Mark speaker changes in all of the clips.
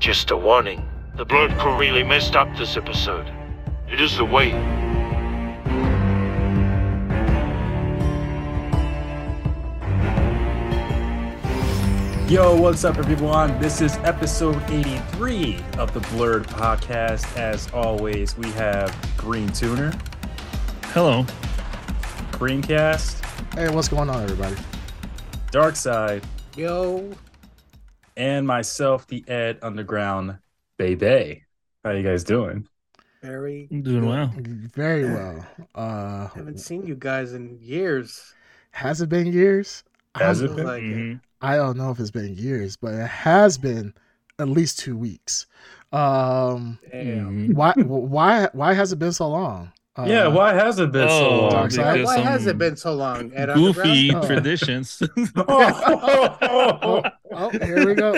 Speaker 1: Just a warning. The blood crew really messed up this episode. It is the way.
Speaker 2: Yo, what's up, everyone? This is episode 83 of the Blurred Podcast. As always, we have Green Tuner,
Speaker 3: Hello.
Speaker 2: Greencast,
Speaker 4: Hey, what's going on, everybody?
Speaker 2: Dark Side,
Speaker 4: Yo.
Speaker 2: and myself, the Ed Underground Bay Bay. How you guys doing?
Speaker 5: Very
Speaker 3: I'm doing well.
Speaker 4: Very well. Uh
Speaker 5: haven't seen you guys in years.
Speaker 4: has it been years? I
Speaker 2: Has it
Speaker 4: don't know-
Speaker 2: been?
Speaker 5: Like
Speaker 3: Mhm.
Speaker 4: I don't know if it's been years, but it has been at least 2 weeks. Um
Speaker 5: damn.
Speaker 3: Mhm.
Speaker 4: why why why has it been so long? Uh,
Speaker 2: yeah, why has it been so
Speaker 3: Oh,
Speaker 2: long?
Speaker 4: Dark Side?
Speaker 3: because
Speaker 5: Why has
Speaker 3: I'm
Speaker 5: it been so long? Ed
Speaker 3: Goofy
Speaker 5: Underground?
Speaker 4: Oh.
Speaker 3: traditions.
Speaker 4: Oh, oh, here we go.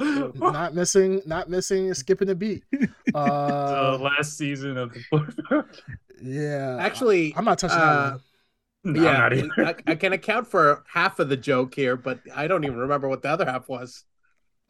Speaker 4: Oh, not missing not missing skipping a beat.
Speaker 2: the
Speaker 4: Uh
Speaker 2: last season of the Blurred Podcast.
Speaker 4: yeah.
Speaker 5: Actually,
Speaker 4: I'm not touching that
Speaker 5: uh,
Speaker 4: one.
Speaker 2: No,
Speaker 5: yeah,
Speaker 2: not even.
Speaker 5: I, I can account for half of the joke here, but I don't even remember what the other half was.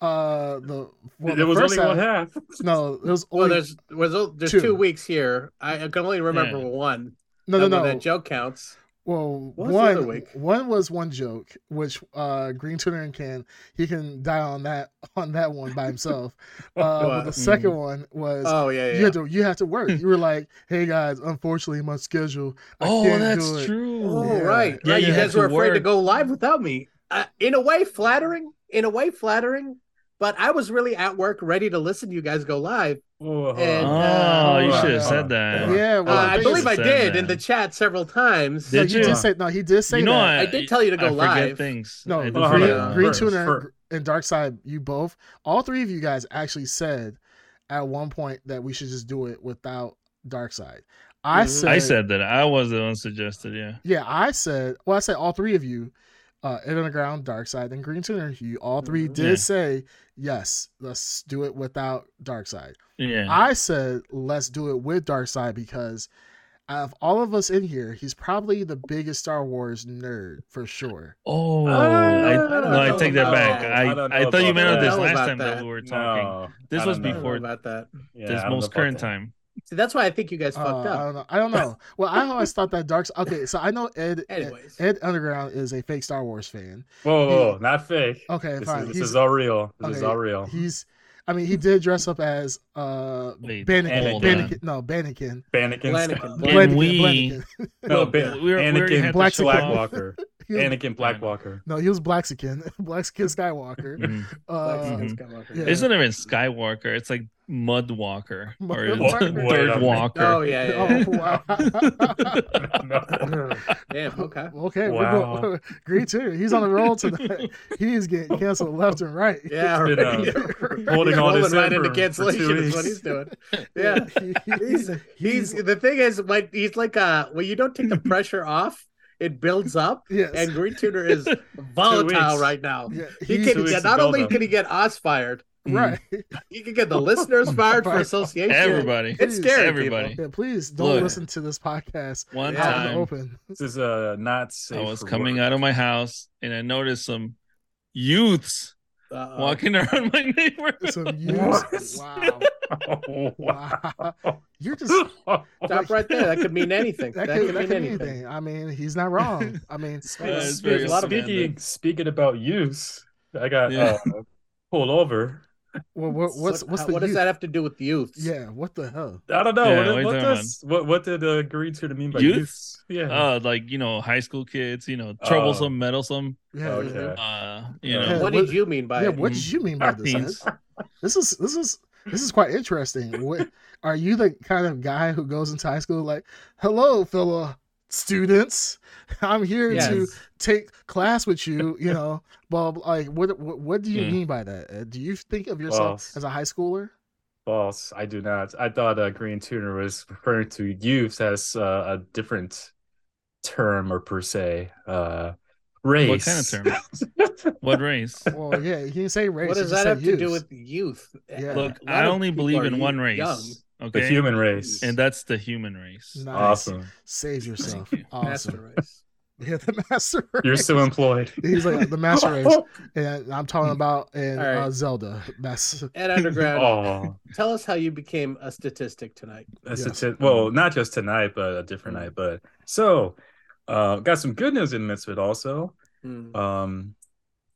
Speaker 4: Uh the well,
Speaker 2: there
Speaker 4: the
Speaker 2: was
Speaker 4: first
Speaker 2: only one
Speaker 4: half-
Speaker 2: half. Oh,
Speaker 4: No, it was
Speaker 5: Well,
Speaker 4: only
Speaker 5: Oh, there's there's, o- there's
Speaker 4: two.
Speaker 5: two. weeks here. I, I can only remember
Speaker 3: Yeah.
Speaker 5: one.
Speaker 4: no, no,
Speaker 5: And when
Speaker 4: no.
Speaker 5: That joke counts.
Speaker 4: Well,
Speaker 5: What was the other
Speaker 4: one
Speaker 5: week?
Speaker 4: one was one joke, which uh, Green Tuner can he can die on that on that one by himself. Uh, but
Speaker 5: What?
Speaker 4: the second one was
Speaker 5: mm. Oh yeah,
Speaker 4: you
Speaker 5: yeah.
Speaker 4: had to you had to work. You were like, "Hey guys, unfortunately, my schedule. I
Speaker 3: oh,
Speaker 4: can't
Speaker 3: that's
Speaker 4: do it."
Speaker 3: true.
Speaker 5: Oh
Speaker 4: Yeah.
Speaker 5: right,
Speaker 3: Yeah,
Speaker 5: right.
Speaker 3: you
Speaker 5: You
Speaker 3: had
Speaker 5: guys
Speaker 3: to
Speaker 5: were afraid to
Speaker 3: work.
Speaker 5: go live without me. Uh, in a way, flattering. In a way, flattering. But I was really at work, ready to listen to you guys go live.
Speaker 2: Oh,
Speaker 5: And,
Speaker 3: Oh, you
Speaker 4: uh,
Speaker 3: should have said that.
Speaker 4: Yeah,
Speaker 5: Uh,
Speaker 4: well,
Speaker 5: I
Speaker 4: the thing
Speaker 5: believe
Speaker 4: is-
Speaker 5: I
Speaker 3: said
Speaker 5: did
Speaker 3: that.
Speaker 5: in the chat several times.
Speaker 4: no,
Speaker 3: Did
Speaker 4: you
Speaker 3: you?
Speaker 4: did say no. He did say
Speaker 3: you know,
Speaker 4: that.
Speaker 3: I,
Speaker 5: I did tell you to
Speaker 3: I
Speaker 5: go
Speaker 3: forget
Speaker 5: live.
Speaker 3: things.
Speaker 4: No,
Speaker 3: I do
Speaker 2: Green-
Speaker 3: forget
Speaker 5: Uh,
Speaker 4: Green,
Speaker 3: that.
Speaker 4: Green
Speaker 2: First,
Speaker 4: Tuner
Speaker 2: first.
Speaker 4: and Dark Side, you both, all three of you guys actually said at one point that we should just do it without Dark Side. I
Speaker 5: Mhm.
Speaker 4: said,
Speaker 3: I said that. I was the one suggested. Yeah.
Speaker 4: yeah, I said, well, I said all three of you, uh, Ed Underground, Dark Side, and Green Tuner, you all three
Speaker 5: Mhm.
Speaker 4: did
Speaker 3: Yeah.
Speaker 4: say, yes, let's do it without Dark Side.
Speaker 3: Yeah.
Speaker 4: I said, let's do it with Dark Side because out of all of us in here, he's probably the biggest Star Wars nerd for sure.
Speaker 3: oh,
Speaker 2: Uh,
Speaker 3: I,
Speaker 2: I
Speaker 3: no,
Speaker 2: don't
Speaker 3: I
Speaker 2: know
Speaker 3: take that
Speaker 2: about
Speaker 3: back.
Speaker 2: that. I
Speaker 3: I,
Speaker 2: don't
Speaker 3: I,
Speaker 2: know
Speaker 3: thought you
Speaker 2: about
Speaker 3: meant
Speaker 2: that.
Speaker 3: this
Speaker 5: I don't know
Speaker 3: last
Speaker 5: about
Speaker 3: time that.
Speaker 5: that.
Speaker 3: we were talking.
Speaker 2: No,
Speaker 3: This
Speaker 2: I
Speaker 3: was
Speaker 2: don't
Speaker 5: I
Speaker 2: know.
Speaker 5: don't know
Speaker 3: before
Speaker 5: about that.
Speaker 2: Yeah, I
Speaker 3: this
Speaker 2: don't know
Speaker 3: most
Speaker 2: about
Speaker 3: current
Speaker 2: that.
Speaker 3: time.
Speaker 5: See, that's why I think you guys
Speaker 4: Uh,
Speaker 5: fucked
Speaker 4: I
Speaker 5: up.
Speaker 4: don't know. I don't know. Well, I always thought that Dark. Okay, so I know Ed. Ed,
Speaker 5: Anyways,
Speaker 4: Ed Underground is a fake Star Wars fan.
Speaker 2: Whoa, whoa, whoa, not fake.
Speaker 4: Okay,
Speaker 2: This,
Speaker 4: fine.
Speaker 2: is, this
Speaker 4: he's,
Speaker 2: is all real. This is
Speaker 4: okay,
Speaker 2: all real.
Speaker 4: he's. I mean, he did dress up as uh
Speaker 3: Wait,
Speaker 4: Bannikin.
Speaker 2: hold
Speaker 4: Bannikin. No, Bannikin.
Speaker 2: Anakin.
Speaker 5: Lanakin,
Speaker 3: And
Speaker 4: Blannikin,
Speaker 3: we-
Speaker 4: Blannikin.
Speaker 2: No,
Speaker 3: Well,
Speaker 2: Ban-
Speaker 3: we were- we already
Speaker 2: Anakin
Speaker 3: had
Speaker 4: Black
Speaker 3: to show off.
Speaker 2: Blackwalker.
Speaker 4: He was-
Speaker 2: Anakin Blackwalker.
Speaker 4: No, he was Blaxican. Blaxican Skywalker.
Speaker 3: Mhm.
Speaker 5: Black
Speaker 4: Uh,
Speaker 3: Mhm.
Speaker 5: Skin Skywalker.
Speaker 4: yeah.
Speaker 3: It's not even Skywalker. It's like Mud Walker or
Speaker 4: Mudwalker.
Speaker 2: Wait a
Speaker 3: Third
Speaker 2: minute.
Speaker 5: Oh
Speaker 3: Walker.
Speaker 5: yeah,
Speaker 4: oh wow.
Speaker 2: No.
Speaker 5: yeah. Damn. Okay.
Speaker 4: Okay,
Speaker 2: Wow.
Speaker 4: we're going, Green Tuner, he's on the roll tonight. He's getting canceled left and right.
Speaker 5: Yeah.
Speaker 2: Been, uh,
Speaker 5: Right.
Speaker 2: holding
Speaker 5: He's
Speaker 2: on to
Speaker 5: rolling right
Speaker 2: Zipper
Speaker 5: into
Speaker 2: for two
Speaker 5: cancellation is what
Speaker 2: weeks.
Speaker 5: he's doing. Yeah.
Speaker 4: He-
Speaker 5: He's he's the thing is when he's like uh when you don't take the pressure off, it builds up.
Speaker 4: yes.
Speaker 5: And Green Tuner is volatile
Speaker 2: weeks.
Speaker 5: right now.
Speaker 4: yeah,
Speaker 5: He
Speaker 4: he's-
Speaker 2: Two
Speaker 5: can
Speaker 2: weeks
Speaker 5: get,
Speaker 2: of
Speaker 5: not only
Speaker 2: buildup.
Speaker 5: can he get us fired,
Speaker 4: right.
Speaker 5: he can get the listeners fired for
Speaker 4: Right.
Speaker 5: association.
Speaker 3: Everybody.
Speaker 5: It's scary.
Speaker 3: Everybody.
Speaker 4: Yeah, please don't
Speaker 3: Look.
Speaker 4: listen to this podcast
Speaker 3: One
Speaker 5: Yeah.
Speaker 4: out in the
Speaker 3: time
Speaker 4: open.
Speaker 2: This is uh, not safe.
Speaker 3: I was
Speaker 2: for
Speaker 3: Oh, coming
Speaker 2: work.
Speaker 3: out of my house and I noticed some youths
Speaker 5: People. Uh-oh.
Speaker 3: walking around my neighborhood.
Speaker 4: So
Speaker 2: What?
Speaker 4: you, wow,
Speaker 2: Oh, wow.
Speaker 4: wow, you're just
Speaker 5: Stop right there. That could mean anything.
Speaker 4: that, could, that could mean anything. I mean, he's not wrong. I mean,
Speaker 3: Yeah, it's
Speaker 2: Speaking,
Speaker 3: very
Speaker 2: speaking,
Speaker 3: open-ended.
Speaker 2: speaking about use, I got
Speaker 3: Yeah.
Speaker 2: uh, pulled over.
Speaker 4: well, what, what's what's
Speaker 5: uh, what
Speaker 4: the
Speaker 5: does
Speaker 4: youth?
Speaker 5: that have to do with youth?
Speaker 4: Yeah, what the hell?
Speaker 2: I don't know. what,
Speaker 3: Yeah, what
Speaker 2: what
Speaker 3: are you talking
Speaker 2: does what what did uh, Green Tuner mean by
Speaker 3: Youth?
Speaker 2: youths? Yeah.
Speaker 3: Uh, like you know, high school kids. You know,
Speaker 2: Oh.
Speaker 3: troublesome, meddlesome.
Speaker 4: Yeah,
Speaker 2: okay.
Speaker 3: Uh, you
Speaker 2: Yeah.
Speaker 3: know,
Speaker 5: What did you mean by
Speaker 4: yeah.
Speaker 5: it?
Speaker 4: What did you mean by this?
Speaker 3: Teens.
Speaker 4: Ed? This is this is this is quite interesting. What are you the kind of guy who goes into high school like, hello, fellow students, I'm here
Speaker 5: Yes.
Speaker 4: to take class with you, you know, blah, blah, blah. like what, what what do you
Speaker 5: Hmm.
Speaker 3: Yeah.
Speaker 4: mean by that? Ed? Do you think of yourself
Speaker 2: Boss.
Speaker 4: as a high schooler?
Speaker 2: False. I do not. I thought uh, Green Tuner was referring to youths as uh, a different term or per se uh, race.
Speaker 3: what kind of term? what race?
Speaker 4: Well, yeah, you can say race.
Speaker 5: What
Speaker 4: you
Speaker 5: does
Speaker 4: just
Speaker 5: that
Speaker 4: said
Speaker 5: have to do
Speaker 4: youth.
Speaker 5: with youth?
Speaker 4: Yeah.
Speaker 5: A
Speaker 3: Look,
Speaker 5: lot
Speaker 3: I
Speaker 5: of
Speaker 3: only
Speaker 5: people
Speaker 3: believe
Speaker 5: are
Speaker 3: in one race.
Speaker 5: young.
Speaker 2: The
Speaker 3: Okay,
Speaker 2: human race.
Speaker 3: and that's the human race.
Speaker 4: Nice.
Speaker 2: awesome.
Speaker 4: Save yourself.
Speaker 3: Thank you.
Speaker 5: That's
Speaker 4: Awesome.
Speaker 5: the race.
Speaker 4: Yeah, the master.
Speaker 2: You're
Speaker 4: race.
Speaker 2: still employed. Oh,
Speaker 4: He's like the master race, and I'm talking about and
Speaker 5: All right.
Speaker 4: uh, Zelda. That's
Speaker 5: Ed Underground,
Speaker 2: oh,
Speaker 5: tell us how you became a statistic tonight.
Speaker 2: that's
Speaker 4: Yes. Mm-hmm.
Speaker 2: a t- well, not just tonight, but a different night. But so, uh, got some good news in midst of it also.
Speaker 5: Hmm.
Speaker 2: Um,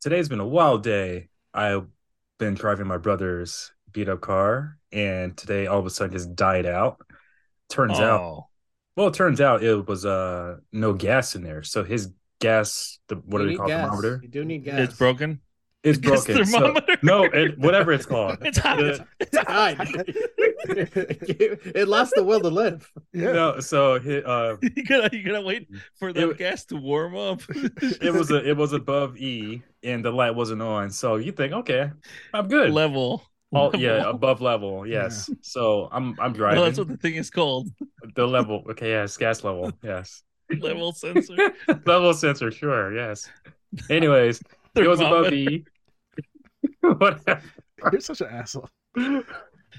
Speaker 2: today's been a wild day. I've been driving my brother's beat up car, and today all of a sudden just died out. Turns out,
Speaker 3: Oh.
Speaker 2: well, it turns out it was uh no gas in there, so his gas, the what do
Speaker 5: You
Speaker 2: they
Speaker 5: need
Speaker 2: call it,
Speaker 5: gas.
Speaker 2: thermometer?
Speaker 5: You do need gas.
Speaker 3: It's broken.
Speaker 2: It's
Speaker 3: Gas
Speaker 2: broken. so-
Speaker 3: thermometer.
Speaker 2: no, it, whatever it's called.
Speaker 3: It's hot.
Speaker 2: The-
Speaker 3: It's hot.
Speaker 5: it lost the will to live.
Speaker 4: yeah.
Speaker 2: No, so he, uh,
Speaker 3: you gotta you gotta wait for the
Speaker 2: It-
Speaker 3: gas to warm up.
Speaker 2: it was a, it was above E, and the light wasn't on. So you think, okay, I'm good.
Speaker 3: level.
Speaker 2: Oh yeah,
Speaker 3: level.
Speaker 2: above level. Yes. So I'm I'm driving
Speaker 3: Well, that's what the thing is called.
Speaker 2: the level. Okay, yes, gas level. Yes,
Speaker 3: Level sensor.
Speaker 2: level sensor. Sure. Yes. Anyways, it was above
Speaker 3: Thermometer.
Speaker 2: E. Whatever.
Speaker 4: You're such an asshole.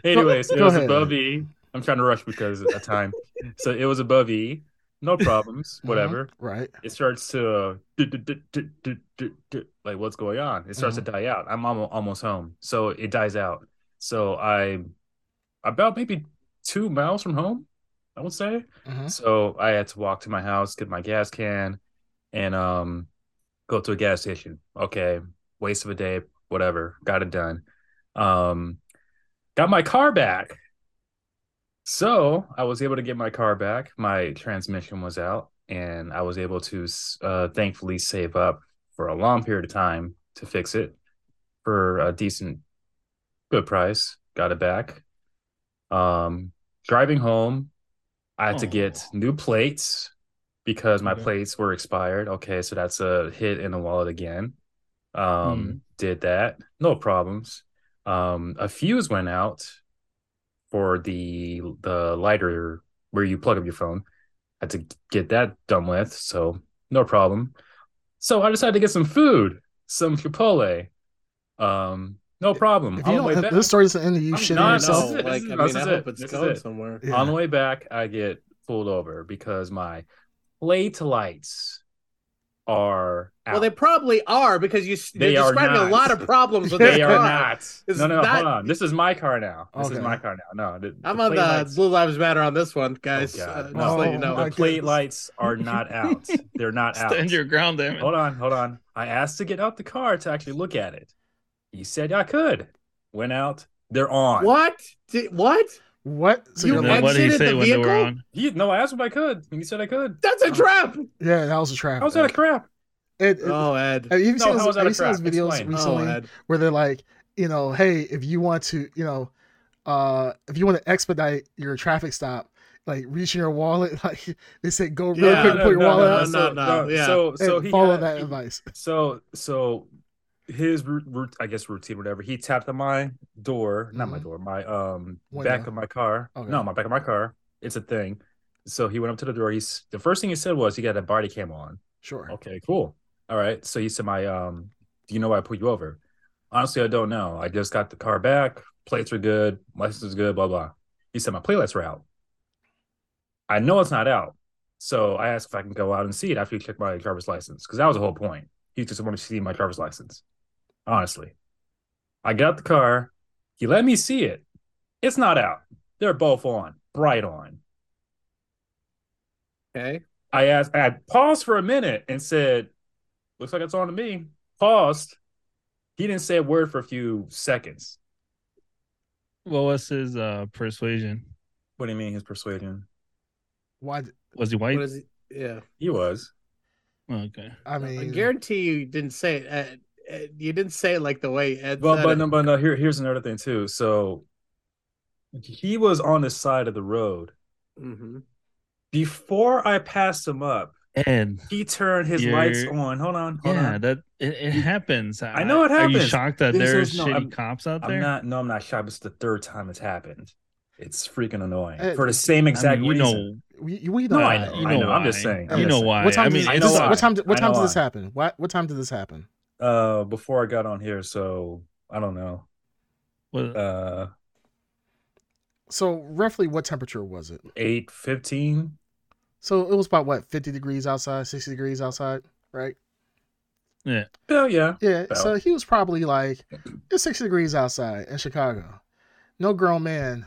Speaker 2: Anyways, it
Speaker 4: Go
Speaker 2: was
Speaker 4: ahead.
Speaker 2: above E. I'm trying to rush because of time. So it was above E. No problems. Whatever.
Speaker 4: Uh-huh. Right.
Speaker 2: it starts to uh, du- du- du- du- du- du- du- like what's going on it starts to
Speaker 4: Uh-huh.
Speaker 2: die out i'm almost, almost home so it dies out so i about maybe two miles from home i would say
Speaker 4: Uh-huh.
Speaker 2: so i had to walk to my house get my gas can and um go to a gas station okay waste of a day whatever got it done um got my car back so i was able to get my car back my transmission was out and i was able to uh thankfully save up for a long period of time to fix it for a decent good price got it back um driving home i had to get new plates because my
Speaker 3: Okay.
Speaker 2: plates were expired okay so that's a hit in the wallet again um
Speaker 4: Mm-hmm.
Speaker 2: did that no problems um a fuse went out for the the lighter where you plug up your phone had to get that done with so no problem so i decided to get some food some chipotle um no problem
Speaker 4: If
Speaker 2: On the
Speaker 4: you don't,
Speaker 2: way
Speaker 4: if
Speaker 2: back-
Speaker 4: this story's to end in you
Speaker 2: I'm
Speaker 4: shitting
Speaker 2: not-
Speaker 5: I
Speaker 4: yourself.
Speaker 5: know,
Speaker 2: This is it.
Speaker 5: like
Speaker 2: This
Speaker 5: I
Speaker 2: is-
Speaker 5: mean,
Speaker 2: this
Speaker 5: I
Speaker 2: is
Speaker 5: hope
Speaker 2: it.
Speaker 5: it's
Speaker 2: This is
Speaker 5: going
Speaker 2: it.
Speaker 5: somewhere.
Speaker 4: Yeah.
Speaker 2: on the way back i get pulled over because my plate lights are out.
Speaker 5: Well, they probably are because you
Speaker 2: They
Speaker 5: they're
Speaker 2: are
Speaker 5: describing a
Speaker 2: not.
Speaker 5: lot of problems with
Speaker 2: they
Speaker 5: this
Speaker 2: are
Speaker 5: car.
Speaker 2: not.
Speaker 5: It's
Speaker 2: No, no, no.
Speaker 5: not-
Speaker 2: Hold on. This is my car now. This is
Speaker 4: Okay.
Speaker 2: my car now. No, the,
Speaker 5: I'm
Speaker 2: the
Speaker 5: on
Speaker 2: plate
Speaker 5: the
Speaker 2: lights-
Speaker 5: Blue Lives Matter on this one, guys.
Speaker 2: God,
Speaker 5: uh, just
Speaker 2: no.
Speaker 5: let you
Speaker 4: Oh,
Speaker 5: know.
Speaker 4: my
Speaker 2: the plate
Speaker 4: goodness.
Speaker 2: lights are not out. They're not out.
Speaker 3: Stand your ground, damn it.
Speaker 2: Hold on, hold on. I asked to get out the car to actually look at it. You said I could. Went out. They're on.
Speaker 5: What? Did- what?
Speaker 4: What? So
Speaker 5: You
Speaker 4: you're
Speaker 3: And
Speaker 4: like,
Speaker 3: then what did he
Speaker 5: exited
Speaker 3: say
Speaker 5: the
Speaker 3: when they were
Speaker 5: vehicle?
Speaker 3: on?
Speaker 2: You, no, I asked if I could. And you said I could.
Speaker 5: That's
Speaker 4: Oh.
Speaker 5: a trap.
Speaker 4: yeah, that was a trap.
Speaker 2: How's that a crap?
Speaker 4: It, it,
Speaker 5: Oh, Ed.
Speaker 4: have you
Speaker 2: No,
Speaker 4: seen
Speaker 2: how
Speaker 4: those,
Speaker 2: was that
Speaker 4: have
Speaker 2: a
Speaker 4: you seen
Speaker 2: trap?
Speaker 4: those videos
Speaker 2: Explain.
Speaker 5: Oh,
Speaker 4: recently
Speaker 5: Ed.
Speaker 4: where they're like, you know, hey, if you want to, you know, uh, if you want to expedite your traffic stop, like reach in your wallet, like they say, go real
Speaker 5: Yeah,
Speaker 4: quick,
Speaker 5: no,
Speaker 4: put your
Speaker 5: no,
Speaker 4: wallet
Speaker 5: no,
Speaker 4: out,
Speaker 5: no, no, yeah.
Speaker 2: So, so
Speaker 4: and
Speaker 2: he
Speaker 4: follow
Speaker 2: had-
Speaker 4: that
Speaker 2: he-
Speaker 4: advice.
Speaker 2: So so his root, root I guess routine whatever. He tapped on my door, not my
Speaker 4: Mhm.
Speaker 2: door, my um
Speaker 4: Window.
Speaker 2: back of my car.
Speaker 4: Okay.
Speaker 2: No, my back of my car. It's a thing. So he went up to the door. He's the first thing he said was he got a body cam on.
Speaker 4: Sure.
Speaker 2: Okay, cool. All right. So he said my um do you know why I put you over? Honestly, I don't know. I just got the car back. Plates are good. License is good. Blah blah. He said my playlist were out. I know it's not out. So I asked if I can go out and see it after you check my driver's license because that was the whole point. He just wanted to see my driver's license. Honestly, I got the car. He let me see it. It's not out. They're both on, bright on.
Speaker 5: Okay.
Speaker 2: I asked, I paused for a minute and said, Looks like it's on to me. Paused. He didn't say a word for a few seconds.
Speaker 3: What was his uh, persuasion?
Speaker 2: What do you mean his persuasion?
Speaker 4: Why? d-
Speaker 3: Was he white? Oh,
Speaker 5: What is it? Yeah.
Speaker 2: He was.
Speaker 3: okay.
Speaker 4: I
Speaker 5: I
Speaker 4: mean,
Speaker 5: guarantee you didn't say it. Ed, Ed, you didn't say it like the way Ed
Speaker 2: Well,
Speaker 5: said
Speaker 2: but
Speaker 5: it.
Speaker 2: no, but no, here, here's another thing too. So he was on the side of the road.
Speaker 5: hmm
Speaker 2: Before I passed him up,
Speaker 3: And
Speaker 2: he turned his
Speaker 3: You're-
Speaker 2: lights on. Hold on, hold
Speaker 3: yeah,
Speaker 2: on.
Speaker 3: that it, it happens. I
Speaker 2: know it
Speaker 3: Are you
Speaker 2: happens.
Speaker 3: shocked that
Speaker 2: This
Speaker 3: there's
Speaker 2: is- no,
Speaker 3: shitty
Speaker 2: I'm-
Speaker 3: cops out there?
Speaker 2: I'm not. No, I'm not shocked. It's the third time it's happened. It's freaking annoying
Speaker 4: Hey,
Speaker 2: for the same
Speaker 3: I
Speaker 2: exact
Speaker 3: mean, you
Speaker 2: reason.
Speaker 3: know,
Speaker 4: we, we
Speaker 2: No,
Speaker 4: know
Speaker 2: I
Speaker 4: that.
Speaker 2: know,
Speaker 3: you know
Speaker 2: I know.
Speaker 3: why.
Speaker 2: I'm just saying. I'm
Speaker 3: you
Speaker 2: just
Speaker 3: know
Speaker 2: saying.
Speaker 3: why.
Speaker 4: What time
Speaker 3: I
Speaker 4: does
Speaker 3: mean,
Speaker 2: I
Speaker 4: this-
Speaker 2: know
Speaker 4: this-
Speaker 2: why.
Speaker 4: what time? What
Speaker 2: I
Speaker 4: time
Speaker 2: know
Speaker 4: does this
Speaker 2: why.
Speaker 4: happen? What what time did this happen?
Speaker 2: uh before I got on here, so I don't know.
Speaker 3: what-
Speaker 2: Uh
Speaker 4: So roughly, what temperature was it?
Speaker 2: eight fifteen.
Speaker 4: So it was about what fifty degrees outside, sixty degrees outside, right?
Speaker 2: Oh yeah.
Speaker 4: Yeah.
Speaker 2: About.
Speaker 4: So he was probably like, it's sixty degrees outside in Chicago. No grown man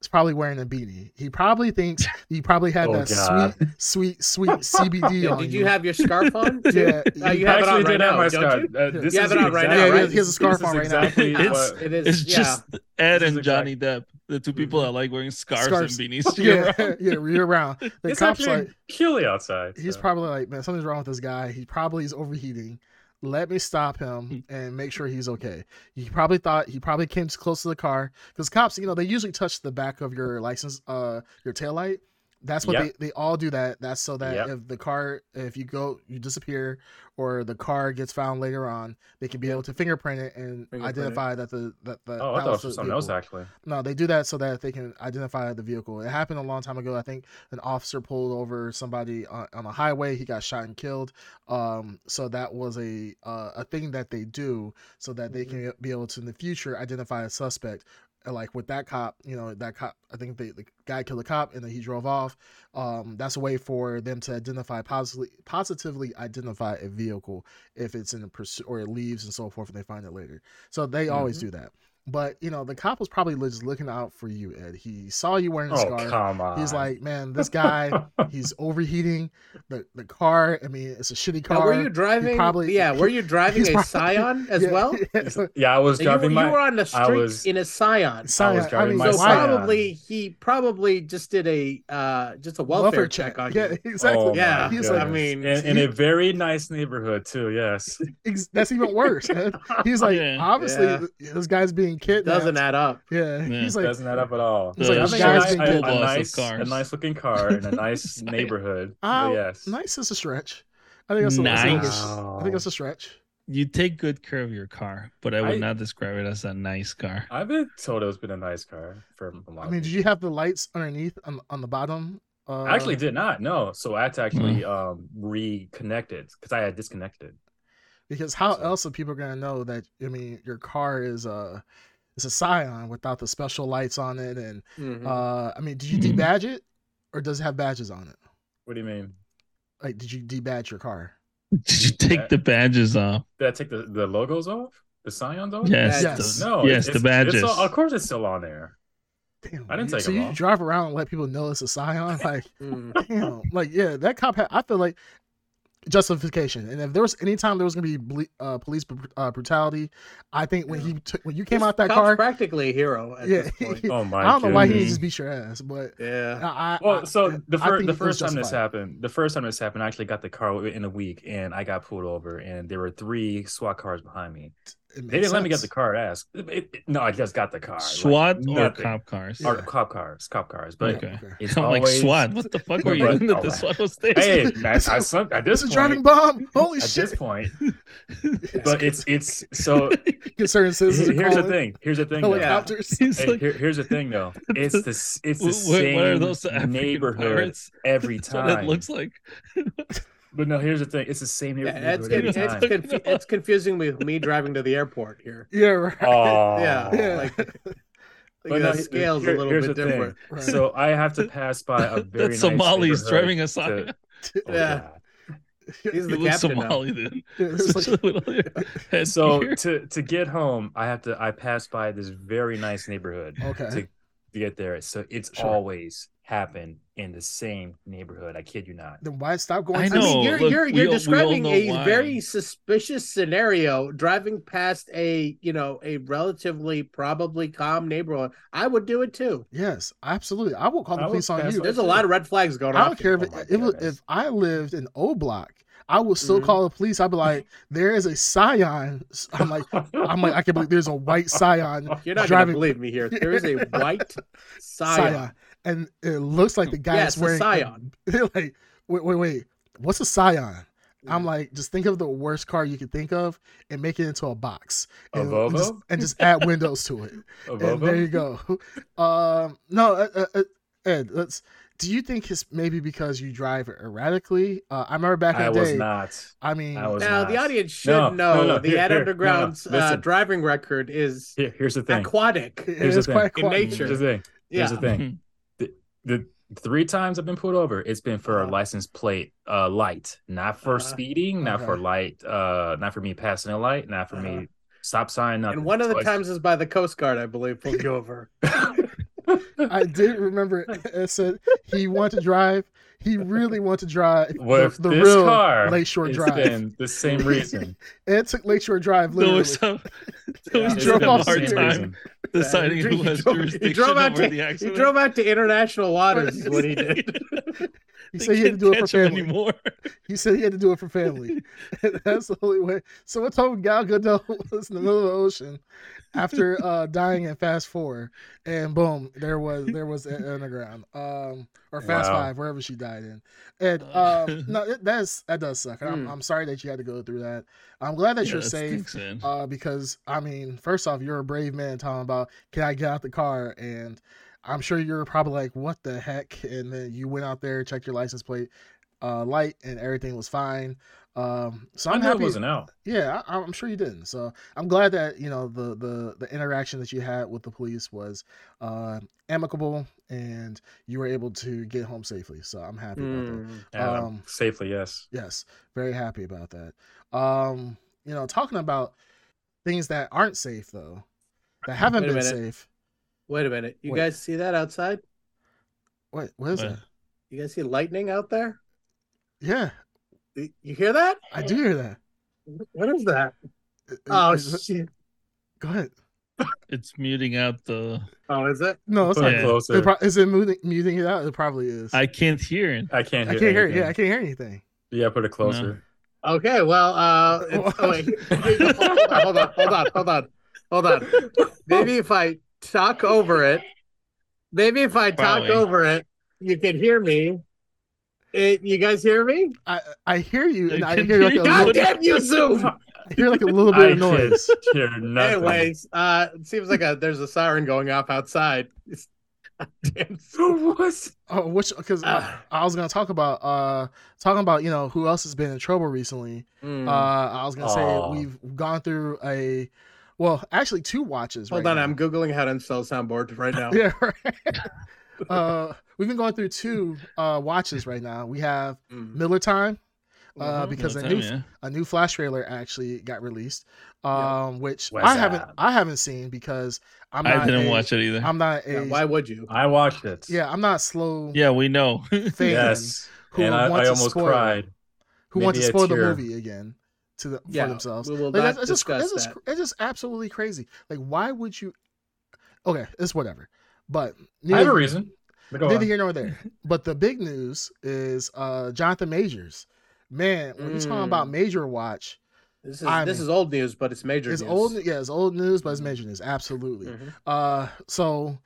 Speaker 4: is probably wearing a beanie. He probably thinks you probably had
Speaker 2: Oh,
Speaker 4: that
Speaker 2: God.
Speaker 4: sweet, sweet, sweet CBD
Speaker 5: Yeah,
Speaker 4: on
Speaker 5: did you have your scarf on?
Speaker 4: Yeah.
Speaker 2: I
Speaker 5: Uh, you have
Speaker 2: actually
Speaker 5: it on
Speaker 2: did
Speaker 5: right
Speaker 2: have
Speaker 5: now,
Speaker 2: my
Speaker 5: don't
Speaker 2: scarf.
Speaker 5: you?
Speaker 2: Uh, this
Speaker 5: You have
Speaker 2: is
Speaker 5: it on right now,
Speaker 2: exactly-
Speaker 5: right? Yeah, he has
Speaker 4: a scarf
Speaker 2: this is
Speaker 4: on right now.
Speaker 2: exactly
Speaker 3: It's-
Speaker 2: what-
Speaker 5: It is.
Speaker 3: It's
Speaker 5: yeah. Uh,
Speaker 3: just Ed
Speaker 2: This
Speaker 3: and
Speaker 2: is Mm-hmm.
Speaker 3: Johnny Depp, the two people that like wearing scarves,
Speaker 4: Scarves.
Speaker 3: and beanies.
Speaker 4: yeah,
Speaker 3: year round.
Speaker 4: yeah, year round. The
Speaker 2: It's
Speaker 4: cops
Speaker 2: actually
Speaker 4: like
Speaker 2: chilly outside.
Speaker 4: he's
Speaker 2: so.
Speaker 4: probably like, man, something's wrong with this guy. He probably is overheating. Let me stop him
Speaker 2: Hmm.
Speaker 4: and make sure he's okay. He probably thought he probably came close to the car because cops, you know, they usually touch the back of your license, uh, your taillight. That's what
Speaker 2: Yep.
Speaker 4: they, they all do. That that's so that
Speaker 2: Yep.
Speaker 4: if the car, if you go, you disappear, or the car gets found later on, they can be able to fingerprint it and
Speaker 5: Fingerprint it.
Speaker 4: identify that the that the
Speaker 2: Oh, I
Speaker 4: that
Speaker 2: thought
Speaker 4: was
Speaker 2: it was
Speaker 4: the
Speaker 2: something else
Speaker 4: vehicle.
Speaker 2: actually.
Speaker 4: No, they do that so that they can identify the vehicle. It happened a long time ago. I think an officer pulled over somebody on, on a highway. He got shot and killed. Um, so that was a uh, a thing that they do so that they can be able to in the future identify a suspect. And, Like with that cop, you know that cop. I think the, the guy killed a cop and then he drove off. Um, that's a way for them to identify positively positively identify a vehicle if it's in the pursuit or it leaves and so forth, and they find it later. So they always do that. But you know, the cop was probably just looking out for you, Ed. He saw you wearing a
Speaker 2: Oh
Speaker 4: scarf.
Speaker 2: come on.
Speaker 4: He's like, man, this guy, he's overheating. The the car, I mean, it's a shitty car.
Speaker 5: Now, were you driving?
Speaker 4: probably-
Speaker 5: yeah, were you driving
Speaker 4: he's
Speaker 5: a
Speaker 4: probably-
Speaker 5: Scion as
Speaker 4: Yeah,
Speaker 5: well?
Speaker 4: yeah.
Speaker 2: yeah, I was
Speaker 5: You,
Speaker 2: driving
Speaker 5: you
Speaker 2: my.
Speaker 5: were on the
Speaker 2: I
Speaker 5: street
Speaker 2: was-
Speaker 5: in a Scion.
Speaker 4: Scion, I
Speaker 2: driving
Speaker 4: mean,
Speaker 2: my Oh
Speaker 5: So
Speaker 4: why-
Speaker 2: Scion.
Speaker 5: probably he probably just did a uh just a welfare, check on you.
Speaker 4: Yeah, exactly.
Speaker 2: Oh,
Speaker 5: yeah,
Speaker 4: He's
Speaker 5: I
Speaker 4: like,
Speaker 2: goodness.
Speaker 5: mean,
Speaker 2: in, in a very nice neighborhood too. Yes.
Speaker 4: ex- that's even worse. Ed. He's like,
Speaker 3: Yeah.
Speaker 4: obviously,
Speaker 5: Yeah.
Speaker 4: this guy's being kidnapped.
Speaker 5: doesn't add up.
Speaker 4: Yeah,
Speaker 3: Yeah.
Speaker 4: he's like,
Speaker 2: doesn't add up at all.
Speaker 4: It's like,
Speaker 2: I
Speaker 4: this
Speaker 2: think
Speaker 4: guy's
Speaker 2: a,
Speaker 4: been
Speaker 2: ni-
Speaker 4: good.
Speaker 2: a
Speaker 3: Lots of
Speaker 2: nice, a
Speaker 3: cars.
Speaker 2: nice looking car in a nice neighborhood.
Speaker 4: Ah,
Speaker 2: But yes.
Speaker 4: nice is a stretch. I think that's a, that's a-
Speaker 3: Nice.
Speaker 4: I think that's a stretch.
Speaker 3: You take good care of your car, but I would
Speaker 2: I- Uh,
Speaker 3: not describe it as a nice car.
Speaker 2: I've been told it's been a nice car for a lot.
Speaker 4: I
Speaker 2: of
Speaker 4: mean, did
Speaker 2: people.
Speaker 4: you have the lights underneath on, on the bottom? Uh,
Speaker 2: I actually did not. No, so I had to actually
Speaker 3: Hmm.
Speaker 2: um reconnect it because I had disconnected.
Speaker 4: because how
Speaker 2: So-
Speaker 4: else are people gonna know that? I mean, your car is a it's a Scion without the special lights on it, and
Speaker 2: Mm-hmm. Mm.
Speaker 5: Mhm.
Speaker 4: uh, I mean, did you
Speaker 3: Mhm.
Speaker 4: debadge it, or does it have badges on it?
Speaker 2: What do you mean?
Speaker 4: Like, did you debadge your car?
Speaker 3: Did you take the badges off?
Speaker 2: Did I take the, the logos off? The scions off?
Speaker 3: Yes.
Speaker 4: Yes.
Speaker 3: the-
Speaker 2: No.
Speaker 3: yes,
Speaker 2: Oh, it's-
Speaker 3: the
Speaker 2: it's-
Speaker 3: badges.
Speaker 2: it's all- of course, it's still on there.
Speaker 4: Damn,
Speaker 2: I didn't
Speaker 4: you-
Speaker 2: take
Speaker 4: so
Speaker 2: them
Speaker 4: you
Speaker 2: off.
Speaker 4: drive around and let people know it's a Scion, like.
Speaker 5: Mm.
Speaker 4: Damn, like yeah, that cop. Had, I feel like justification. And if there was any time there was gonna be ble- uh, police br- uh, brutality, I think when he took when you came
Speaker 5: This
Speaker 4: out that
Speaker 5: cop's
Speaker 4: car,
Speaker 5: practically a hero at
Speaker 4: Yeah.
Speaker 5: this point.
Speaker 2: Oh my!
Speaker 4: I don't know why he didn't
Speaker 2: goodness.
Speaker 4: just beat your ass. But
Speaker 5: yeah.
Speaker 4: I, I
Speaker 2: Well,
Speaker 4: I-
Speaker 2: so the,
Speaker 4: I
Speaker 2: fir-
Speaker 4: think
Speaker 2: the
Speaker 4: it was
Speaker 2: first time this
Speaker 4: justified.
Speaker 2: happened, the first time this happened, I actually got the car in a week, and I got pulled over, and there were three SWAT cars behind me.
Speaker 4: It
Speaker 2: They
Speaker 4: made
Speaker 2: didn't let me get the
Speaker 4: sense.
Speaker 2: car. Ass. It- it- no, I just got the car. like,
Speaker 3: SWAT or
Speaker 2: nothing.
Speaker 3: cop cars?
Speaker 4: Yeah.
Speaker 2: Or cop cars, cop cars. But
Speaker 3: Okay.
Speaker 2: it's
Speaker 3: I'm like
Speaker 2: always-
Speaker 3: SWAT. What the fuck were you
Speaker 2: But-
Speaker 3: doing at
Speaker 2: oh,
Speaker 3: the
Speaker 2: man.
Speaker 3: SWAT was there?
Speaker 2: hey, I, I sunk at this
Speaker 4: This is
Speaker 2: point.
Speaker 4: driving bomb. Holy
Speaker 2: at
Speaker 4: shit!
Speaker 2: this point, but it's it's so.
Speaker 4: Concerned citizens. are
Speaker 2: here's the
Speaker 4: calling.
Speaker 2: thing. Here's the thing. though.
Speaker 5: Yeah.
Speaker 4: Helicopters.
Speaker 3: He's
Speaker 2: Hey,
Speaker 3: like,
Speaker 2: here- here's the thing, though. It's the s- it's the
Speaker 3: "Wh- wh-
Speaker 2: same
Speaker 3: what are those African
Speaker 2: neighborhood
Speaker 3: pirates?
Speaker 2: every
Speaker 3: That's what it
Speaker 2: time.
Speaker 3: looks like.
Speaker 2: But no, here's the thing. It's the same
Speaker 5: Yeah,
Speaker 2: neighborhood
Speaker 5: Ed's,
Speaker 2: every
Speaker 5: getting, Ed's,
Speaker 2: time.
Speaker 5: confu- Ed's confusing with me driving to the airport here.
Speaker 4: Yeah, right.
Speaker 2: Oh,
Speaker 5: Yeah,
Speaker 4: Yeah.
Speaker 5: like,
Speaker 2: But
Speaker 5: like
Speaker 2: no,
Speaker 5: the scale's
Speaker 2: here-
Speaker 5: a little
Speaker 2: here's
Speaker 5: bit
Speaker 2: the thing.
Speaker 5: different.
Speaker 4: right.
Speaker 2: So I have to pass by a very
Speaker 3: That's
Speaker 2: nice
Speaker 3: Somali's
Speaker 2: neighborhood
Speaker 3: driving a
Speaker 2: to-
Speaker 3: sign.
Speaker 2: oh,
Speaker 5: Yeah. He's
Speaker 3: He
Speaker 5: the
Speaker 3: looks
Speaker 5: captain now.
Speaker 3: Somali, dude.
Speaker 4: Yeah, it's like-
Speaker 3: Such a little headgear.
Speaker 2: So to to get home, I have to I pass by this very nice neighborhood
Speaker 4: okay.
Speaker 2: to, to get there. So it's
Speaker 4: Sure.
Speaker 2: always happened in the same neighborhood. I kid you not.
Speaker 4: Then why stop going?
Speaker 3: I
Speaker 4: to
Speaker 5: I
Speaker 3: know.
Speaker 5: mean, you're,
Speaker 3: look,
Speaker 5: you're,
Speaker 3: we
Speaker 5: you're
Speaker 3: all- we all
Speaker 5: describing
Speaker 3: know
Speaker 5: a
Speaker 3: why.
Speaker 5: very suspicious scenario driving past a, you know, a relatively probably calm neighborhood. I would do it too.
Speaker 4: Yes, absolutely. I will call the
Speaker 2: I would
Speaker 4: police on
Speaker 2: pass
Speaker 4: you.
Speaker 2: by
Speaker 5: There's a lot of red flags going
Speaker 4: I
Speaker 5: on.
Speaker 4: don't care if
Speaker 2: Oh
Speaker 4: it,
Speaker 2: my
Speaker 4: it was,
Speaker 2: goodness.
Speaker 4: if I lived in O Block, I would still
Speaker 5: Mhm.
Speaker 4: call the police. I'd be like, "There is a Scion." I'm like, I'm like, I can believe there's a white Scion.
Speaker 5: You're not
Speaker 4: driving-
Speaker 5: going to believe me here. There is a white
Speaker 4: Scion,
Speaker 5: Scion.
Speaker 4: and it looks like the guy
Speaker 5: Yes,
Speaker 4: is
Speaker 5: a
Speaker 4: wearing.
Speaker 5: Scion.
Speaker 4: like, wait, wait, wait. What's a Scion? I'm like, just think of the worst car you could think of and make it into a box,
Speaker 2: A
Speaker 4: and, and just,
Speaker 2: Volvo?
Speaker 4: and just add windows to it.
Speaker 2: A
Speaker 4: And there you
Speaker 2: Volvo?
Speaker 4: go. Um, no, uh, uh, uh, Ed, let's. Do you think it's maybe because you drive erratically? Uh, I remember back in
Speaker 2: I
Speaker 4: the
Speaker 2: was
Speaker 4: day.
Speaker 2: not.
Speaker 4: I mean,
Speaker 2: I was
Speaker 5: Now,
Speaker 2: not.
Speaker 5: the audience should
Speaker 2: No,
Speaker 5: know
Speaker 2: no, no,
Speaker 5: the
Speaker 2: here,
Speaker 5: Ed
Speaker 2: here, no, no,
Speaker 5: Underground's uh,
Speaker 2: listen.
Speaker 5: driving record is
Speaker 2: Here, here's the thing.
Speaker 5: aquatic.
Speaker 4: it
Speaker 2: Here's the
Speaker 4: is quite
Speaker 5: thing.
Speaker 4: quite-
Speaker 5: In nature.
Speaker 2: Here's the thing.
Speaker 5: Yeah.
Speaker 2: Here's the thing. The, the three times I've been pulled over, it's been for a
Speaker 5: Uh-huh.
Speaker 2: license plate uh light, not for
Speaker 4: Uh-huh.
Speaker 5: Uh,
Speaker 2: speeding, not for
Speaker 4: okay.
Speaker 2: light, uh not for me passing a light, not for
Speaker 5: Uh-huh.
Speaker 2: me stop sign, nothing.
Speaker 5: and one of the
Speaker 2: So it's-
Speaker 5: times is by the Coast Guard, I believe, pulled you over.
Speaker 4: I did remember it, it said he wanted to drive. He really wanted to drive
Speaker 2: with
Speaker 4: the, the
Speaker 2: this
Speaker 4: real
Speaker 2: car,
Speaker 4: Lakeshore
Speaker 2: it's
Speaker 4: Drive.
Speaker 2: been the same reason.
Speaker 4: And it took Lakeshore Drive
Speaker 3: There
Speaker 4: literally.
Speaker 3: was some, there was
Speaker 5: Yeah. He
Speaker 2: It's
Speaker 3: some
Speaker 4: drove
Speaker 2: been
Speaker 4: off
Speaker 2: the
Speaker 3: hard
Speaker 2: same
Speaker 3: time
Speaker 2: reason.
Speaker 3: deciding
Speaker 5: He
Speaker 3: who
Speaker 5: drove-
Speaker 3: has
Speaker 5: he drove
Speaker 3: jurisdiction
Speaker 5: out
Speaker 3: over
Speaker 5: to-
Speaker 3: the
Speaker 5: He
Speaker 3: accident.
Speaker 5: drove out to international waters, is what he did.
Speaker 4: he
Speaker 3: They
Speaker 4: said he had to
Speaker 3: can't
Speaker 4: do it for
Speaker 3: catch him
Speaker 4: family.
Speaker 3: anymore.
Speaker 4: He said he had to do it for family. That's the only way. So what's told Gal Gadot was in the middle of the ocean after uh, dying in Fast Four, and boom, there was there was an underground, um, or Fast
Speaker 2: Wow.
Speaker 4: Five, wherever she died in. And
Speaker 3: Uh.
Speaker 4: um, no, it, that's that does suck. And I'm,
Speaker 5: Hmm.
Speaker 4: I'm sorry that you had to go through that. I'm glad that
Speaker 3: Yeah,
Speaker 4: you're
Speaker 3: that
Speaker 4: safe.
Speaker 3: stinks, man.
Speaker 4: uh, because I mean, first off, you're a brave man talking about can I get out the car, and I'm sure you're probably like, what the heck, and then you went out there, checked your license plate, uh, light, and everything was fine. Um, so
Speaker 2: I
Speaker 4: I'm
Speaker 2: knew it
Speaker 4: happy.
Speaker 2: wasn't out.
Speaker 4: Yeah, I, I'm sure you didn't. So I'm glad that you know the the the interaction that you had with the police was uh, amicable, and you were able to get home safely. So I'm happy
Speaker 2: Hmm.
Speaker 4: about that.
Speaker 5: Mm.
Speaker 2: Yeah,
Speaker 4: Um,
Speaker 2: safely, yes.
Speaker 4: Yes, very happy about that. Um, you know, talking about things that aren't safe though, that haven't
Speaker 5: Wait a
Speaker 4: been
Speaker 5: minute.
Speaker 4: safe.
Speaker 5: Wait a minute. You
Speaker 4: Wait.
Speaker 5: guys see that outside?
Speaker 4: What? What is
Speaker 3: What?
Speaker 4: that?
Speaker 5: You guys see lightning out there?
Speaker 4: Yeah,
Speaker 5: You you hear that?
Speaker 4: I do hear that.
Speaker 5: What is that?
Speaker 4: Is-
Speaker 5: Oh
Speaker 4: is it-
Speaker 5: shit!
Speaker 4: go ahead.
Speaker 3: It's muting out the.
Speaker 5: Oh, is it?
Speaker 4: No, it's
Speaker 2: Put
Speaker 4: not.
Speaker 2: it
Speaker 3: Yeah.
Speaker 2: closer.
Speaker 4: It pro- is it muting, muting it out? It probably is.
Speaker 3: I can't hear it.
Speaker 2: I can't
Speaker 4: I
Speaker 2: hear.
Speaker 4: can't hear. it. Yeah, I
Speaker 2: anything.
Speaker 4: can't hear anything.
Speaker 2: yeah. Put it closer.
Speaker 5: Okay, well, uh, it's, oh, wait. hold on, hold on, hold on, hold on. Maybe if I talk over it, maybe if I talk
Speaker 3: Probably.
Speaker 5: over it, you can hear me. It, you guys hear me?
Speaker 4: I I hear you, and I
Speaker 3: Can
Speaker 4: hear like a
Speaker 3: you-
Speaker 4: little,
Speaker 5: God damn you, Zoom!
Speaker 4: I hear like a little bit of noise.
Speaker 2: can't hear nothing.
Speaker 5: Anyways, uh, it seems like a, there's a siren going off outside. It's, damn
Speaker 4: Oh, which because
Speaker 5: Ah.
Speaker 4: I, I was gonna talk about uh talking about you know who else has been in trouble recently.
Speaker 5: Mm.
Speaker 4: Uh, I was gonna
Speaker 2: Hmm. Aw.
Speaker 4: say we've gone through a, well, actually two watches.
Speaker 5: Hold
Speaker 4: right
Speaker 5: on,
Speaker 4: now.
Speaker 5: I'm googling how to install a soundboard right now.
Speaker 4: Yeah. Right. uh, we've been going through two uh watches right now. We have
Speaker 2: Hmm.
Speaker 5: Mm.
Speaker 4: Miller Time,
Speaker 2: Mm-hmm.
Speaker 4: uh,
Speaker 5: Mhm.
Speaker 4: because
Speaker 3: No
Speaker 4: a
Speaker 3: time,
Speaker 4: new
Speaker 3: yeah.
Speaker 4: a new Flash trailer actually got released,
Speaker 5: Yeah.
Speaker 4: um, which
Speaker 2: What's
Speaker 4: I haven't
Speaker 2: up?
Speaker 4: I haven't seen because I'm not
Speaker 3: I didn't
Speaker 4: a-
Speaker 3: watch it either.
Speaker 4: I'm not a
Speaker 5: Yeah,
Speaker 4: yeah,
Speaker 5: why would you?
Speaker 4: uh,
Speaker 2: I watched it.
Speaker 4: I'm not a slow
Speaker 3: yeah, we know.
Speaker 4: fan
Speaker 2: Yes.
Speaker 4: who
Speaker 2: and I,
Speaker 4: want
Speaker 2: I
Speaker 4: to
Speaker 2: almost
Speaker 4: spoil.
Speaker 2: cried.
Speaker 4: who want to
Speaker 2: Maybe a
Speaker 4: spoil the
Speaker 2: tear.
Speaker 4: movie again to the,
Speaker 5: Yeah,
Speaker 4: for themselves.
Speaker 5: we will
Speaker 4: Like,
Speaker 5: not
Speaker 4: that's- it's
Speaker 5: discuss
Speaker 4: just,
Speaker 5: that.
Speaker 4: It's just, it's just absolutely crazy. Like, why would you? Okay, it's whatever. But neither,
Speaker 2: I have a reason. But go
Speaker 4: neither
Speaker 2: on.
Speaker 4: here nor there. But the big news is uh Jonathan Majors. Man, when you're talking about
Speaker 5: Mm.
Speaker 4: major watch,
Speaker 5: This is
Speaker 4: I
Speaker 5: this
Speaker 4: mean-
Speaker 5: is old news, but it's major.
Speaker 4: it's
Speaker 5: news. Mm. Mm-hmm.
Speaker 4: old. Yeah, it's old news, but it's major news. Absolutely. Uh, so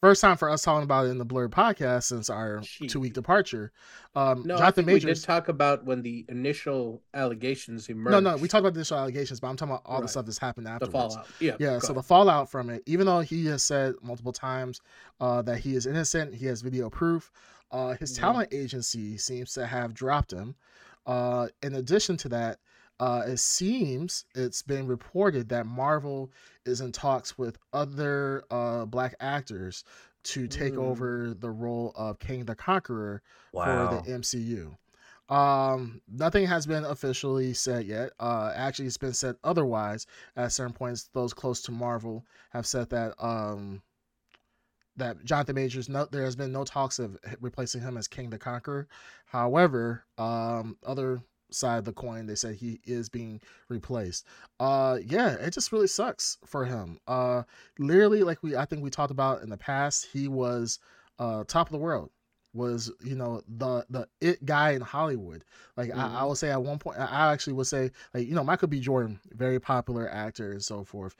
Speaker 4: first time for us talking about it in the Blur podcast since our
Speaker 5: Gee.
Speaker 4: two week departure. Um,
Speaker 5: No, I
Speaker 4: Jonathan
Speaker 5: think we
Speaker 4: Majors.
Speaker 5: did talk about when the initial allegations emerged.
Speaker 4: no, no, we talked about the initial allegations, but I'm talking about all the
Speaker 5: Right.
Speaker 4: stuff that's happened
Speaker 5: the
Speaker 4: afterwards.
Speaker 5: fallout. Yeah,
Speaker 4: yeah
Speaker 5: go
Speaker 4: so the
Speaker 5: ahead.
Speaker 4: fallout from it even though he has said multiple times uh, that he is innocent he has video proof uh, his
Speaker 5: Mhm.
Speaker 4: talent agency seems to have dropped him uh, in addition to that uh, it seems it's been reported that marvel is in talks with other uh, black actors to take
Speaker 5: Mm.
Speaker 4: over the role of king the conqueror
Speaker 2: Wow.
Speaker 4: for the MCU. Um, nothing has been officially said yet. Uh, actually, it's been said otherwise. At certain points, those close to Marvel have said that um, that Jonathan Majors, no, there has been no talks of replacing him as King the Conqueror. However, um, other side of the coin, they said he is being replaced. Uh, yeah, it just really sucks for him. Uh, literally, like we, I think we talked about in the past, he was uh top of the world was you know the the it guy in hollywood like I, I
Speaker 2: Mm-hmm.
Speaker 5: Mhm.
Speaker 4: would say at one point i I actually would say like you know michael b jordan very popular actor and so forth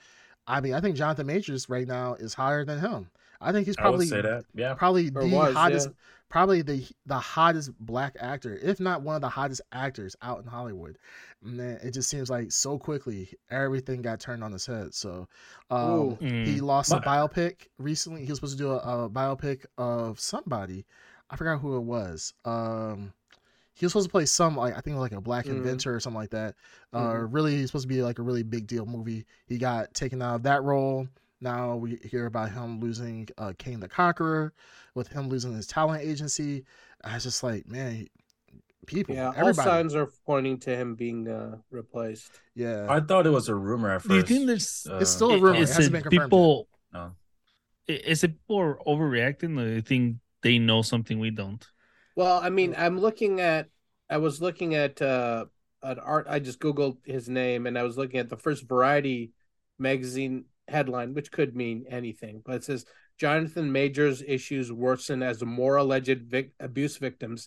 Speaker 4: i mean i think jonathan majors right now is higher than him i think he's
Speaker 2: I would
Speaker 4: probably
Speaker 2: say that. Yeah.
Speaker 4: probably
Speaker 5: Or
Speaker 4: the
Speaker 5: was,
Speaker 4: hottest
Speaker 5: yeah.
Speaker 4: probably the the hottest black actor if not one of the hottest actors out in hollywood and then it just seems like so quickly everything got turned on his head so um
Speaker 5: Ooh.
Speaker 4: he
Speaker 3: Mm.
Speaker 4: lost a
Speaker 2: My-
Speaker 4: biopic recently he was supposed to do a, a biopic of somebody i forgot who it was um he was supposed to play some like i think like a black
Speaker 5: Mhm.
Speaker 4: inventor or something like that uh
Speaker 5: Mhm.
Speaker 4: really he's supposed to be like a really big deal movie he got taken out of that role Now we hear about him losing uh, King the Conqueror, with him losing his talent agency. I was just like, man, people,
Speaker 5: Yeah, all
Speaker 4: everybody,
Speaker 5: signs are pointing to him being uh, replaced.
Speaker 4: yeah.
Speaker 2: I thought it was a rumor at first.
Speaker 3: Do you think there's
Speaker 2: Uh,
Speaker 4: It's still a rumor. It
Speaker 3: is
Speaker 4: hasn't
Speaker 3: it
Speaker 4: been confirmed.
Speaker 3: people?
Speaker 2: No.
Speaker 3: i- Is it people are overreacting? Or you think they know something we don't?
Speaker 5: Well, I mean, I'm looking at I was looking at uh an art I just googled his name and I was looking at the first variety magazine headline, which could mean anything, but it says Jonathan Major's issues worsen as more alleged vic- abuse victims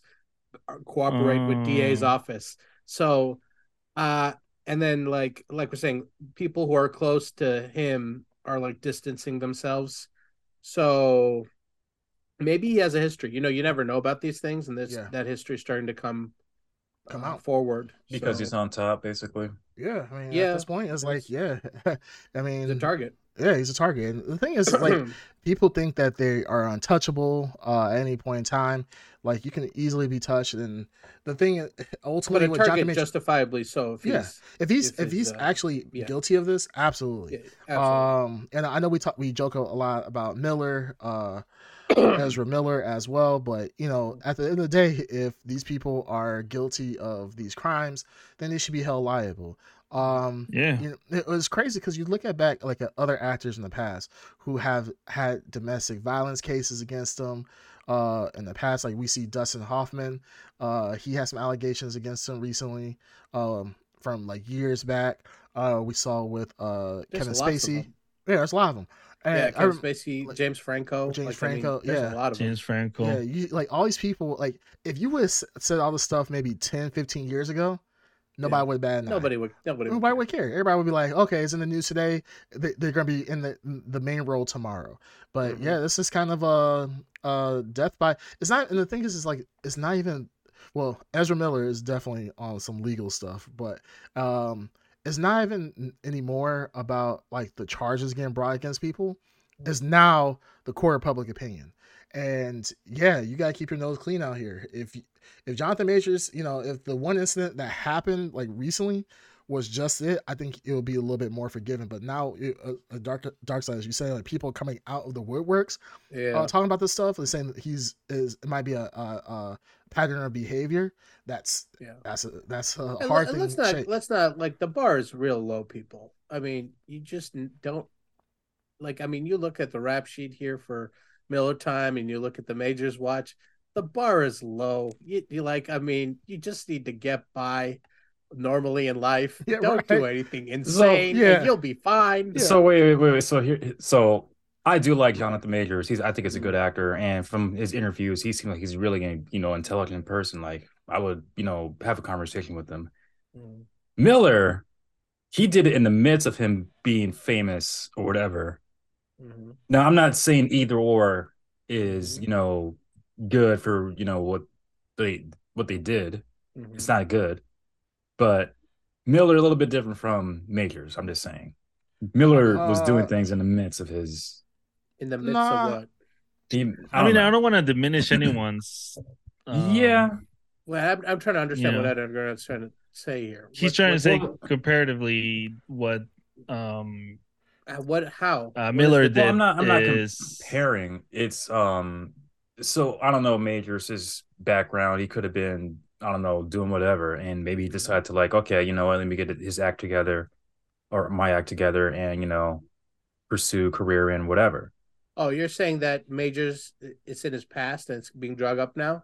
Speaker 5: uh, cooperate with DA's
Speaker 3: Oh.
Speaker 5: office. So uh and then like like we're saying people who are close to him are like distancing themselves. So maybe he has a history. You know, you never know about these things, and this
Speaker 4: Yeah.
Speaker 5: that history's starting to come
Speaker 4: Come
Speaker 5: uh,
Speaker 4: out.
Speaker 5: forward
Speaker 2: because
Speaker 5: So,
Speaker 2: he's on top, basically.
Speaker 4: Yeah, I mean, at
Speaker 5: Yeah.
Speaker 4: this point, it's like, yeah, I mean,
Speaker 5: he's a target.
Speaker 4: yeah, he's a target. And the thing is, like, people think that they are untouchable uh, at any point in time. Like, you can easily be touched. And the thing, is,
Speaker 5: but
Speaker 4: ultimately,
Speaker 5: a
Speaker 4: what John
Speaker 5: target
Speaker 4: Dimension,
Speaker 5: justifiably so. If
Speaker 4: Yeah.
Speaker 5: he's,
Speaker 4: if he's
Speaker 5: if
Speaker 4: if
Speaker 5: it's,
Speaker 4: he's
Speaker 5: uh,
Speaker 4: actually
Speaker 5: yeah.
Speaker 4: guilty of this, absolutely.
Speaker 5: yeah, absolutely.
Speaker 4: Um, and I know we talk, we joke a lot about Miller, uh, Ezra Miller as well. But you know, at the end of the day, if these people are guilty of these crimes, then they should be held liable. Um,
Speaker 3: Yeah.
Speaker 4: you know, it was crazy because you look at back like at other actors in the past who have had domestic violence cases against them uh in the past like we see dustin hoffman uh he has some allegations against him recently um from like years back uh we saw with uh
Speaker 5: There's
Speaker 4: kevin
Speaker 5: lots of
Speaker 4: spacey
Speaker 5: them.
Speaker 4: yeah there's a lot of them and
Speaker 5: yeah,
Speaker 4: I
Speaker 5: Kevin
Speaker 4: rem-
Speaker 5: Spacey,
Speaker 4: like-
Speaker 5: James Franco,
Speaker 4: James
Speaker 5: like, I mean,
Speaker 4: Franco,
Speaker 5: there's
Speaker 4: yeah.
Speaker 5: a lot of them.
Speaker 3: James Franco.
Speaker 4: yeah you like all these people like if you would have said all this stuff maybe 10 15 years ago nobody
Speaker 5: Yeah.
Speaker 4: would have been
Speaker 5: Nobody would, nobody would.
Speaker 4: Nobody would care. Everybody would be like, okay, it's in the news today. They, they're going to be in the the main role tomorrow. But
Speaker 5: Mhm.
Speaker 4: yeah, this is kind of a, a death by. It's not, and the thing is, it's like it's not even. Well, Ezra Miller is definitely on some legal stuff, but um, it's not even anymore about like the charges getting brought against people. It's now the court of public opinion, and yeah, you got to keep your nose clean out here. If if Jonathan Majors, you know, if the one incident that happened like recently was just it, I think it would be a little bit more forgiving. But now, it, a, a dark dark side, as you say, like people coming out of the woodworks
Speaker 5: Yeah,
Speaker 4: uh, talking about this stuff and saying that he's is it might be a, a, a pattern of behavior. That's
Speaker 5: yeah.
Speaker 4: that's a, that's a
Speaker 5: And,
Speaker 4: hard
Speaker 5: let,
Speaker 4: thing.
Speaker 5: us
Speaker 4: to
Speaker 5: not
Speaker 4: shake.
Speaker 5: let's not like the bar is real low, people. I mean, you just n- don't like. I mean, you look at the rap sheet here for Miller Time, and you look at the Majors Watch. The bar is low. You, you like, I mean, you just need to get by normally in life.
Speaker 4: Yeah,
Speaker 5: don't do
Speaker 4: right.
Speaker 5: anything insane, and
Speaker 4: yeah.
Speaker 5: you'll be fine.
Speaker 2: So wait, wait, wait, wait. So here, so I do like Jonathan Majors. He's, I think, he's a good actor, and from his interviews, he seemed like he's really, a, you know, intelligent person. Like I would, you know, have a conversation with him. Miller, he did it in the midst of him being famous or whatever.
Speaker 3: Mm-hmm,
Speaker 5: Mhm.
Speaker 2: Now, I'm not saying either or is, you know, good for, you know, what they what they did.
Speaker 5: Mhm.
Speaker 3: mm-hmm.
Speaker 2: It's not good. But Miller a little bit different from Majors, I'm just saying. Miller was doing
Speaker 4: Uh,
Speaker 2: things in the midst of his
Speaker 5: in the midst
Speaker 4: Nah.
Speaker 5: of what
Speaker 2: he,
Speaker 3: I, mean,
Speaker 2: know.
Speaker 3: I don't want to diminish anyone's. um,
Speaker 2: yeah.
Speaker 5: Well, I'm, I'm trying to understand
Speaker 3: Yeah.
Speaker 5: what Edgar's trying to say here.
Speaker 3: He's
Speaker 5: What-
Speaker 3: trying to
Speaker 5: what-
Speaker 3: say comparatively what um
Speaker 5: uh, what? How?
Speaker 3: uh, Miller did
Speaker 2: Well, I'm not I'm not
Speaker 3: is
Speaker 2: comparing. It's um so I don't know Majors his background. He could have been, I don't know, doing whatever. And maybe he decided to like, okay, you know what, let me get his act together or my act together and you know, pursue career in whatever.
Speaker 5: Oh, you're saying that Majors it's in his past and it's being drug up now?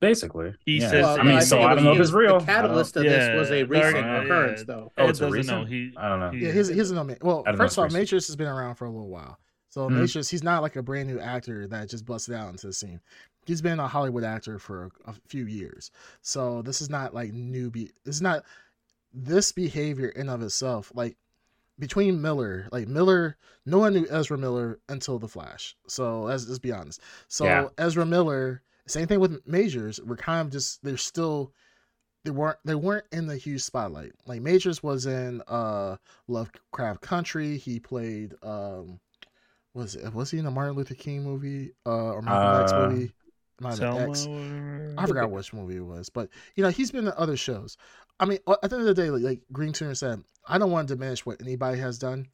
Speaker 2: Basically.
Speaker 3: He
Speaker 2: yeah.
Speaker 3: says-
Speaker 2: I mean,
Speaker 3: I
Speaker 2: so
Speaker 3: think
Speaker 2: I
Speaker 3: it
Speaker 2: don't know if
Speaker 3: was-
Speaker 2: it's real.
Speaker 5: The
Speaker 2: I don't-
Speaker 5: catalyst of
Speaker 3: Yeah,
Speaker 5: this was a
Speaker 3: dark-
Speaker 5: recent
Speaker 2: yeah.
Speaker 5: occurrence, though.
Speaker 2: Oh,
Speaker 3: Ed
Speaker 2: it's a
Speaker 3: doesn't know.
Speaker 2: recent? uh,
Speaker 3: He
Speaker 2: I don't know.
Speaker 3: he-
Speaker 4: Yeah, here's here's an omen. Well,
Speaker 2: I don't know
Speaker 4: first
Speaker 2: if
Speaker 4: of all,
Speaker 2: it's-
Speaker 4: Matrix Mm-hmm. has been around for a little while, so
Speaker 2: Mhm.
Speaker 4: Matrix he's not like a brand new actor that just busted out into the scene. He's been a Hollywood actor for a, a few years, so this is not like newbie. It's not this behavior in of itself. Like between Miller, like Miller, no one knew Ezra Miller until The Flash. So let's just be honest. So
Speaker 2: Yeah.
Speaker 4: Ezra Miller, same thing with Majors. We're kind of just they're still they weren't they weren't in the huge spotlight. Like Majors was in uh Lovecraft Country. He played um was it was he in a Martin Luther King movie uh, or Malcolm X
Speaker 2: Uh,
Speaker 4: movie? Not an
Speaker 3: Selma
Speaker 4: X.
Speaker 3: or-
Speaker 4: I forgot which movie it was, but you know he's been in other shows. I mean, at the end of the day, like, like Green Tuner said, I don't want to diminish what anybody has done.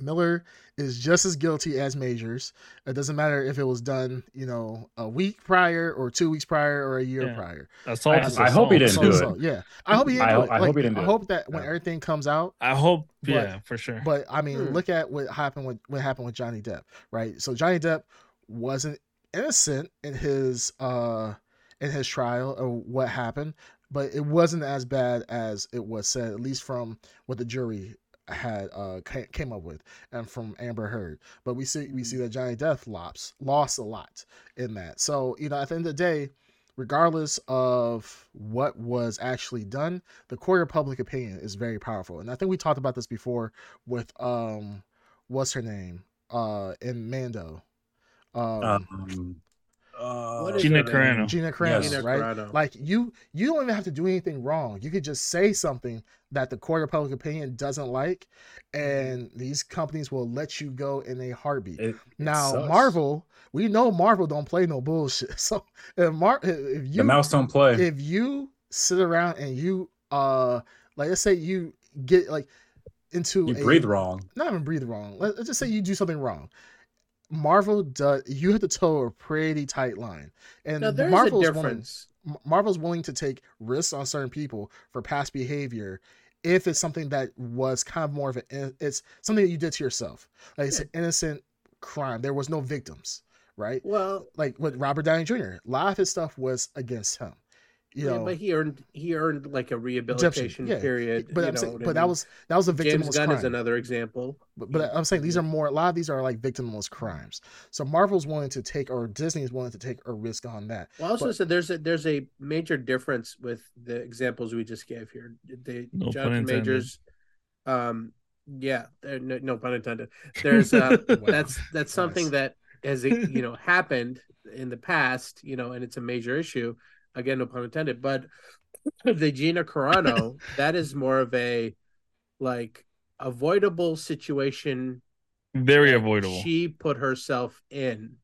Speaker 4: Miller is just as guilty as Majors. It doesn't matter if it was done, you know, a week prior or two weeks prior or a year
Speaker 3: Yeah.
Speaker 4: prior.
Speaker 3: Assault
Speaker 2: I-
Speaker 3: is
Speaker 2: I hope he
Speaker 3: assault.
Speaker 2: didn't do it.
Speaker 4: So, yeah, I hope he didn't.
Speaker 2: I
Speaker 4: do
Speaker 2: hope-
Speaker 4: it.
Speaker 2: I
Speaker 4: Like,
Speaker 2: hope he didn't do
Speaker 4: I
Speaker 2: it.
Speaker 4: hope that when
Speaker 2: No.
Speaker 4: everything comes out.
Speaker 3: I hope,
Speaker 4: But-
Speaker 3: yeah, for sure.
Speaker 4: But I mean,
Speaker 5: Hmm.
Speaker 4: look at what happened with what happened with Johnny Depp, right? So Johnny Depp wasn't innocent in his uh in his trial or what happened, but it wasn't as bad as it was said, at least from what the jury had uh ca- came up with and from Amber Heard. But we see we see that Johnny Depp lops lost a lot in that. So you know, at the end of the day. Regardless of what was actually done, the court of public opinion is very powerful, and I think we talked about this before with um what's her name uh in mando um,
Speaker 2: Um,
Speaker 5: What
Speaker 2: uh,
Speaker 5: is
Speaker 3: Gina
Speaker 5: her name?
Speaker 3: Carano.
Speaker 4: gina carano
Speaker 2: Yes.
Speaker 4: right
Speaker 5: Carano.
Speaker 4: like you you don't even have to do anything wrong you could just say something that the court of public opinion doesn't like and these companies will let you go in a heartbeat
Speaker 2: it- it
Speaker 4: now
Speaker 2: sucks.
Speaker 4: marvel we know marvel don't play no bullshit so if, Mar- if you
Speaker 2: the mouse don't play.
Speaker 4: if you sit around and you uh like let's say you get like into
Speaker 2: you
Speaker 4: a-
Speaker 2: breathe wrong.
Speaker 4: not even breathe wrong. Let, us just say you do something wrong. Marvel does. You have to toe a pretty tight line, and
Speaker 5: Now there's
Speaker 4: Marvel's
Speaker 5: a difference.
Speaker 4: willing. M- Marvel's willing to take risks on certain people for past behavior if it's something that was kind of more of an it's something that you did to yourself. Like it's an innocent crime. There was no victims, right?
Speaker 5: Well,
Speaker 4: Like with Robert Downey Jr. A lot of his stuff was against him. You
Speaker 5: yeah,
Speaker 4: know,
Speaker 5: but he earned he earned like a rehabilitation
Speaker 4: yeah.
Speaker 5: period.
Speaker 4: but
Speaker 5: you
Speaker 4: I'm
Speaker 5: know
Speaker 4: saying-
Speaker 5: what I
Speaker 4: but that
Speaker 5: mean?
Speaker 4: was that was a victim.
Speaker 5: James Gunn
Speaker 4: crime.
Speaker 5: is another example.
Speaker 4: But, but I'm saying these are more. A lot of these are like victimless crimes. So Marvel's willing to take, or Disney is willing to take a risk on that.
Speaker 5: Well, I also
Speaker 4: But-
Speaker 5: said there's a there's a major difference with the examples we just gave here. The
Speaker 3: No pun
Speaker 5: Jonathan
Speaker 3: intended.
Speaker 5: Majors, um, yeah, there- no, no pun intended. There's uh, that's that's something
Speaker 4: Nice.
Speaker 5: that has you know happened in the past, you know, and it's a major issue. Again, no pun intended. But the Gina Carano, that is more of a like avoidable situation.
Speaker 3: very
Speaker 5: that
Speaker 3: avoidable.
Speaker 5: She put herself in,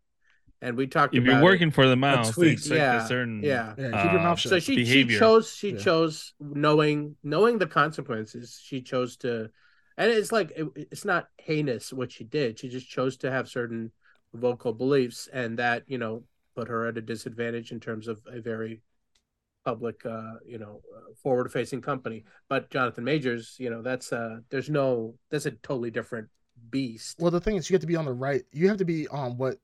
Speaker 5: and we talked
Speaker 3: if
Speaker 5: about
Speaker 3: you're
Speaker 5: it.
Speaker 3: working for the mouse, they
Speaker 2: tweet.
Speaker 3: expect
Speaker 5: Yeah,
Speaker 3: a certain
Speaker 5: yeah.
Speaker 4: Yeah, keep your
Speaker 3: Uh,
Speaker 4: mouth
Speaker 5: So
Speaker 4: shut.
Speaker 5: she, she
Speaker 3: behavior.
Speaker 5: chose she
Speaker 4: Yeah.
Speaker 5: chose knowing knowing the consequences. She chose to, and it's like it, it's not heinous what she did. She just chose to have certain vocal beliefs, and that you know put her at a disadvantage in terms of a very public, uh, you know, forward facing company. But Jonathan Majors, you know, that's uh, there's no that's a totally different beast.
Speaker 4: well, the thing is, you have to be on the right. You have to be on what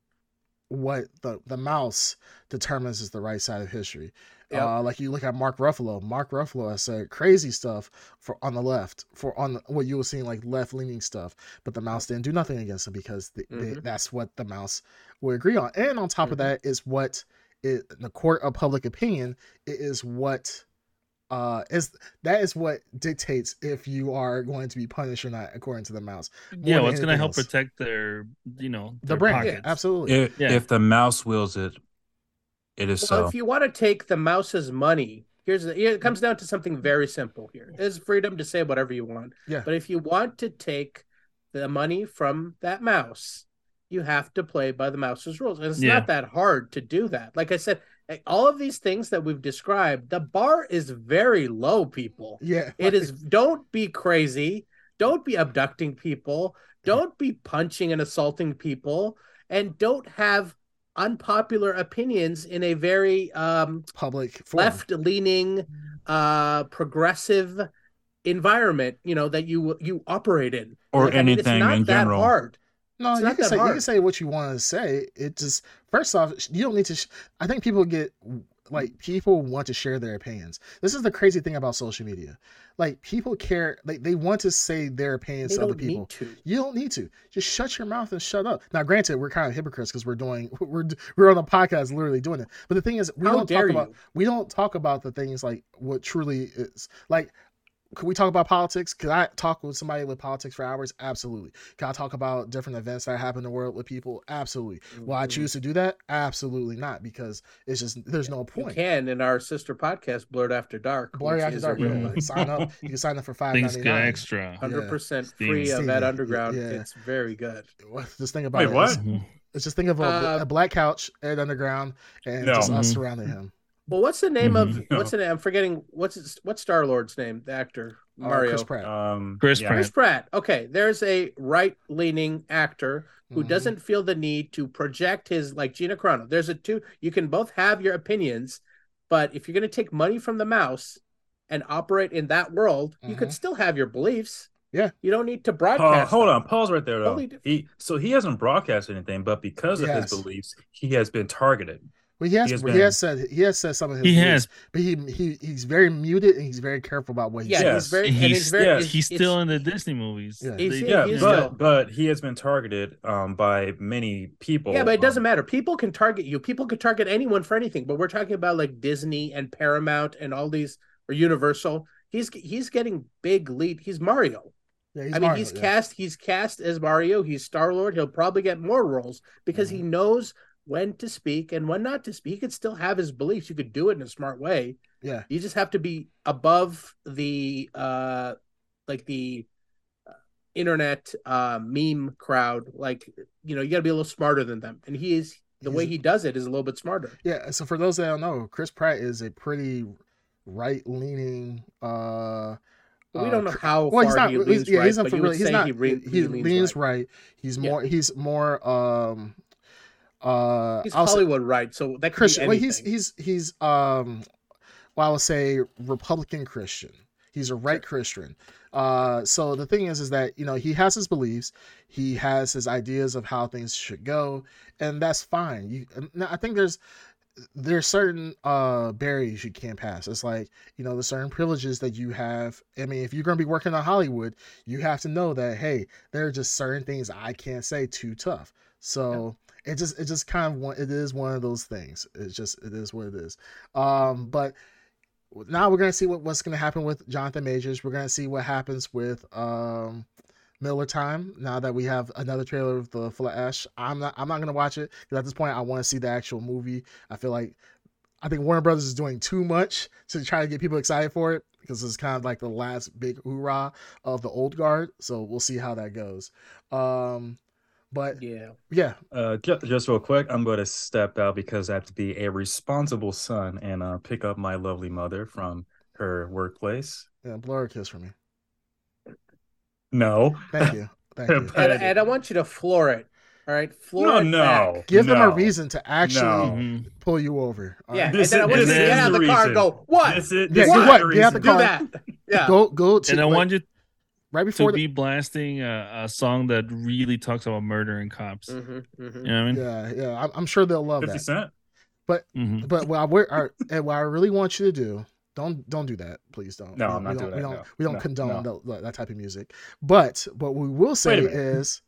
Speaker 4: what the the mouse determines is the right side of history.
Speaker 5: Yep.
Speaker 4: Uh, like you look at Mark Ruffalo. Mark Ruffalo has said crazy stuff for on the left for on the, what you were seeing like left leaning stuff, but the mouse didn't do nothing against him because the, they,
Speaker 5: Mhm.
Speaker 4: that's what the mouse will agree on. And on top of
Speaker 5: Mhm.
Speaker 4: that is what it, the court of public opinion it is what uh is that is what dictates if you are going to be punished or not according to the mouse.
Speaker 3: yeah.
Speaker 4: than
Speaker 3: What's gonna
Speaker 4: anything
Speaker 3: help
Speaker 4: else.
Speaker 3: protect their, you know,
Speaker 4: The
Speaker 3: their
Speaker 4: brand, yeah,
Speaker 3: pockets.
Speaker 4: absolutely.
Speaker 2: If,
Speaker 3: Yeah.
Speaker 2: if the mouse wills it, it is
Speaker 5: Well,
Speaker 2: so.
Speaker 5: if you want to take the mouse's money, here's the, here, it comes down to something very simple here. There's freedom to say whatever you want.
Speaker 4: Yeah.
Speaker 5: But if you want to take the money from that mouse, you have to play by the mouse's rules. And it's
Speaker 3: Yeah.
Speaker 5: not that hard to do that. Like I said, eh, all of these things that we've described, the bar is very low, people.
Speaker 4: Yeah,
Speaker 5: It is don't be crazy, don't be abducting people, don't be punching and assaulting people, and don't have unpopular opinions in a very um
Speaker 4: public forum.
Speaker 5: left leaning uh progressive environment, you know, that you you operate in.
Speaker 2: Or
Speaker 5: Like, I mean, it's
Speaker 2: anything
Speaker 5: not
Speaker 2: in
Speaker 5: that
Speaker 2: general.
Speaker 5: hard.
Speaker 4: No,
Speaker 5: It's
Speaker 4: you
Speaker 5: not
Speaker 4: can
Speaker 5: that
Speaker 4: say you can
Speaker 5: hard.
Speaker 4: say what you want to say. It just first off, sh- you don't need to. Sh- I think people get like people want to share their opinions. This is the crazy thing about social media. Like people care. Like they want to say their opinions
Speaker 5: They
Speaker 4: to other
Speaker 5: don't
Speaker 4: people.
Speaker 5: need to.
Speaker 4: You don't need to. Just shut your mouth and shut up. Now, granted, we're kind of hypocrites because we're doing we're d- we're on a podcast literally doing it. But the thing is, we
Speaker 5: How
Speaker 4: don't
Speaker 5: dare
Speaker 4: talk
Speaker 5: you?
Speaker 4: about we don't talk about the things like what truly is like. Can we talk about politics? Could I talk with somebody with politics for hours? Absolutely. Can I talk about different events that happen in the world with people? Absolutely. Will I
Speaker 5: Mhm.
Speaker 4: choose to do that? Absolutely not, because it's just there's no
Speaker 5: You
Speaker 4: point.
Speaker 5: can in our sister podcast, Blurred After Dark.
Speaker 4: Blurry
Speaker 5: which
Speaker 4: After
Speaker 5: is a
Speaker 4: Dark. Mm-hmm.
Speaker 5: real
Speaker 4: yeah,
Speaker 5: one.
Speaker 4: like, sign up. You can sign up for five
Speaker 3: Things
Speaker 4: ninety
Speaker 3: get
Speaker 4: nine.
Speaker 3: extra.
Speaker 5: hundred percent
Speaker 3: Yeah.
Speaker 5: free
Speaker 4: Seen
Speaker 5: of that
Speaker 4: it.
Speaker 5: underground.
Speaker 4: Yeah.
Speaker 5: It's very good.
Speaker 4: Just think about
Speaker 2: Wait,
Speaker 4: it.
Speaker 2: what?
Speaker 4: It's- Let's just think of a, bl-
Speaker 5: Uh,
Speaker 4: a black couch at underground and
Speaker 2: No.
Speaker 4: just us
Speaker 3: Mhm.
Speaker 4: surrounding him.
Speaker 5: Well, what's the name of
Speaker 2: Mhm.
Speaker 4: Mm-hmm.
Speaker 5: what's the name? I'm forgetting what's his, what's Star Lord's name, the actor.
Speaker 4: Uh,
Speaker 5: Mario.
Speaker 4: Chris Pratt.
Speaker 2: Um,
Speaker 3: Chris
Speaker 2: yeah,
Speaker 3: Pratt.
Speaker 5: Chris Pratt. Okay, there's a right-leaning actor who
Speaker 4: Mhm.
Speaker 5: doesn't feel the need to project his like Gina Carano. There's a two. You can both have your opinions, but if you're going to take money from the mouse and operate in that world, you
Speaker 4: Mhm.
Speaker 5: could still have your beliefs.
Speaker 4: Yeah.
Speaker 5: You don't need to
Speaker 2: Pa-
Speaker 5: broadcast.
Speaker 2: hold
Speaker 5: them.
Speaker 2: on, pause right there though.
Speaker 5: Totally different.
Speaker 2: He so he hasn't broadcast anything, but because of
Speaker 4: Yes.
Speaker 2: his beliefs, he has been targeted.
Speaker 4: Well, he has,
Speaker 2: He has
Speaker 4: he
Speaker 2: been-
Speaker 4: has said he has said some of his
Speaker 3: He
Speaker 4: views,
Speaker 3: has.
Speaker 4: but he, he he's very muted and he's very careful about what he
Speaker 5: Yeah,
Speaker 4: says.
Speaker 2: Yes.
Speaker 5: he's very.
Speaker 3: And
Speaker 5: and
Speaker 3: he's-
Speaker 5: he's very.
Speaker 2: yes,
Speaker 5: it's-
Speaker 3: He's
Speaker 5: it's-
Speaker 3: still in the Disney movies.
Speaker 4: Yeah.
Speaker 5: He's-
Speaker 3: They-
Speaker 5: Yeah,
Speaker 2: Yeah,
Speaker 5: he is
Speaker 2: but
Speaker 5: still-
Speaker 2: but he has been targeted um by many people.
Speaker 5: Yeah, but it doesn't
Speaker 2: um,
Speaker 5: matter. People can target you. People can target anyone for anything. But we're talking about like Disney and Paramount and all these or Universal. He's he's getting big lead. He's Mario.
Speaker 4: Yeah, he's
Speaker 5: I mean,
Speaker 4: Mario,
Speaker 5: he's
Speaker 4: yeah.
Speaker 5: cast. He's cast as Mario. He's Star Lord. He'll probably get more roles because
Speaker 4: Mm-hmm.
Speaker 5: he knows when to speak and when not to speak. He could still have his beliefs. You could do it in a smart way.
Speaker 4: Yeah.
Speaker 5: You just have to be above the uh, like the uh, internet uh, meme crowd. Like you know, you got to be a little smarter than them. And he is the
Speaker 4: He's-
Speaker 5: way he does it is a little bit smarter.
Speaker 4: Yeah, so for those that don't know, Chris Pratt is a pretty right leaning. uh
Speaker 5: But we
Speaker 4: uh,
Speaker 5: don't know
Speaker 4: cr-
Speaker 5: how
Speaker 4: well,
Speaker 5: far
Speaker 4: he's not.
Speaker 5: he
Speaker 4: he's-
Speaker 5: leans
Speaker 4: yeah,
Speaker 5: right,
Speaker 4: he's not.
Speaker 5: but you
Speaker 4: for
Speaker 5: would
Speaker 4: real- he's
Speaker 5: say
Speaker 4: not.
Speaker 5: he,
Speaker 4: He,
Speaker 5: re-
Speaker 4: he leans right. He's
Speaker 5: Yeah.
Speaker 4: more. He's more. Um, uh,
Speaker 5: He's
Speaker 4: I'll say
Speaker 5: Hollywood right, so that could
Speaker 4: Christian.
Speaker 5: be
Speaker 4: well, he's
Speaker 5: anything.
Speaker 4: he's he's um, well, I would say Republican Christian. He's a right Christian. Uh, so the thing is, is that you know he has his beliefs, he has his ideas of how things should go, and that's fine. You, and now, I think there's there's certain uh barriers you can't pass. It's like you know there's certain privileges that you have. I mean, if you're going to be working on Hollywood, you have to know that hey, there are just certain things I can't say too tough. So it just it just kind of one it is one of those things. It's just it is what it is. Um, but now we're gonna see what, what's gonna happen with Jonathan Majors. We're gonna see what happens with um Miller Time. Now that we have another trailer of the Flash, I'm not I'm not gonna watch it because at this point I want to see the actual movie. I feel like I think Warner Brothers is doing too much to try to get people excited for it because it's kind of like the last big hoorah of the old guard. So we'll see how that goes. Um, but
Speaker 5: yeah.
Speaker 4: yeah,
Speaker 2: Uh, just, just real quick, I'm going to step out because I have to be a responsible son and uh, pick up my lovely mother from her workplace.
Speaker 4: yeah, blur a kiss for me.
Speaker 2: No,
Speaker 4: Thank you, thank you.
Speaker 5: And, and I want you to floor it. All right, floor
Speaker 2: no,
Speaker 5: it back.
Speaker 2: no.
Speaker 4: Give them a
Speaker 2: no.
Speaker 4: reason to actually
Speaker 2: No.
Speaker 3: Mhm.
Speaker 4: pull you over. all
Speaker 5: Yeah,
Speaker 4: right?
Speaker 2: This
Speaker 5: and then I
Speaker 2: is-
Speaker 5: want you to
Speaker 3: this
Speaker 5: get
Speaker 3: is
Speaker 5: out of
Speaker 2: the
Speaker 5: the car
Speaker 2: reason.
Speaker 5: and go, what?
Speaker 2: This is,
Speaker 4: Yeah,
Speaker 2: this
Speaker 4: you
Speaker 2: is
Speaker 4: what?
Speaker 2: the
Speaker 4: Get out the
Speaker 2: reason.
Speaker 5: Do
Speaker 4: car.
Speaker 5: that. Yeah.
Speaker 4: Go, go to
Speaker 3: And I
Speaker 4: like,
Speaker 3: want you
Speaker 4: right
Speaker 3: to
Speaker 4: before the
Speaker 3: be blasting a, a song that really talks about murder and cops.
Speaker 5: Mhm, mhm.
Speaker 3: You know what I mean?
Speaker 4: yeah, yeah. I'm, I'm sure they'll love
Speaker 2: 50
Speaker 4: that.
Speaker 2: Cent?
Speaker 3: Mhm.
Speaker 4: But what I, we are, and what I really want you to do, don't don't do that, please don't.
Speaker 2: No,
Speaker 4: we,
Speaker 2: I'm not
Speaker 4: we don't,
Speaker 2: doing
Speaker 4: we
Speaker 2: that,
Speaker 4: don't,
Speaker 2: no.
Speaker 4: we don't
Speaker 2: No,
Speaker 4: condone that, that type of music. But what we will say
Speaker 2: minute.
Speaker 4: is,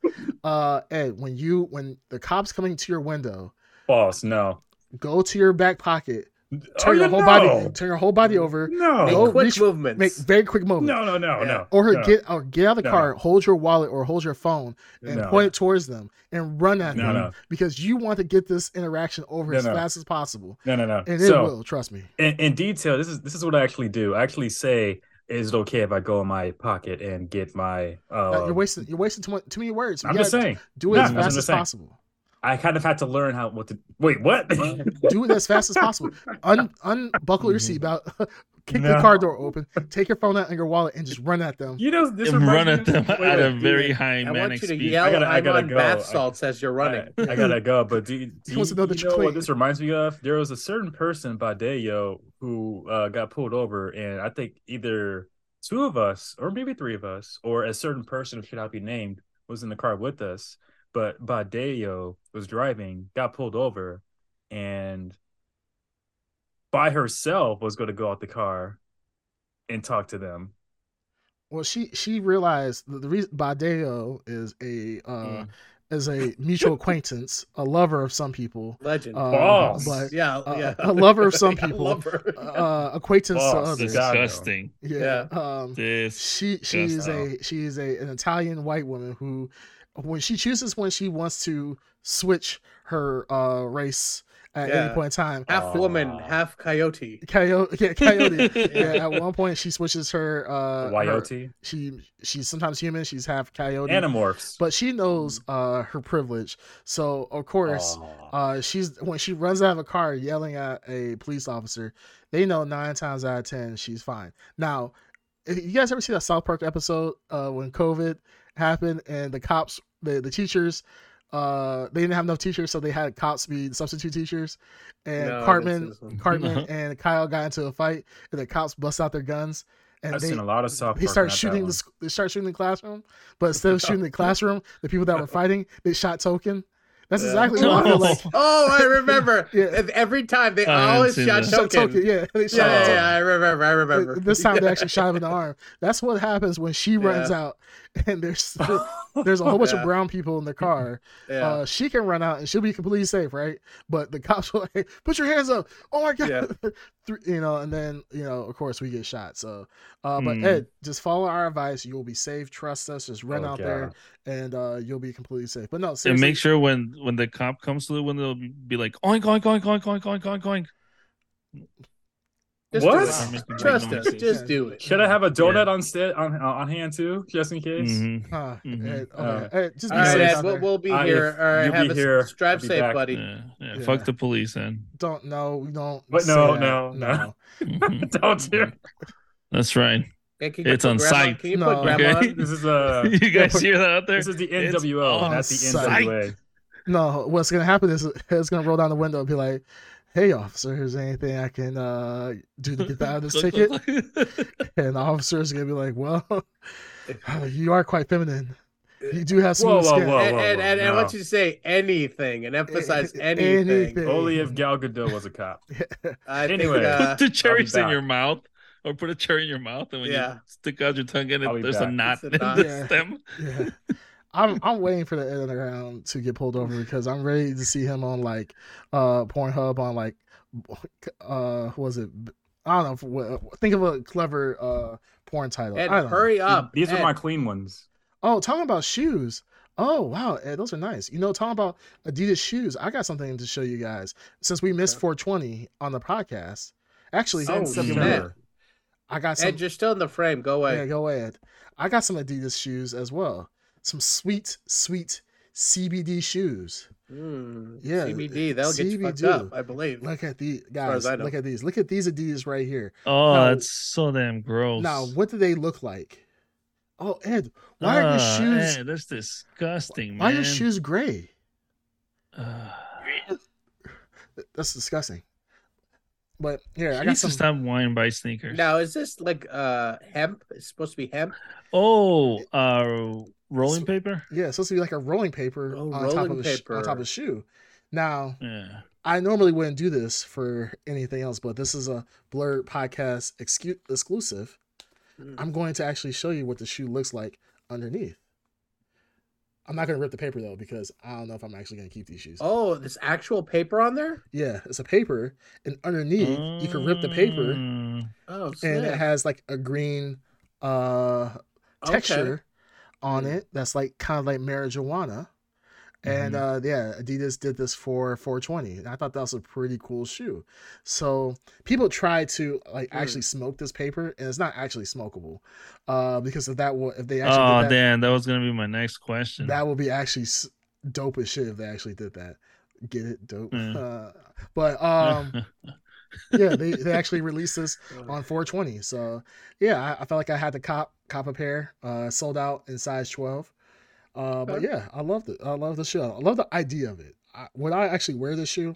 Speaker 4: uh, Ed, when you when the cops coming to your window,
Speaker 2: Boss, no.
Speaker 4: go to your back pocket, turn
Speaker 2: Oh,
Speaker 4: your
Speaker 2: yeah,
Speaker 4: whole
Speaker 2: no.
Speaker 4: body, turn your whole body over,
Speaker 5: Make
Speaker 4: Go
Speaker 2: No.
Speaker 5: quick
Speaker 4: reach-
Speaker 5: movements.
Speaker 4: Oh, make very quick movement.
Speaker 2: No, no, no,
Speaker 5: Yeah.
Speaker 2: no.
Speaker 4: Or her
Speaker 2: no.
Speaker 4: get or get out of
Speaker 2: No,
Speaker 4: the car, hold your wallet or hold your phone and
Speaker 2: No.
Speaker 4: point it towards them and run at
Speaker 2: No,
Speaker 4: them
Speaker 2: no.
Speaker 4: because you want to get this interaction over
Speaker 2: No,
Speaker 4: as
Speaker 2: no.
Speaker 4: fast as possible.
Speaker 2: No, no, no.
Speaker 4: And it
Speaker 2: so,
Speaker 4: will, trust me.
Speaker 2: in, in detail, this is this is what I actually do. I actually say, "Is it okay if I go in my pocket and get my?"
Speaker 4: Uh,
Speaker 2: Uh,
Speaker 4: you're wasting you're wasting too much too many words. You
Speaker 2: I'm just
Speaker 4: gotta
Speaker 2: saying.
Speaker 4: do it
Speaker 2: No,
Speaker 4: as
Speaker 2: that's what
Speaker 4: fast
Speaker 2: I'm
Speaker 4: as
Speaker 2: saying.
Speaker 4: possible.
Speaker 2: I kind of had to learn how what to wait. What?
Speaker 3: Mm-hmm.
Speaker 4: Do it as fast as possible. Un, unbuckle your seatbelt, kick the
Speaker 2: Mm-hmm. No.
Speaker 4: car door open, take your phone out and your wallet, and just run at them.
Speaker 2: you know, this
Speaker 3: And run
Speaker 2: reminds
Speaker 3: at
Speaker 2: me-
Speaker 3: them
Speaker 2: wait,
Speaker 3: at
Speaker 2: wait.
Speaker 3: a very high
Speaker 5: I want
Speaker 3: manic
Speaker 5: you to
Speaker 3: speed.
Speaker 5: yell
Speaker 2: I gotta- I
Speaker 5: I'm
Speaker 2: gotta
Speaker 5: on
Speaker 2: go. I-
Speaker 5: bath salts as you're running.
Speaker 2: I, I gotta go, but do, you- do
Speaker 4: He wants
Speaker 2: you,
Speaker 4: to know that
Speaker 2: you
Speaker 4: you're
Speaker 2: know what
Speaker 4: clean.
Speaker 2: this reminds me of? There was a certain person by Dayo who uh, got pulled over, and I think either two of us, or maybe three of us, or a certain person who should not be named was in the car with us. But Badeyo was driving, got pulled over, and by herself was going to go out the car and talk to them.
Speaker 4: Well, she she realized that the reason Badeo is a uh,
Speaker 2: Mm.
Speaker 4: is a mutual acquaintance, a lover of some people,
Speaker 5: Legend.
Speaker 4: uh,
Speaker 2: Balls.
Speaker 4: but
Speaker 5: yeah,
Speaker 4: uh,
Speaker 5: yeah.
Speaker 4: a lover of some
Speaker 5: Yeah,
Speaker 4: people.
Speaker 5: lover.
Speaker 4: uh, acquaintance to
Speaker 2: Boss,
Speaker 4: others.
Speaker 2: you got-
Speaker 3: Disgusting.
Speaker 4: Yeah. Um,
Speaker 3: This.
Speaker 4: she she is
Speaker 2: Disgusting.
Speaker 4: a she is a an Italian white woman who, when she chooses when she wants to switch her uh race at any
Speaker 5: Yeah.
Speaker 4: point in time.
Speaker 5: half woman,
Speaker 2: Aw.
Speaker 5: half coyote.
Speaker 4: Coyote, yeah, coyote. yeah, at one point she switches her uh her-
Speaker 2: Wyote,
Speaker 4: she she's sometimes human, she's half coyote.
Speaker 2: Animorphs.
Speaker 4: But she knows uh her privilege. So of course
Speaker 2: Aw.
Speaker 4: uh she's when she runs out of a car yelling at a police officer they know nine times out of ten she's fine now eh, you guys ever see that South Park episode uh, when COVID happened and the cops, the the teachers, uh, they didn't have enough teachers, so they had cops be substitute teachers, and
Speaker 5: No,
Speaker 4: Cartman,
Speaker 5: this isn't.
Speaker 4: Cartman
Speaker 3: No.
Speaker 4: and Kyle got into a fight, and the cops bust out their guns. And
Speaker 2: I've
Speaker 4: they,
Speaker 2: seen a lot of South
Speaker 4: he
Speaker 2: Park,
Speaker 4: starts
Speaker 2: not that
Speaker 4: shooting
Speaker 2: one.
Speaker 4: the sc- they start shooting the classroom, but instead of shooting the classroom, the people that were fighting, they shot Token. That's
Speaker 5: Yeah.
Speaker 4: exactly what I feel like.
Speaker 5: Oh, I remember.
Speaker 4: Yeah.
Speaker 5: Ev- Every time they
Speaker 3: I haven't
Speaker 5: always
Speaker 3: seen
Speaker 5: shot
Speaker 3: that.
Speaker 4: Shot
Speaker 5: token.
Speaker 4: Token, yeah, they shot
Speaker 5: Yeah, yeah,
Speaker 4: Token.
Speaker 5: yeah, I remember. I remember.
Speaker 4: This time they actually shot him in the arm. That's what happens when she runs out, and there's there's a whole bunch
Speaker 5: Yeah.
Speaker 4: of brown people in the car.
Speaker 5: Yeah.
Speaker 4: Uh, she can run out and she'll be completely safe, right? But the cops will like, "Put your hands up!" Oh my god! Thr- you know, and then you know, of course, we get shot. So, uh, but
Speaker 3: Hmm.
Speaker 4: Ed, just follow our advice. You'll be safe. Trust us. Just run
Speaker 2: Oh,
Speaker 4: out there, and uh, you'll be completely safe. But no,
Speaker 3: and
Speaker 4: seriously,
Speaker 3: make sure when when the cop comes to the window, be- be like oink oink oink oink oink oink oink oink.
Speaker 5: Just
Speaker 2: What?
Speaker 5: do it.
Speaker 3: Stop making
Speaker 5: Trust
Speaker 3: big
Speaker 5: us.
Speaker 3: noises.
Speaker 5: Just do it.
Speaker 2: Should I have a donut on sta- on uh, on hand too, just in case?
Speaker 3: Mhm.
Speaker 4: Huh,
Speaker 3: Mhm.
Speaker 4: Ed, okay.
Speaker 2: Uh,
Speaker 4: Ed, just
Speaker 5: All
Speaker 4: be
Speaker 5: right,
Speaker 4: safe
Speaker 5: Ed.
Speaker 4: out
Speaker 5: We'll,
Speaker 4: there.
Speaker 5: we'll be
Speaker 2: I-
Speaker 5: here. All right.
Speaker 2: you'll
Speaker 5: have
Speaker 2: be
Speaker 5: a s-
Speaker 2: here.
Speaker 5: Drive
Speaker 2: I'll be
Speaker 5: safe,
Speaker 2: back.
Speaker 5: buddy.
Speaker 3: Yeah, yeah,
Speaker 4: Yeah.
Speaker 3: Fuck the police, then.
Speaker 4: Don't no, we don't.
Speaker 2: But
Speaker 4: say
Speaker 2: no,
Speaker 4: that.
Speaker 2: no, no.
Speaker 3: Mhm.
Speaker 2: Don't you?
Speaker 3: That's right.
Speaker 5: Yeah, can you
Speaker 3: It's
Speaker 5: put
Speaker 3: on
Speaker 5: grandma-
Speaker 3: site.
Speaker 5: Can you
Speaker 4: No.
Speaker 5: put grandma?
Speaker 3: Okay.
Speaker 5: on?
Speaker 2: This is uh
Speaker 3: you guys hear that out there?
Speaker 2: this is the
Speaker 3: It's
Speaker 2: NWO, not the
Speaker 4: on
Speaker 2: NWA.
Speaker 4: No, what's gonna happen is it's gonna roll down the window and be like, "Hey, officer, here's anything I can uh, do to get out of this
Speaker 3: Click,
Speaker 4: ticket?"
Speaker 3: click, click.
Speaker 4: And the officer is gonna be like, "Well, you are quite feminine. You do have
Speaker 2: Whoa,
Speaker 4: smooth
Speaker 2: whoa,
Speaker 4: skin."
Speaker 2: whoa,
Speaker 5: and
Speaker 2: whoa,
Speaker 5: and,
Speaker 2: whoa,
Speaker 5: and I
Speaker 2: no.
Speaker 5: want you to say anything and emphasize
Speaker 4: A-
Speaker 5: anything.
Speaker 4: anything.
Speaker 2: Only if Gal Gadot was a cop.
Speaker 5: I
Speaker 2: Anyway.
Speaker 5: think, uh,
Speaker 3: put the cherries in
Speaker 2: back.
Speaker 3: your mouth, or put a cherry in your mouth, and when
Speaker 5: Yeah.
Speaker 3: you stick out your tongue in
Speaker 2: I'll be
Speaker 3: it, there's
Speaker 2: back.
Speaker 3: a knot in
Speaker 5: It's a knot.
Speaker 3: the
Speaker 4: Yeah.
Speaker 3: stem.
Speaker 4: Yeah. I'm I'm waiting for the end of the round to get pulled over because I'm ready to see him on like uh Pornhub on like uh who was it I don't know what think of a clever uh porn title.
Speaker 5: Ed,
Speaker 4: I don't know.
Speaker 5: hurry up.
Speaker 2: These
Speaker 5: Ed.
Speaker 2: are my clean ones.
Speaker 4: Oh, talking about shoes. Oh wow, Ed, those are nice. You know, talking about Adidas shoes, I got something to show you guys. Since we missed
Speaker 5: Okay.
Speaker 4: 420 on the podcast, actually,
Speaker 2: Since
Speaker 5: Oh,
Speaker 2: September.
Speaker 4: I got some.
Speaker 5: Ed, you're still in the frame. Go away.
Speaker 4: Yeah, go ahead. I got some Adidas shoes as well. Some sweet, sweet CBD shoes.
Speaker 5: Mm,
Speaker 4: Yeah,
Speaker 5: CBD. That'll get you fucked
Speaker 4: CBD.
Speaker 5: up, I believe.
Speaker 4: Look at these
Speaker 5: far as
Speaker 4: guys.
Speaker 5: I know.
Speaker 4: Look at these. Look at these Adidas right here.
Speaker 3: Oh,
Speaker 4: No.
Speaker 3: that's so damn gross.
Speaker 4: Now, what do they look like? Oh, Ed, why are your
Speaker 3: Ah,
Speaker 4: shoes?
Speaker 3: eh, that's disgusting,
Speaker 4: why are
Speaker 3: man.
Speaker 4: your shoes gray?
Speaker 3: Ah.
Speaker 4: That's disgusting. But here,
Speaker 3: I
Speaker 4: I got
Speaker 3: needs
Speaker 4: some.
Speaker 3: to stop whining by sneakers.
Speaker 5: Now, is this like uh hemp? It's supposed to be hemp.
Speaker 3: Oh, uh, rolling paper.
Speaker 4: Yeah, it's supposed to be like a rolling paper
Speaker 5: Oh,
Speaker 4: on top
Speaker 5: rolling
Speaker 4: of a sh- on top of
Speaker 5: paper.
Speaker 4: a shoe. Now,
Speaker 3: Yeah.
Speaker 4: I normally wouldn't do this for anything else, but this is a blurred podcast excu- exclusive.
Speaker 5: Mm.
Speaker 4: I'm going to actually show you what the shoe looks like underneath. I'm not going to rip the paper though because I don't know if I'm actually going to keep these shoes.
Speaker 5: Oh, this actual paper on there.
Speaker 4: Yeah, it's a paper, and underneath you can rip the paper, and
Speaker 3: Mm.
Speaker 5: Oh,
Speaker 4: it
Speaker 5: snap.
Speaker 4: has like a green uh
Speaker 5: Okay.
Speaker 4: texture on
Speaker 5: Mm.
Speaker 4: it that's like kind of like marijuana. And uh, yeah, Adidas did this for 420. And I thought that was a pretty cool shoe. So people try to like
Speaker 5: Mm.
Speaker 4: actually smoke this paper, and it's not actually smokable, uh, because if that will, if they actually
Speaker 3: Oh
Speaker 4: did that,
Speaker 3: damn, that was gonna be my next question.
Speaker 4: That would be actually s- dope as shit if they actually did that. Get it, dope.
Speaker 3: Yeah.
Speaker 4: Uh, but um, yeah, they, they actually released this on 420. So yeah, I, I felt like I had to cop cop a pair. Uh, sold out in size 12. Uh, but
Speaker 5: Okay.
Speaker 4: yeah, I loved it. I love the shoe. I love the idea of it. I, would I actually wear this shoe?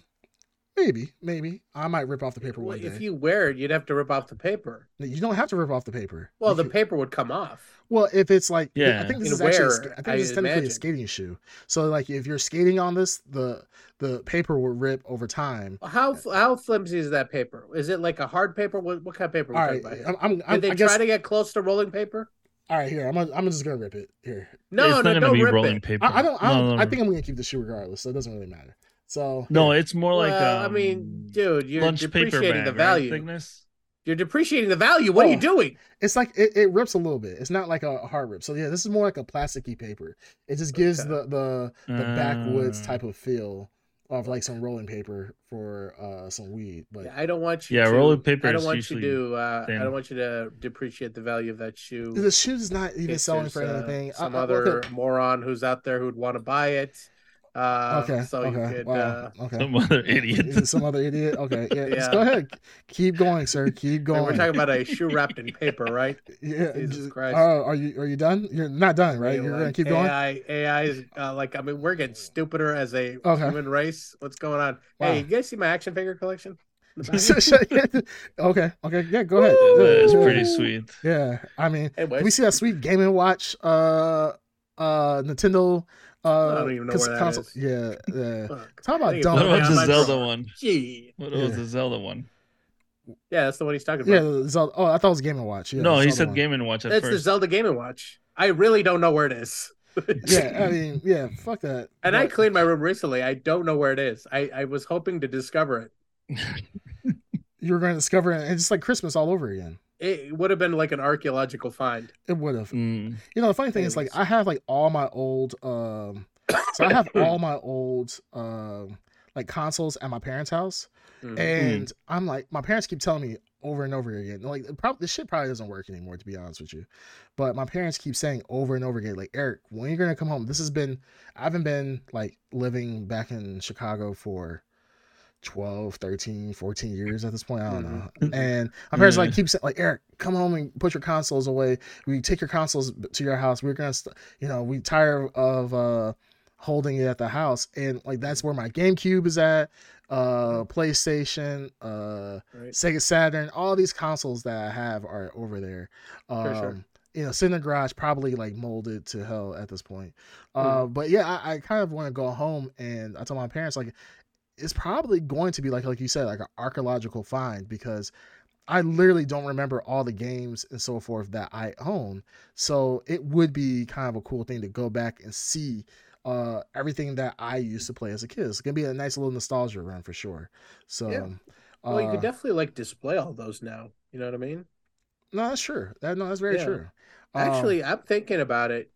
Speaker 4: Maybe, maybe I might rip off the paper
Speaker 5: Well,
Speaker 4: one day.
Speaker 5: if
Speaker 4: You...
Speaker 5: you wear it, you'd have to rip off the paper.
Speaker 4: you don't have to rip off the paper.
Speaker 5: Well,
Speaker 4: You
Speaker 5: the
Speaker 4: can-
Speaker 5: paper would come off.
Speaker 4: Well, if it's like, yeah, I
Speaker 3: Yeah.
Speaker 4: think this
Speaker 5: In
Speaker 4: is actually, a
Speaker 5: wear,
Speaker 4: sk- I think
Speaker 5: I
Speaker 4: this is technically
Speaker 5: imagine.
Speaker 4: a skating shoe. So like, if you're skating on this, the the paper will rip over time.
Speaker 5: How how flimsy is that paper? Is it like a hard paper? What, what kind of paper?
Speaker 4: All right,
Speaker 5: talking about?
Speaker 4: I'm, I'm,
Speaker 5: Did
Speaker 4: I'm
Speaker 5: they
Speaker 4: I guess.
Speaker 5: try to get close to rolling paper?
Speaker 4: All right, here, I'm, gonna- I'm just gonna rip it here.
Speaker 5: No,
Speaker 3: it's
Speaker 5: no,
Speaker 3: not gonna
Speaker 5: don't
Speaker 3: be
Speaker 5: rip
Speaker 3: rolling
Speaker 5: it.
Speaker 3: paper.
Speaker 4: I, I don't, I,
Speaker 3: No,
Speaker 4: don't
Speaker 3: no,
Speaker 4: I
Speaker 3: no.
Speaker 4: think I'm gonna keep the shoe regardless, so it doesn't really matter. So
Speaker 3: No, it's more like
Speaker 5: Well, I
Speaker 3: um,
Speaker 5: mean, dude, you're
Speaker 3: lunch paper
Speaker 5: depreciating
Speaker 3: bag,
Speaker 5: the
Speaker 3: right,
Speaker 5: value.
Speaker 3: thickness.
Speaker 5: You're depreciating the value. What are
Speaker 4: Oh.
Speaker 5: you doing?
Speaker 4: it's like it, it rips a little bit. It's not like a hard rip. So yeah, this is more like a plasticky paper. It just gives
Speaker 5: Okay.
Speaker 4: the the the backwoods
Speaker 3: Ah.
Speaker 4: type of feel of like some rolling paper for uh some weed. But
Speaker 5: I don't want you.
Speaker 3: Yeah,
Speaker 5: to,
Speaker 3: rolling paper
Speaker 5: I don't
Speaker 3: is
Speaker 5: want
Speaker 3: usually
Speaker 5: you to. Uh, I
Speaker 3: thin.
Speaker 5: don't want you to depreciate the value of that shoe.
Speaker 4: the shoe is not even
Speaker 5: case
Speaker 4: selling
Speaker 5: there's,
Speaker 4: for
Speaker 5: uh,
Speaker 4: anything. I-
Speaker 5: Some
Speaker 4: I- okay.
Speaker 5: other moron who's out there who'd want to buy it. Uh,
Speaker 4: okay.
Speaker 5: So
Speaker 4: okay.
Speaker 5: you could.
Speaker 4: wow.
Speaker 5: Uh,
Speaker 4: okay.
Speaker 3: Some other
Speaker 4: Is
Speaker 3: idiot.
Speaker 4: it some other idiot? Okay. Yeah. Just
Speaker 5: Yeah.
Speaker 4: go ahead. Keep going, sir. Keep
Speaker 5: I mean,
Speaker 4: going.
Speaker 5: we're talking about a shoe wrapped in paper, right?
Speaker 4: yeah.
Speaker 5: Jesus
Speaker 4: just-
Speaker 5: Christ.
Speaker 4: Oh, are you are you done? You're not done, right?
Speaker 5: Yeah,
Speaker 4: You're
Speaker 5: like
Speaker 4: gonna keep going.
Speaker 5: AI, AI is uh, like I mean, we're getting stupider as a
Speaker 4: Oh, Okay.
Speaker 5: human race. What's going on?
Speaker 4: Wow.
Speaker 5: Hey, you guys see my action figure collection? In the back?
Speaker 4: okay. Okay. Yeah. Go ahead.
Speaker 5: Woo!
Speaker 4: Yeah,
Speaker 3: That's
Speaker 4: yeah.
Speaker 3: pretty sweet.
Speaker 4: Yeah. I mean,
Speaker 5: Anyway,
Speaker 4: Did we see that sweet Game and Watch uh uh Nintendo uh
Speaker 5: I don't even know
Speaker 4: cons-
Speaker 5: where that
Speaker 4: console.
Speaker 5: is.
Speaker 4: Yeah, yeah.
Speaker 5: fuck.
Speaker 4: Talk about
Speaker 5: I think it's
Speaker 4: dumb.
Speaker 3: What
Speaker 5: probably
Speaker 3: about
Speaker 5: on
Speaker 3: the
Speaker 5: my
Speaker 3: Zelda
Speaker 5: drawer.
Speaker 3: one?
Speaker 5: Gee.
Speaker 3: What
Speaker 4: Yeah.
Speaker 3: was the Zelda one?
Speaker 5: Yeah, that's the one he's talking
Speaker 4: Yeah,
Speaker 5: about.
Speaker 4: the Zelda. Oh, I thought it was Game and Watch. Yeah,
Speaker 3: no,
Speaker 4: the
Speaker 3: he
Speaker 4: Zelda
Speaker 3: said
Speaker 4: one.
Speaker 3: Game and Watch at
Speaker 5: That's the
Speaker 3: first.
Speaker 5: Zelda Game and Watch. I really don't know where it is.
Speaker 4: Yeah, I mean, yeah, fuck that.
Speaker 5: And I
Speaker 4: But-
Speaker 5: cleaned my room recently. I don't know where it is. I, I was hoping to discover it.
Speaker 4: you were going to discover it, and just like Christmas all over again.
Speaker 5: It would have been like an archaeological find.
Speaker 4: It would have.
Speaker 3: Mm.
Speaker 4: You know, the funny thing is, like,
Speaker 5: Anyways.
Speaker 4: I have like all my old, um, so I have all my old, um, like consoles at my parents' house,
Speaker 5: Mm.
Speaker 4: and I'm like, my parents keep telling me over and over again, like, probably this shit probably doesn't work anymore, to be honest with you. But my parents keep saying over and over again, like, Eric, when you're gonna come home? This has been, I haven't been like living back in Chicago for. 12 13 14 years at this point i don't know and my parents like keep saying like eric come home and put your consoles away we take your consoles b- to your house. We're gonna, st- you know, we tired of uh holding it at the house, and like that's where my GameCube is at, uh, PlayStation, uh,
Speaker 5: Right.
Speaker 4: Sega Saturn, all these consoles that I have are over there. Um,
Speaker 5: sure.
Speaker 4: You know, sitting in the garage, probably like molded to hell at this point.
Speaker 5: Mm-hmm.
Speaker 4: Uh, but yeah, I, I kind of want to go home, and I told my parents like, it's probably going to be like like you said, like an archaeological find because I literally don't remember all the games and so forth that I own. So it would be kind of a cool thing to go back and see uh everything that I used to play as a kid. It's gonna be a nice little nostalgia run for sure. So
Speaker 5: Yeah.
Speaker 4: uh,
Speaker 5: Well, you could definitely like display all those now. You know what I mean?
Speaker 4: no, that's sure. That no, that's very
Speaker 5: Yeah.
Speaker 4: true. Um,
Speaker 5: Actually, I'm thinking about it.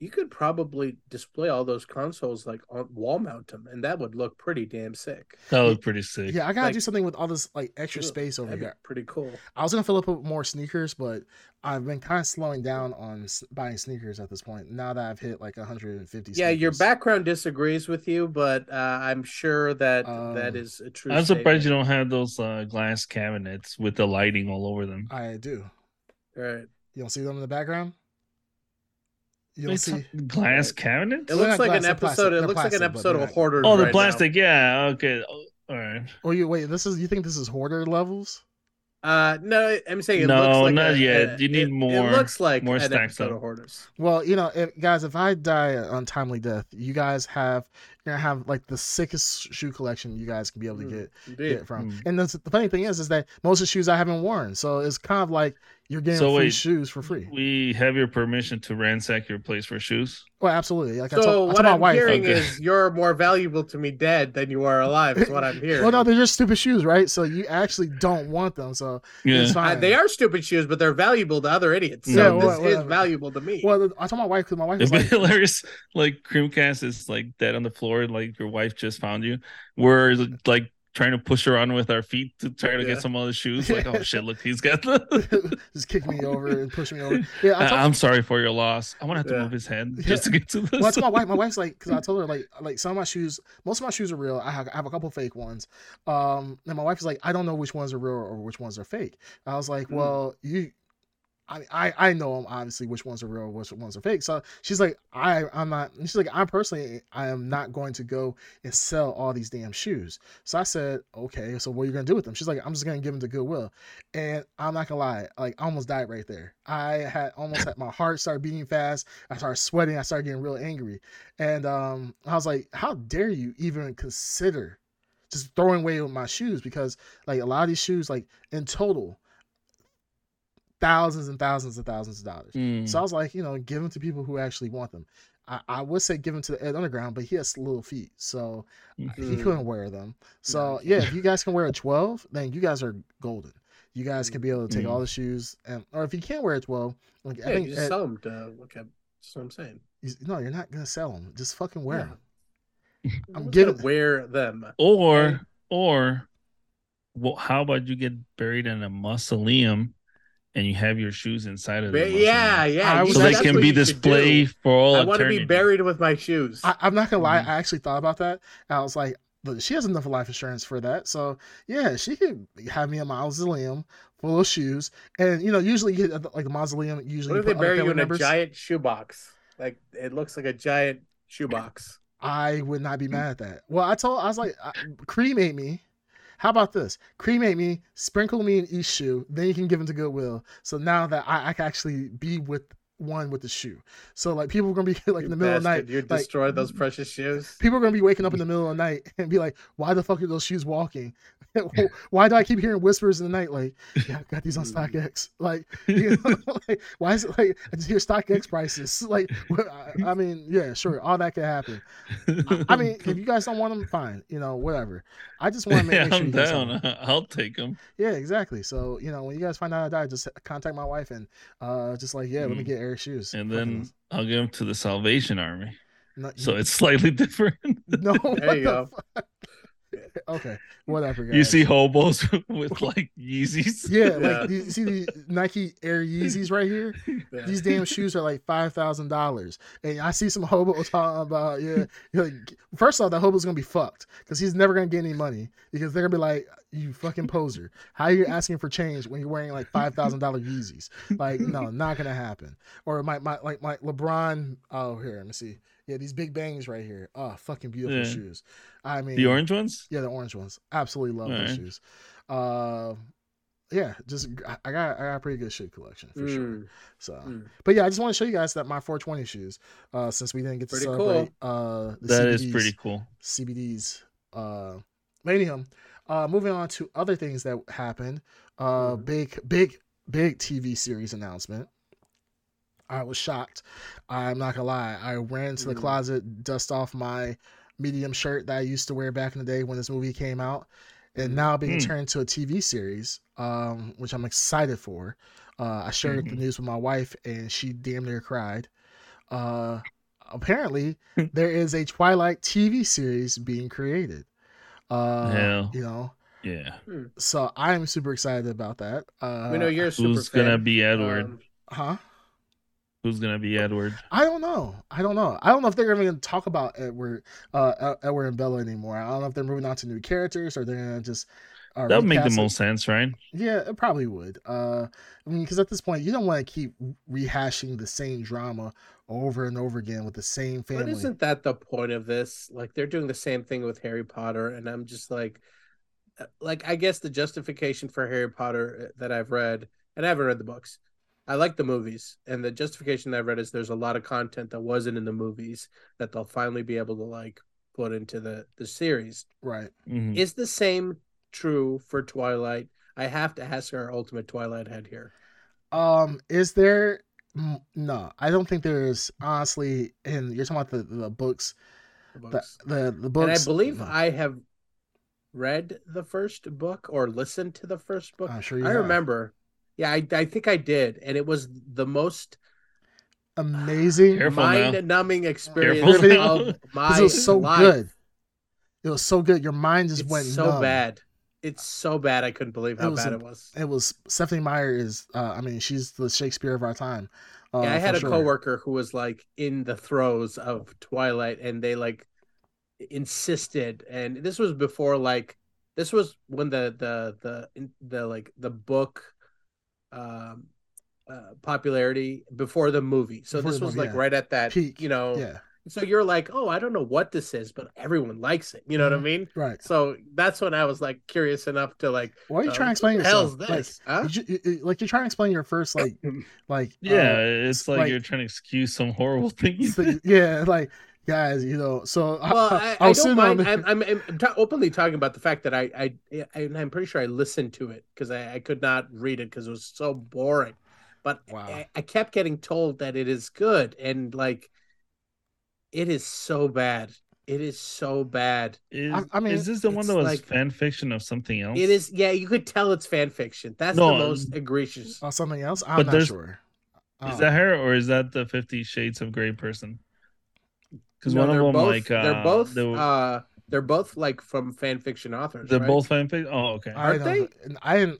Speaker 5: You could probably display all those consoles like on wall mount them, and that would look pretty damn sick.
Speaker 3: That was pretty sick.
Speaker 4: yeah, I gotta
Speaker 5: like-
Speaker 4: do something with all this like extra
Speaker 5: Sure.
Speaker 4: space over
Speaker 5: That'd be
Speaker 4: here.
Speaker 5: pretty cool.
Speaker 4: I was gonna fill up with more sneakers, but I've been kind of slowing down on s- buying sneakers at this point. Now that I've hit like 150.
Speaker 5: Yeah, your
Speaker 4: sneakers.
Speaker 5: background disagrees with you, but uh, I'm sure that that
Speaker 4: Um,
Speaker 5: is a true.
Speaker 3: I'm surprised you
Speaker 5: statement.
Speaker 3: don't have those uh, glass cabinets with the lighting all over them.
Speaker 4: I do.
Speaker 5: Right.
Speaker 4: You don't see them in the background. You don't
Speaker 3: It's
Speaker 4: see.
Speaker 3: glass cabinets?
Speaker 5: It
Speaker 4: They're
Speaker 5: looks
Speaker 4: not
Speaker 5: like
Speaker 4: glass,
Speaker 5: an
Speaker 4: they're plastic.
Speaker 5: episode. It
Speaker 4: They're
Speaker 5: looks like
Speaker 4: plastic,
Speaker 5: an
Speaker 4: but
Speaker 5: episode
Speaker 4: they're
Speaker 5: of
Speaker 4: not-
Speaker 5: Hoarders.
Speaker 3: Oh, the
Speaker 5: right now.
Speaker 3: plastic. Yeah. Okay. Oh, All right.
Speaker 4: Oh, you wait. This is you think this is hoarder levels?
Speaker 5: Uh, no, I'm saying it
Speaker 3: No,
Speaker 5: looks like
Speaker 3: not
Speaker 5: a-
Speaker 3: yet.
Speaker 5: a-
Speaker 3: You need
Speaker 5: it-
Speaker 3: more-
Speaker 5: It looks like
Speaker 3: more
Speaker 5: an
Speaker 3: stacked
Speaker 5: episode
Speaker 3: up.
Speaker 5: of Hoarders.
Speaker 4: Well, you know, if, guys, if I die an untimely death, you guys have you're gonna have like the sickest shoe collection you guys can be able to
Speaker 5: Mm.
Speaker 4: get
Speaker 5: Indeed.
Speaker 4: get from.
Speaker 3: Mm.
Speaker 4: And the, the funny thing is, is that most of the shoes I haven't worn, so it's kind of like you're getting
Speaker 3: So
Speaker 4: free
Speaker 3: wait,
Speaker 4: shoes for free.
Speaker 3: We have your permission to ransack your place for shoes.
Speaker 4: Well, absolutely. Like I
Speaker 5: So
Speaker 4: told, I told
Speaker 5: what
Speaker 4: my
Speaker 5: I'm
Speaker 4: wife.
Speaker 5: hearing
Speaker 3: Okay.
Speaker 5: is you're more valuable to me dead than you are alive. Is what I'm hearing.
Speaker 4: well, no, they're just stupid shoes, right? So you actually don't want them. So
Speaker 3: Yeah.
Speaker 4: it's
Speaker 5: I-
Speaker 4: fine.
Speaker 5: Uh, they are stupid shoes, but they're valuable to other idiots. So
Speaker 3: Yeah,
Speaker 5: this
Speaker 4: wha-
Speaker 5: is
Speaker 4: whatever.
Speaker 5: valuable to me.
Speaker 4: Well, I told my wife because my wife
Speaker 3: It'd
Speaker 4: was
Speaker 3: be
Speaker 4: like,
Speaker 3: hilarious. Like Creamcast is like dead on the floor, like your wife just found you. We're like trying to push her on with our feet to try to
Speaker 5: Yeah.
Speaker 3: get some other shoes. Like, oh shit, look, he's got the.
Speaker 4: just kick me over and push me over. Yeah,
Speaker 5: Uh,
Speaker 4: I told,
Speaker 3: I- am sorry for your loss. I'm gonna have to
Speaker 5: Yeah.
Speaker 3: move his head
Speaker 4: Yeah.
Speaker 3: just to get to this.
Speaker 4: well, that's my wife. My wife's like, because I told her like, like some of my shoes, most of my shoes are real. I have, I have a couple fake ones. Um, and my wife is like, I don't know which ones are real or which ones are fake. I was like,
Speaker 5: Hmm.
Speaker 4: well, you, I, I, I know 'em, obviously which ones are real, which ones are fake. So she's like, I, I'm not. She's like, I personally, I am not going to go and sell all these damn shoes. So I said, okay, so what are you gonna do with them? She's like, I'm just gonna give them to Goodwill. And I'm not gonna lie, like I almost died right there. I had almost had my heart started beating fast. I started sweating. I started getting real angry. And um, I was like, how dare you even consider just throwing away my shoes? Because like a lot of these shoes, like in total, thousands and thousands and thousands of dollars.
Speaker 3: Mm.
Speaker 4: So I was like, you know, give them to people who actually want them. I, I would say give them to the Ed Underground, but he has little feet, so uh, he
Speaker 5: Mm.
Speaker 4: couldn't wear them. So
Speaker 5: No, he
Speaker 4: yeah, if you guys can wear a twelve, then you guys are golden. You guys can be able to take
Speaker 3: Mm.
Speaker 4: all the shoes, and or if you can't wear a twelve, like
Speaker 5: yeah,
Speaker 4: I think
Speaker 5: you just
Speaker 4: Ed-
Speaker 5: sell them to. Okay, that's what I'm saying.
Speaker 4: you- no, you're not gonna sell them. Just fucking wear
Speaker 5: Yeah.
Speaker 4: them.
Speaker 5: I'm
Speaker 4: giving-
Speaker 5: gonna wear them.
Speaker 3: or or well, how about you get buried in a mausoleum and you have your shoes inside of
Speaker 5: Ba-
Speaker 3: them. or
Speaker 5: yeah,
Speaker 3: something.
Speaker 5: yeah.
Speaker 4: I
Speaker 5: you-
Speaker 4: was-
Speaker 3: so they
Speaker 5: that's
Speaker 3: can
Speaker 5: what
Speaker 3: be
Speaker 5: you should
Speaker 3: displayed
Speaker 5: do.
Speaker 3: for all
Speaker 5: I want to
Speaker 3: eternity.
Speaker 5: be buried with my shoes.
Speaker 4: I, I'm not gonna lie.
Speaker 5: Mm-hmm.
Speaker 3: Mhm.
Speaker 4: I actually thought about that. And I was like, look, she has enough life insurance for that. So yeah, she could have me in my mausoleum full of shoes. And you know, usually you get like a mausoleum. Usually,
Speaker 5: what if
Speaker 4: you
Speaker 5: they
Speaker 4: put other
Speaker 5: bury you
Speaker 4: family
Speaker 5: in
Speaker 4: members.
Speaker 5: a giant shoebox? Like it looks like a giant shoebox.
Speaker 4: I would not be mad at that. Well, I told I was like, I- cremate me. How about this? Cremate me, sprinkle me in each shoe, then you can give them to Goodwill. So now that I, I can actually be with one with the shoe. So like people are gonna be like in the
Speaker 5: You
Speaker 4: middle of the night.
Speaker 5: bastard, You
Speaker 4: like-
Speaker 5: destroyed those precious shoes.
Speaker 4: people are gonna be waking up in the middle of the night and be like, "Why the fuck are those shoes walking? Why do I keep hearing whispers in the night? Like, yeah, I got these on StockX. Like, you know, like, why is it like I just hear StockX prices? Like, what- I, I mean, yeah, sure, all that could happen. I, I mean, if you guys don't want them, fine. You know, whatever. I just want to make,
Speaker 3: yeah,
Speaker 4: make sure
Speaker 3: I'm
Speaker 4: you get something.
Speaker 3: down. I'll take them.
Speaker 4: Yeah, exactly. So you know, when you guys find out I died, just contact my wife and uh, just like, yeah, let me
Speaker 3: Mhm.
Speaker 4: get Eric's shoes.
Speaker 3: And
Speaker 4: Fuck
Speaker 3: then
Speaker 4: it.
Speaker 3: I'll give them to the Salvation Army.
Speaker 4: no,
Speaker 3: So it's slightly different.
Speaker 4: no, what
Speaker 5: There you
Speaker 4: the
Speaker 5: go.
Speaker 4: fuck? Okay, whatever. Guys.
Speaker 3: You see hobos with like Yeezys.
Speaker 4: Yeah,
Speaker 5: Yeah.
Speaker 4: like you see these Nike Air Yeezys right here.
Speaker 5: Yeah.
Speaker 4: These damn shoes are like five thousand dollars, and I see some hobo talking about yeah. you're like, first off, that hobo's gonna be fucked because he's never gonna get any money because they're gonna be like, "You fucking poser! How are you asking for change when you're wearing like five thousand dollar Yeezys? Like, no, not gonna happen." Or my my like my LeBron. Oh, here, let me see. Yeah, these big bangs right here. Oh, fucking beautiful
Speaker 3: Yeah.
Speaker 4: shoes. I mean,
Speaker 3: The orange ones?
Speaker 4: yeah, the orange ones. Absolutely love those
Speaker 3: Alright.
Speaker 4: shoes. Uh, yeah, just I- I got I got a pretty good shoe collection for sure.
Speaker 5: Mm.
Speaker 4: So,
Speaker 5: Mm.
Speaker 4: but yeah, I just want to show you guys that my 420 shoes. Uh, since we didn't get to
Speaker 5: Pretty
Speaker 4: celebrate uh the
Speaker 3: That
Speaker 4: CBDs,
Speaker 3: is pretty cool.
Speaker 4: CBDs. Uh, but anyhow, uh, moving on to other things that happened. Uh,
Speaker 5: Mhm.
Speaker 4: big big big TV series announcement. I was shocked. I'm not gonna lie. I ran into the
Speaker 5: Mhm.
Speaker 4: closet, dust off my medium shirt that I used to wear back in the day when this movie came out, and
Speaker 5: Mhm.
Speaker 4: now being
Speaker 3: Hmm.
Speaker 4: turned to a TV series, um, which I'm excited for. Uh, I shared the
Speaker 3: Mhm.
Speaker 4: news with my wife, and she damn near cried. Uh, apparently,
Speaker 3: Hmm.
Speaker 4: there is a Twilight TV series being created. Uh,
Speaker 3: Hell.
Speaker 4: You know,
Speaker 3: Yeah.
Speaker 4: so I'm super excited about that. Uh,
Speaker 5: we know you're a super
Speaker 3: Who's gonna
Speaker 5: fan.
Speaker 3: be Edward?
Speaker 5: Um,
Speaker 4: huh?
Speaker 3: Who's gonna be
Speaker 4: uh,
Speaker 3: Edward?
Speaker 4: I don't know. I don't know. I don't know if they're even going to talk about Edward, uh, Ed- Edward and Bella anymore. I don't know if they're moving on to new characters or they're going to just. Uh,
Speaker 3: That would make the
Speaker 4: recast it.
Speaker 3: most sense, right?
Speaker 4: Yeah, it probably would. Uh, I mean, because at this point, you don't want to keep rehashing the same drama over and over again with the same
Speaker 5: But
Speaker 4: family.
Speaker 5: isn't that the point of this? Like they're doing the same thing with Harry Potter, and I'm just like, uh, like I guess the justification for Harry Potter uh, that I've read, and I haven't read the books. I like the movies, and the justification that I've read is there's a lot of content that wasn't in the movies that they'll finally be able to like put into the the series.
Speaker 4: Right.
Speaker 3: Mhm.
Speaker 5: Is the same true for Twilight? I have to ask our ultimate Twilight head here.
Speaker 4: Um, is there? mm, No, I don't think there's honestly. And you're talking about the the books,
Speaker 5: The
Speaker 4: the
Speaker 5: books.
Speaker 4: the, the books.
Speaker 5: And I believe
Speaker 4: no,
Speaker 5: I have read the first book or listened to the first book.
Speaker 4: I'm Ah, sure you
Speaker 5: I
Speaker 4: have.
Speaker 5: remember. Yeah, I, I think I did, and it was the most
Speaker 4: amazing.
Speaker 3: Careful now.
Speaker 5: mind-numbing experience
Speaker 3: Careful now.
Speaker 5: of my
Speaker 4: This was so
Speaker 5: life.
Speaker 4: good. It was so good. Your mind just
Speaker 5: It's
Speaker 4: went
Speaker 5: so
Speaker 4: numb.
Speaker 5: bad. It's so bad. I couldn't believe
Speaker 4: It
Speaker 5: how
Speaker 4: was
Speaker 5: bad
Speaker 4: a-
Speaker 5: it was.
Speaker 4: It was Stephanie Meyer is. Uh, I mean, she's the Shakespeare of our time. Uh,
Speaker 5: yeah, I had
Speaker 4: for
Speaker 5: a
Speaker 4: sure.
Speaker 5: coworker who was like in the throes of Twilight, and they like insisted. And this was before like this was when the the the the like the book um uh, popularity before the movie. So
Speaker 4: Before
Speaker 5: this
Speaker 4: the
Speaker 5: was
Speaker 4: movie,
Speaker 5: like
Speaker 4: yeah.
Speaker 5: right at that
Speaker 4: Peak,
Speaker 5: you know.
Speaker 4: Yeah,
Speaker 5: So you're like, oh, I don't know what this is, but everyone likes it. You know what
Speaker 4: Mhm.
Speaker 5: I mean?
Speaker 4: right.
Speaker 5: So that's when I was like curious enough to like,
Speaker 4: Why are you
Speaker 5: uh,
Speaker 4: trying to explain
Speaker 5: what the
Speaker 4: yourself?
Speaker 5: hell's this? Huh?
Speaker 4: Like, you, ju- you- you- like you're trying to explain your first like like uh,
Speaker 3: yeah, it's like,
Speaker 4: like-
Speaker 3: you're trying to excuse some horrible thing. you
Speaker 4: so-
Speaker 3: did.
Speaker 4: yeah, like guys, you know. So
Speaker 5: well, I, I,
Speaker 4: was sitting
Speaker 5: don't
Speaker 4: on
Speaker 5: mind.
Speaker 4: the-
Speaker 5: I'm, I'm, I'm ta- openly talking about the fact that I, I, I and I'm pretty sure I listened to it because I, I could not read it because it was so boring. But
Speaker 4: Wow.
Speaker 5: I, I kept getting told that it is good, and like, it is so bad. It is so bad.
Speaker 3: Is,
Speaker 4: I mean,
Speaker 3: is this the one
Speaker 5: it's
Speaker 3: that was
Speaker 5: like-
Speaker 3: fan fiction of something else?
Speaker 5: It is. Yeah, you could tell it's fan fiction. That's
Speaker 3: No, uh,
Speaker 5: the most egregious.
Speaker 4: on Uh, something else. I'm
Speaker 3: But
Speaker 4: not
Speaker 3: there's-
Speaker 4: sure.
Speaker 3: Is
Speaker 5: Oh.
Speaker 4: Um,
Speaker 3: that her or is that the Fifty Shades of Grey person? Because
Speaker 5: No,
Speaker 3: one of
Speaker 5: they're
Speaker 3: them,
Speaker 5: both,
Speaker 3: like, uh,
Speaker 5: they're both,
Speaker 3: they were-
Speaker 5: uh, they're both like from fan fiction authors.
Speaker 3: they're
Speaker 5: right?
Speaker 3: both fan fiction. Oh, okay.
Speaker 4: I
Speaker 5: aren't
Speaker 4: don't- I didn't.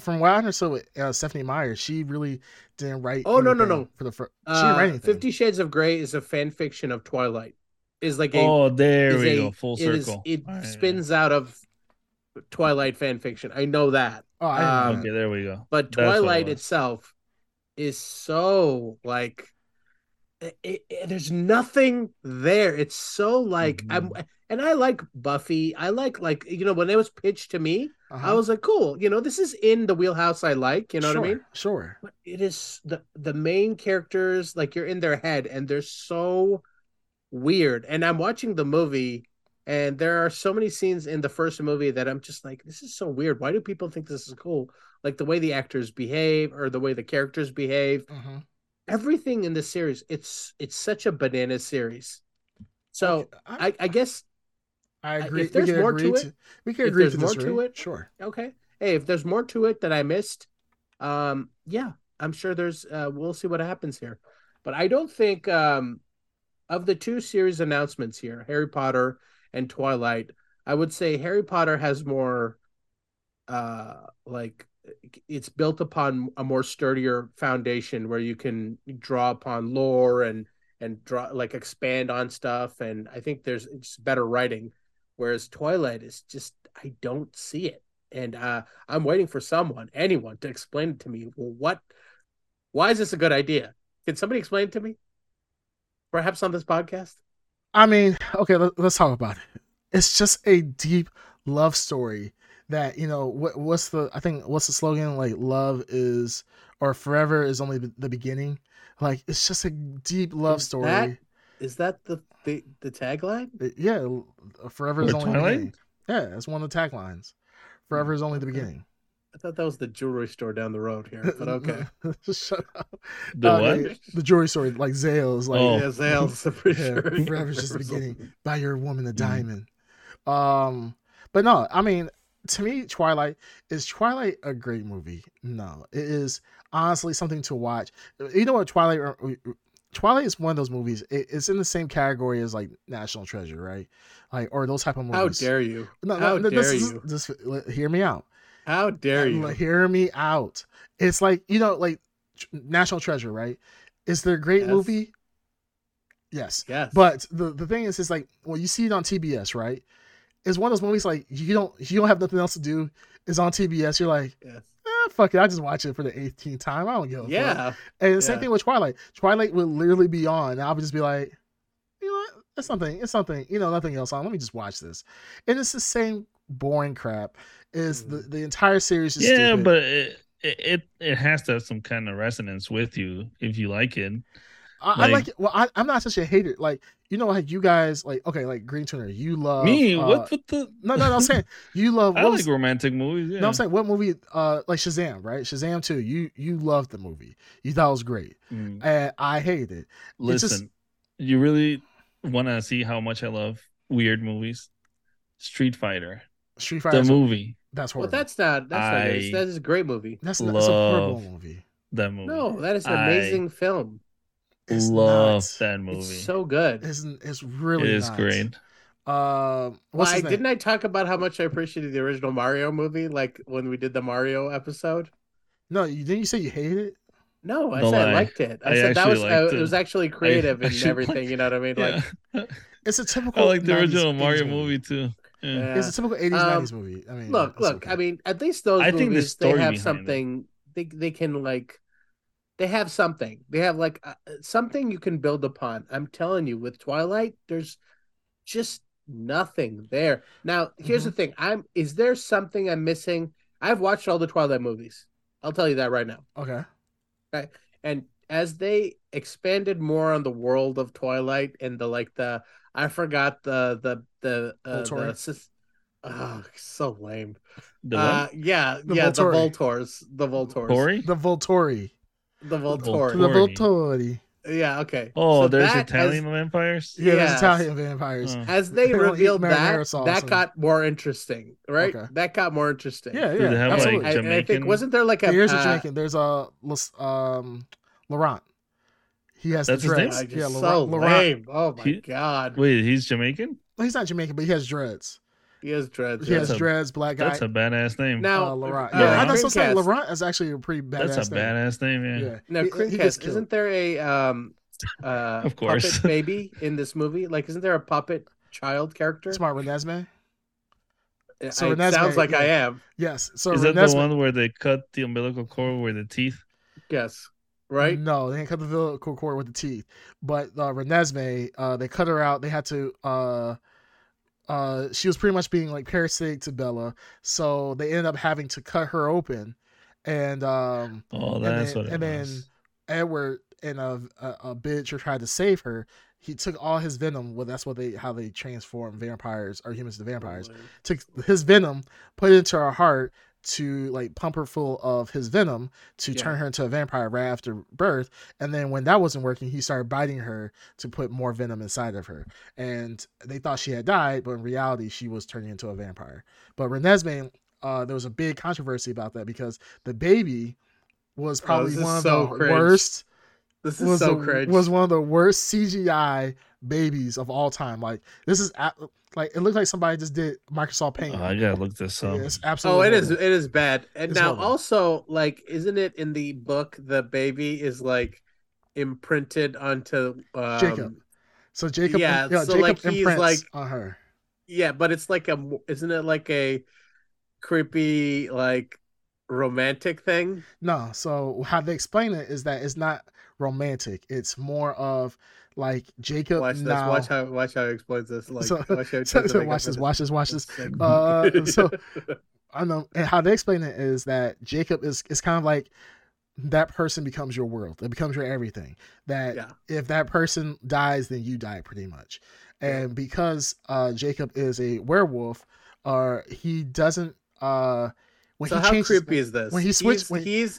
Speaker 4: from what I understood with uh, Stephanie Meyer, she really didn't write.
Speaker 5: Oh, no, no,
Speaker 4: anything
Speaker 5: no.
Speaker 4: For the first, she didn't write
Speaker 5: Uh,
Speaker 4: anything.
Speaker 5: Fifty Shades of Grey is a fan fiction of Twilight. Is like a
Speaker 3: oh, there
Speaker 5: is
Speaker 3: we
Speaker 5: a-
Speaker 3: go. Full
Speaker 5: it is-
Speaker 3: circle.
Speaker 5: it
Speaker 3: All right.
Speaker 5: spins out of Twilight fan fiction. I know that,
Speaker 4: Oh, I didn't know
Speaker 5: um,
Speaker 4: that.
Speaker 3: Okay, there we go.
Speaker 5: but
Speaker 3: That's what it
Speaker 5: Twilight
Speaker 3: was.
Speaker 5: itself is so like it, it- there's nothing there. It's so like
Speaker 3: Mm-hmm.
Speaker 5: I'm, and I like Buffy. I like like you know when it was pitched to me, I
Speaker 4: Uh-huh.
Speaker 5: was like, cool. You know, this is in the wheelhouse I like. You know
Speaker 4: sure,
Speaker 5: what I mean?
Speaker 4: Sure.
Speaker 5: But it is the the main characters like you're in their head and they're so weird and i'm watching the movie and there are so many scenes in the first movie that i'm just like this is so weird why do people think this is cool like the way the actors behave or the way the characters behave
Speaker 4: Uh-huh.
Speaker 5: everything in the series it's it's such a banana series so
Speaker 4: Okay, I,
Speaker 5: I, I guess
Speaker 4: I agree.
Speaker 5: if there's
Speaker 4: we can
Speaker 5: more
Speaker 4: agree
Speaker 5: to it-
Speaker 4: we can
Speaker 5: if
Speaker 4: agree
Speaker 5: there's
Speaker 4: to this.
Speaker 5: more to
Speaker 4: right?
Speaker 5: it-
Speaker 4: Sure.
Speaker 5: okay hey if there's more to it that i missed um yeah i'm sure there's uh we'll see what happens here but i don't think um of the two series announcements here harry potter and twilight i would say harry potter has more uh like it's built upon a more sturdier foundation where you can draw upon lore and and draw like expand on stuff and i think there's just better writing whereas twilight is just i don't see it and uh, I'm waiting for someone, anyone, to explain it to me. Well, what? Why is this a good idea? Can somebody explain it to me? Perhaps on this podcast.
Speaker 4: I mean, okay, let, us talk about it. It's just a deep love story that you know what what's the I think what's the slogan like love is or forever is only the- the beginning. Like it's just a deep love
Speaker 5: Is
Speaker 4: story.
Speaker 5: that- Is that the the, the tagline?
Speaker 4: Uh, yeah, l- forever is
Speaker 3: Or
Speaker 4: only
Speaker 3: Twilight?
Speaker 4: the beginning. Yeah, that's one of the taglines. Forever is only the
Speaker 5: okay.
Speaker 4: beginning.
Speaker 5: I thought that was the jewelry store down the road here, but okay.
Speaker 4: Shut up.
Speaker 3: The
Speaker 4: Uh,
Speaker 3: what?
Speaker 4: The, the jewelry story, like Zales, like
Speaker 3: Oh.
Speaker 5: Yeah, Zales, I'm pretty
Speaker 4: Yeah,
Speaker 5: sure.
Speaker 4: forever is just the beginning. Buy your woman a
Speaker 5: Mm-hmm.
Speaker 3: Mhm.
Speaker 4: diamond. Um, but no, I mean, to me, Twilight is Twilight a great movie? No, it is honestly something to watch. You know what, Twilight. uh, Twilight is one of those movies. It, it's in the same category as like National Treasure, right? Like or those type of movies.
Speaker 5: How dare you?
Speaker 4: No,
Speaker 5: How
Speaker 4: this
Speaker 5: dare
Speaker 4: is-
Speaker 5: you.
Speaker 4: Just l- hear me out.
Speaker 5: How dare
Speaker 4: L-
Speaker 5: you?
Speaker 4: Hear me out. It's like you know, like tr- National Treasure, right? Is there a great
Speaker 5: Yes.
Speaker 4: movie? Yes.
Speaker 5: Yes.
Speaker 4: But the, the thing is, is like well, you see it on TBS, right? It's one of those movies like you don't you don't have nothing else to do. It's on TBS. You're like,
Speaker 5: Yes.
Speaker 4: eh, fuck it, I just watch it for the 18th time. I don't give a fuck.
Speaker 5: yeah.
Speaker 4: And the same
Speaker 5: yeah.
Speaker 4: thing with Twilight. Twilight would literally be on, and I would just be like, you know, what? it's something, it's something, you know, nothing else on. Let me just watch this. And it's the same boring crap. Is
Speaker 5: Mm.
Speaker 4: the the entire series? Is
Speaker 3: Yeah,
Speaker 4: stupid.
Speaker 3: but it, it it it has to have some kind of resonance with you if you like it.
Speaker 4: I, I
Speaker 3: like-
Speaker 4: like it. Well, I, I'm not such a hater. Like you know, like you guys, like okay, like Green Tuner, you love
Speaker 3: Me,
Speaker 4: uh,
Speaker 3: what what the?
Speaker 4: No, no, no. I'm saying you love.
Speaker 3: I
Speaker 4: what
Speaker 3: like
Speaker 4: was-
Speaker 3: romantic movies. Yeah.
Speaker 4: No, I'm saying what movie? Uh, like Shazam, right? Shazam two. You you loved the movie. You thought it was great.
Speaker 3: Mm.
Speaker 4: And I hated it. it's
Speaker 3: Listen,
Speaker 4: just-
Speaker 3: you really want to see how much I love weird movies? Street Fighter,
Speaker 4: Street
Speaker 3: the
Speaker 4: Fighter.
Speaker 3: movie,
Speaker 4: That's
Speaker 5: Well,
Speaker 4: horrible.
Speaker 5: that's not. That's not. good.
Speaker 3: I-
Speaker 5: That is a great movie.
Speaker 4: that's, not, that's a horrible
Speaker 3: love
Speaker 4: movie.
Speaker 3: that movie.
Speaker 5: No, that is an
Speaker 3: I
Speaker 5: amazing film.
Speaker 4: It's
Speaker 3: love
Speaker 4: not.
Speaker 3: that movie.
Speaker 5: It's so good.
Speaker 4: It's, it's really.
Speaker 3: it is
Speaker 4: not.
Speaker 3: great.
Speaker 4: Um,
Speaker 5: Well,
Speaker 4: what's
Speaker 5: I-
Speaker 4: his name?
Speaker 5: didn't I talk about how much I appreciated the original Mario movie, like when we did the Mario episode?
Speaker 4: No, you didn't. You say you hated it.
Speaker 5: No, I
Speaker 3: No
Speaker 5: said I
Speaker 3: lie.
Speaker 5: liked it. I,
Speaker 3: I
Speaker 5: said that
Speaker 3: actually
Speaker 5: was uh,
Speaker 3: liked
Speaker 5: it was
Speaker 3: it.
Speaker 5: actually creative
Speaker 3: I
Speaker 5: and
Speaker 3: actually
Speaker 5: everything.
Speaker 3: liked-
Speaker 5: you know what I mean?
Speaker 3: Yeah.
Speaker 5: Like,
Speaker 4: It's a
Speaker 3: I
Speaker 4: typical.
Speaker 3: like the
Speaker 4: 90s,
Speaker 3: original
Speaker 4: 80s
Speaker 3: Mario movie too. Yeah.
Speaker 5: yeah.
Speaker 4: It's a typical 80s
Speaker 5: Um,
Speaker 4: 90s movie. I mean,
Speaker 5: look,
Speaker 4: it's
Speaker 5: look.
Speaker 4: okay.
Speaker 5: I mean, at least those
Speaker 3: I think the
Speaker 5: movies they
Speaker 3: story
Speaker 5: have
Speaker 3: behind it.
Speaker 5: something. They they can like, they have something. They have like uh, something you can build upon. I'm telling you, with Twilight, there's just nothing there. Now, here's
Speaker 3: Mm-hmm.
Speaker 5: the thing. I'm is there something I'm missing? I've watched all the Twilight movies. I'll tell you that right now.
Speaker 4: okay.
Speaker 5: and as they expanded more on the world of Twilight and the like the I forgot the the the uh,
Speaker 4: Volturi?
Speaker 5: the sis- oh so lame
Speaker 3: The
Speaker 5: uh, yeah
Speaker 4: The
Speaker 5: yeah
Speaker 4: Volturi.
Speaker 5: the Voltors the Voltors
Speaker 3: what? Tori?
Speaker 4: The Volturi.
Speaker 5: the
Speaker 4: The
Speaker 5: Voltors
Speaker 3: Volturi.
Speaker 4: Volturi.
Speaker 5: yeah okay
Speaker 3: Oh,
Speaker 5: So
Speaker 3: there's
Speaker 5: that
Speaker 3: Italian vampires.
Speaker 4: Yeah, there's
Speaker 5: Yes.
Speaker 4: Italian vampires.
Speaker 3: Oh.
Speaker 5: as, as they
Speaker 4: They don't eat
Speaker 5: revealed
Speaker 4: marinara
Speaker 5: that
Speaker 4: sauce
Speaker 5: that
Speaker 4: and-
Speaker 5: got more interesting right
Speaker 4: Okay.
Speaker 5: that got more interesting
Speaker 4: Yeah,
Speaker 3: Do
Speaker 4: yeah,
Speaker 3: they have
Speaker 4: absolutely.
Speaker 5: I,
Speaker 3: like
Speaker 5: and I think
Speaker 3: Jamaican?
Speaker 5: wasn't there like a
Speaker 4: Here's a
Speaker 5: uh,
Speaker 4: Jamaican. There's a Las- um Laurent. He has
Speaker 3: That's
Speaker 4: the
Speaker 3: his name?
Speaker 4: dreads.
Speaker 5: I
Speaker 4: Yeah,
Speaker 5: just
Speaker 4: Laurent.
Speaker 5: so
Speaker 4: Laurent.
Speaker 5: lame oh my
Speaker 3: He-
Speaker 5: god
Speaker 3: Wait, he's Jamaican?
Speaker 4: Well, He's not Jamaican, but he has dreads.
Speaker 5: He has dreads.
Speaker 4: He
Speaker 5: right?
Speaker 4: has
Speaker 3: a-
Speaker 4: dreads, black guy.
Speaker 3: That's a badass name.
Speaker 5: now,
Speaker 4: uh, Laurent.
Speaker 5: uh,
Speaker 4: yeah, I know. So
Speaker 5: Dreamcast.
Speaker 4: saying Laurent is actually a pretty badass.
Speaker 3: That's a
Speaker 4: name.
Speaker 3: badass name. Yeah.
Speaker 4: Yeah.
Speaker 5: Now,
Speaker 4: He- he gets
Speaker 5: Creamcast,
Speaker 4: killed.
Speaker 5: isn't there a um uh
Speaker 3: Of course.
Speaker 5: puppet baby in this movie? Like, isn't there a puppet child character?
Speaker 4: Smart Renesmee.
Speaker 5: It-
Speaker 4: so
Speaker 5: it
Speaker 4: Renesmee,
Speaker 5: sounds like I
Speaker 4: yeah.
Speaker 5: am.
Speaker 4: Yes. So
Speaker 3: Is that
Speaker 4: Renesmee-
Speaker 3: the one where they cut the umbilical cord with the teeth?
Speaker 5: Yes, right.
Speaker 4: No, they didn't cut the umbilical cord with the teeth. But uh, Renesmee, uh, they cut her out. They had to. Uh, uh, she was pretty much being like parasitic to Bella, so they ended up having to cut her open, and um,
Speaker 3: Oh,
Speaker 4: And
Speaker 3: that's
Speaker 4: then-
Speaker 3: what it
Speaker 4: and then-
Speaker 3: was.
Speaker 4: Edward and a, a, a bitch who tried to save her. He took all his venom. Well, that's what they how they transform vampires or humans to vampires. Took his venom, put it into her heart to like pump her full of his venom to
Speaker 5: Yeah.
Speaker 4: turn her into a vampire right after birth. And then when that wasn't working, he started biting her to put more venom inside of her. And they thought she had died, but in reality, she was turning into a vampire. But Renesmee, uh, there was a big controversy about that because the baby was probably
Speaker 5: Oh, this is
Speaker 4: one of
Speaker 5: so
Speaker 4: the
Speaker 5: cringe.
Speaker 4: worst
Speaker 5: This is
Speaker 4: was
Speaker 5: so
Speaker 4: the-
Speaker 5: cringe.
Speaker 4: was one of the worst CGI babies of all time. Like this is a- like it looked like somebody just did Microsoft Paint.
Speaker 3: Oh, I gotta look this up.
Speaker 4: it's absolutely.
Speaker 5: Oh, it is. It
Speaker 4: horrible.
Speaker 5: is bad. And
Speaker 4: It's
Speaker 5: now
Speaker 4: horrible.
Speaker 5: also, like, isn't it in the book the baby is like imprinted onto um,
Speaker 4: Jacob. So Jacob,
Speaker 5: yeah,
Speaker 4: yeah,
Speaker 5: so,
Speaker 4: Jacob
Speaker 5: like, he's,
Speaker 4: imprints
Speaker 5: like-
Speaker 4: on her.
Speaker 5: Yeah, but it's like a. mo- Isn't it like a creepy like romantic thing?
Speaker 4: No, so how they explain it is that it's not romantic. It's more of like Jacob
Speaker 5: Watch this.
Speaker 4: now.
Speaker 5: Watch how. Watch how he explains this. Like.
Speaker 4: Uh, So-
Speaker 5: watch how he
Speaker 4: so-
Speaker 5: tries to
Speaker 4: so
Speaker 5: make
Speaker 4: watch
Speaker 5: up
Speaker 4: this.
Speaker 5: for
Speaker 4: Watch this. Watch this.
Speaker 5: It's like-
Speaker 4: Uh, so I know and how they explain it is that Jacob is is kind of like that person becomes your world. It becomes your everything. That
Speaker 5: Yeah.
Speaker 4: if that person dies, then you die pretty much. And because uh Jacob is a werewolf, uh he doesn't uh when
Speaker 5: so
Speaker 4: he
Speaker 5: how
Speaker 4: changes,
Speaker 5: creepy is this?
Speaker 4: when he switched-
Speaker 5: switches,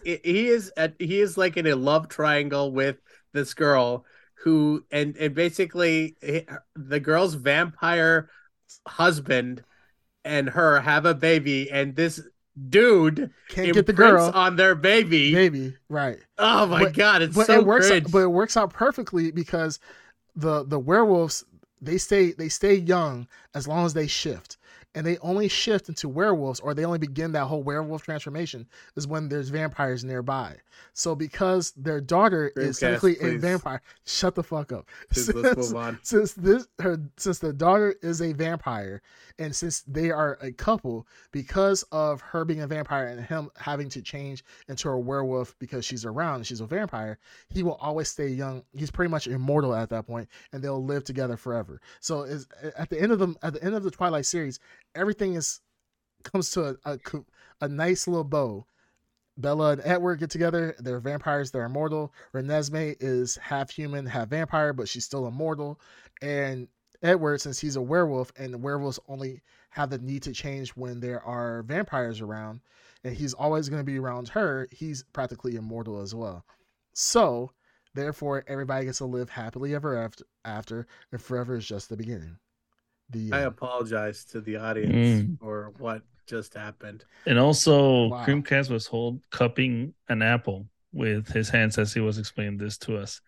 Speaker 4: when-
Speaker 5: he's he is at he is like in a love triangle with this girl who and and basically he- the girl's vampire husband and her have a baby and this dude
Speaker 4: can't get the
Speaker 5: imprints
Speaker 4: girl
Speaker 5: on their baby.
Speaker 4: baby, right.
Speaker 5: oh my
Speaker 4: But-
Speaker 5: god, it's
Speaker 4: but
Speaker 5: so
Speaker 4: it works
Speaker 5: cringe.
Speaker 4: out, but it works out perfectly because the the werewolves they stay they stay young as long as they shift and they only shift into werewolves or they only begin that whole werewolf transformation is when there's vampires nearby so because their daughter is
Speaker 5: Dreamcast,
Speaker 4: technically a
Speaker 5: please.
Speaker 4: vampire shut the fuck up
Speaker 5: Dude, let's move on.
Speaker 4: since this her since the daughter is a vampire and since they are a couple because of her being a vampire and him having to change into a werewolf because she's around and she's a vampire he will always stay young he's pretty much immortal at that point and they'll live together forever so is at the end of the at the end of the twilight series everything is comes to a, a, co- a nice little bow Bella and Edward get together. They're vampires. They're immortal. Renesmee is half human, half vampire, but she's still immortal. And Edward, since he's a werewolf, and the werewolves only have the need to change when there are vampires around, and he's always going to be around her, he's practically immortal as well. So, therefore, everybody gets to live happily ever after, after and forever is just the beginning. The uh,
Speaker 5: I
Speaker 4: end.
Speaker 5: apologize to the audience
Speaker 3: Mm.
Speaker 5: for what just happened.
Speaker 3: And also,
Speaker 4: Wow.
Speaker 3: Creamcast was hold cupping an apple with his hands as he was explaining this to us.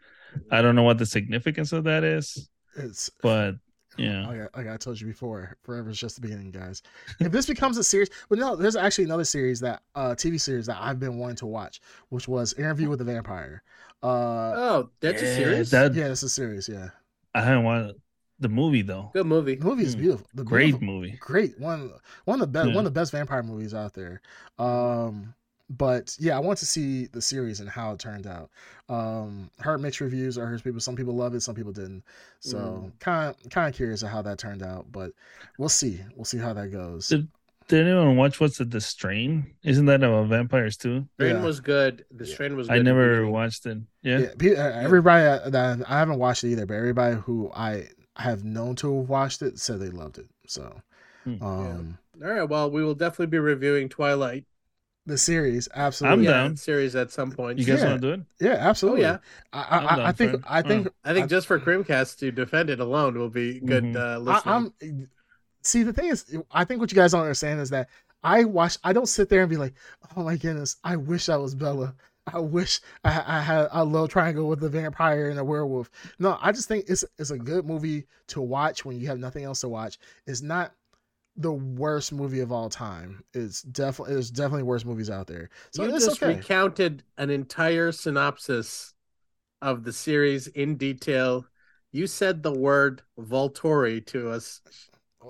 Speaker 3: I don't know what the significance of that is,
Speaker 4: it's
Speaker 3: but yeah,
Speaker 4: Like I, like I told you before, forever is just the beginning, guys. if this becomes a series, but no, there's actually another series that uh TV series that I've been wanting to watch, which was Interview with the Vampire. Uh
Speaker 5: Oh, that's
Speaker 3: Yeah,
Speaker 5: a serious
Speaker 3: That
Speaker 4: yeah, it's a series, yeah.
Speaker 3: I haven't watched the movie though.
Speaker 5: good movie.
Speaker 4: The movie is
Speaker 3: Hmm.
Speaker 4: beautiful. The
Speaker 3: Great
Speaker 4: beautiful-
Speaker 3: movie.
Speaker 4: great one one of the best
Speaker 3: Yeah.
Speaker 4: one of the best vampire movies out there. Um but yeah, I want to see the series and how it turned out. Um heard mixed reviews, I heard people some people love it, some people didn't. So
Speaker 3: Mm.
Speaker 4: kind of kind of curious of how that turned out, but we'll see. We'll see how that goes.
Speaker 3: Did- Did anyone watch what's it, The Strain? Isn't that about vampires too?
Speaker 5: Strain
Speaker 4: Yeah.
Speaker 5: was good. The
Speaker 4: Yeah.
Speaker 5: strain was. Good
Speaker 3: I
Speaker 5: in the
Speaker 3: never
Speaker 5: beginning.
Speaker 3: watched it. Yeah.
Speaker 4: Yeah, pe- uh, everybody uh, that I haven't watched it either, but everybody who I have known to have watched it said they loved it. So,
Speaker 3: Hmm. Yeah.
Speaker 4: um,
Speaker 5: All right. Well, we will definitely be reviewing Twilight
Speaker 4: the series, absolutely,
Speaker 5: yeah,
Speaker 3: down.
Speaker 5: series at some point. Oh,
Speaker 3: You guys
Speaker 4: Yeah.
Speaker 3: want to do it?
Speaker 4: yeah, absolutely.
Speaker 5: yeah.
Speaker 4: I, I,
Speaker 3: Oh, I'm Mm.
Speaker 4: I, I
Speaker 3: down
Speaker 4: think,
Speaker 3: for it.
Speaker 4: I think,
Speaker 5: I think
Speaker 4: I-
Speaker 5: just for Creamcast to defend it alone will be good
Speaker 3: Mhm.
Speaker 5: uh,
Speaker 4: I,
Speaker 5: listening.
Speaker 4: I'm. See, the thing is, I think what you guys don't understand is that I watch. I don't sit there and be like, "Oh my goodness, I wish I was Bella. I wish I, I had a love triangle with a vampire and a werewolf." No, I just think it's it's a good movie to watch when you have nothing else to watch. It's not the worst movie of all time. It's definitely there's definitely worse movies out there. So
Speaker 5: you
Speaker 4: it's
Speaker 5: just
Speaker 4: okay.
Speaker 5: recounted an entire synopsis of the series in detail. You said the word Volturi to us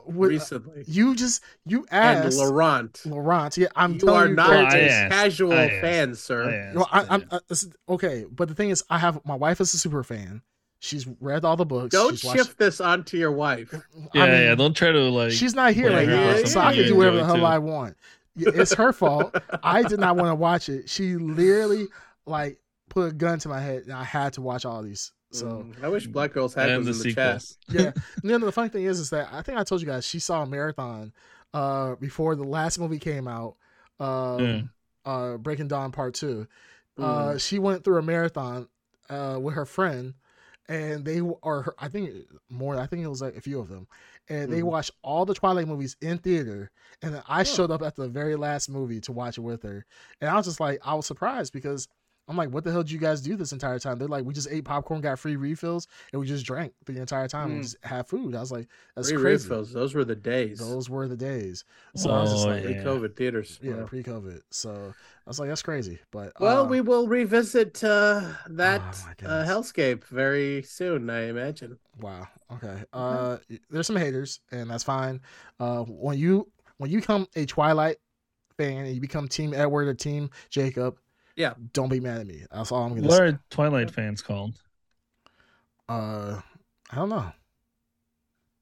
Speaker 4: With- uh,
Speaker 5: recently,
Speaker 4: you just you
Speaker 5: and
Speaker 4: asked Laurent.
Speaker 5: Laurent.
Speaker 4: yeah, I'm
Speaker 5: you
Speaker 4: telling
Speaker 5: are
Speaker 4: you,
Speaker 5: not
Speaker 4: Craig,
Speaker 3: I
Speaker 5: a
Speaker 3: asked.
Speaker 5: casual
Speaker 3: I asked.
Speaker 5: fan,
Speaker 3: I
Speaker 5: sir.
Speaker 3: asked,
Speaker 4: Well, I, I'm
Speaker 3: yeah.
Speaker 4: I, this is- okay, but the thing is, I have my wife is a super fan. She's read all the books.
Speaker 5: Don't
Speaker 4: she's
Speaker 5: shift this onto your wife.
Speaker 4: Watched,
Speaker 3: yeah,
Speaker 4: I mean,
Speaker 3: yeah. Don't try to like.
Speaker 4: she's not here right
Speaker 5: whatever
Speaker 4: now,
Speaker 5: person
Speaker 4: so I
Speaker 5: you
Speaker 4: can do whatever the
Speaker 3: enjoy
Speaker 4: hell
Speaker 3: too.
Speaker 4: I want. Yeah, It's her fault. I did not want to watch it. She literally like put a gun to my head, and I had to watch all these. So
Speaker 5: Mm, I wish Black Girls had
Speaker 3: and
Speaker 5: was
Speaker 3: the
Speaker 5: in the chat.
Speaker 3: sequels.
Speaker 4: yeah, and then the funny thing is, is that I think I told you guys she saw a marathon uh before the last movie came out, um,
Speaker 3: Yeah.
Speaker 4: uh, Breaking Dawn Part Two.
Speaker 5: Mm.
Speaker 4: uh, she went through a marathon uh, with her friend, and they w- or her, I think more I think it was like a few of them, and they
Speaker 5: Mhm.
Speaker 4: watched all the Twilight movies in theater, and then I
Speaker 5: Huh.
Speaker 4: showed up at the very last movie to watch it with her, and I was just like I was surprised because. I'm like, what the hell did you guys do this entire time? They're like, we just ate popcorn, got free refills, and we just drank the entire time. We
Speaker 5: Mm.
Speaker 4: just had food. I was like, that's
Speaker 5: Free
Speaker 4: crazy.
Speaker 5: refills. Those were the days.
Speaker 4: Those were the days. So I was just
Speaker 3: Oh,
Speaker 4: like,
Speaker 3: yeah.
Speaker 5: Pre-COVID theaters.
Speaker 4: yeah,
Speaker 5: Wow.
Speaker 4: pre-COVID. So I was like, that's crazy. But
Speaker 5: Well,
Speaker 4: uh, Oh
Speaker 5: we will revisit uh, that
Speaker 4: my
Speaker 5: uh,
Speaker 4: goodness.
Speaker 5: hellscape very soon, I imagine.
Speaker 4: Wow. Okay.
Speaker 5: Mm-hmm.
Speaker 4: Uh, y- there's some haters, and that's fine. Uh, when you when you become a Twilight fan and you become Team Edward or Team Jacob,
Speaker 5: Yeah.
Speaker 4: don't be mad at me. That's all I'm gonna
Speaker 3: What
Speaker 4: say.
Speaker 3: are Twilight fans called?
Speaker 4: Uh, I don't know.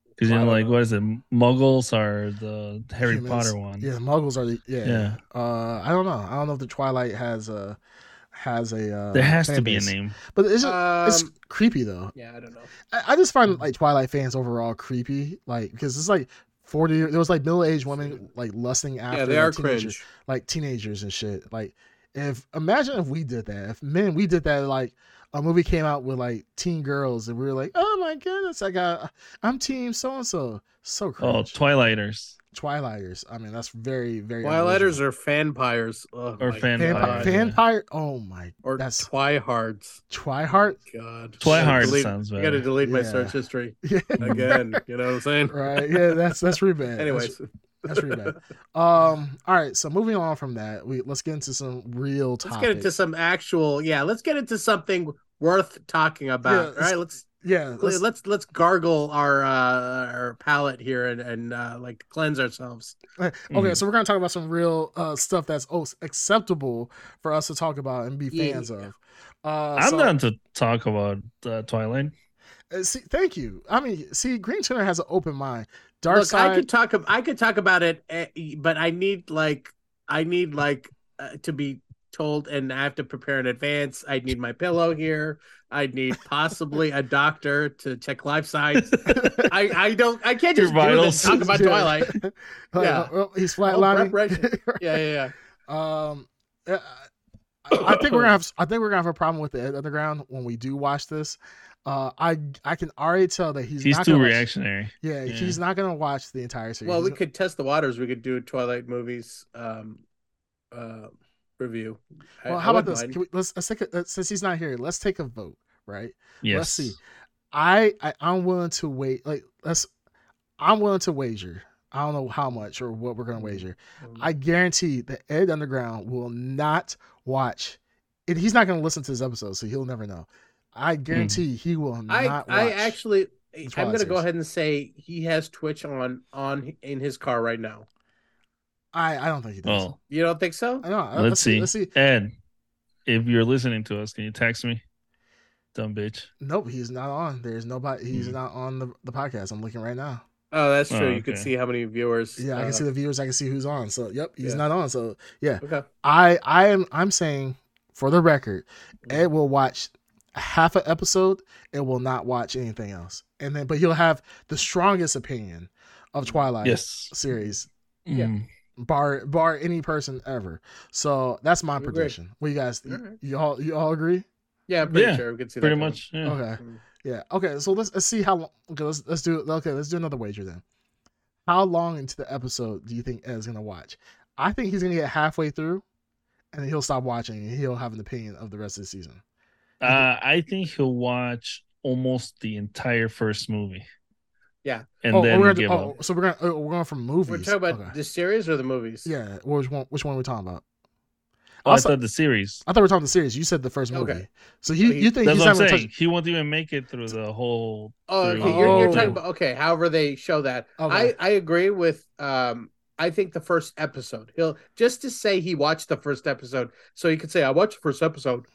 Speaker 3: Because you know,
Speaker 5: Twilight.
Speaker 3: like, what is it? Muggles are the Harry
Speaker 4: Humans.
Speaker 3: Potter one.
Speaker 4: Yeah, the Muggles are the yeah.
Speaker 3: Yeah.
Speaker 4: Uh, I don't know. I don't know if the Twilight has a has a uh,
Speaker 3: There has to
Speaker 4: fan
Speaker 3: be a
Speaker 4: base.
Speaker 3: name.
Speaker 4: but it's just, it's
Speaker 5: Um,
Speaker 4: creepy though.
Speaker 5: yeah, I don't know.
Speaker 4: I, I just find like Twilight fans overall creepy, like because it's like. 40 there was like middle-aged women like lusting after
Speaker 5: yeah, they
Speaker 4: like,
Speaker 5: are
Speaker 4: teenagers.
Speaker 5: cringe.
Speaker 4: like teenagers and shit. Like if imagine if we did that, if men we did that, like a movie came out with like teen girls and we were like, oh my goodness, I got I'm team so and so. So
Speaker 3: Oh,
Speaker 4: cringe.
Speaker 3: Twilighters
Speaker 4: Twilighters. I mean that's very very.
Speaker 5: Twilighters are fanpires. Oh,
Speaker 3: or
Speaker 5: my
Speaker 3: fan.
Speaker 5: God.
Speaker 4: vampire.
Speaker 3: yeah.
Speaker 4: Vampire. Oh my.
Speaker 5: Or
Speaker 4: That's-
Speaker 5: Twihards.
Speaker 4: Twiheart.
Speaker 5: God.
Speaker 3: Twihards
Speaker 5: Delete-
Speaker 3: sounds
Speaker 5: I gotta
Speaker 3: better.
Speaker 5: delete my
Speaker 4: Yeah.
Speaker 5: search history
Speaker 4: Yeah.
Speaker 5: again. you know what I'm saying?
Speaker 4: right. Yeah. That's that's really bad.
Speaker 5: Anyways,
Speaker 4: That's, that's really bad. Um. All right. So moving on from that, we let's get into some real
Speaker 5: let's
Speaker 4: topics.
Speaker 5: get into some actual. Yeah, let's get into something worth talking about.
Speaker 4: Yeah,
Speaker 5: All right, let's
Speaker 4: yeah.
Speaker 5: let's let's, gargle our uh, our palate here and and uh, like cleanse ourselves.
Speaker 4: Okay,
Speaker 5: Mm-hmm.
Speaker 3: Mhm.
Speaker 4: so we're gonna talk about some real uh, stuff that's oh, acceptable for us to talk about and be
Speaker 5: Yeah.
Speaker 4: fans of. Uh,
Speaker 3: I'm
Speaker 4: so-
Speaker 3: down to talk about uh, Twilight.
Speaker 4: uh, See, thank you. I mean, see, Green Turner has an open mind. Dark
Speaker 5: Look,
Speaker 4: side.
Speaker 5: I could talk. ab- I could talk about it, eh, but I need like I need like uh, to be told, and I have to prepare in advance. I need my pillow here. I need possibly a doctor to check life signs. I I don't. I can't
Speaker 3: Your
Speaker 5: just do this
Speaker 3: vitals.
Speaker 5: and talk about
Speaker 4: Yeah.
Speaker 5: Twilight.
Speaker 4: Like,
Speaker 5: yeah.
Speaker 4: oh, he's
Speaker 5: Oh,
Speaker 4: flatlining.
Speaker 5: preparation. Yeah, yeah, yeah.
Speaker 4: um, uh, I, I think we're gonna have. I think we're gonna have a problem with the underground when we do watch this. Uh, I I can already tell that he's
Speaker 3: He's
Speaker 4: not
Speaker 3: too
Speaker 4: gonna watch-
Speaker 3: reactionary.
Speaker 4: yeah,
Speaker 3: Yeah.
Speaker 4: he's not gonna watch the entire series.
Speaker 5: Well, we
Speaker 4: He's-
Speaker 5: could test the waters. We could do a Twilight movies um, uh, review. I-
Speaker 4: Well,
Speaker 5: I
Speaker 4: how about
Speaker 5: wouldn't
Speaker 4: this?
Speaker 5: mind.
Speaker 4: Can we, let's let's take a, uh, since he's not here. Let's take a vote, right?
Speaker 3: Yes.
Speaker 4: Let's see. I, I I'm willing to wait. Like let's. I'm willing to wager. I don't know how much or what we're gonna wager.
Speaker 5: Um,
Speaker 4: I guarantee that Ed Underground will not watch. And he's not gonna listen to this episode, so he'll never know. I guarantee he will not.
Speaker 5: I,
Speaker 4: watch.
Speaker 5: I actually, I'm
Speaker 4: Twilight
Speaker 5: going to go
Speaker 4: series.
Speaker 5: ahead and say he has Twitch on on in his car right now.
Speaker 4: I I don't think he does.
Speaker 3: Well,
Speaker 5: You don't think so?
Speaker 4: I know.
Speaker 3: Oh. let's see.
Speaker 4: Let's see.
Speaker 3: Ed, if you're listening to us, can you text me? Dumb bitch.
Speaker 4: Nope, he's not on. There's nobody. He's
Speaker 3: Hmm.
Speaker 4: not on the, the podcast. I'm looking right now.
Speaker 5: Oh, that's true.
Speaker 3: Oh,
Speaker 5: You could
Speaker 3: okay.
Speaker 5: see how many viewers.
Speaker 4: Yeah, I
Speaker 5: uh,
Speaker 4: can see the viewers. I can see who's on. So yep, he's
Speaker 5: yeah.
Speaker 4: not on. So yeah,
Speaker 5: Okay.
Speaker 4: I I am I'm saying for the record, Ed will watch half an episode and will not watch anything else. And then but he'll have the strongest opinion of Twilight
Speaker 3: Yes.
Speaker 4: series
Speaker 5: Yeah.
Speaker 3: Mm.
Speaker 4: bar bar any person ever. So that's my
Speaker 5: We agree.
Speaker 4: prediction. What you guys
Speaker 5: All right.
Speaker 4: you all you all agree?
Speaker 5: Yeah, I'm pretty
Speaker 3: Yeah,
Speaker 5: sure we could see
Speaker 3: Pretty
Speaker 5: that coming.
Speaker 3: much. Yeah.
Speaker 4: Okay.
Speaker 5: Mm.
Speaker 4: Yeah. Okay, so let's let's see how long okay, let's let's do okay, let's do another wager then. How long into the episode do you think Ed's gonna watch? I think he's gonna get halfway through and then he'll stop watching and he'll have an opinion of the rest of the season.
Speaker 3: Uh, I think he'll watch almost the entire first movie.
Speaker 5: Yeah.
Speaker 3: and
Speaker 4: oh,
Speaker 3: then
Speaker 4: we're
Speaker 3: give
Speaker 4: gonna, oh,
Speaker 3: up.
Speaker 4: so we're going. to We're going from movies.
Speaker 5: We're talking about
Speaker 4: Okay.
Speaker 5: the series or the movies?
Speaker 4: Yeah, which one? Which one are we talking about?
Speaker 3: Oh,
Speaker 4: also-
Speaker 3: I thought the series.
Speaker 4: I thought we were talking the series. You said the first movie.
Speaker 5: Okay.
Speaker 4: So you,
Speaker 5: So he-
Speaker 4: you think
Speaker 3: That's
Speaker 4: he's
Speaker 3: what I'm
Speaker 4: having
Speaker 3: saying.
Speaker 4: touch?
Speaker 3: He won't even make it through the whole.
Speaker 5: Oh, okay.
Speaker 3: Through-
Speaker 5: You're, you're
Speaker 4: Oh.
Speaker 5: talking about okay. However, they show that.
Speaker 4: Okay.
Speaker 5: I I agree with. Um, I think the first episode. He'll just to say he watched the first episode, so he could say I watched the first episode.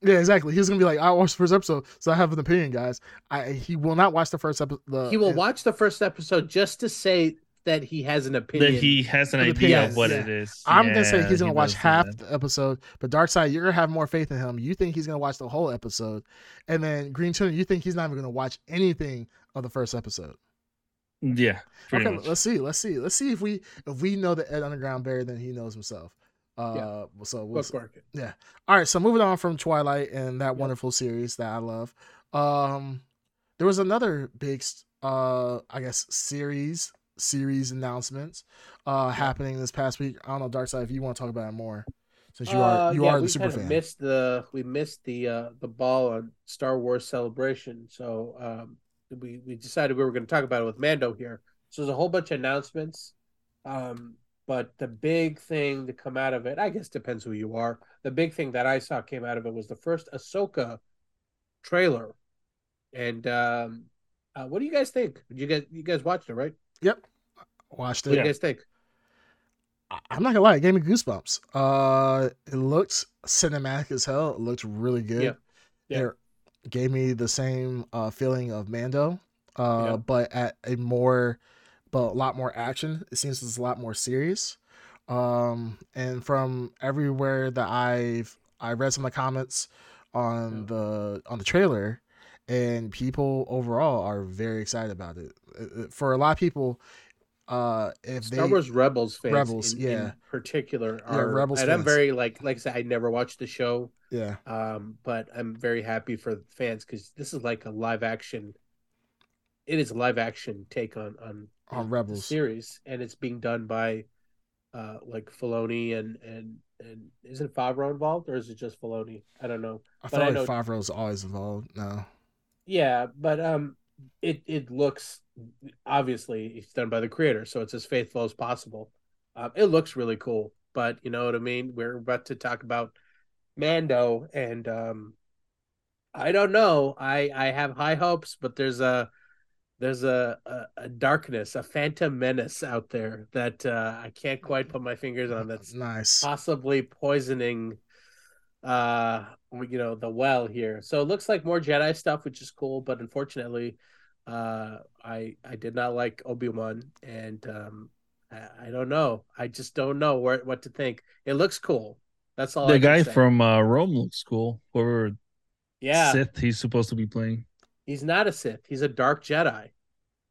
Speaker 4: Yeah, exactly. He's gonna be like, I watched the first episode, so I have an opinion, guys. I he will not watch the first episode. The,
Speaker 5: he will
Speaker 4: Uh, yeah.
Speaker 5: watch the first episode just to say that he has an
Speaker 3: That
Speaker 5: opinion.
Speaker 3: he has an
Speaker 4: The
Speaker 3: idea
Speaker 5: opinions,
Speaker 3: of what
Speaker 4: yeah.
Speaker 3: it is.
Speaker 4: I'm gonna say
Speaker 3: Yeah,
Speaker 4: he's gonna
Speaker 3: he
Speaker 4: watch
Speaker 3: does do
Speaker 4: half
Speaker 3: that.
Speaker 4: the episode, but Dark Side, you're gonna have more faith in him. You think he's gonna watch the whole episode, and then Green Tuna, you think he's not even gonna watch anything of the first episode.
Speaker 3: Yeah, pretty
Speaker 4: okay,
Speaker 3: much.
Speaker 4: let's see, let's see, let's see if we if we know the Ed Underground better than he knows himself. Uh, so we'll,
Speaker 5: book
Speaker 4: see.
Speaker 5: market.
Speaker 4: All right, so moving on from Twilight and that wonderful series that I love. Um there was another big uh I guess series series announcements uh happening this past week. I don't know Dark Side if you want to talk about it more since you
Speaker 5: Uh,
Speaker 4: are you
Speaker 5: yeah,
Speaker 4: are
Speaker 5: we
Speaker 4: the super
Speaker 5: kinda
Speaker 4: fan.
Speaker 5: Missed the we missed the uh, the ball on Star Wars Celebration, so um, we we decided we were going to talk about it with Mando here. So there's a whole bunch of announcements, um, but the big thing to come out of it, I guess, depends who you are. The big thing that I saw came out of it was the first Ahsoka trailer, and um, uh, what do you guys think? You guys you guys watched it, right?
Speaker 4: Watched
Speaker 5: What do
Speaker 4: it.
Speaker 5: you guys think?
Speaker 4: I- I'm not gonna lie, it gave me goosebumps. Uh it looked cinematic as hell. It looked really good.
Speaker 5: Yeah. Yeah.
Speaker 4: It gave me the same uh feeling of Mando, uh,
Speaker 5: Yeah.
Speaker 4: but at a more but a lot more action. It seems it's a lot more serious. Um and from everywhere that I've I read some of the comments on
Speaker 5: Yeah.
Speaker 4: the on the trailer and people overall are very excited about it. Uh, uh, For a lot of people, uh if
Speaker 5: Star
Speaker 4: they
Speaker 5: Wars Rebels fans,
Speaker 4: Rebels,
Speaker 5: in,
Speaker 4: yeah.
Speaker 5: in particular,
Speaker 4: Yeah,
Speaker 5: are
Speaker 4: Rebels
Speaker 5: and I'm
Speaker 4: fans.
Speaker 5: very like like I said, I never watched the show,
Speaker 4: yeah.
Speaker 5: um, but I'm very happy for the fans because this is like a live action. It is a live action take on on
Speaker 4: On
Speaker 5: the
Speaker 4: Rebels.
Speaker 5: series, and it's being done by, uh, like Filoni and and and isn't Favreau involved or is it just Filoni? I don't know.
Speaker 4: I
Speaker 5: But
Speaker 4: feel
Speaker 5: I
Speaker 4: like
Speaker 5: know-
Speaker 4: Favreau's always involved. No,
Speaker 5: Yeah, but um, it it looks obviously it's done by the creator, so it's as faithful as possible. Um, it looks really cool, but you know what I mean. We're about to talk about Mando, and um, I don't know. I I have high hopes, but there's a there's a a, a darkness, a phantom menace out there that uh, I can't quite put my fingers on. That's
Speaker 4: nice.
Speaker 5: possibly poisoning uh you know the well here so it looks like more jedi stuff which is cool but unfortunately uh i i did not like obi-wan and um i, I don't know i just don't know where, what to think it looks cool that's all I
Speaker 3: The
Speaker 5: can
Speaker 3: guy
Speaker 5: say.
Speaker 3: from uh, Rome looks cool. Whoever
Speaker 5: yeah
Speaker 3: Sith he's supposed to be playing.
Speaker 5: he's not a sith he's a dark jedi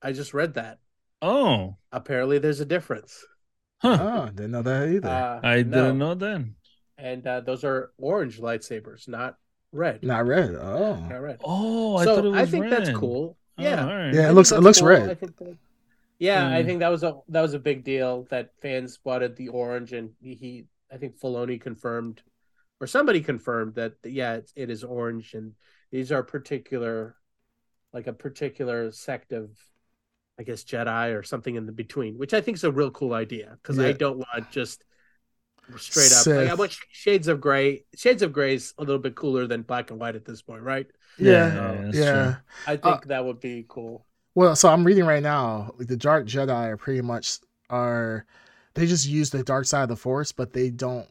Speaker 5: i just read that
Speaker 3: Oh,
Speaker 5: apparently there's a difference
Speaker 3: huh.
Speaker 4: Oh, didn't know that either.
Speaker 5: uh,
Speaker 3: I
Speaker 5: no.
Speaker 3: didn't know then.
Speaker 5: and uh, those are orange lightsabers not red
Speaker 4: Not red. Oh,
Speaker 5: not red
Speaker 3: Oh, I thought it
Speaker 5: so
Speaker 3: was
Speaker 5: I think that's
Speaker 3: red.
Speaker 5: cool.
Speaker 3: Oh,
Speaker 5: Yeah,
Speaker 3: all right.
Speaker 4: Yeah, it
Speaker 5: I think
Speaker 4: looks-
Speaker 5: that's
Speaker 4: looks red.
Speaker 5: I think that, yeah, I
Speaker 3: Mm.
Speaker 5: think that was a that was a big deal that fans spotted the orange, and he, he I think Filoni confirmed, or somebody confirmed that yeah, it, it is orange, and these are particular, like a particular sect of, I guess Jedi or something in the between, which I think is a real cool idea because I
Speaker 4: Yeah.
Speaker 5: don't want just straight up. Like, I
Speaker 4: Sith.
Speaker 5: want sh- shades of gray. Shades of gray is a little bit cooler than black and white at this point, right?
Speaker 4: yeah,
Speaker 3: yeah,
Speaker 4: yeah.
Speaker 3: that's true.
Speaker 5: I think that would be cool.
Speaker 4: Well, so I'm reading right now. Like the Dark Jedi are pretty much are they just use the dark side of the Force, but they don't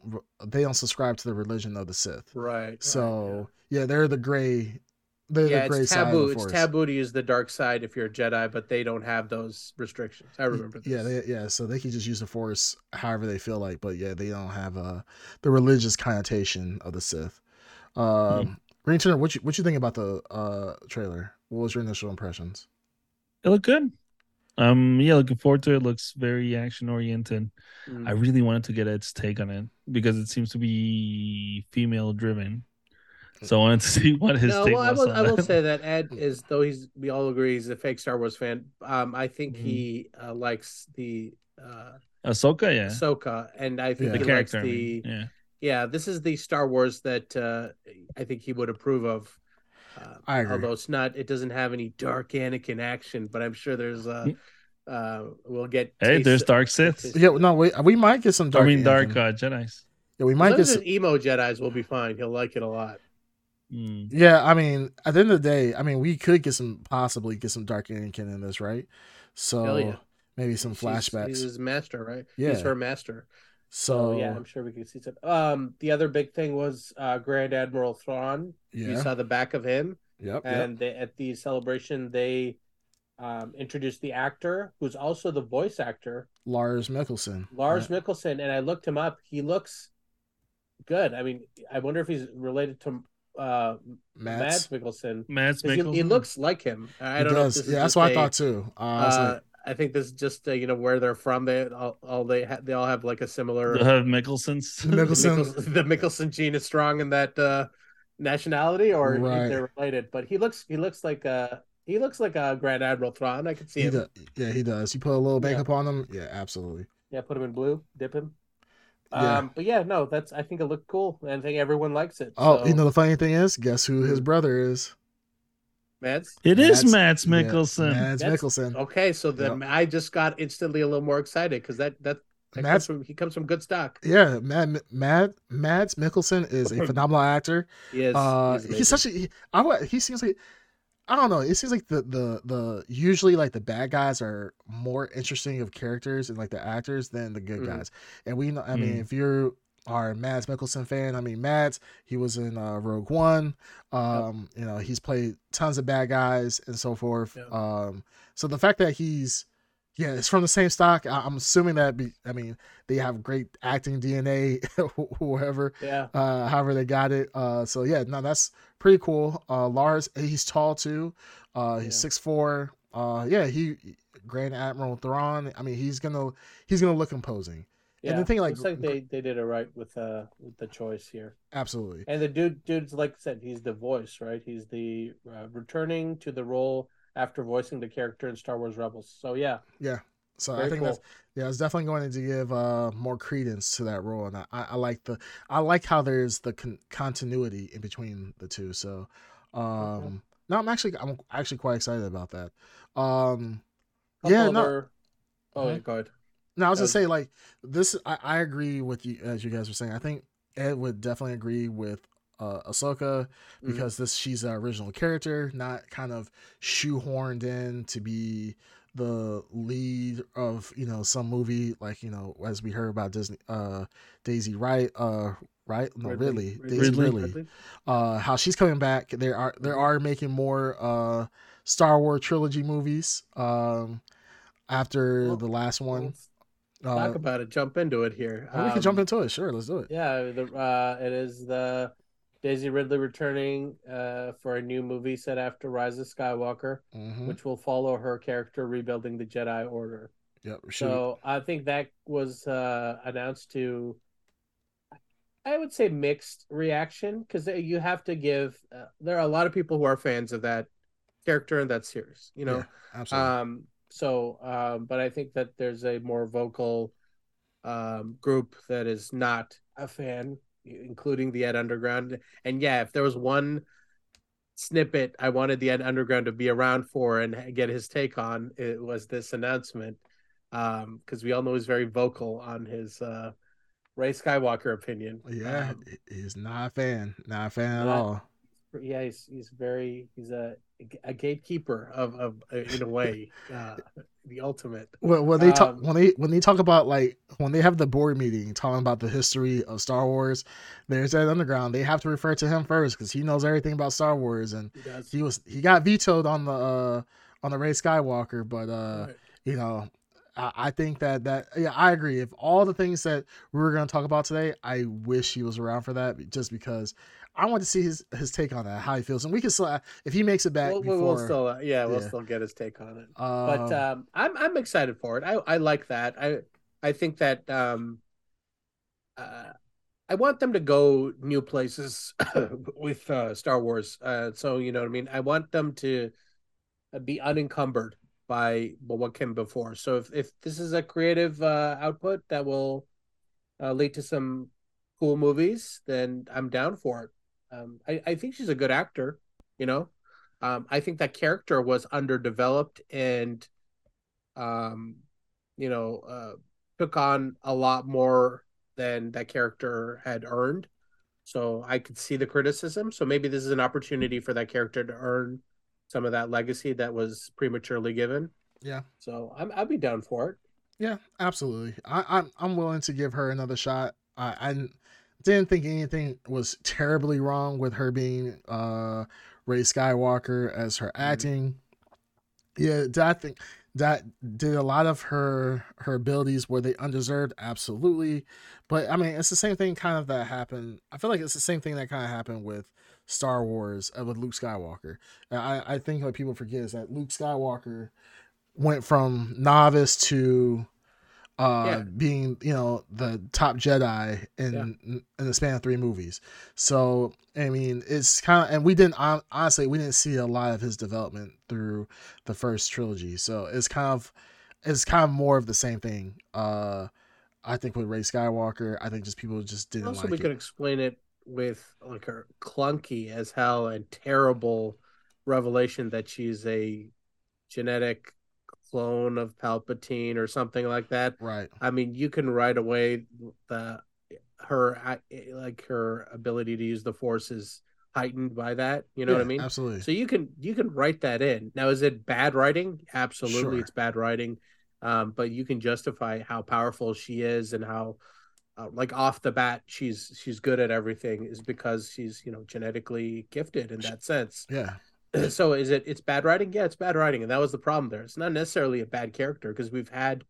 Speaker 4: they don't subscribe to the religion of the Sith.
Speaker 5: Right.
Speaker 4: So yeah, they're the gray. They're
Speaker 5: right, yeah,
Speaker 4: the
Speaker 5: Yeah,
Speaker 4: gray
Speaker 5: it's
Speaker 4: side
Speaker 5: taboo.
Speaker 4: of the
Speaker 5: It's
Speaker 4: Force.
Speaker 5: taboo to use the dark side if you're a Jedi, but they don't have those restrictions. I remember this.
Speaker 4: Yeah, they, yeah. So they can just use the Force however they feel like, but yeah, they don't have uh, the religious connotation of the Sith.
Speaker 5: Mm-hmm.
Speaker 4: Um, Green Turner, what you what you think about the uh, trailer? What was your initial impressions?
Speaker 3: It looked good. Um, yeah, looking forward to it. Looks very action oriented.
Speaker 5: Mm.
Speaker 3: I really wanted to get Ed's take on it because it seems to be female driven. So I wanted to see what his
Speaker 5: no,
Speaker 3: take
Speaker 5: well, I
Speaker 3: was.
Speaker 5: will,
Speaker 3: on
Speaker 5: I will
Speaker 3: that.
Speaker 5: say that Ed is, though he's, we all agree he's a fake Star Wars fan. Um, I think he uh, likes the uh,
Speaker 3: Ahsoka, yeah,
Speaker 5: Ahsoka, and I think
Speaker 4: Yeah.
Speaker 3: the
Speaker 5: he likes
Speaker 3: character. I
Speaker 5: the.
Speaker 3: mean. Yeah,
Speaker 5: yeah this is the star wars that uh, i think he would approve of Uh,
Speaker 4: I agree.
Speaker 5: Although it's not, it doesn't have any dark Anakin action, but I'm sure there's uh, uh, we'll get.
Speaker 3: Hey,
Speaker 5: taste-
Speaker 3: there's Dark Sith.
Speaker 4: Yeah, no, we we might get some dark.
Speaker 3: I mean, Dark
Speaker 4: Anakin.
Speaker 3: uh, Jedi's.
Speaker 4: Yeah, we
Speaker 5: As long
Speaker 4: might get
Speaker 5: as
Speaker 4: some.
Speaker 5: there's emo Jedi's will be fine. He'll like it a lot.
Speaker 3: Mm.
Speaker 4: Yeah, I mean, at the end of the day, I mean, we could get some possibly get some dark Anakin in this, right? So
Speaker 5: Hell yeah.
Speaker 4: maybe some
Speaker 5: She's-
Speaker 4: flashbacks.
Speaker 5: He's his master, right?
Speaker 4: Yeah.
Speaker 5: He's her master.
Speaker 4: so
Speaker 5: So yeah, I'm sure we can see some. Um, the other big thing was uh, Grand Admiral Thrawn. You
Speaker 4: yeah,
Speaker 5: saw the back of him,
Speaker 4: yep, yep.
Speaker 5: and they, at the celebration they um, introduced the actor who's also the voice actor
Speaker 4: Lars Mickelson.
Speaker 5: Lars Mickelson, and I looked him up. He looks good. I mean, I wonder if he's related to uh,
Speaker 4: Mads.
Speaker 5: Mads Mickelson.
Speaker 3: Mads
Speaker 5: 'Cause He,
Speaker 3: Mikkelsen.
Speaker 5: he looks like him. I
Speaker 4: He
Speaker 5: don't know. If
Speaker 4: does.
Speaker 5: this is
Speaker 4: yeah, that's
Speaker 5: just
Speaker 4: what I
Speaker 5: a-
Speaker 4: thought too. Uh, I was
Speaker 5: Uh,
Speaker 4: like,
Speaker 5: I think this is just uh, you know where they're from. They all, all they ha- they all have like a similar
Speaker 3: Uh, Mikkelsen's.
Speaker 4: Mickelson.
Speaker 5: the, Mickelson, the Mickelson gene is strong in that uh, nationality, or
Speaker 4: Right.
Speaker 5: if they're related. But he looks he looks like a he looks like a Grand Admiral Thrawn. I could see
Speaker 4: he
Speaker 5: him.
Speaker 4: do- yeah, he does. You put a little
Speaker 5: Yeah.
Speaker 4: makeup on him. Yeah, absolutely.
Speaker 5: Yeah, put him in blue, dip him.
Speaker 4: Yeah.
Speaker 5: Um, but yeah, no, that's I think it looked cool, and I think everyone likes it.
Speaker 4: Oh,
Speaker 5: so,
Speaker 4: you know the funny thing is, guess who his brother is?
Speaker 5: Mads.
Speaker 3: It is Mads
Speaker 4: Mads- yeah,
Speaker 3: Mikkelsen.
Speaker 4: Mads Oh.
Speaker 5: That's-
Speaker 4: Mickelson.
Speaker 5: Okay, so then I just got instantly a little more excited because that that, that comes
Speaker 4: Mads-
Speaker 5: from, he comes from good stock.
Speaker 4: Yeah, Mad Mad Mads Mickelson is a phenomenal actor.
Speaker 5: He is,
Speaker 4: Uh,
Speaker 5: is
Speaker 4: he's,
Speaker 5: amazing.
Speaker 4: such a he, I would- he seems like I don't know. It seems like the the the usually like the bad guys are more interesting of characters and like the actors than the good
Speaker 5: Mhm.
Speaker 4: guys. And we know, I mean,
Speaker 5: Mm-hmm.
Speaker 3: Mm.
Speaker 4: if you are a Mads Mikkelsen fan, I mean, Mads he was in uh, Rogue One. Um, you know, he's played tons of bad guys and so forth.
Speaker 5: Yep.
Speaker 4: Um, so the fact that he's yeah, it's from the same stock. I, I'm assuming that be, I mean, they have great acting DNA, wh- whoever
Speaker 5: yeah.
Speaker 4: uh however they got it uh so yeah no that's pretty cool uh lars he's tall too uh he's
Speaker 5: Yeah.
Speaker 4: six four uh yeah he grand admiral thrawn i mean he's gonna he's gonna look imposing
Speaker 5: Yeah,
Speaker 4: the thing, like,
Speaker 5: looks like they, they did it right with uh with the choice here,
Speaker 4: absolutely
Speaker 5: and the dude dude's like I said, he's the voice, right? He's the uh, returning to the role after voicing the character in Star Wars Rebels. So yeah,
Speaker 4: so i
Speaker 5: very
Speaker 4: think
Speaker 5: cool.
Speaker 4: that's yeah it's definitely going to give uh more credence to that role and i i I like the i like how there's the con- continuity in between the two so um no i'm actually i'm actually quite excited about that um
Speaker 5: Couple
Speaker 4: yeah, no.
Speaker 5: other- Oh,
Speaker 4: Mhm.
Speaker 5: yeah, go ahead.
Speaker 4: No, I was gonna
Speaker 5: Uh,
Speaker 4: say like this. I, I agree with you as you guys were saying. I think Ed would definitely agree with uh, Ahsoka
Speaker 5: Mhm.
Speaker 4: because this she's an original character, not kind of shoehorned in to be the lead of you know some movie like you know as we heard about Disney uh Daisy Wright uh right no Ridley, Daisy
Speaker 3: Ridley.
Speaker 4: Ridley uh how she's coming back there are there are making more uh Star Wars trilogy movies um after
Speaker 5: Well,
Speaker 4: the last one
Speaker 5: Let's
Speaker 4: uh,
Speaker 5: talk about it. Jump into it here.
Speaker 4: well, we
Speaker 5: Um,
Speaker 4: can jump into it. Sure, let's do it.
Speaker 5: Yeah, the, uh, it is the Daisy Ridley returning uh, for a new movie set after Rise of Skywalker,
Speaker 4: Mhm.
Speaker 5: which will follow her character rebuilding the Jedi Order.
Speaker 4: Yep. Shoot.
Speaker 5: So I think that was uh, announced to, I would say, mixed reaction because you have to give. Uh, there are a lot of people who are fans of that character and that series, you know.
Speaker 4: Yeah, absolutely.
Speaker 5: Um, so, um, but I think that there's a more vocal um, group that is not a fan, including the Ed Underground. And yeah, if there was one snippet I wanted the Ed Underground to be around for and get his take on, it was this announcement. Um, because we all know he's very vocal on his uh Ray Skywalker opinion.
Speaker 4: Oh, yeah,
Speaker 5: Um,
Speaker 4: he- he's not a fan. Not a fan at
Speaker 5: not-
Speaker 4: all.
Speaker 5: yeah, he's he's very he's a a gatekeeper of of in a way uh, the ultimate.
Speaker 4: Well, when they talk
Speaker 5: um,
Speaker 4: when they when they talk about like when they have the board meeting talking about the history of Star Wars, there's that underground. They have to refer to him first because he knows everything about Star Wars, and
Speaker 5: He does.
Speaker 4: he was he got vetoed on the uh on the Ray Skywalker, but uh
Speaker 5: Right.
Speaker 4: you know. I I think that that yeah I agree. If all the things that we were going to talk about today, I wish he was around for that, just because I want to see his his take on that, how he feels, and we can still uh, if he makes it back
Speaker 5: We'll, we'll-
Speaker 4: before.
Speaker 5: we'll still, uh, yeah, we'll
Speaker 4: yeah.
Speaker 5: still get his take on it.
Speaker 4: um,
Speaker 5: But um, I'm I'm excited for it. I I like that. I I think that um, uh, I want them to go new places with uh, Star Wars. Uh, so you know what I mean. I want them to uh, be unencumbered by what came before. So if if this is a creative uh, output that will uh, lead to some cool movies, then I'm down for it. Um, I I think she's a good actor. You know, um, I think that character was underdeveloped and, um, you know, uh, took on a lot more than that character had earned. So I could see the criticism. So maybe this is an opportunity for that character to earn some of that legacy that was prematurely given.
Speaker 4: Yeah.
Speaker 5: So I'm I'd be down for it.
Speaker 4: Yeah, absolutely. I, I'm I'm willing to give her another shot. I, I didn't think anything was terribly wrong with her being uh Ray Skywalker as
Speaker 5: Mm-hmm.
Speaker 4: her acting. Yeah, did I think that did a lot of her her abilities were they undeserved? Absolutely. But I mean it's the same thing kind of that happened. I feel like it's the same thing that kind of happened with Star Wars uh, with Luke Skywalker. And I, I think what people forget is that Luke Skywalker went from novice to uh
Speaker 5: Yeah.
Speaker 4: being you know the top jedi in in the span of three movies so i mean it's kind of and we didn't hon- honestly we didn't see a lot of his development through the first trilogy so it's kind of it's kind of more of the same thing uh i think with ray skywalker i think just people just didn't
Speaker 5: also
Speaker 4: like
Speaker 5: we
Speaker 4: it.
Speaker 5: could explain it with like her clunky as hell and terrible revelation that she's a genetic clone of palpatine or something like that
Speaker 4: right
Speaker 5: i mean you can right away the her I- like her ability to use the force is heightened by that you know what i
Speaker 4: Yeah,
Speaker 5: mean
Speaker 4: absolutely
Speaker 5: so you can you can write that in. Now, is it bad writing? Absolutely,
Speaker 4: Sure.
Speaker 5: it's bad writing. Um, but you can justify how powerful she is and how, uh, like off the bat, she's she's good at everything is because she's you know genetically gifted in that sense.
Speaker 4: yeah
Speaker 5: so is it it's bad writing? Yeah, it's bad writing, and that was the problem there. It's not necessarily a bad character because we've had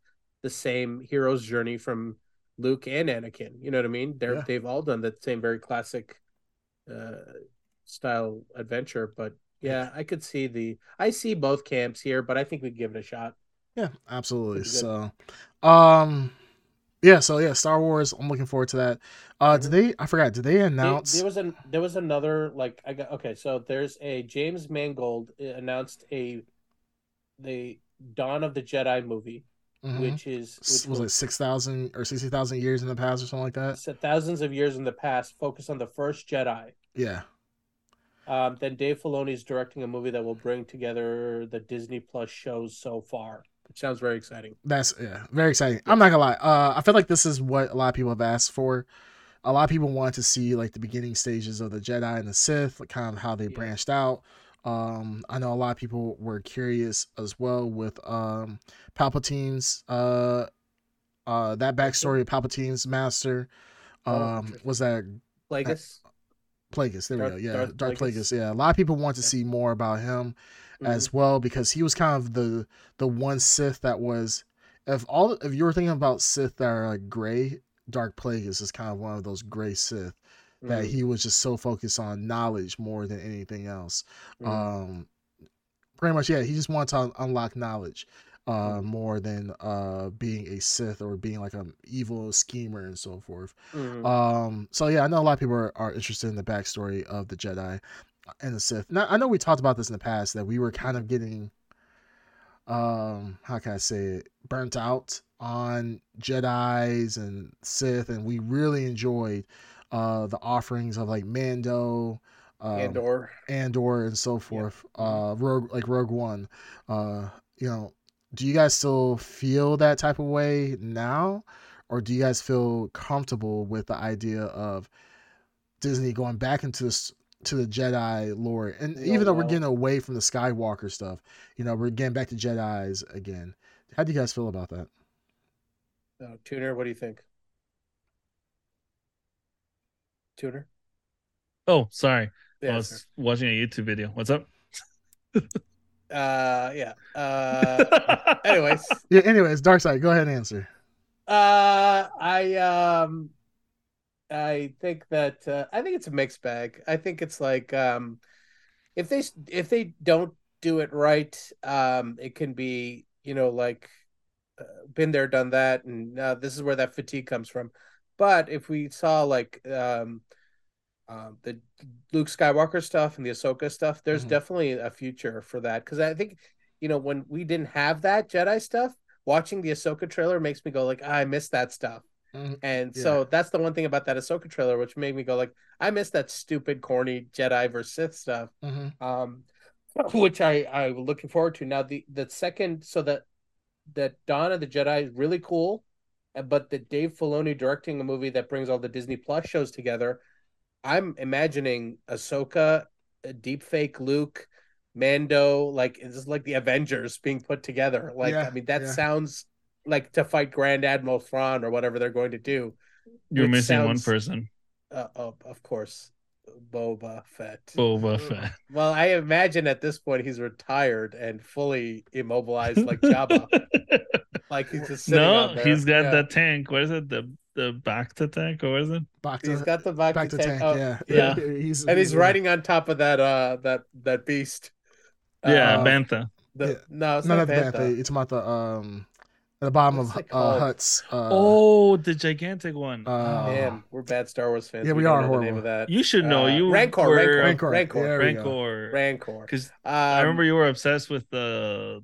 Speaker 5: the same hero's journey from Luke and Anakin. You know what I mean? They're
Speaker 4: Yeah.
Speaker 5: they've all done that same very classic uh style adventure, but yeah, I could see the I see both camps here, but I think we give it a shot.
Speaker 4: Yeah, absolutely.
Speaker 5: Pretty good.
Speaker 4: So, um, yeah, so yeah, Star Wars. I'm looking forward to that. Uh, did
Speaker 5: Mhm.
Speaker 4: they? I forgot. Did they
Speaker 5: There,
Speaker 4: announce?
Speaker 5: there was an there was another like I got okay, so there's a James Mangold uh, announced a the Dawn of the Jedi movie,
Speaker 4: mhm.
Speaker 5: which is
Speaker 4: S-
Speaker 5: which
Speaker 4: was it six thousand or sixty thousand years in the past or something like that?
Speaker 5: set thousands of years in the past, focused on the first Jedi.
Speaker 4: Yeah.
Speaker 5: Um, then Dave Filoni is directing a movie that will bring together the Disney Plus shows so far, which sounds very exciting.
Speaker 4: That's yeah, very exciting. I'm not gonna lie. Uh, I feel like this is what a lot of people have asked for. A lot of people want to see like the beginning stages of the Jedi and the Sith, like kind of how they
Speaker 5: Yeah.
Speaker 4: branched out. Um, I know a lot of people were curious as well with um Palpatine's uh uh that backstory of Palpatine's master.
Speaker 5: Oh,
Speaker 4: Um,
Speaker 5: interesting.
Speaker 4: was that
Speaker 5: Plagueis.
Speaker 4: Plagueis? There
Speaker 5: Darth-
Speaker 4: we go. Yeah,
Speaker 5: Darth
Speaker 4: Dark Darth
Speaker 5: Plagueis.
Speaker 4: Plagueis. Yeah, a lot of people want to
Speaker 5: Yeah.
Speaker 4: see more about him as well because he was kind of the the one Sith that was if all if you were thinking about Sith that are like gray, Dark Plagueis is kind of one of those gray Sith
Speaker 5: Mhm.
Speaker 4: that
Speaker 5: Mhm.
Speaker 4: he was just so focused on knowledge more than anything else.
Speaker 5: Mhm.
Speaker 4: Um pretty much yeah, he just wanted to unlock knowledge uh
Speaker 5: Mhm.
Speaker 4: more than uh being a Sith or being like an evil schemer and so forth.
Speaker 5: Mhm.
Speaker 4: Um, so yeah, I know a lot of people are, are interested in the backstory of the Jedi and the Sith. Now, I know we talked about this in the past that we were kind of getting, um, how can I say it, burnt out on Jedi's and Sith, and we really enjoyed, uh, the offerings of like Mando, um,
Speaker 5: Andor.
Speaker 4: Andor and so forth,
Speaker 5: Mm-hmm.
Speaker 4: uh, Rogue like Rogue One, uh, you know, do you guys still feel that type of way now, or do you guys feel comfortable with the idea of Disney going back into this to the Jedi lore? And
Speaker 5: No,
Speaker 4: even though we're
Speaker 5: well-
Speaker 4: getting away from the Skywalker stuff, you know, we're getting back to Jedi's again. How do you guys feel about that?
Speaker 5: Uh, Tuner, what do you think? Tuner.
Speaker 3: Oh, sorry. I
Speaker 5: Yeah.
Speaker 3: was watching a YouTube video. What's up?
Speaker 5: sir. Uh, yeah. Uh, anyways,
Speaker 4: Yeah. Anyways, Dark Side, go ahead and answer.
Speaker 5: uh, I um, I think that uh, I think it's a mixed bag. I think it's like um, if they if they don't do it right, um, it can be you know like uh, been there, done that, and uh, this is where that fatigue comes from. But if we saw like um, um, the Luke Skywalker stuff and the Ahsoka stuff, there's
Speaker 4: Mhm.
Speaker 5: definitely a future for that because I think you know when we didn't have that Jedi stuff, watching the Ahsoka trailer makes me go like, "Ah, I miss that stuff.
Speaker 4: Mhm.
Speaker 5: And
Speaker 4: Yeah.
Speaker 5: so that's the one thing about that Ahsoka trailer, which made me go like, I miss that stupid, corny Jedi versus Sith stuff.
Speaker 4: hmm
Speaker 5: Um, which I I'm looking forward to now. The the second, so that that Dawn of the Jedi is really cool, uh, but that Dave Filoni directing a movie that brings all the Disney Plus shows together. I'm imagining Ahsoka, a deepfake Luke, Mando, like it's just like the Avengers being put together. Like
Speaker 4: Yeah,
Speaker 5: I mean, that
Speaker 4: yeah.
Speaker 5: sounds like to fight Grand Admiral Thrawn or whatever they're going to do.
Speaker 3: You're
Speaker 5: Which
Speaker 3: missing one
Speaker 5: sounds-
Speaker 3: person.
Speaker 5: Uh, oh, of course, Boba Fett.
Speaker 3: Boba Fett.
Speaker 5: Well, I imagine at this point he's retired and fully immobilized like Jabba. like he's just sitting
Speaker 3: no,
Speaker 5: out there.
Speaker 3: he's got
Speaker 5: Yeah.
Speaker 3: that tank. What is it? The the Bacta tank or what is it?
Speaker 4: Back to
Speaker 5: He's got the Bacta
Speaker 4: back to tank.
Speaker 5: oh,
Speaker 4: yeah.
Speaker 3: yeah.
Speaker 4: he's,
Speaker 5: and he's
Speaker 4: in-
Speaker 5: riding on top of that uh that that beast.
Speaker 3: Yeah,
Speaker 5: Uh,
Speaker 3: Bantha.
Speaker 5: the-
Speaker 4: Yeah.
Speaker 5: No, it's
Speaker 4: No, not
Speaker 5: not
Speaker 4: the
Speaker 5: Bantha.
Speaker 4: bad thing. It's about the um, at the bottom
Speaker 5: What's
Speaker 4: of
Speaker 5: it
Speaker 4: uh,
Speaker 5: called?
Speaker 4: huts. Uh,
Speaker 3: Oh, the gigantic one.
Speaker 4: uh,
Speaker 5: Damn, we're bad Star Wars fans.
Speaker 4: Yeah, we
Speaker 5: don't
Speaker 4: are
Speaker 5: know the name
Speaker 4: horrible.
Speaker 5: of that.
Speaker 3: you should know.
Speaker 5: Uh,
Speaker 3: you
Speaker 5: Rancor,
Speaker 3: were,
Speaker 4: Rancor.
Speaker 5: Rancor, Rancor,
Speaker 4: There we go.
Speaker 3: Rancor.
Speaker 5: Rancor.
Speaker 3: Because
Speaker 5: Um,
Speaker 3: I remember you were obsessed with the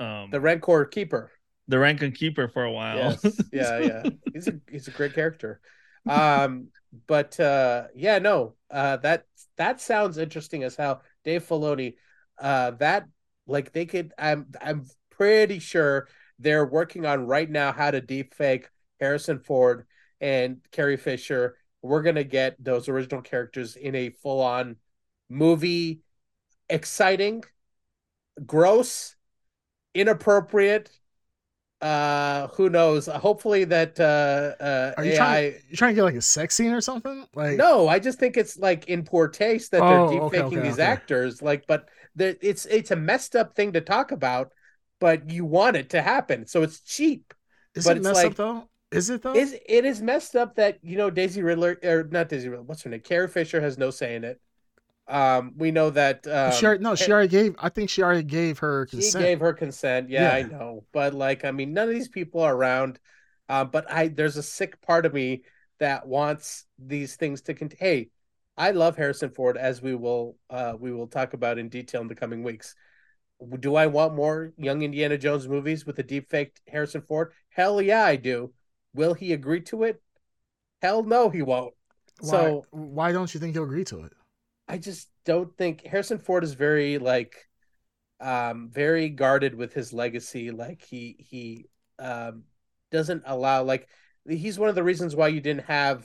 Speaker 3: um
Speaker 5: the Rancor keeper.
Speaker 3: the rank and keeper for a while.
Speaker 5: Yes. Yeah, yeah. He's a he's a great character. Um, but uh yeah, no. Uh that that sounds interesting as hell. Dave Filoni, uh that like they could I'm I'm pretty sure they're working on right now how to deep fake Harrison Ford and Carrie Fisher. We're gonna get those original characters in a full on movie, exciting, gross, inappropriate. Uh, who knows? Hopefully that uh, uh
Speaker 4: Are you
Speaker 5: AI.
Speaker 4: trying? You trying to get like a sex scene or something? Like
Speaker 5: No, I just think it's like in poor taste that
Speaker 4: Oh,
Speaker 5: they're deep
Speaker 4: okay,
Speaker 5: faking
Speaker 4: okay,
Speaker 5: these
Speaker 4: okay.
Speaker 5: actors. Like, but there, it's it's a messed up thing to talk about, but you want it to happen, so it's cheap.
Speaker 4: is
Speaker 5: but
Speaker 4: it
Speaker 5: it's
Speaker 4: messed
Speaker 5: like-
Speaker 4: up though? Is it though?
Speaker 5: Is it is messed up that you know Daisy Ridley or not Daisy Ridley? What's her name? Carrie Fisher has no say in it. Um, we know that um,
Speaker 4: she already, no, she already gave. I think she already gave her
Speaker 5: She
Speaker 4: consent.
Speaker 5: gave her consent. Yeah,
Speaker 4: Yeah.
Speaker 5: I know, but like, I mean, none of these people are around. Uh, but I, there's a sick part of me that wants these things to continue. Hey, I love Harrison Ford, as we will, uh, we will talk about in detail in the coming weeks. Do I want more young Indiana Jones movies with a deep faked Harrison Ford? Hell yeah, I do. Will he agree to it? Hell no, he won't.
Speaker 4: why,
Speaker 5: So
Speaker 4: why don't you think he'll agree to it?
Speaker 5: I just don't think Harrison Ford is very like um very guarded with his legacy like he he um doesn't allow like he's one of the reasons why you didn't have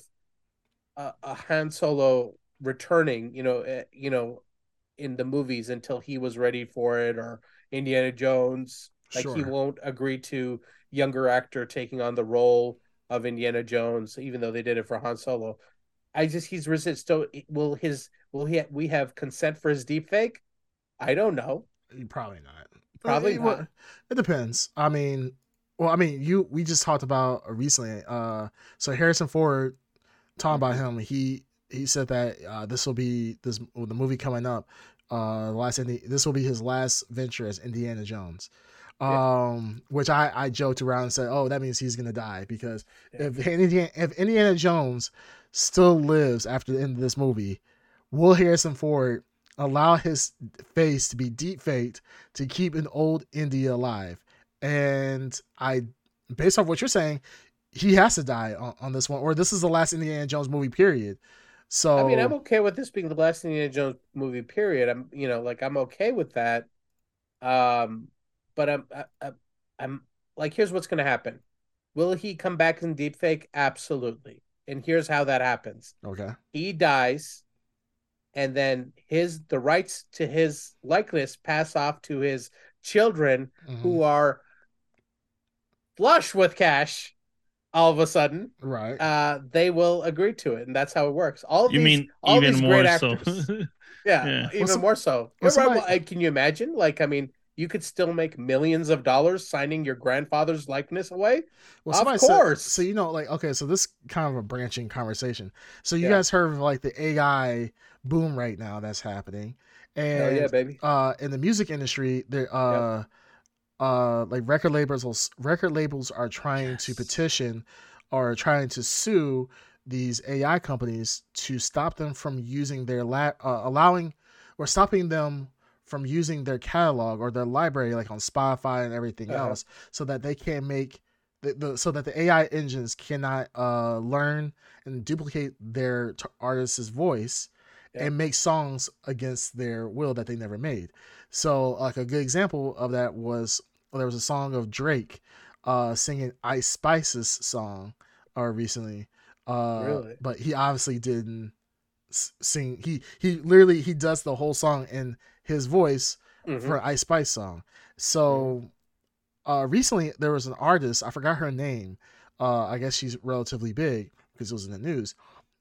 Speaker 5: a, a Han Solo returning you know uh, you know in the movies until he was ready for it or Indiana Jones like he
Speaker 4: Sure.
Speaker 5: won't agree to younger actor taking on the role of Indiana Jones even though they did it for Han Solo I just he's resist so will his will he we have consent for his deep fake I don't know
Speaker 4: Probably not.
Speaker 5: Probably
Speaker 4: it, well,
Speaker 5: not.
Speaker 4: it depends. I mean, well, I mean, you we just talked about recently. Uh, so Harrison Ford talking about him.
Speaker 5: Mm-hmm.
Speaker 4: He he said that uh, this will be this with the movie coming up. Uh, last Indi- this will be his last venture as Indiana Jones. Um, which I I joked around and said, oh, that means he's gonna die because
Speaker 5: Yeah.
Speaker 4: if Indiana if Indiana Jones still lives after the end of this movie, will Harrison Ford allow his face to be deep faked to keep an old India alive? And I, based off what you're saying, he has to die on, on this one, or this is the last Indiana Jones movie, period. So
Speaker 5: I mean, I'm okay with this being the last Indiana Jones movie. Period. I'm, you know, like I'm okay with that. Um, but I'm, I, I, I'm like, here's what's gonna happen. Will he come back in deepfake? Absolutely. And here's how that happens.
Speaker 4: okay.
Speaker 5: He dies, and then his the rights to his likeness pass off to his children,
Speaker 4: Mhm.
Speaker 5: who are flush with cash. All of a sudden,
Speaker 4: Right.
Speaker 5: uh, they will agree to it, and that's how it works. All of
Speaker 3: you
Speaker 5: these,
Speaker 3: mean
Speaker 5: all
Speaker 3: even
Speaker 5: these
Speaker 3: more
Speaker 5: great
Speaker 3: so?
Speaker 5: actors. Yeah,
Speaker 3: Yeah.
Speaker 5: even
Speaker 4: Well, some-
Speaker 5: more so.
Speaker 4: well,
Speaker 5: Right,
Speaker 4: somebody-
Speaker 5: well, uh, can you imagine? Like, I mean, you could still make millions of dollars signing your grandfather's likeness away.
Speaker 4: Well,
Speaker 5: Of
Speaker 4: somebody said-
Speaker 5: course.
Speaker 4: so you know, like, okay, so this kind of a branching conversation. So you
Speaker 5: Yeah.
Speaker 4: guys heard of like the AI boom right now that's happening,
Speaker 5: Hell
Speaker 4: and
Speaker 5: Oh, yeah, baby.
Speaker 4: uh, in the music industry, there uh, uh, like record labels will, s- record labels are trying to
Speaker 3: Yes.
Speaker 4: petition or trying to sue these AI companies to stop them from using their la- uh, allowing or stopping them from using their catalog or their library like on Spotify and everything
Speaker 5: Uh-huh.
Speaker 4: else so that they can make the, the, so that the AI engines cannot uh, learn and duplicate their t- artist's voice
Speaker 5: Yeah.
Speaker 4: and make songs against their will that they never made. So, like a good example of that was there was a song of Drake uh, singing Ice Spice's song uh, recently, uh,
Speaker 5: Really?
Speaker 4: but he obviously didn't s- sing. He he literally he does the whole song in his voice
Speaker 5: Mhm.
Speaker 4: for an Ice Spice song. So uh, recently there was an artist, I forgot her name. Uh, I guess she's relatively big because it was in the news.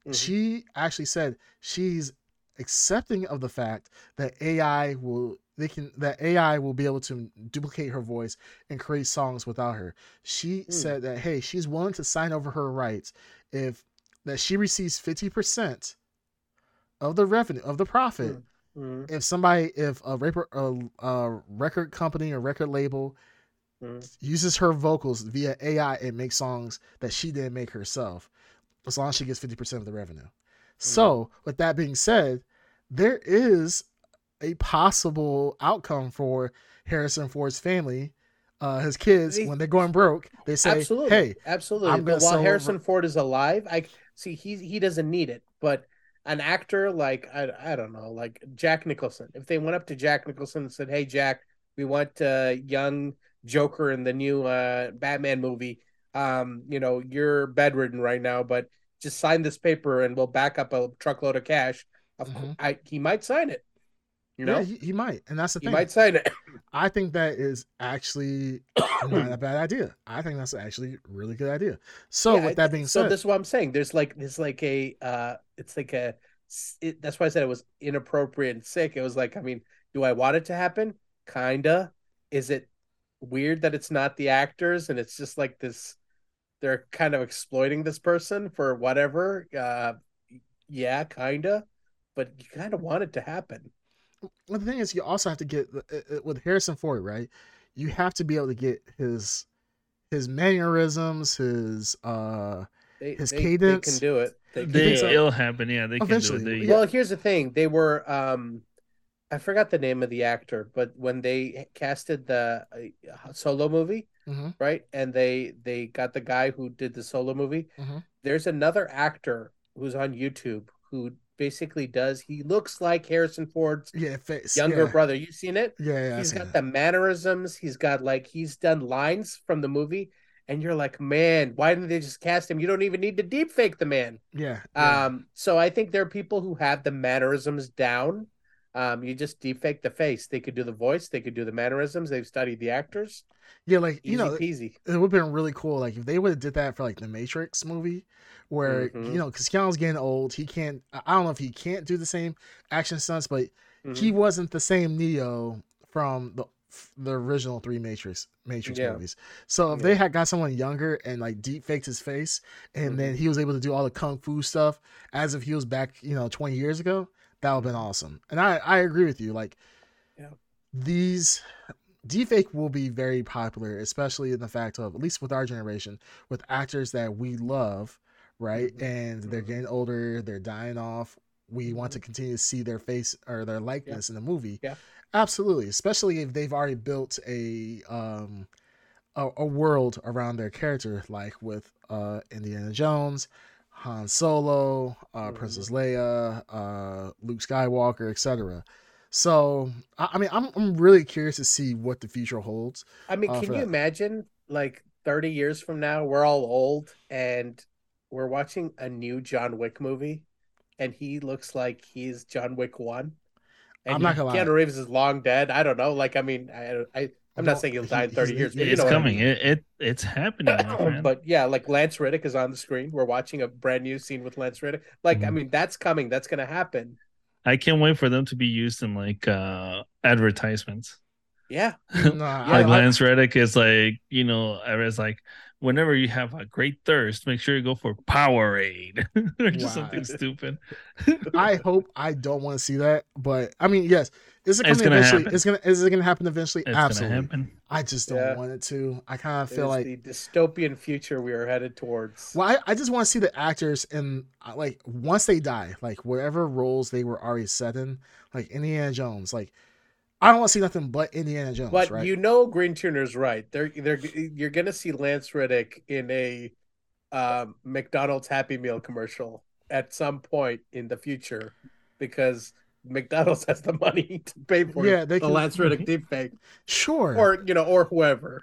Speaker 5: Mhm.
Speaker 4: She actually said she's accepting of the fact that AI will they can that AI will be able to duplicate her voice and create songs without her. She
Speaker 5: Hmm.
Speaker 4: said that hey, she's willing to sign over her rights if that she receives 50% of the revenue of the profit
Speaker 5: Mhm.
Speaker 4: if somebody if a, rapper, a, a record company or record label
Speaker 5: Mhm.
Speaker 4: uses her vocals via AI and makes songs that she didn't make herself, as long as she gets 50% of the revenue. So,
Speaker 5: Mm-hmm.
Speaker 4: with that being said, there is a possible outcome for Harrison Ford's family, uh, his kids,
Speaker 5: They-
Speaker 4: when they're going broke, they say,
Speaker 5: absolutely,
Speaker 4: hey,
Speaker 5: absolutely.
Speaker 4: I'm gonna
Speaker 5: but while
Speaker 4: sell
Speaker 5: Harrison
Speaker 4: over-
Speaker 5: Ford is alive, I see he he doesn't need it. But an actor like I, I don't know, like Jack Nicholson, if they went up to Jack Nicholson and said, "Hey, Jack, we want uh, young Joker in the new uh, Batman movie. Um, you know, you're bedridden right now, but just sign this paper and we'll back up a truckload of cash." Of cour-
Speaker 4: Mhm.
Speaker 5: I, he might sign it. You know,
Speaker 4: yeah, he, he might. And that's the
Speaker 5: he
Speaker 4: thing.
Speaker 5: might sign it.
Speaker 4: I think that is actually not a bad idea. I think that's actually a really good idea. So,
Speaker 5: Yeah,
Speaker 4: with that being
Speaker 5: so
Speaker 4: said,
Speaker 5: this is what I'm saying. There's like there's like a uh it's like a s- it, that's why I said it was inappropriate and sick. It was like I mean, do I want it to happen? Kinda. Is it weird that it's not the actors and it's just like this? They're kind of exploiting this person for whatever. Uh, yeah, kinda. But you kind of want it to happen.
Speaker 4: well, the thing is, you also have to get uh, uh, with Harrison Ford, right? You have to be able to get his his mannerisms, his uh,
Speaker 5: They,
Speaker 4: His
Speaker 5: they, they
Speaker 4: cadence,
Speaker 5: can do it.
Speaker 3: They,
Speaker 5: can do it.
Speaker 3: it'll happen. Yeah, they
Speaker 4: Eventually,
Speaker 3: can do it. They-
Speaker 4: yeah.
Speaker 5: Well, here's the thing. They were um I forgot the name of the actor, but when they casted the uh, solo movie,
Speaker 4: Mhm.
Speaker 5: right? And they they got the guy who did the solo movie.
Speaker 4: Mhm.
Speaker 5: There's another actor who's on YouTube who basically does he looks like Harrison Ford's
Speaker 4: yeah face,
Speaker 5: younger
Speaker 4: yeah.
Speaker 5: brother. You seen it?
Speaker 4: Yeah, yeah, I
Speaker 5: he's
Speaker 4: seen
Speaker 5: got
Speaker 4: that.
Speaker 5: the mannerisms. He's got like he's done lines from the movie and you're like, "Man, why didn't they just cast him? You don't even need to deep fake the man."
Speaker 4: yeah, yeah.
Speaker 5: Um, so I think there are people who have the mannerisms down. Um, you just defake the face. They could do the voice. They could do the mannerisms. They've studied the actors.
Speaker 4: yeah, like
Speaker 5: Easy
Speaker 4: you know,
Speaker 5: peasy.
Speaker 4: it would have been really cool like if they would have did that for like the matrix movie where
Speaker 5: Mhm.
Speaker 4: you know because keanu's getting old he can't i I don't know if he can't do the same action stunts but
Speaker 5: Mm-hmm.
Speaker 4: he wasn't the same neo from the f- the original three matrix matrix
Speaker 5: Yeah.
Speaker 4: movies so if
Speaker 5: Yeah.
Speaker 4: they had got someone younger and like deep faked his face and then
Speaker 5: Mm-hmm.
Speaker 4: he was able to do all the kung fu stuff as if he was back you know 20 years ago that would have been awesome and i i agree with you like
Speaker 5: Yeah.
Speaker 4: these deepfake will be very popular, especially in the fact of at least with our generation, with actors that we love, right?
Speaker 5: Mhm.
Speaker 4: And they're
Speaker 5: Mhm.
Speaker 4: getting older, they're dying off. We want to continue to see their face or their likeness in the movie.
Speaker 5: Yeah.
Speaker 4: Absolutely. Especially if they've already built a um a, a world around their character, like with uh Indiana Jones, Han Solo, uh
Speaker 5: Mhm.
Speaker 4: Princess Leia, uh Luke Skywalker, etc. So I, I mean I'm I'm really curious to see what the future holds.
Speaker 5: I mean,
Speaker 4: uh,
Speaker 5: can
Speaker 4: for
Speaker 5: you
Speaker 4: that.
Speaker 5: imagine like 30 years from now, we're all old and we're watching a new John Wick movie and he looks like he's John Wick 1. And
Speaker 4: I'm not gonna lie.
Speaker 5: Keanu Reeves is long dead. I don't know. Like, I mean, I, I, I'm not
Speaker 4: No,
Speaker 5: saying he'll
Speaker 4: he-
Speaker 5: die in
Speaker 4: he's-
Speaker 5: 30 years.
Speaker 4: he's-
Speaker 5: but you
Speaker 3: it's
Speaker 5: know what I mean.
Speaker 3: coming. It, it it's happening. my friend.
Speaker 5: Oh, but yeah, like Lance Riddick is on the screen. We're watching a brand new scene with Lance Riddick. Like, I
Speaker 4: Mm-hmm.
Speaker 2: Mhm.
Speaker 5: mean, that's coming. That's gonna happen.
Speaker 3: I can't wait for them to be used in like uh advertisements.
Speaker 5: Yeah.
Speaker 4: No,
Speaker 3: like
Speaker 4: I,
Speaker 3: Lance Reddick is like, you know, I was like, whenever you have a great thirst, make sure you go for Powerade or just
Speaker 4: Wow.
Speaker 3: something stupid.
Speaker 4: I hope I don't want to see that, but I mean, yes, is it
Speaker 3: It's
Speaker 4: coming
Speaker 3: gonna
Speaker 4: eventually?
Speaker 3: happen.
Speaker 4: It's gonna is it gonna happen eventually?
Speaker 3: It's
Speaker 4: Absolutely.
Speaker 3: gonna happen.
Speaker 4: I just don't
Speaker 5: Yeah.
Speaker 4: want it to. I kind of
Speaker 5: I
Speaker 4: feel like
Speaker 5: the dystopian future we are headed towards.
Speaker 4: well, I, I just want to see the actors in uh, like once they die, like whatever roles they were already set in, like Indiana Jones, like I don't want to see nothing but Indiana Jones.
Speaker 5: But
Speaker 4: right?
Speaker 5: you know, Green Tuner's right. They're they're you're gonna see Lance Riddick in a um, McDonald's Happy Meal commercial at some point in the future because McDonald's has the money to pay for
Speaker 4: Yeah, they
Speaker 5: the
Speaker 4: can-
Speaker 5: Lance Riddick deepfake,
Speaker 4: sure.
Speaker 5: or you know, or whoever.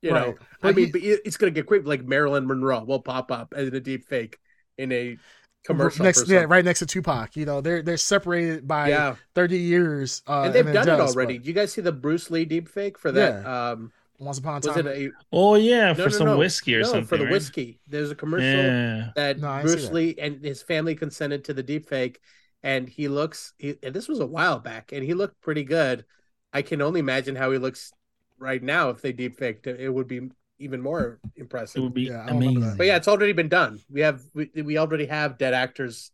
Speaker 5: You know,
Speaker 4: Right. But
Speaker 5: I mean,
Speaker 4: he-
Speaker 5: but it- it's gonna get creepy. Like Marilyn Monroe will pop up as a deep fake in a commercial.
Speaker 4: next,
Speaker 5: for
Speaker 4: yeah,
Speaker 5: something.
Speaker 4: right next to Tupac. You know, they're they're separated by
Speaker 5: Yeah,
Speaker 4: thirty years, uh,
Speaker 5: and they've
Speaker 4: then
Speaker 5: done it
Speaker 4: does,
Speaker 5: already.
Speaker 4: but
Speaker 5: You guys see the Bruce Lee deep fake for that? Um,
Speaker 4: Once upon a
Speaker 5: was
Speaker 4: time,
Speaker 5: it a
Speaker 3: Oh yeah,
Speaker 5: No,
Speaker 3: for
Speaker 5: no,
Speaker 3: some
Speaker 5: no.
Speaker 3: whiskey or
Speaker 5: no
Speaker 3: something.
Speaker 5: for the
Speaker 3: right?
Speaker 5: whiskey? There's a commercial
Speaker 3: Yeah.
Speaker 5: that
Speaker 4: No, I see
Speaker 5: Bruce
Speaker 4: that.
Speaker 5: Lee and his family consented to the deep fake, and he looks. He, and this was a while back, and he looked pretty good. I can only imagine how he looks right now if they deep faked it. It would be even more
Speaker 3: It
Speaker 5: impressive.
Speaker 3: would be
Speaker 4: Yeah, I don't remember
Speaker 3: amazing.
Speaker 4: that.
Speaker 5: but yeah, it's already been done. We have we, we already have dead actors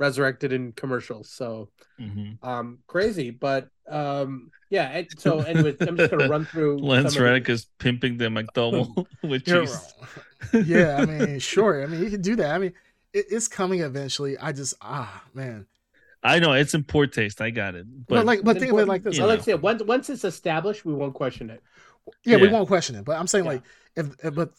Speaker 5: resurrected in commercials. So
Speaker 3: Mhm.
Speaker 5: um crazy, but um yeah. and- So anyway, I'm just gonna run through
Speaker 3: Lance
Speaker 5: some of the-
Speaker 3: Reddick is pimping the McDouble with
Speaker 4: You're
Speaker 3: cheese.
Speaker 4: wrong. yeah, I mean, sure. I mean, you can do that. I mean, it, it's coming eventually. I just ah man,
Speaker 3: I know it's in poor taste. I got it.
Speaker 4: but,
Speaker 3: But,
Speaker 4: like, but
Speaker 5: It's
Speaker 4: think of it
Speaker 5: important.
Speaker 4: like this.
Speaker 3: you
Speaker 5: I
Speaker 4: like,
Speaker 5: like to say once once it's established, we won't question it.
Speaker 4: yeah, we
Speaker 3: yeah.
Speaker 4: won't question it. But I'm saying
Speaker 5: Yeah.
Speaker 4: like if, if but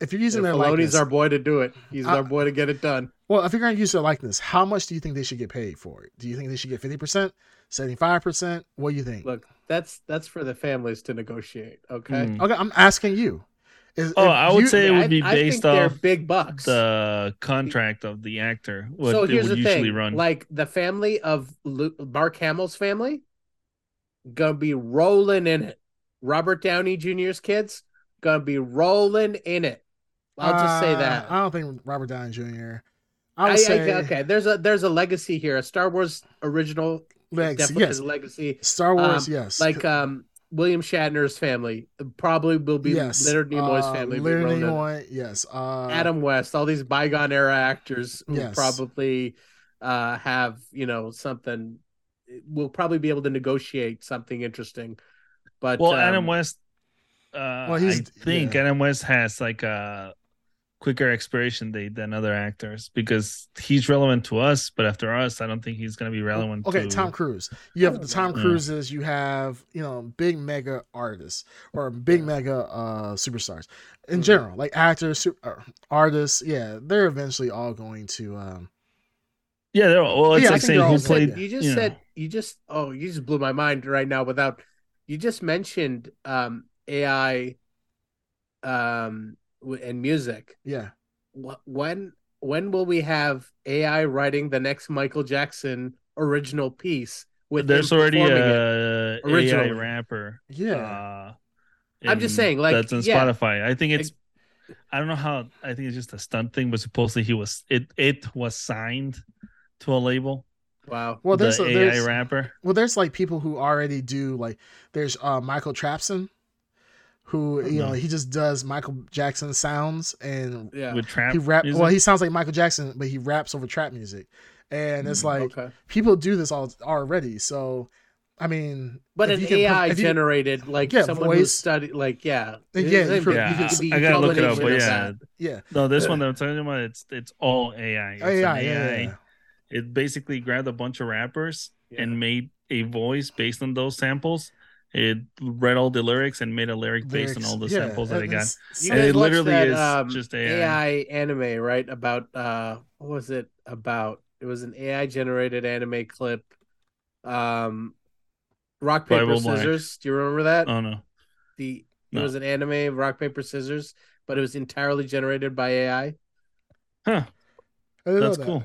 Speaker 4: if you're using
Speaker 5: If
Speaker 4: their
Speaker 5: Filoni's
Speaker 4: likeness,
Speaker 5: our boy to do it. He's
Speaker 4: I-
Speaker 5: our boy to get it done.
Speaker 4: well, if you're going to use their likeness, how much do you think they should get paid for it? Do you think they should get fifty percent, seventy five percent? What do you think?
Speaker 5: Look, that's that's for the families to negotiate. Okay.
Speaker 3: Mm.
Speaker 4: Okay, I'm asking you. Is,
Speaker 3: Oh,
Speaker 4: if
Speaker 3: I would
Speaker 4: you-
Speaker 3: say- It would be
Speaker 5: think
Speaker 3: based
Speaker 5: they're
Speaker 3: off
Speaker 5: big bucks.
Speaker 3: the contract of the actor, what
Speaker 5: so
Speaker 3: it
Speaker 5: here's
Speaker 3: would
Speaker 5: the
Speaker 3: usually
Speaker 5: thing:
Speaker 3: run.
Speaker 5: like the family of Lu- Mark Hamill's family, gonna be rolling in it. Robert Downey Jr.'s kids gonna be rolling in it. I'll just say
Speaker 4: uh,
Speaker 5: that.
Speaker 4: I don't think Robert Downey Jr. I
Speaker 5: I,
Speaker 4: would
Speaker 5: I-
Speaker 4: say
Speaker 5: okay, there's a there's a legacy here. A Star Wars original
Speaker 4: Legs,
Speaker 5: definitely
Speaker 4: yes,
Speaker 5: is a legacy.
Speaker 4: Star Wars,
Speaker 5: Um,
Speaker 4: yes,
Speaker 5: Like um William Shatner's family probably will be
Speaker 4: yes.
Speaker 5: Leonard Nimoy's
Speaker 4: uh,
Speaker 5: family. will be
Speaker 4: Leonard
Speaker 5: rolling in it.
Speaker 4: Nimoy, yes. Uh,
Speaker 5: Adam West, all these bygone era actors who
Speaker 4: Yes.
Speaker 5: probably uh, have you know something will probably be able to negotiate something interesting. But
Speaker 3: well,
Speaker 5: um,
Speaker 3: Adam West. Uh,
Speaker 4: Well,
Speaker 3: I
Speaker 4: he's-
Speaker 3: think
Speaker 4: yeah.
Speaker 3: Adam West has like a quicker expiration date than other actors because he's relevant to us, but after us, I don't think he's going to be relevant.
Speaker 4: okay,
Speaker 3: to...
Speaker 4: Tom Cruise. You have
Speaker 5: don't
Speaker 4: the Tom
Speaker 3: know. Yeah.
Speaker 4: Cruises. You have you know big mega artists or big mega uh superstars in
Speaker 5: Mhm.
Speaker 4: general, like actors, su- uh, artists. Yeah, they're eventually all going to. um
Speaker 3: Yeah, they're, well, it's
Speaker 4: Yeah, I
Speaker 3: like
Speaker 4: think
Speaker 3: saying who
Speaker 4: they're all-
Speaker 5: you said-
Speaker 3: played.
Speaker 5: you just
Speaker 3: you know.
Speaker 5: said you just oh you just blew my mind right now. Without you just mentioned um, AI um, w- and music.
Speaker 4: Yeah,
Speaker 5: Wh- When when will we have AI writing the next Michael Jackson original piece? With
Speaker 3: there's
Speaker 5: him
Speaker 3: already uh,
Speaker 5: performing it?
Speaker 3: a AI
Speaker 5: originally.
Speaker 3: rapper.
Speaker 4: yeah.
Speaker 3: Uh,
Speaker 5: I'm just
Speaker 3: in-
Speaker 5: saying, like,
Speaker 3: that's on
Speaker 5: yeah.
Speaker 3: Spotify. I think it's. I don't know how. I think it's just a stunt thing, but supposedly he was it. It was signed to a label.
Speaker 5: Wow.
Speaker 4: well, there's,
Speaker 3: the
Speaker 4: a,
Speaker 3: AI
Speaker 4: there's
Speaker 3: rapper.
Speaker 4: well, there's like people who already do like there's uh Michael Trapson, who you know
Speaker 3: Mhm.
Speaker 4: he just does Michael Jackson sounds and
Speaker 5: Yeah.
Speaker 3: with trap.
Speaker 4: he rap.
Speaker 3: music.
Speaker 4: Well, he sounds like Michael Jackson, but he raps over trap music, and it's
Speaker 3: Mm,
Speaker 4: like
Speaker 5: okay.
Speaker 4: people do this all already. So, I mean,
Speaker 5: But
Speaker 4: if
Speaker 5: an
Speaker 4: you can put-
Speaker 5: AI
Speaker 4: if you-
Speaker 5: generated, like
Speaker 4: Yeah,
Speaker 5: someone who
Speaker 4: voice.
Speaker 5: studied, like yeah,
Speaker 4: Yeah,
Speaker 5: It's
Speaker 4: you
Speaker 5: the
Speaker 4: could-
Speaker 5: same thing.
Speaker 4: you
Speaker 3: yeah,
Speaker 4: could
Speaker 5: be
Speaker 3: I gotta look it up. But
Speaker 5: combination of
Speaker 3: yeah,
Speaker 4: yeah,
Speaker 3: no, this one that I'm talking about, it's it's all AI. It's an
Speaker 4: AI, yeah, yeah.
Speaker 3: It basically grabbed a bunch of rappers
Speaker 5: Yeah.
Speaker 3: and made a voice based on those samples. It read all the lyrics and made a lyric based on all the
Speaker 4: Lyrics, yeah,
Speaker 3: samples that it
Speaker 4: and
Speaker 3: got.
Speaker 4: it's-
Speaker 5: You
Speaker 3: And
Speaker 5: guys
Speaker 3: it
Speaker 5: watched
Speaker 3: literally
Speaker 5: that,
Speaker 3: is
Speaker 5: um,
Speaker 3: just AI.
Speaker 5: AI anime, right? About uh, what was it about? It was an AI generated anime clip. Um, rock paper
Speaker 3: Bible Black.
Speaker 5: scissors. Do you remember that?
Speaker 3: Oh no.
Speaker 5: the
Speaker 3: No.
Speaker 5: it was an anime of rock paper scissors, but it was entirely generated by AI.
Speaker 3: Huh.
Speaker 4: I didn't know
Speaker 3: That's
Speaker 4: that.
Speaker 3: cool.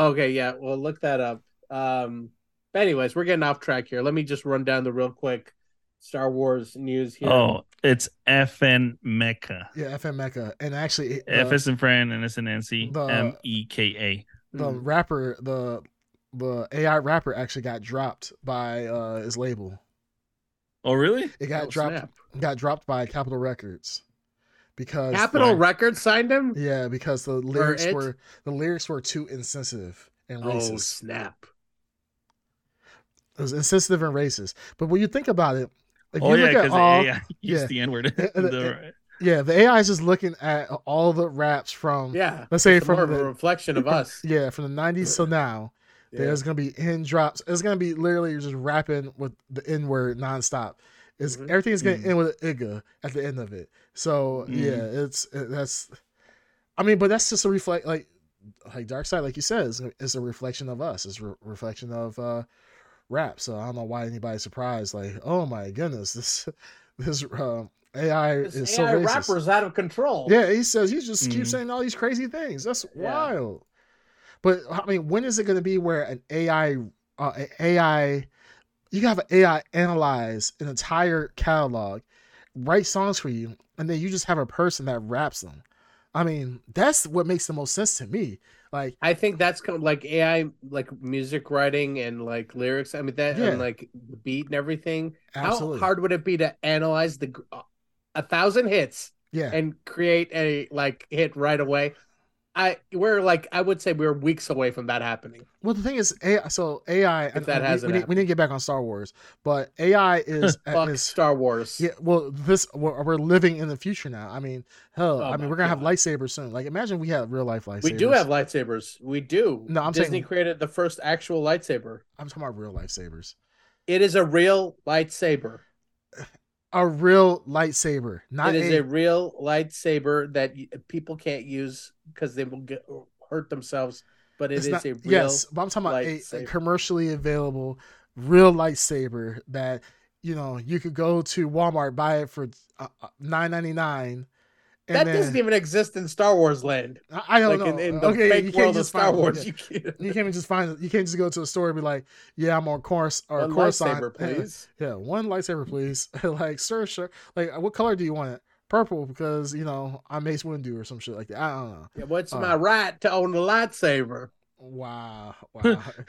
Speaker 5: Okay, yeah. Well, look that up. Um, but anyways, we're getting off track here. Let me just run down the real quick Star Wars news here.
Speaker 3: Oh, it's FN Mecca.
Speaker 4: Yeah, FM Mecca, and actually, the,
Speaker 3: F is in Fran and it's in Nancy.
Speaker 4: the-
Speaker 3: M E K
Speaker 5: Hmm.
Speaker 4: the
Speaker 3: Mm.
Speaker 4: rapper, the the AI rapper actually got dropped by uh his label.
Speaker 3: A. Oh really?
Speaker 4: It got
Speaker 5: Oh,
Speaker 4: dropped.
Speaker 5: snap.
Speaker 4: Got dropped by Capitol Records because
Speaker 5: Capitol
Speaker 3: Right.
Speaker 5: Records signed him.
Speaker 4: yeah, because the lyrics
Speaker 5: it?
Speaker 4: were the lyrics were too insensitive and
Speaker 5: Oh
Speaker 4: racist.
Speaker 5: snap!
Speaker 4: It was insensitive and racist. But when you think about it, if
Speaker 3: oh
Speaker 4: you
Speaker 3: yeah,
Speaker 4: look at
Speaker 3: because
Speaker 4: all,
Speaker 3: AI used
Speaker 4: yeah.
Speaker 3: the N word.
Speaker 4: Uh, uh, yeah, the AI is just looking at all the raps from
Speaker 5: Yeah,
Speaker 4: let's say
Speaker 5: it's
Speaker 4: from
Speaker 5: more of a
Speaker 4: the
Speaker 5: reflection of us.
Speaker 4: yeah from the '90s till now. There's gonna be in drops. It's gonna be literally just rapping with the N word nonstop. It's
Speaker 5: Mhm.
Speaker 4: everything's gonna
Speaker 3: Mm.
Speaker 4: end with an "iga" at the end of it. So
Speaker 3: Mhm.
Speaker 4: yeah, it's it, that's. I mean, but that's just a reflect like like Dark Side, like you said, is is a reflection of us. It's a re- reflection of uh rap. So I don't know why anybody's surprised. Like, oh my goodness, this this um, AI
Speaker 5: This
Speaker 4: is so
Speaker 5: AI
Speaker 4: racist.
Speaker 5: rapper's out of control.
Speaker 4: Yeah, he says you just keep
Speaker 3: Mhm.
Speaker 4: saying all these crazy things. That's
Speaker 5: Mm-hmm. Yeah.
Speaker 4: wild. But I mean, when is it going to be where an AI, uh, an AI, you have an AI analyze an entire catalog, write songs for you, and then you just have a person that raps them? I mean, that's what makes the most sense to me. Like,
Speaker 5: I think that's kind of like AI, like music writing and like lyrics. I mean that
Speaker 4: Yeah.
Speaker 5: and like the beat and everything.
Speaker 4: absolutely,
Speaker 5: How hard would it be to analyze the gr- a thousand hits
Speaker 4: yeah,
Speaker 5: and create a like hit right away? I we're like I would say we're weeks away from that happening.
Speaker 4: Well, the thing is, AI, so AI. and-
Speaker 5: that
Speaker 4: and we-
Speaker 5: hasn't
Speaker 4: we, need, we need to get back on Star Wars, but AI is
Speaker 5: Fuck
Speaker 4: is
Speaker 5: Star Wars.
Speaker 4: yeah. Well, this we're, we're living in the future now. I mean, hell,
Speaker 5: Oh
Speaker 4: I mean,
Speaker 5: my
Speaker 4: we're gonna have
Speaker 5: God.
Speaker 4: lightsabers soon. Like, imagine we have real life lightsabers.
Speaker 5: we do have lightsabers. We do.
Speaker 4: No, I'm
Speaker 5: Disney
Speaker 4: saying-
Speaker 5: created the first actual lightsaber.
Speaker 4: I'm talking about real lightsabers.
Speaker 5: It is a real lightsaber.
Speaker 4: A real lightsaber, not
Speaker 5: It is a
Speaker 4: a.
Speaker 5: real lightsaber that y- people can't use because they will get hurt themselves. But it
Speaker 4: it's
Speaker 5: is
Speaker 4: not-
Speaker 5: a real.
Speaker 4: yes, but I'm talking about a- a,
Speaker 5: lightsaber.
Speaker 4: commercially available real lightsaber that you know you could go to Walmart buy it for uh, uh, 9.99. and
Speaker 5: that
Speaker 4: then-
Speaker 5: doesn't even exist in Star Wars land.
Speaker 4: I I don't
Speaker 5: Like in,
Speaker 4: know.
Speaker 5: in the
Speaker 4: okay, you
Speaker 5: fake
Speaker 4: can't
Speaker 5: world of
Speaker 4: just
Speaker 5: Star
Speaker 4: find one, yeah.
Speaker 5: Wars, you can't.
Speaker 4: You can't just find. You can't just go to a store and be like, "Yeah, I'm on course or
Speaker 5: One
Speaker 4: course
Speaker 5: lightsaber, please.
Speaker 4: Yeah, one lightsaber, please. like, sir, sure. Like, what color do you want it? Purple, because you know I'm Mace Windu or some shit like that. I don't know.
Speaker 5: Yeah, what's
Speaker 4: Oh.
Speaker 5: my right to own a lightsaber?
Speaker 4: Wow, wow.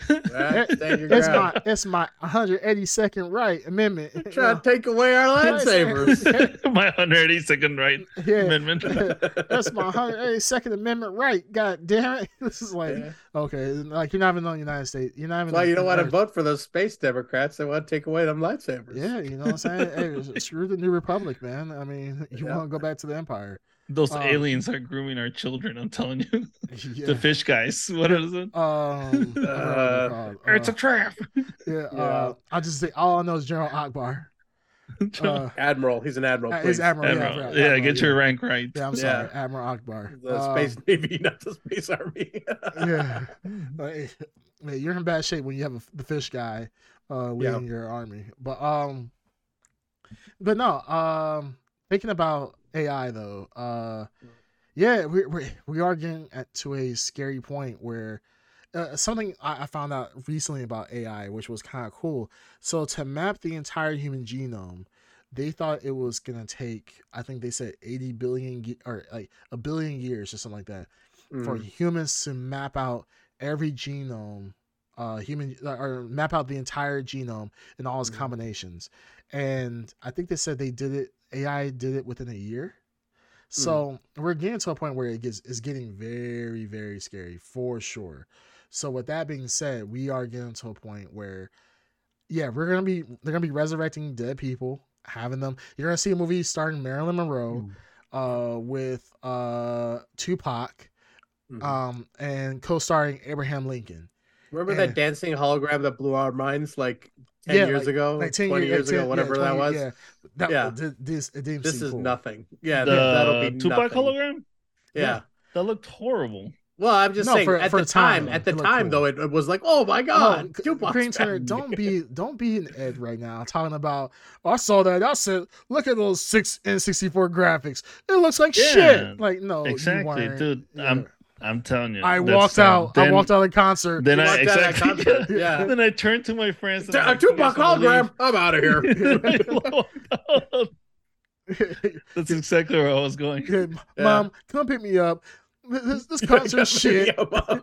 Speaker 5: Right? Stand your
Speaker 4: it's
Speaker 5: ground.
Speaker 4: my it's my 182nd right amendment.
Speaker 5: You're trying to take away our lightsabers.
Speaker 3: My 182nd right
Speaker 4: yeah,
Speaker 3: amendment.
Speaker 4: that's my 182nd amendment right. God damn it! This is like
Speaker 5: Yeah.
Speaker 4: okay, like you're not even on the United States. You're not even.
Speaker 5: Well,
Speaker 4: on-
Speaker 5: you don't want to
Speaker 4: United-
Speaker 5: vote for those space Democrats. They want to take away them lightsabers.
Speaker 4: Yeah, you know what I'm saying? hey, screw the New Republic, man. I mean, you
Speaker 5: Yeah.
Speaker 4: want to go back to the Empire.
Speaker 3: Those
Speaker 4: Um,
Speaker 3: aliens are grooming our children. I'm telling you,
Speaker 4: Yeah.
Speaker 3: the fish guys. What is it?
Speaker 4: Um, I forgot what they're
Speaker 5: Uh,
Speaker 4: called.
Speaker 3: it's
Speaker 4: Uh,
Speaker 3: a trap.
Speaker 4: yeah, uh, I just think all I know is General Akbar. Uh,
Speaker 5: Admiral, he's an admiral.
Speaker 4: uh,
Speaker 5: Please.
Speaker 4: he's Admiral.
Speaker 3: Admiral.
Speaker 4: Yeah, I forgot,
Speaker 3: yeah,
Speaker 4: Admiral,
Speaker 3: get
Speaker 4: yeah.
Speaker 3: your rank right.
Speaker 4: Yeah, I'm
Speaker 5: Yeah.
Speaker 4: sorry, Admiral Akbar.
Speaker 5: The
Speaker 4: Um,
Speaker 5: space navy, not the space army.
Speaker 4: yeah, Like, hey, you're in bad shape when you have a f the fish guy uh, leading your army. But um, but no, um, thinking about AI though, uh, yeah, we we we are getting at, to a scary point where uh, something I, I found out recently about AI, which was kind of cool. So to map the entire human genome. They thought it was gonna take, I think they said eighty billion ye- or like a billion years or something like that for
Speaker 5: Mm.
Speaker 4: humans to map out every genome, uh, human or map out the entire genome and all its
Speaker 5: Mhm.
Speaker 4: combinations. And I think they said they did it. AI did it within a year. So we're getting to a point where it gets is getting very very scary for sure. So with that being said, we are getting to a point where, yeah, we're gonna be they're gonna be resurrecting dead people, having them. You're gonna see a movie starring Marilyn Monroe, uh, with uh Tupac,
Speaker 5: Mhm.
Speaker 4: um, and co-starring Abraham Lincoln.
Speaker 5: Remember
Speaker 4: yeah.
Speaker 5: that dancing hologram that blew our minds like 10
Speaker 4: Yeah,
Speaker 5: years
Speaker 4: like-
Speaker 5: ago,
Speaker 4: Like 10
Speaker 5: 20 years
Speaker 4: yeah, 10
Speaker 5: ago, whatever
Speaker 4: yeah,
Speaker 5: that
Speaker 4: 20
Speaker 5: was?
Speaker 4: Yeah, that,
Speaker 5: Yeah.
Speaker 4: th- this it didn't
Speaker 5: This
Speaker 4: seem
Speaker 5: is
Speaker 4: cool.
Speaker 5: nothing. Yeah,
Speaker 3: the
Speaker 5: that, will be
Speaker 3: Tupac
Speaker 5: nothing.
Speaker 3: hologram
Speaker 5: Yeah.
Speaker 4: Yeah.
Speaker 3: that looked horrible.
Speaker 5: Well, I'm just
Speaker 4: No,
Speaker 5: saying
Speaker 4: for-
Speaker 5: at
Speaker 4: for a
Speaker 5: the
Speaker 4: time,
Speaker 5: time, at the
Speaker 4: it looked
Speaker 5: time
Speaker 4: cool.
Speaker 5: though, it, it was like, oh my
Speaker 4: No,
Speaker 5: god,
Speaker 4: G-
Speaker 5: Tupac's
Speaker 4: Green Turner,
Speaker 5: back.
Speaker 4: don't be don't be an Ed right now talking about. I saw that. I said, look at those six and sixty four graphics. It looks like
Speaker 3: Yeah,
Speaker 4: shit. Like no, Oh, you
Speaker 3: exactly,
Speaker 4: weren't.
Speaker 3: dude. I'm- I'm telling you,
Speaker 4: I
Speaker 3: that's
Speaker 4: walked
Speaker 3: dumb.
Speaker 4: out. I
Speaker 3: Then-
Speaker 4: walked out of the concert.
Speaker 3: Then
Speaker 5: You
Speaker 3: I
Speaker 5: walked out at
Speaker 3: exactly.
Speaker 5: concert?
Speaker 4: yeah.
Speaker 5: Yeah.
Speaker 3: Then I turned to my friends. and
Speaker 5: T-
Speaker 3: I'm
Speaker 5: a
Speaker 3: like, "You
Speaker 5: Tupac
Speaker 3: guys believe-
Speaker 5: hologram. I'm out of here.
Speaker 3: I walked out. That's exactly where I was going.
Speaker 4: Yeah, Mom, come pick me up. This, this concert shit.
Speaker 5: Yeah, Mom.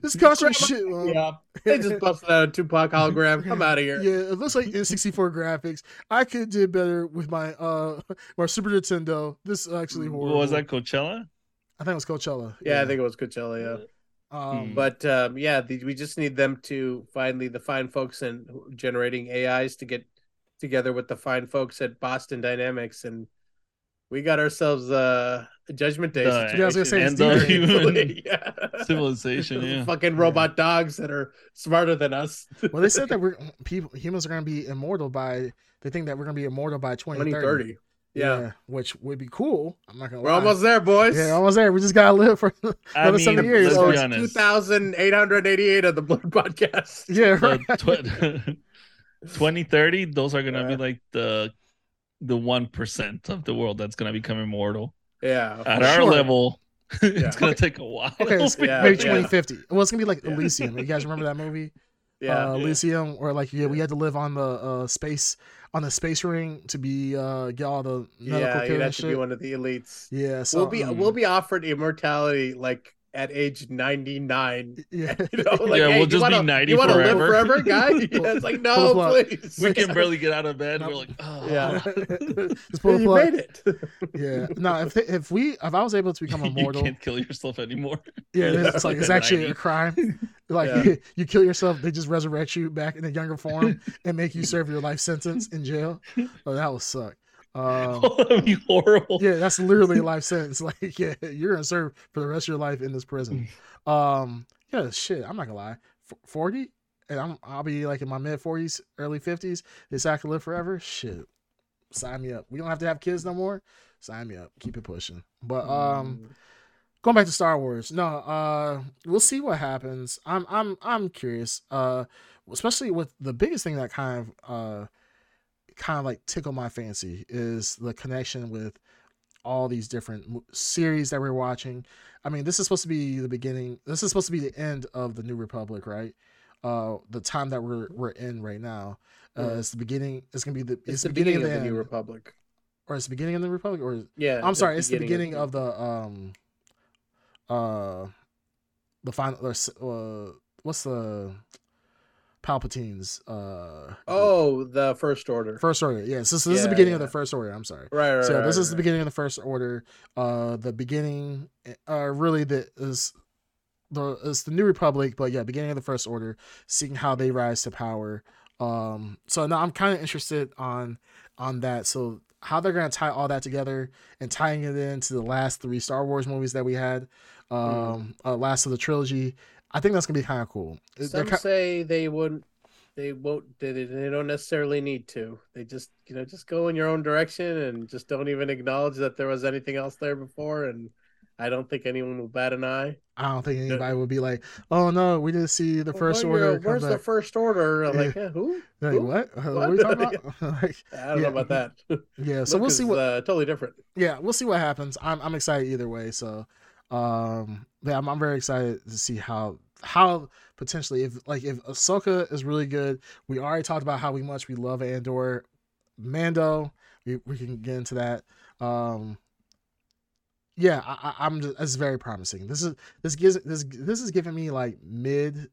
Speaker 4: This concert
Speaker 5: Grab my-
Speaker 4: shit. Mom.
Speaker 5: yeah, they just busted out a Tupac hologram. I'm out of here.
Speaker 4: Yeah, it looks like N64 graphics. I could did better with my uh my Super Nintendo. This is actually
Speaker 5: Mm,
Speaker 4: horrible.
Speaker 3: What was that Coachella?
Speaker 4: I think it was Coachella.
Speaker 5: Yeah, I think it was Coachella. Yeah,
Speaker 4: um, but
Speaker 5: but um, yeah, the, we just need them to finally the fine folks in generating AIs to get together with the fine folks at Boston Dynamics and We got ourselves uh, a Judgment Day.
Speaker 3: The-
Speaker 4: Yeah, I was gonna say,
Speaker 5: situation.
Speaker 4: it's
Speaker 3: End of human
Speaker 5: yeah.
Speaker 3: civilization. Yeah.
Speaker 5: Fucking robot dogs that are smarter than us.
Speaker 4: Well, they said that we're people humans are gonna be immortal by they think that we're gonna be immortal by
Speaker 5: 2030.
Speaker 4: 2030.
Speaker 5: Yeah.
Speaker 4: which would be cool. I'm not gonna.
Speaker 5: We're
Speaker 4: lie.
Speaker 5: almost there, boys.
Speaker 4: Yeah, almost there. We just gotta live for.
Speaker 3: I
Speaker 4: Another
Speaker 3: mean,
Speaker 4: seven years,
Speaker 3: let's
Speaker 5: so
Speaker 3: be honest.
Speaker 5: it's 2,888 of the Blood Podcast.
Speaker 4: yeah, right.
Speaker 3: The tw- 2030, those are gonna
Speaker 5: Yeah.
Speaker 3: be like the the one percent of the world that's gonna become immortal.
Speaker 5: Yeah.
Speaker 3: At
Speaker 4: For
Speaker 3: our
Speaker 4: sure.
Speaker 3: level,
Speaker 5: Yeah.
Speaker 3: it's gonna take a while.
Speaker 4: Okay, it's
Speaker 5: Yeah,
Speaker 4: maybe
Speaker 5: yeah.
Speaker 4: 2050. Well, it's gonna be like
Speaker 5: Yeah.
Speaker 4: Elysium. You guys remember that movie?
Speaker 5: Yeah.
Speaker 4: uh, Elysium, where like yeah, we had to live on the uh, space on the space ring to be uh, get all the medical
Speaker 5: yeah.
Speaker 4: care
Speaker 5: You'd
Speaker 4: and
Speaker 5: have to be
Speaker 4: shit.
Speaker 5: one of the elites.
Speaker 4: Yeah, so
Speaker 5: we'll be
Speaker 4: um,
Speaker 5: we'll be offered immortality like at age 99
Speaker 4: yeah.
Speaker 5: you know like
Speaker 3: Yeah,
Speaker 5: hey,
Speaker 3: we'll
Speaker 5: you
Speaker 3: just be
Speaker 5: wanna,
Speaker 3: 90
Speaker 5: you wanna
Speaker 3: forever.
Speaker 5: live forever guy yeah, it's like no
Speaker 4: Pull up.
Speaker 5: please
Speaker 3: We can barely get out of bed. We're like, oh,
Speaker 5: Yeah.
Speaker 4: Just
Speaker 5: Hey,
Speaker 4: pull the
Speaker 5: you
Speaker 4: plug.
Speaker 5: made it
Speaker 4: Yeah, no. If if we if I was able to become
Speaker 3: you
Speaker 4: immortal,
Speaker 3: can't kill yourself anymore.
Speaker 4: yeah, it's
Speaker 3: Yeah.
Speaker 4: like it's actually a
Speaker 3: 90.
Speaker 4: crime. Like
Speaker 5: Yeah.
Speaker 4: you kill yourself, they just resurrect you back in a younger form and make you serve your life sentence in jail. Oh, that would suck. Um,
Speaker 3: Oh, that'd be horrible.
Speaker 4: yeah, that's literally a life sentence. Like, yeah, you're gonna serve for the rest of your life in this prison. Um, yeah, shit. I'm not gonna lie. F- Forty, and I'm I'll be like in my mid forties, early fifties. This I could live forever. Shit, sign me up. We don't have to have kids no more. Sign me up. Keep it pushing. But um,
Speaker 5: Mm.
Speaker 4: going back to Star Wars. No, uh, we'll see what happens. I'm I'm I'm curious. Uh, especially with the biggest thing that kind of uh, kind of like tickled my fancy is the connection with all these different mo- series that we're watching. I mean, this is supposed to be the beginning. This is supposed to be the end of the New Republic, right? Uh, the time that we're we're in right now. Uh,
Speaker 5: Mhm.
Speaker 4: it's the beginning. It's gonna be the. It's,
Speaker 5: it's the beginning of the
Speaker 4: end,
Speaker 5: new republic
Speaker 4: or it's the beginning of the Republic, or
Speaker 5: yeah
Speaker 4: I'm sorry, it's the beginning of the um uh the final or s- uh what's the Palpatine's uh
Speaker 5: oh the first order
Speaker 4: first order. Yeah, so, so this is the
Speaker 5: Yeah,
Speaker 4: beginning of
Speaker 5: yeah.
Speaker 4: the first order, I'm sorry.
Speaker 5: right, right
Speaker 4: So
Speaker 5: right,
Speaker 4: this is the
Speaker 5: right.
Speaker 4: beginning of the first order. Uh the beginning uh really the is the it's the new republic, but yeah, beginning of the first order, seeing how they rise to power. Um so now I'm kinda interested on on that. So how they're gonna tie all that together and tying it into the last three Star Wars movies that we had,
Speaker 5: Mm-hmm.
Speaker 4: um uh, last of the trilogy. I think that's gonna be kinda cool. They're
Speaker 5: some
Speaker 4: ki-
Speaker 5: say they wouldn't they won't they, they- they don't necessarily need to they just you know just go in your own direction and just don't even acknowledge that there was anything else there before and i don't think anyone will bat an eye
Speaker 4: I don't think anybody would be like, "Oh no, we didn't see the
Speaker 5: Well,
Speaker 4: first
Speaker 5: where-
Speaker 4: order." come
Speaker 5: Where's the
Speaker 4: back."
Speaker 5: first order? I'm like, yeah, who?
Speaker 4: They're like, what? Uh, what are you
Speaker 5: What?
Speaker 4: talking about? Like,
Speaker 5: I don't
Speaker 4: Yeah.
Speaker 5: know about that.
Speaker 4: yeah, so
Speaker 5: Look
Speaker 4: we'll
Speaker 5: is,
Speaker 4: see what.
Speaker 5: uh, totally different.
Speaker 4: yeah, we'll see what happens. I'm I'm excited either way. So, um, yeah, I'm, I'm very excited to see how how potentially if like if Ahsoka is really good. We already talked about how we much we love Andor, Mando. We we can get into that. Um, yeah, I, I, I'm just it's very promising. This is this gives this this is giving me like mid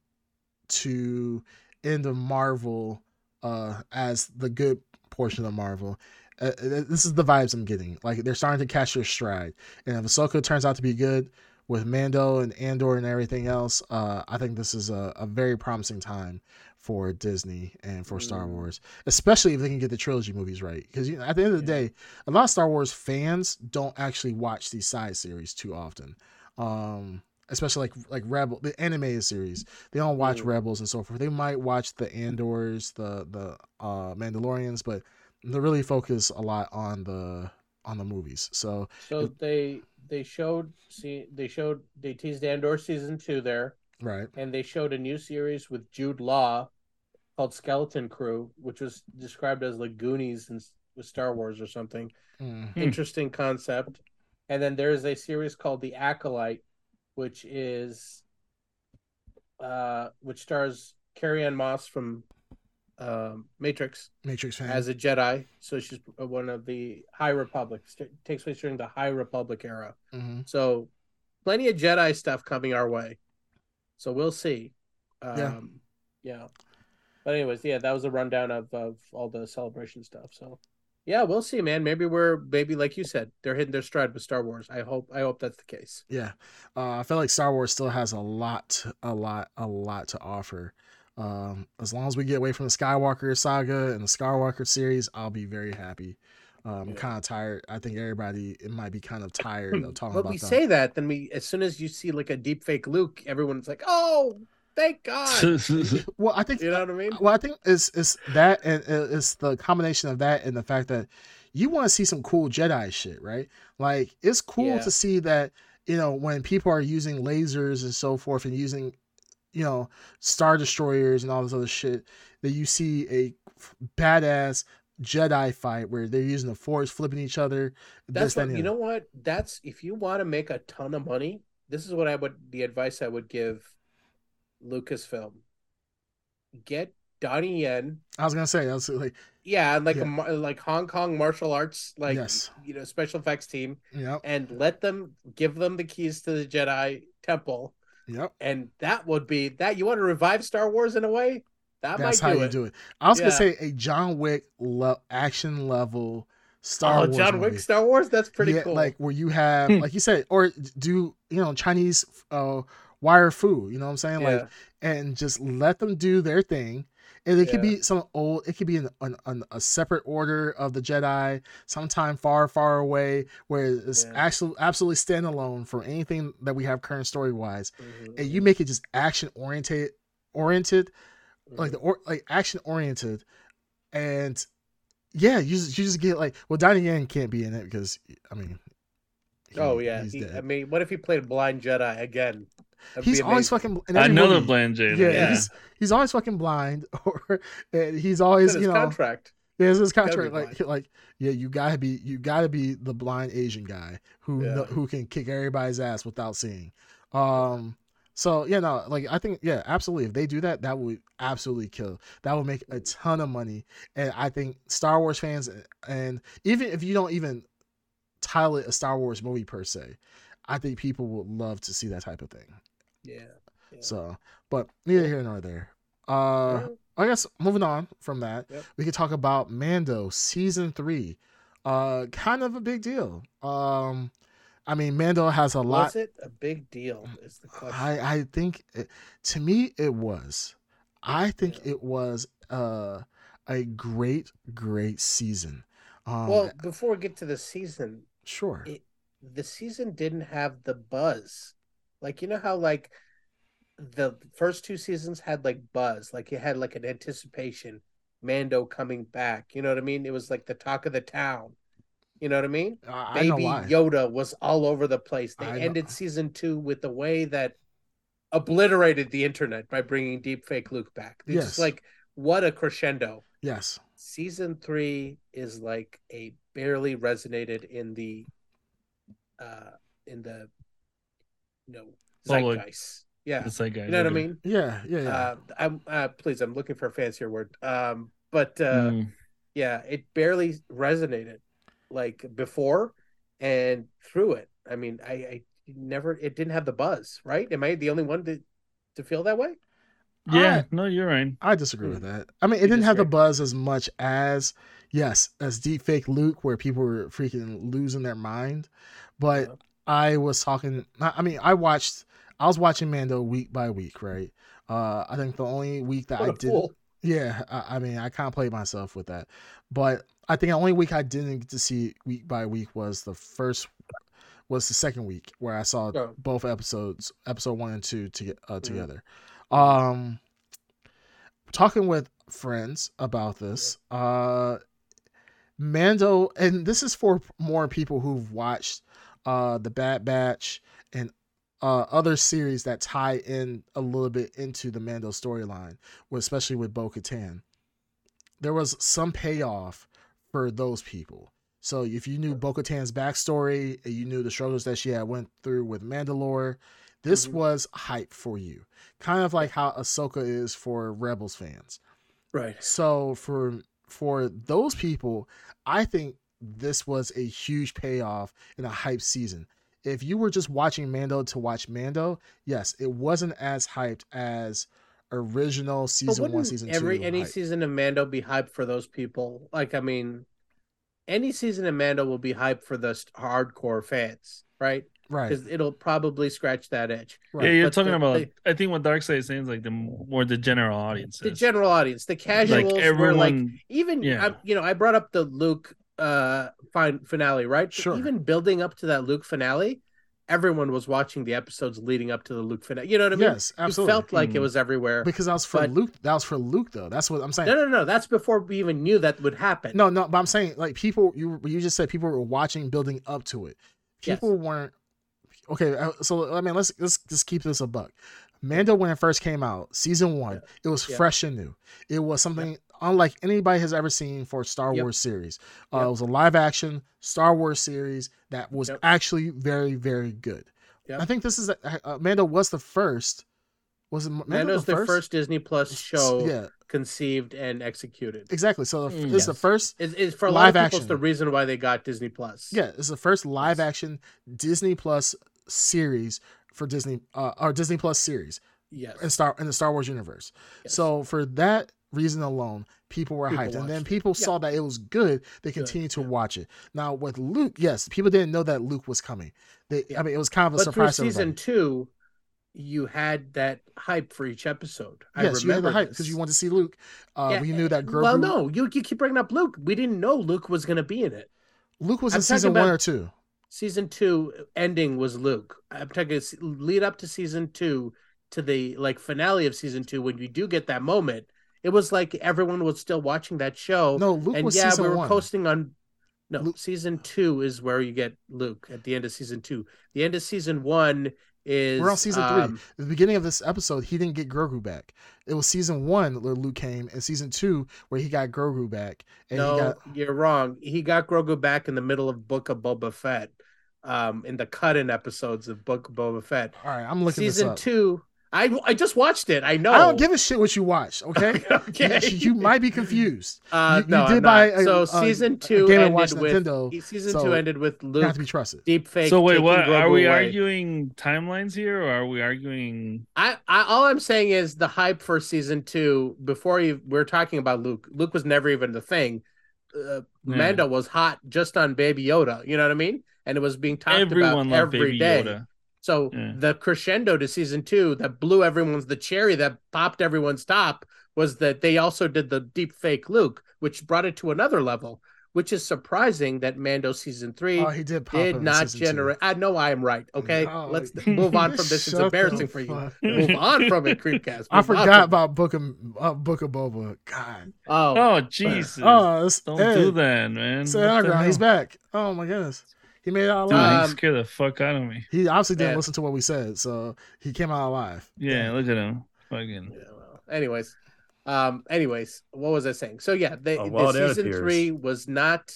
Speaker 4: to end of Marvel uh as the good portion of Marvel uh, this is the vibes I'm getting. Like they're starting to catch their stride, and if Ahsoka turns out to be good with Mando and Andor and everything else, uh, I think this is a, a very promising time for Disney and for Star
Speaker 5: Mm.
Speaker 4: Wars, especially if they can get the trilogy movies right. Because you know, at the end of the
Speaker 5: Yeah.
Speaker 4: day, a lot of Star Wars fans don't actually watch these side series too often. Um, especially like like Rebel, the animated series, they don't watch
Speaker 5: Mm.
Speaker 4: Rebels and so forth. They might watch the Andors, the the uh, Mandalorians, but they really focus a lot on the on the movies. So
Speaker 5: So they they showed see they showed they teased Andor season two there,
Speaker 4: right,
Speaker 5: and they showed a new series with Jude Law called Skeleton Crew, which was described as like Goonies and with Star Wars or something.
Speaker 4: Mm.
Speaker 3: Hmm.
Speaker 5: Interesting concept. And then there is a series called The Acolyte, which is uh which stars Carrie Ann Moss from um, Matrix.
Speaker 4: Matrix fan.
Speaker 5: as a Jedi. So she's one of the High Republic. It takes place during the High Republic era.
Speaker 4: Mhm.
Speaker 5: So plenty of Jedi stuff coming our way. So we'll see.
Speaker 4: Yeah.
Speaker 5: Um, yeah. But anyways, yeah, that was a rundown of, of all the celebration stuff. So yeah, we'll see, man. Maybe we're maybe like you said, they're hitting their stride with Star Wars. I hope I hope that's the case.
Speaker 4: Yeah, uh, I feel like Star Wars still has a lot, a lot, a lot to offer. Um, as long as we get away from the Skywalker saga and the Skywalker series, I'll be very happy. Um,
Speaker 5: Yeah.
Speaker 4: kind of tired. I think everybody it might be kind of tired of talking
Speaker 5: But
Speaker 4: about
Speaker 5: we
Speaker 4: that.
Speaker 5: say that, then we as soon as you see like a deep fake Luke, everyone's like, "Oh, thank God!"
Speaker 4: well, I think
Speaker 5: You know what I mean?
Speaker 4: well, I think it's it's that and it- it's the combination of that and the fact that you want to see some cool Jedi shit, right? Like it's cool
Speaker 5: Yeah.
Speaker 4: to see that you know when people are using lasers and so forth and using you know star destroyers and all this other shit that you see a f- badass Jedi fight where they're using the Force, flipping each other.
Speaker 5: That's
Speaker 4: this, that,
Speaker 5: what
Speaker 4: and
Speaker 5: you
Speaker 4: the
Speaker 5: know. What that's if you want to make a ton of money, this is what I would the advice I would give Lucasfilm: get Donnie Yen,
Speaker 4: other. I was gonna say that's like
Speaker 5: yeah, and like
Speaker 4: Yeah.
Speaker 5: a mar- like Hong Kong martial arts, like
Speaker 4: Yes.
Speaker 5: you know, special effects team,
Speaker 4: yep,
Speaker 5: and let them give them the keys to the Jedi Temple,
Speaker 4: yep.
Speaker 5: and that would be that. You want to revive Star Wars in a way? That
Speaker 4: That's
Speaker 5: might
Speaker 4: how
Speaker 5: do
Speaker 4: you
Speaker 5: it.
Speaker 4: do it. I was gonna
Speaker 5: Yeah.
Speaker 4: say a John Wick le- action level Star
Speaker 5: oh,
Speaker 4: Wars
Speaker 5: John Wick
Speaker 4: movie.
Speaker 5: Star Wars? That's pretty
Speaker 4: Yeah,
Speaker 5: cool.
Speaker 4: Like where you have,
Speaker 3: Hmm.
Speaker 4: like you said, or do you know Chinese uh, wire food? You know what I'm saying?
Speaker 5: yeah.
Speaker 4: Like and just let them do their thing. And it could
Speaker 5: Yeah.
Speaker 4: be some old, it could be an, an, an, a separate order of the Jedi, sometime far, far away, where it's
Speaker 5: Yeah.
Speaker 4: actually absolutely standalone from anything that we have current story wise.
Speaker 5: Mhm,
Speaker 4: And you make it just action oriented, oriented,
Speaker 5: mhm.
Speaker 4: like the or, like action oriented, and yeah, you just, you just get like well, Donnie Yen can't be in it because I mean, he-
Speaker 5: oh yeah.
Speaker 4: he's
Speaker 5: He- I
Speaker 4: dead.
Speaker 5: mean, what if he played Blind Jedi again? That'd be
Speaker 4: he's always
Speaker 5: amazing.
Speaker 4: fucking in every
Speaker 3: Another
Speaker 4: movie.
Speaker 3: blind Jada.
Speaker 4: Yeah,
Speaker 5: yeah.
Speaker 4: he's he's always fucking blind, or and he's
Speaker 5: It's
Speaker 4: always
Speaker 5: in
Speaker 4: you
Speaker 5: his
Speaker 4: know
Speaker 5: contract.
Speaker 4: yeah, it's his
Speaker 5: gotta be
Speaker 4: contract like like yeah, you gotta be you gotta be the blind Asian guy who
Speaker 5: Yeah.
Speaker 4: kno- who can kick everybody's ass without seeing. Um, so yeah, no, like I think yeah, absolutely. If they do that, that would absolutely kill. That would make a ton of money, and I think Star Wars fans and even if you don't even title it a Star Wars movie per se, I think people would love to see that type of thing.
Speaker 5: Yeah. Yeah.
Speaker 4: So, but neither here nor there. Uh,
Speaker 5: Well,
Speaker 4: I guess moving on from that,
Speaker 5: Mm-hmm. Yep.
Speaker 4: we could talk about Mando season three. Uh, kind of a big deal. Um, I mean, Mando has a lot.
Speaker 5: Was it a big deal? Is the question.
Speaker 4: I I think it, to me it was. I think
Speaker 5: Yeah.
Speaker 4: it was uh a great great season. Um,
Speaker 5: well, before we get to the season,
Speaker 4: sure.
Speaker 5: it- the season didn't have the buzz. Like you know how like the first two seasons had like buzz, like it had like an anticipation, Mando coming back. You know what I mean? It was like the talk of the town. You know what I mean?
Speaker 4: I, I know
Speaker 5: Baby
Speaker 4: why.
Speaker 5: Yoda was all over the place. They
Speaker 4: I know-
Speaker 5: ended season two with a way that obliterated the internet by bringing deepfake Luke back. It's
Speaker 4: Yes.
Speaker 5: just like what a crescendo.
Speaker 4: yes.
Speaker 5: Season three is like a barely resonated in the, uh, in the, you know,
Speaker 3: Public.
Speaker 5: zeitgeist. Yeah,
Speaker 3: It's like
Speaker 5: you know what I mean.
Speaker 4: Yeah. Yeah. Yeah.
Speaker 5: Uh, I'm uh, please. I'm looking for a fancier word. Um, but uh,
Speaker 3: Mm.
Speaker 5: yeah it barely resonated like before and through it i mean i i never it didn't have the buzz right am i the only one to to feel that way
Speaker 3: Yeah, no, you're right.
Speaker 4: I disagree with
Speaker 5: Hmm.
Speaker 4: that. I mean, it
Speaker 5: You
Speaker 4: didn't have the
Speaker 5: disagree?
Speaker 4: buzz as much as yes, as deep fake Luke, where people were freaking losing their mind. But
Speaker 5: Yeah.
Speaker 4: I was talking. I I mean, I watched. I was watching Mando week by week, right? Uh, I think the only week that
Speaker 5: What
Speaker 4: I
Speaker 5: a
Speaker 4: did,
Speaker 5: fool.
Speaker 4: yeah, I, I mean, I kind of played myself with that. But I think the only week I didn't get to see week by week was the first, was the second week where I saw
Speaker 5: Oh.
Speaker 4: both episodes, episode one and two, to, uh, together.
Speaker 5: Mhm.
Speaker 4: Um, talking with friends about this uh mando and this is for more people who've watched uh the bad batch and uh other series that tie in a little bit into the mando storyline well, especially with bo katan there was some payoff for those people so if you knew bo katan's backstory and you knew the struggles that she had went through with mandalore this
Speaker 5: Mhm.
Speaker 4: was hype for you kind of like how Ahsoka is for Rebels fans.
Speaker 5: right
Speaker 4: So for for those people, I think this was a huge payoff in a hype season. If you were just watching Mando to watch Mando, yes, it wasn't as hyped as original
Speaker 5: but
Speaker 4: season one,
Speaker 5: wouldn't
Speaker 4: season
Speaker 5: every
Speaker 4: two.
Speaker 5: any
Speaker 4: hype.
Speaker 5: season of mando be hyped for those people like i mean any season of mando will be hyped for the st- hardcore fans right
Speaker 4: right,
Speaker 5: because it'll probably scratch that itch
Speaker 4: right.
Speaker 3: Yeah, you're
Speaker 5: But uh,
Speaker 3: talking
Speaker 5: the-
Speaker 3: about.
Speaker 5: they-
Speaker 3: I think what Darkseid is saying is like the more the general audience.
Speaker 5: the
Speaker 3: is.
Speaker 5: general audience the
Speaker 3: like
Speaker 5: casuals were like
Speaker 3: everyone.
Speaker 5: even
Speaker 3: Yeah.
Speaker 5: I, you know i brought up the luke uh fin- finale, right? But
Speaker 4: Sure.
Speaker 5: Even building up to that Luke finale, everyone was watching the episodes leading up to the Luke finale. You know what I mean?
Speaker 4: yes, absolutely. Mm.
Speaker 5: It felt like it
Speaker 3: Mhm.
Speaker 5: was everywhere.
Speaker 4: because that was for
Speaker 5: but-
Speaker 4: Luke. That was for Luke, though. That's what I'm saying.
Speaker 5: No, no, no. That's before we even knew that would happen.
Speaker 4: No, no, but I'm saying like people you you just said people were watching building up to it.
Speaker 5: Yes.
Speaker 4: People weren't okay. uh, So I mean, let's let's just keep this a buck. Mando when it first came out, season one,
Speaker 5: Yeah.
Speaker 4: it was
Speaker 5: Yeah.
Speaker 4: fresh and new. It was something unlike anybody has ever seen for a Star
Speaker 5: Yep.
Speaker 4: Wars series. Uh,
Speaker 5: Yep.
Speaker 4: It was a live action Star Wars series that was
Speaker 5: Yep.
Speaker 4: actually very very good.
Speaker 5: Yep.
Speaker 4: I think this is uh, uh, Mando was the first. Was it Mando
Speaker 5: Mando's
Speaker 4: the
Speaker 5: the first Disney Plus show
Speaker 4: Yeah,
Speaker 5: conceived and executed.
Speaker 4: exactly. So the-
Speaker 3: Mm.
Speaker 4: this is the
Speaker 3: Yes.
Speaker 4: first
Speaker 5: It's, it's for a lot of
Speaker 4: Live
Speaker 5: people. It's the
Speaker 4: action.
Speaker 5: reason why they got Disney Plus.
Speaker 4: Yeah, it's the first live action Disney Plus series for Disney uh, or Disney Plus series
Speaker 5: Yes.
Speaker 4: in Star in the Star Wars universe.
Speaker 5: Yes.
Speaker 4: So for that reason alone, people were
Speaker 5: People
Speaker 4: hyped, and then
Speaker 5: watched it.
Speaker 4: people
Speaker 5: Yeah.
Speaker 4: saw that it was good. They
Speaker 5: Good,
Speaker 4: continued to
Speaker 5: yeah.
Speaker 4: watch it. Now with Luke, yes, people didn't know that Luke was coming. They, I
Speaker 5: Yeah.
Speaker 4: mean, it was kind of a
Speaker 5: but through
Speaker 4: surprise. to
Speaker 5: season
Speaker 4: everybody.
Speaker 5: two, you had that hype for each episode. I
Speaker 4: yes, you had the
Speaker 5: remember
Speaker 4: hype because
Speaker 5: this.
Speaker 4: you wanted to see Luke. Uh,
Speaker 5: Yeah,
Speaker 4: we knew that Grogu.
Speaker 5: Well, no, you, you keep bringing up Luke. We didn't know Luke was going to be in it.
Speaker 4: Luke was
Speaker 5: I'm
Speaker 4: in
Speaker 5: talking
Speaker 4: season one
Speaker 5: about-
Speaker 4: or two.
Speaker 5: Season two ending was Luke. I'm talking s- lead up to season two to the like finale of season two when you do get that moment. It was like everyone was still watching that show.
Speaker 4: No, Luke
Speaker 5: and
Speaker 4: was
Speaker 5: yeah,
Speaker 4: season
Speaker 5: we were
Speaker 4: one.
Speaker 5: coasting on. No,
Speaker 4: Luke-
Speaker 5: season two is where you get Luke at the end of season two. The end of season one is
Speaker 4: We're on season three.
Speaker 5: um,
Speaker 4: At the beginning of this episode, he didn't get Grogu back. It was season one where Luke came, and season two where he got Grogu back. And
Speaker 5: no,
Speaker 4: he got
Speaker 5: you're wrong. He got Grogu back in the middle of Book of Boba Fett, um, in the cut-in episodes of Book of Boba Fett.
Speaker 4: all right. I'm looking
Speaker 5: Season
Speaker 4: this up.
Speaker 5: two. I I just watched it. I know.
Speaker 4: I don't give a shit what you watch. Okay,
Speaker 5: okay.
Speaker 4: You- you might be confused.
Speaker 5: Uh,
Speaker 4: you- you
Speaker 5: no,
Speaker 4: did
Speaker 5: I'm
Speaker 4: buy
Speaker 5: not.
Speaker 4: a-
Speaker 5: so
Speaker 4: a-
Speaker 5: season
Speaker 4: a
Speaker 5: two
Speaker 4: Game
Speaker 5: ended
Speaker 4: and Watch
Speaker 5: with
Speaker 4: Nintendo,
Speaker 5: season
Speaker 4: so
Speaker 5: two ended with
Speaker 4: Not to be
Speaker 5: Luke
Speaker 4: trusted.
Speaker 5: deep fake.
Speaker 3: so wait,
Speaker 5: taking
Speaker 3: what
Speaker 5: Grogu
Speaker 3: are we
Speaker 5: away.
Speaker 3: arguing timelines here, or are we arguing?
Speaker 5: I, I all I'm saying is the hype for season two. Before you, we're talking about Luke. Luke was never even the thing. Uh,
Speaker 3: Yeah.
Speaker 5: Mando was hot just on Baby Yoda. You know what I mean? And it was being talked
Speaker 3: Everyone
Speaker 5: about
Speaker 3: loved
Speaker 5: every
Speaker 3: Baby
Speaker 5: day.
Speaker 3: Yoda.
Speaker 5: So
Speaker 3: Yeah.
Speaker 5: the crescendo to season two that blew everyone's the cherry that popped everyone's top was that they also did the deep fake Luke, which brought it to another level. Which is surprising that Mando season three
Speaker 4: Oh, he did pop up
Speaker 5: did
Speaker 4: in
Speaker 5: not
Speaker 4: season two.
Speaker 5: generate. I know I am right. Okay,
Speaker 4: No.
Speaker 5: let's move on from this. It's
Speaker 4: Shut the
Speaker 5: embarrassing for you
Speaker 4: fuck-
Speaker 5: move on from it, Creepcast.
Speaker 4: I
Speaker 5: Move on
Speaker 4: forgot
Speaker 5: from it.
Speaker 4: about Book of uh, Book of Boba. God.
Speaker 5: Oh,
Speaker 3: Oh Jesus!
Speaker 4: Oh, it's,
Speaker 3: Don't
Speaker 4: hey,
Speaker 3: do that, man.
Speaker 4: it's
Speaker 3: What the
Speaker 4: underground. He's
Speaker 3: hell?
Speaker 4: back. Oh my goodness. He made it out
Speaker 3: Dude,
Speaker 4: alive.
Speaker 5: Uh,
Speaker 3: he scared the fuck out of me.
Speaker 4: He obviously didn't
Speaker 5: Yeah.
Speaker 4: listen to what we said, so he came out alive.
Speaker 3: Yeah, look at him. Fucking.
Speaker 5: yeah, well, anyways, um, anyways, what was I saying? So yeah, they,
Speaker 2: Oh,
Speaker 5: the
Speaker 2: well, that
Speaker 5: season
Speaker 2: appears.
Speaker 5: three was not.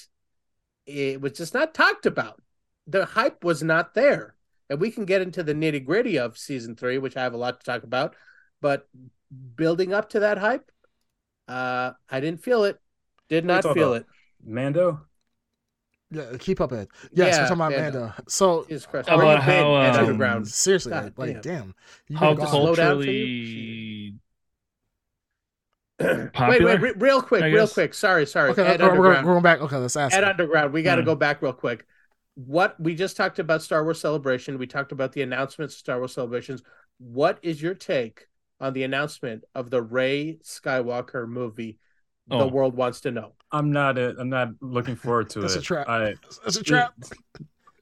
Speaker 5: It was just not talked about. The hype was not there, and we can get into the nitty gritty of season three, which I have a lot to talk about. But building up to that hype, uh, I didn't feel it. Did
Speaker 2: What are you
Speaker 5: not
Speaker 2: talking
Speaker 5: feel
Speaker 2: about? Mando.
Speaker 4: Yeah, keep up, Ed. Yes, we're
Speaker 5: Yeah,
Speaker 4: talking about
Speaker 5: Mando.
Speaker 4: Mando. So
Speaker 5: it. Jesus Christ!
Speaker 3: How
Speaker 5: Where you
Speaker 3: about
Speaker 5: been,
Speaker 3: how,
Speaker 5: Ed
Speaker 3: um,
Speaker 5: underground?
Speaker 4: seriously,
Speaker 5: God
Speaker 4: like, like damn, you've
Speaker 3: How
Speaker 4: been gone.
Speaker 5: slow down for
Speaker 3: culturally
Speaker 5: Wait,
Speaker 3: popular?
Speaker 5: wait, re- real quick,
Speaker 3: I
Speaker 5: real
Speaker 3: guess.
Speaker 5: quick. Sorry, sorry.
Speaker 4: Okay,
Speaker 5: Ed
Speaker 4: we're, we're-
Speaker 5: Underground.
Speaker 4: we're going back. Okay, let's ask.
Speaker 5: Ed
Speaker 4: him.
Speaker 5: Underground, we got to
Speaker 2: Hmm.
Speaker 3: Yeah.
Speaker 5: go back real quick. What we just talked about Star Wars Celebration. We talked about the announcements of Star Wars Celebrations. What is your take on the announcement of the Ray Skywalker movie? The
Speaker 3: Oh.
Speaker 5: world wants to know.
Speaker 2: I'm not. A, I'm not looking forward to
Speaker 4: That's
Speaker 2: it.
Speaker 4: a trap.
Speaker 2: I,
Speaker 4: That's a trap.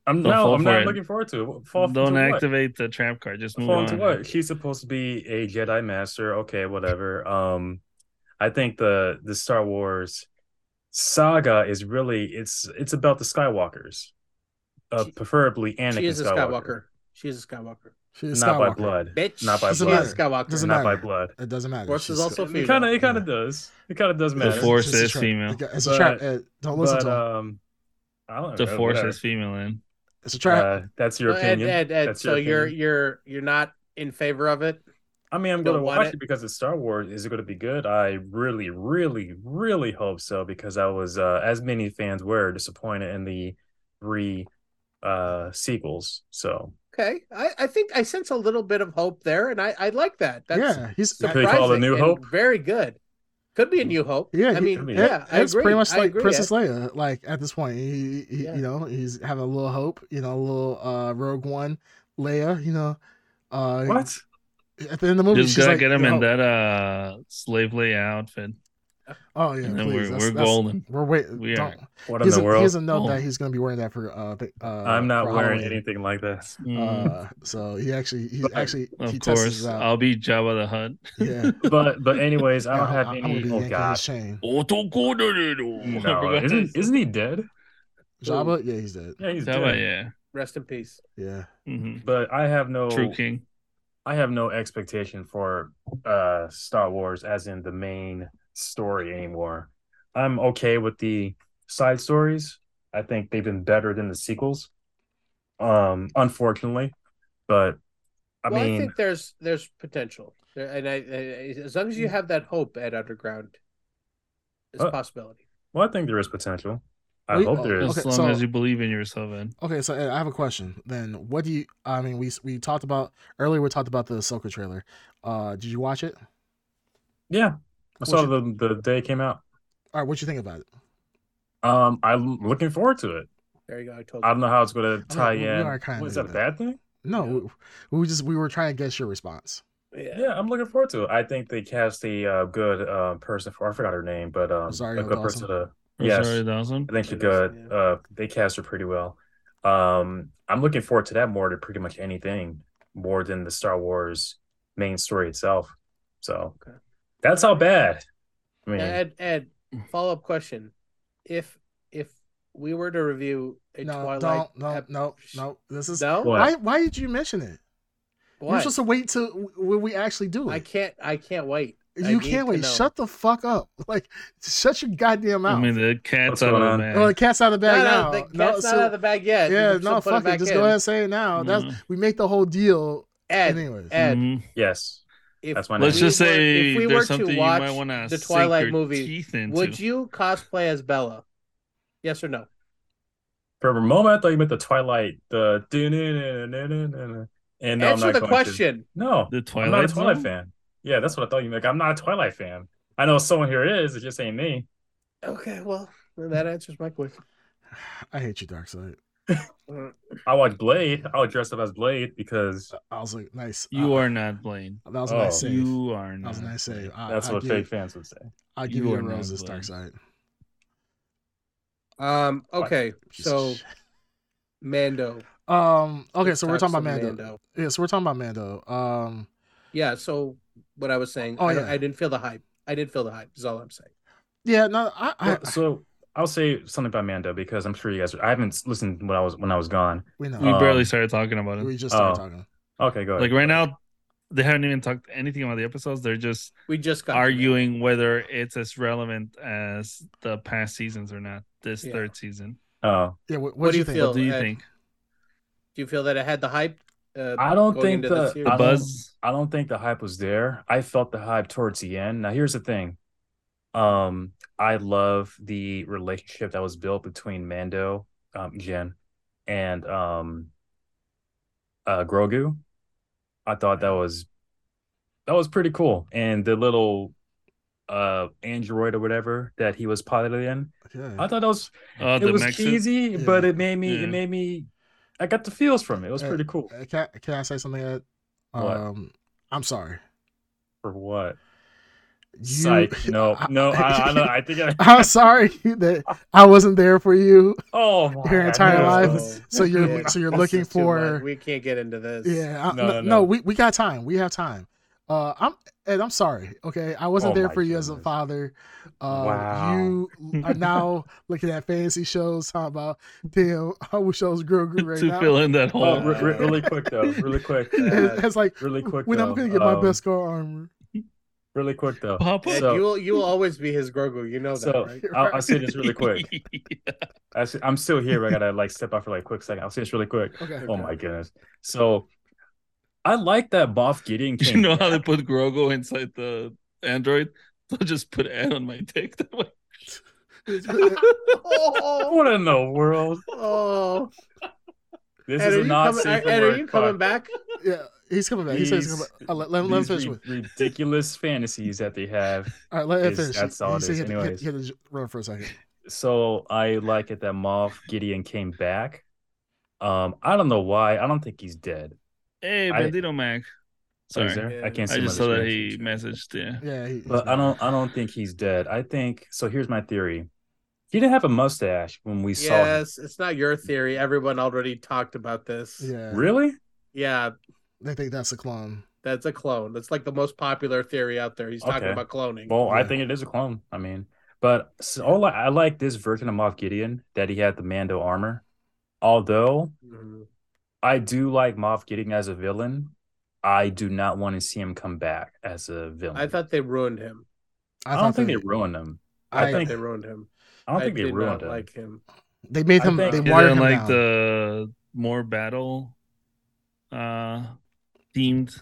Speaker 2: I'm
Speaker 3: Don't
Speaker 2: no.
Speaker 3: fall
Speaker 2: I'm
Speaker 3: for
Speaker 2: not
Speaker 3: it.
Speaker 2: looking forward to it. Fall
Speaker 3: Don't
Speaker 2: to what?
Speaker 3: activate the trap card. Just move
Speaker 2: Fall
Speaker 3: on.
Speaker 2: into what? She's supposed to be a Jedi Master. Okay, whatever. Um, I think the the Star Wars saga is really it's it's about the Skywalkers, uh,
Speaker 5: She-
Speaker 2: preferably Anakin
Speaker 5: she is a
Speaker 2: Skywalker.
Speaker 5: Skywalker. She is a Skywalker.
Speaker 4: She's
Speaker 2: not by
Speaker 4: Skywalker.
Speaker 2: blood,
Speaker 5: Bitch.
Speaker 2: not by
Speaker 5: she
Speaker 4: Doesn't
Speaker 5: is
Speaker 2: blood,
Speaker 5: a
Speaker 4: matter. Doesn't
Speaker 5: Skywalker.
Speaker 2: not by
Speaker 4: matter.
Speaker 2: blood.
Speaker 4: It doesn't matter.
Speaker 5: Force
Speaker 4: She's
Speaker 5: is also
Speaker 4: Skywalker.
Speaker 5: female.
Speaker 2: It kind of it kind of does. It kind of does
Speaker 3: The
Speaker 2: matter.
Speaker 4: It's-
Speaker 3: force
Speaker 4: it's a
Speaker 3: is
Speaker 4: trap.
Speaker 3: female.
Speaker 4: It's a
Speaker 2: But-
Speaker 4: trap. Ed. Don't listen
Speaker 2: but
Speaker 4: to him.
Speaker 2: um, I don't know.
Speaker 3: The force
Speaker 2: whatever.
Speaker 3: is female, and
Speaker 4: It's a trap.
Speaker 2: Uh, that's your
Speaker 5: So, Ed,
Speaker 2: opinion.
Speaker 5: Ed, Ed,
Speaker 2: That's
Speaker 5: so
Speaker 2: your
Speaker 5: you're
Speaker 2: opinion.
Speaker 5: you're you're not in favor of it.
Speaker 2: I mean, I'm
Speaker 5: don't
Speaker 2: going to
Speaker 5: want
Speaker 2: watch
Speaker 5: it.
Speaker 2: it because it's Star Wars. Is it going to be good? I really, really, really hope so because I was, uh, as many fans were, disappointed in the three uh, sequels. So
Speaker 5: Okay, I, I think I sense a little bit of hope there, and I, I like that. That's
Speaker 4: yeah, he's.
Speaker 2: Could they call it a New
Speaker 5: and
Speaker 2: Hope?
Speaker 5: Very good. Could be a New Hope.
Speaker 4: Yeah,
Speaker 5: I
Speaker 4: he-
Speaker 5: mean,
Speaker 2: I mean,
Speaker 5: yeah, I
Speaker 4: Ed's
Speaker 5: agree.
Speaker 4: pretty much
Speaker 5: I
Speaker 4: like
Speaker 5: agree,
Speaker 4: Princess
Speaker 5: Ed.
Speaker 4: Leia. Like at this point, he, he
Speaker 5: Yeah.
Speaker 4: you know he's having a little hope. You know, a little uh, Rogue One Leia. You know, uh,
Speaker 2: what?
Speaker 4: at the end of the movie,
Speaker 3: just
Speaker 4: she's
Speaker 3: gotta
Speaker 4: like,
Speaker 3: get him
Speaker 4: you
Speaker 3: in
Speaker 4: know,
Speaker 3: that uh slave Leia outfit.
Speaker 4: Oh yeah,
Speaker 3: And then
Speaker 4: please.
Speaker 3: we're-
Speaker 4: that's,
Speaker 3: we're
Speaker 4: that's-
Speaker 3: golden.
Speaker 4: We're waiting.
Speaker 3: We are.
Speaker 4: don't-
Speaker 2: What in
Speaker 4: Here's
Speaker 2: the
Speaker 4: a, here's
Speaker 2: world?
Speaker 4: a note
Speaker 3: Oh.
Speaker 4: that he's going to be wearing that for. Uh, the- uh,
Speaker 2: I'm not
Speaker 4: for
Speaker 2: wearing
Speaker 4: Halloween.
Speaker 2: anything like this.
Speaker 3: Mm,
Speaker 4: Uh, so he actually, he
Speaker 2: But,
Speaker 4: actually,
Speaker 3: of
Speaker 4: uh, he tests
Speaker 3: course,
Speaker 4: us out.
Speaker 3: I'll be Jabba the Hutt.
Speaker 4: yeah,
Speaker 2: But but anyways, I don't
Speaker 4: Yeah,
Speaker 2: have
Speaker 4: I'm- I'm gonna
Speaker 2: any.
Speaker 4: be
Speaker 2: Oh
Speaker 4: yanking
Speaker 2: god,
Speaker 4: his chain.
Speaker 3: I
Speaker 2: no!
Speaker 3: forgot
Speaker 2: Isn't
Speaker 3: to-
Speaker 2: isn't he dead?
Speaker 4: Jabba, yeah, he's dead.
Speaker 2: Yeah, he's
Speaker 3: Jabba,
Speaker 2: dead.
Speaker 3: yeah.
Speaker 5: Rest in peace.
Speaker 4: Yeah,
Speaker 3: hmm
Speaker 2: But I have no
Speaker 3: True King.
Speaker 2: I have no expectation for uh Star Wars as in the main story anymore. I'm okay with the side stories. I think they've been better than the sequels. Um unfortunately, but I
Speaker 5: well,
Speaker 2: mean
Speaker 5: I think there's there's potential, There- and I, I as long as you
Speaker 4: Mm.
Speaker 5: have that hope at Underground, it's
Speaker 2: Uh,
Speaker 5: a possibility.
Speaker 2: well I think there is potential. I
Speaker 4: We-
Speaker 2: hope there
Speaker 4: oh,
Speaker 2: is.
Speaker 3: As
Speaker 4: Okay,
Speaker 3: long
Speaker 4: so-
Speaker 3: as you believe in yourself, Ed.
Speaker 4: Okay, so Ed, I have a question. Then, what do you? I mean, we we talked about earlier. We talked about the Ahsoka trailer. Uh, did you watch it?
Speaker 2: Yeah. I
Speaker 4: What
Speaker 2: saw
Speaker 4: you-
Speaker 2: the the day it came out.
Speaker 4: All right, what you think about it?
Speaker 2: Um I'm looking forward to it.
Speaker 5: There you go. I told
Speaker 2: I
Speaker 5: you.
Speaker 2: don't know how it's gonna tie
Speaker 4: we- we
Speaker 2: in.
Speaker 4: are kinda
Speaker 2: What, Is that a
Speaker 4: doing
Speaker 2: bad thing?
Speaker 4: No,
Speaker 5: Yeah.
Speaker 4: we, we just we were trying to guess your response.
Speaker 5: yeah.
Speaker 2: Yeah, I'm looking forward to it. I think they cast a uh, good uh, person for I forgot her name, but um,
Speaker 4: Rosario
Speaker 2: a good person
Speaker 4: Dawson.
Speaker 2: to
Speaker 3: Rosario
Speaker 2: yes,
Speaker 3: Oh, Dawson.
Speaker 2: I think she's
Speaker 5: Rosario
Speaker 2: good.
Speaker 5: Dawson,
Speaker 2: Uh, they cast her pretty well. Um, I'm looking forward to that more than pretty much anything more than the Star Wars main story itself. So
Speaker 5: Okay.
Speaker 2: that's how bad. I mean,
Speaker 5: Ed, Ed, follow up question: If if we were to review a
Speaker 4: no,
Speaker 5: Twilight,
Speaker 4: don't, no,
Speaker 5: ep-
Speaker 4: no, no. This is
Speaker 5: no,
Speaker 2: What?
Speaker 4: why. Why did you mention it? You're
Speaker 5: Why?
Speaker 4: supposed to wait till w- when we actually do it.
Speaker 5: I can't. I can't wait. I
Speaker 4: you
Speaker 5: need
Speaker 4: can't
Speaker 5: to
Speaker 4: wait.
Speaker 5: know.
Speaker 4: Shut the fuck up. Like, shut your goddamn mouth.
Speaker 3: I mean, the cat's
Speaker 2: What's
Speaker 3: out of
Speaker 2: going
Speaker 3: the
Speaker 2: on?
Speaker 3: bag.
Speaker 4: Oh, the cat's out of the
Speaker 5: No,
Speaker 4: bag
Speaker 5: no,
Speaker 4: now.
Speaker 5: the
Speaker 4: No,
Speaker 5: cat's
Speaker 4: so-
Speaker 5: not out of the bag yet. You
Speaker 4: yeah,
Speaker 5: can
Speaker 4: no,
Speaker 5: still put
Speaker 4: fuck it.
Speaker 5: back
Speaker 4: Just
Speaker 5: in.
Speaker 4: go ahead and say it now. That's
Speaker 3: Mhm.
Speaker 4: we make the whole deal.
Speaker 5: Ed,
Speaker 4: anyways,
Speaker 5: Ed,
Speaker 3: Mhm.
Speaker 2: yes,
Speaker 5: if
Speaker 2: that's my
Speaker 5: we
Speaker 3: Let's
Speaker 2: name.
Speaker 3: just
Speaker 5: were-
Speaker 3: say
Speaker 5: if we were
Speaker 3: there's
Speaker 5: to
Speaker 3: something you
Speaker 5: watch
Speaker 3: might want to
Speaker 5: the Twilight
Speaker 3: your
Speaker 5: movie,
Speaker 3: Teeth into.
Speaker 5: would you cosplay as Bella? Yes or no?
Speaker 2: For a moment, I thought you meant the Twilight. The and no, I'm
Speaker 5: Answer
Speaker 2: not
Speaker 5: the
Speaker 2: going to.
Speaker 5: question.
Speaker 2: No,
Speaker 3: The
Speaker 2: I'm not a
Speaker 3: Twilight.
Speaker 2: Twilight
Speaker 3: Zone?
Speaker 2: fan. Yeah, that's what I thought you meant. I'm not a Twilight fan. I know someone here is. It just ain't me.
Speaker 5: Okay, well then that answers my question.
Speaker 4: I hate you, Dark Side.
Speaker 2: I watch Blade. I would dress up as Blade because
Speaker 4: I was like, nice.
Speaker 3: You
Speaker 4: uh,
Speaker 3: are not Mm. Blaine.
Speaker 4: That was a nice
Speaker 2: Oh.
Speaker 4: save.
Speaker 3: You are not.
Speaker 4: that was a nice save. I,
Speaker 2: that's
Speaker 4: Uh, I
Speaker 2: what
Speaker 4: give,
Speaker 2: fake fans would say.
Speaker 4: I give
Speaker 3: you
Speaker 4: you a
Speaker 3: are not
Speaker 4: rose, this
Speaker 3: blamed.
Speaker 4: Dark Side.
Speaker 5: Um. Okay.
Speaker 4: Piece of
Speaker 5: So
Speaker 4: shit.
Speaker 5: Mando.
Speaker 4: um, okay,
Speaker 5: Let's
Speaker 4: so we're
Speaker 5: talk
Speaker 4: talking about
Speaker 5: some
Speaker 4: Mando. Yeah, so we're talking about Mando. Um,
Speaker 5: Yeah. So what I was saying.
Speaker 4: Oh,
Speaker 5: I, don't-
Speaker 4: yeah.
Speaker 5: I didn't feel the hype. I didn't feel the hype. Is all I'm saying.
Speaker 4: yeah, no, I, I,
Speaker 2: Well, so I'll say something about Mando because I'm sure you guys. I haven't listened when I was when I was gone.
Speaker 4: we know.
Speaker 3: We
Speaker 2: Um,
Speaker 3: barely started talking about it.
Speaker 4: we just started
Speaker 2: oh.
Speaker 4: talking.
Speaker 2: Okay, go ahead.
Speaker 3: Like right now, they haven't even talked anything about the episodes. They're just
Speaker 5: We just got to
Speaker 3: arguing whether it's as relevant as the past seasons or not. This
Speaker 5: Yeah.
Speaker 3: third season.
Speaker 2: Oh,
Speaker 4: Yeah, what,
Speaker 5: What
Speaker 4: what
Speaker 5: do
Speaker 4: do
Speaker 5: you
Speaker 4: you think?
Speaker 5: feel?
Speaker 3: What do you
Speaker 5: Ed,
Speaker 3: think?
Speaker 5: that. Do you feel that it had the hype? Uh,
Speaker 2: I don't
Speaker 5: Going
Speaker 2: think
Speaker 5: into
Speaker 2: the,
Speaker 5: the series.
Speaker 2: I
Speaker 3: The
Speaker 2: don't-
Speaker 3: buzz.
Speaker 2: I don't think the hype was there. I felt the hype towards the end. Now here's the thing. Um, I love the relationship that was built between Mando, um, Jen, and um uh Grogu. I thought that was that was pretty cool. And the little uh android or whatever that he was piloted in.
Speaker 4: Yeah.
Speaker 2: I thought that was
Speaker 3: Oh,
Speaker 2: it
Speaker 3: the
Speaker 2: was
Speaker 3: Mexican.
Speaker 2: cheesy,
Speaker 4: Yeah.
Speaker 2: but it made me
Speaker 3: Yeah.
Speaker 2: it made me I got the feels from it. It was
Speaker 4: Uh,
Speaker 2: pretty cool.
Speaker 4: Uh, Can, can I say something? Ed?
Speaker 2: What?
Speaker 4: Um, I'm sorry.
Speaker 2: For what?
Speaker 4: You,
Speaker 2: Psych. No, no, I, I, know- I think I.
Speaker 4: I'm sorry that I wasn't there for you.
Speaker 2: Oh my!
Speaker 4: Your
Speaker 2: God,
Speaker 4: entire
Speaker 2: no.
Speaker 4: life.
Speaker 5: Oh.
Speaker 4: So you're
Speaker 5: Yeah,
Speaker 4: so you're
Speaker 5: this
Speaker 4: looking
Speaker 5: is too
Speaker 4: for
Speaker 5: much. We can't get into this.
Speaker 4: yeah. I,
Speaker 2: No,
Speaker 4: no,
Speaker 2: no,
Speaker 4: no,
Speaker 2: no.
Speaker 4: we, we got time. We have time. Uh, I'm and I'm sorry. Okay, I wasn't
Speaker 2: Oh
Speaker 4: there
Speaker 2: my
Speaker 4: for you as a
Speaker 2: goodness.
Speaker 4: father. Uh,
Speaker 2: Wow.
Speaker 4: You are now looking at fantasy shows. Talking about damn, I wish I was Grogu right
Speaker 3: to
Speaker 4: now.
Speaker 3: fill in that
Speaker 2: Oh,
Speaker 3: hole.
Speaker 2: re- re- really quick though. Really quick.
Speaker 4: It's it's like
Speaker 2: Really quick.
Speaker 4: when I'm
Speaker 2: though,
Speaker 4: gonna get my
Speaker 2: um,
Speaker 4: best car armor.
Speaker 2: Really quick though.
Speaker 3: Papa.
Speaker 5: Ed,
Speaker 2: So-
Speaker 5: you will you will always be his Grogu. You know that,
Speaker 2: So
Speaker 5: right?
Speaker 2: I'll, I'll say this really quick. I see, I'm still here. But I gotta like step out for like a quick second. I'll say this really quick.
Speaker 4: Okay.
Speaker 2: Oh my goodness. So I like that Boff Gideon
Speaker 3: you
Speaker 2: came.
Speaker 3: know how they put Grogo inside the android? They'll just put Ed on my dick. That way.
Speaker 5: oh,
Speaker 2: what in the world?
Speaker 5: oh.
Speaker 2: This
Speaker 5: Ed,
Speaker 2: is
Speaker 5: are
Speaker 2: a
Speaker 5: you
Speaker 2: not
Speaker 5: coming,
Speaker 2: safe
Speaker 5: Ed,
Speaker 2: word.
Speaker 5: are you coming
Speaker 2: podcast.
Speaker 5: back?
Speaker 4: yeah, he's coming back. He says he's
Speaker 2: These-
Speaker 4: coming back. Uh, let, let, let him
Speaker 2: These
Speaker 4: finish
Speaker 2: ri-
Speaker 4: with.
Speaker 2: ridiculous fantasies that they have.
Speaker 4: All right, let him
Speaker 2: is-
Speaker 4: finish.
Speaker 2: that's all
Speaker 4: He
Speaker 2: it
Speaker 4: said
Speaker 2: is.
Speaker 4: He had, to- he had,
Speaker 2: Anyways.
Speaker 4: he had to j- run for a second.
Speaker 2: So I like it that Moff Gideon came back. Um, I don't know why. I don't think he's dead.
Speaker 3: Hey,
Speaker 2: I-
Speaker 3: Bandito Mac.
Speaker 2: So he's
Speaker 3: Sorry.
Speaker 2: there? I can't
Speaker 5: Yeah.
Speaker 2: see
Speaker 3: I
Speaker 2: him
Speaker 3: just
Speaker 2: on
Speaker 3: saw
Speaker 2: the
Speaker 3: that
Speaker 2: screen.
Speaker 3: he messaged. Yeah.
Speaker 4: Yeah, he,
Speaker 2: But I don't I don't think he's dead. I think so here's my theory. He didn't have a mustache when we saw him.
Speaker 5: Yes, it's not your theory. Everyone already talked about this.
Speaker 4: Yeah,
Speaker 2: Really?
Speaker 5: Yeah,
Speaker 4: they think that's a clone.
Speaker 5: that's a clone. That's like the most popular theory out there. He's talking
Speaker 2: Okay.
Speaker 5: about cloning.
Speaker 2: Well, I
Speaker 4: Yeah.
Speaker 2: think it is a clone. I mean, but so, all I, I like this version of Moff Gideon that he had the Mando armor. Although
Speaker 5: Mhm.
Speaker 2: I do like Moff Gideon as a villain, I do not want to see him come back as a villain.
Speaker 5: I thought they ruined him.
Speaker 2: I, don't think
Speaker 4: thought
Speaker 2: they, ruined him.
Speaker 5: I,
Speaker 2: I
Speaker 5: thought
Speaker 2: think-
Speaker 5: they ruined him.
Speaker 2: I don't think they
Speaker 5: did
Speaker 2: ruined
Speaker 5: not
Speaker 2: him.
Speaker 5: like him.
Speaker 4: they made
Speaker 2: I
Speaker 4: him.
Speaker 2: think
Speaker 4: They
Speaker 2: it
Speaker 3: They
Speaker 4: watered
Speaker 3: didn't
Speaker 4: him
Speaker 3: like
Speaker 4: down.
Speaker 3: the more battle uh themed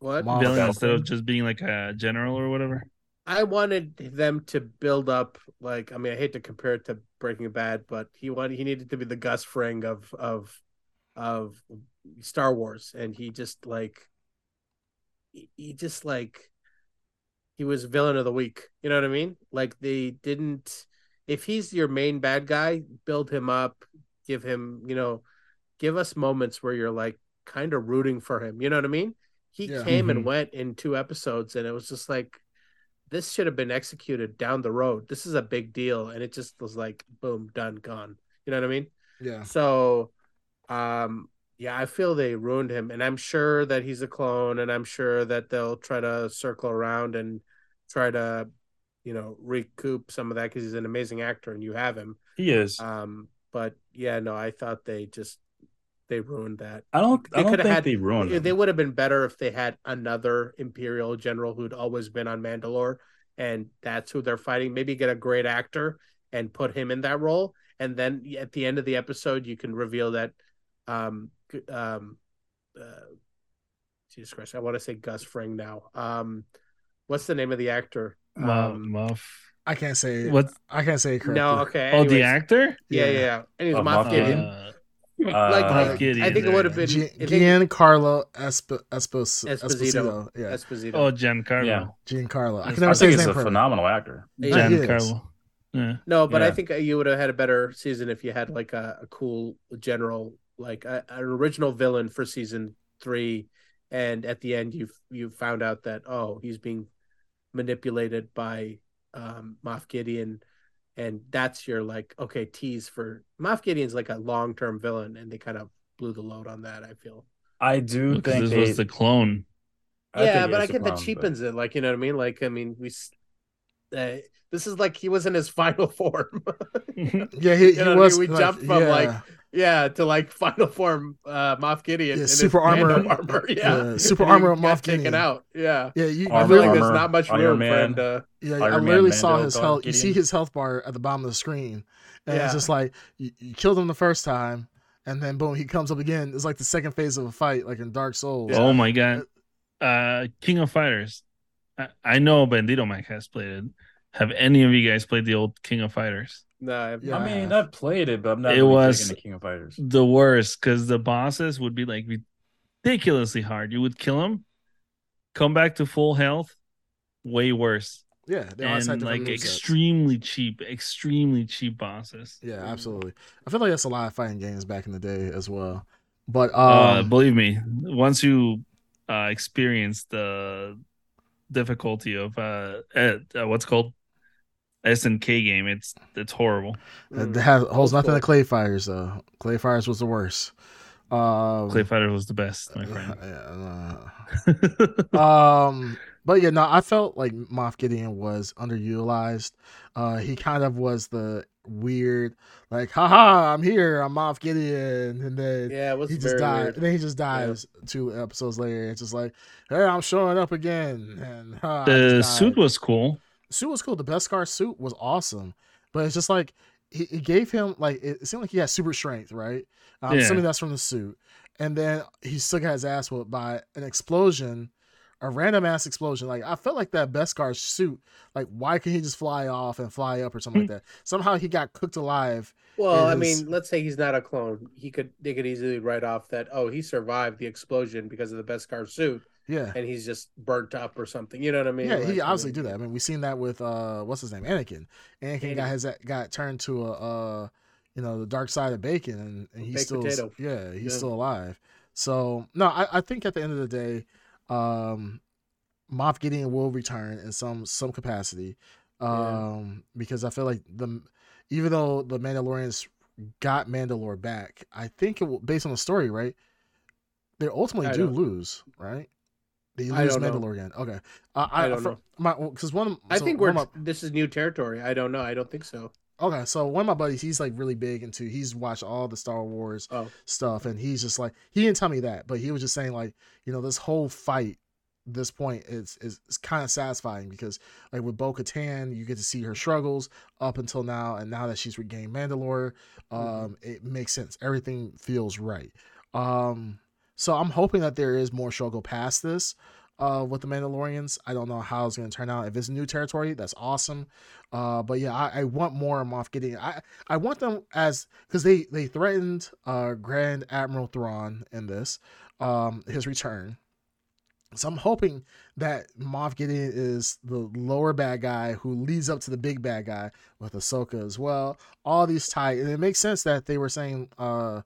Speaker 5: What?
Speaker 4: Mom- Oh,
Speaker 3: villain
Speaker 2: battle
Speaker 3: instead of
Speaker 2: theme?
Speaker 3: just being like a general or whatever.
Speaker 5: I wanted them to build up. Like, I mean, I hate to compare it to Breaking Bad, but he wanted he needed to be the Gus Fring of of of Star Wars, and he just like he- he just like he was villain of the week. You know what I mean? Like they didn't. If he's your main bad guy, build him up, give him, you know, give us moments where you're like kind of rooting for him. You know what I mean? He
Speaker 4: Yeah.
Speaker 5: came and
Speaker 2: Mhm.
Speaker 5: went in two episodes, and it was just like this should have been executed down the road. This is a big deal, and it just was like boom, done, gone. You know what I mean?
Speaker 4: Yeah,
Speaker 5: So, um, yeah, I feel they ruined him, and I'm sure that he's a clone, and I'm sure that they'll try to circle around and try to, you know, recoup some of that because he's an amazing actor, and you have him.
Speaker 2: He is.
Speaker 5: Um, but yeah, no, I thought they just they ruined that.
Speaker 2: I don't.
Speaker 5: they
Speaker 2: I don't
Speaker 5: coulda
Speaker 2: think
Speaker 5: had-
Speaker 2: they ruined
Speaker 5: They-
Speaker 2: him.
Speaker 5: They would have been better if they had another Imperial general who'd always been on Mandalore, and that's who they're fighting. Maybe get a great actor and put him in that role, and then at the end of the episode, you can reveal that. Um, g- um, uh, Jesus Christ, I want to say Gus Fring now. Um, what's the name of the actor?
Speaker 3: Muff.
Speaker 5: Um,
Speaker 4: I can't say.
Speaker 3: What?
Speaker 4: I can't say it correctly.
Speaker 5: no, okay.
Speaker 3: Oh, the
Speaker 5: anyways.
Speaker 3: actor?
Speaker 5: Yeah,
Speaker 4: Yeah.
Speaker 5: yeah. yeah. Anyways,
Speaker 2: Oh,
Speaker 5: Moff
Speaker 2: Moff
Speaker 5: Gideon.
Speaker 2: Gideon.
Speaker 3: Uh,
Speaker 5: like,
Speaker 2: Uh,
Speaker 5: like,
Speaker 3: Gideon,
Speaker 5: I think it
Speaker 3: there
Speaker 5: would
Speaker 3: you
Speaker 5: have
Speaker 3: go.
Speaker 5: been
Speaker 4: Gian,
Speaker 5: I think-
Speaker 4: Giancarlo Esp- Espos-
Speaker 5: Esposito.
Speaker 4: Esposito. Yeah,
Speaker 5: Esposito.
Speaker 3: oh, Giancarlo.
Speaker 2: Yeah.
Speaker 4: Giancarlo. I
Speaker 3: Yes.
Speaker 4: can
Speaker 2: I
Speaker 4: never say
Speaker 2: think
Speaker 4: his
Speaker 2: he's
Speaker 4: name
Speaker 2: a
Speaker 4: correctly.
Speaker 2: phenomenal actor.
Speaker 5: Yeah.
Speaker 4: He is.
Speaker 3: Giancarlo. Yeah.
Speaker 5: No, but I
Speaker 2: Yeah.
Speaker 5: think uh, you would have had a better season if you had like a, a cool general, like a, an original villain for season three, and at the end you you found out that oh he's being manipulated by um, Moff Gideon, and that's your like okay tease for Moff Gideon's like a long term villain, and they kind of blew the load on that. I feel.
Speaker 2: I do
Speaker 3: Because
Speaker 2: think
Speaker 3: this
Speaker 2: they,
Speaker 3: was the clone.
Speaker 2: I
Speaker 5: yeah,
Speaker 2: think
Speaker 5: but
Speaker 2: it
Speaker 5: I
Speaker 2: is a
Speaker 5: get that
Speaker 2: clone,
Speaker 5: cheapens it. Like you know what I mean? Like I mean we. s- Uh, this is like he was in his final form.
Speaker 4: Yeah, he, he
Speaker 5: know what I mean?
Speaker 4: was.
Speaker 5: We
Speaker 4: like,
Speaker 5: jumped from, like,
Speaker 4: yeah,
Speaker 5: Yeah, to like final form uh Moff Gideon.
Speaker 4: Yeah,
Speaker 5: in his
Speaker 4: super armor-
Speaker 5: Mando armor. Yeah.
Speaker 4: yeah, super
Speaker 5: And he
Speaker 4: armor of
Speaker 5: got
Speaker 4: Moff
Speaker 5: taken
Speaker 4: Gideon.
Speaker 5: out. Yeah.
Speaker 4: Yeah, you,
Speaker 5: I
Speaker 2: Armor,
Speaker 5: feel
Speaker 4: really,
Speaker 5: like there's
Speaker 2: armor,
Speaker 5: not much
Speaker 2: Iron
Speaker 5: room
Speaker 2: Man.
Speaker 5: for him to
Speaker 4: yeah, I
Speaker 2: Iron Man,
Speaker 4: literally saw
Speaker 2: Mando,
Speaker 4: his
Speaker 2: Moff
Speaker 4: health. You see
Speaker 2: Gideon.
Speaker 4: his health bar at the bottom of the screen, and
Speaker 5: Yeah.
Speaker 4: it's just like you, you killed him the first time, and then boom, he comes up again. It's like the second phase of a fight, like in Dark Souls.
Speaker 5: Yeah.
Speaker 3: Oh my god. Uh King of Fighters. I, I know Bandito Mike has played it. Have any of you guys played the old King of Fighters?
Speaker 5: no, I-
Speaker 4: Yeah.
Speaker 2: I mean, I've played it, but I'm not
Speaker 3: It
Speaker 2: really
Speaker 3: was-
Speaker 2: taking the King of Fighters.
Speaker 3: The worst, because the bosses would be like ridiculously hard. You would kill them, come back to full health, way worse.
Speaker 4: yeah, they always had
Speaker 3: and
Speaker 4: different
Speaker 3: like
Speaker 4: movesets.
Speaker 3: extremely cheap, extremely cheap bosses.
Speaker 4: Yeah, absolutely. I feel like that's a lot of fighting games back in the day as well. But
Speaker 3: uh,
Speaker 4: um,
Speaker 3: believe me, once you uh, experience the difficulty of uh, eh, uh, what's called S and K game, it's it's horrible.
Speaker 4: it
Speaker 5: Mm.
Speaker 4: has, holds nothing
Speaker 5: Old
Speaker 4: to Clay Fires though. Clay Fires was the worst. Um,
Speaker 3: Clay Fighter was the best, my friend.
Speaker 4: yeah, no. um, but yeah, no, I felt like Moff Gideon was underutilized. Uh, he kind of was the weird, like, haha, I'm here, I'm Moff Gideon, and then
Speaker 5: Yeah, it was
Speaker 4: he
Speaker 5: very
Speaker 4: just died.
Speaker 5: weird.
Speaker 4: And then he just dies two episodes later. It's just like, hey, I'm showing up again, and "Ha, I just
Speaker 3: the
Speaker 4: died."
Speaker 3: suit was cool.
Speaker 4: suit was cool. The Beskar suit was awesome, but it's just like he, it gave him like it seemed like he had super strength, right? Um, I'm
Speaker 3: Yeah.
Speaker 4: assuming that's from the suit, and then he still got his ass whooped by an explosion, a random ass explosion. Like I felt like that Beskar suit. Like why could not he just fly off and fly up or something like that? Somehow he got cooked alive.
Speaker 5: Well, I
Speaker 4: It is-
Speaker 5: mean, let's say he's not a clone. He could they could easily write off that oh he survived the explosion because of the Beskar suit
Speaker 4: Yeah.
Speaker 5: and he's just burnt up or something. You know what I mean?
Speaker 4: Yeah,
Speaker 5: Like,
Speaker 4: he
Speaker 5: I
Speaker 4: obviously
Speaker 5: mean,
Speaker 4: do that. I mean, we've seen that with uh, what's his name, Anakin. Anakin got
Speaker 5: Anakin.
Speaker 4: his got turned to a uh, you know, the dark side of bacon, and, and he's
Speaker 5: Baked
Speaker 4: still
Speaker 5: potato.
Speaker 4: yeah, he's
Speaker 5: Yeah.
Speaker 4: still alive. So no, I, I think at the end of the day, Um, Moff Gideon will return in some some capacity, um, because I feel like the even though the Mandalorians got Mandalore back, I think it will, based on the story, right? They ultimately
Speaker 5: I
Speaker 4: do
Speaker 5: don't-
Speaker 4: lose, right? They
Speaker 5: I
Speaker 4: lose
Speaker 5: don't know.
Speaker 4: Mandalore again. Okay, I,
Speaker 5: I
Speaker 4: I,
Speaker 5: don't
Speaker 4: for,
Speaker 5: know.
Speaker 4: My because one, of-
Speaker 5: I
Speaker 4: so
Speaker 5: think
Speaker 4: one
Speaker 5: we're
Speaker 4: of my-
Speaker 5: this is new territory. I don't know. I don't think so.
Speaker 4: Okay, so one of my buddies, he's like really big into. He's watched all the Star Wars
Speaker 5: Oh.
Speaker 4: stuff, and he's just like he didn't tell me that, but he was just saying like you know this whole fight, this point is is, is kind of satisfying because like with Bo Katan, you get to see her struggles up until now, and now that she's regained Mandalore, um, it makes sense. Everything feels right. Um, so I'm hoping that there is more struggle past this. Uh, with the Mandalorians, I don't know how it's going to turn out. If it's new territory, that's awesome. Uh, but yeah, I, I want more of Moff Gideon. I, I want them as because they they threatened uh, Grand Admiral Thrawn in this, um, his return. So I'm hoping that Moff Gideon is the lower bad guy who leads up to the big bad guy with Ahsoka as well. All these tie, and it makes sense that they were saying uh,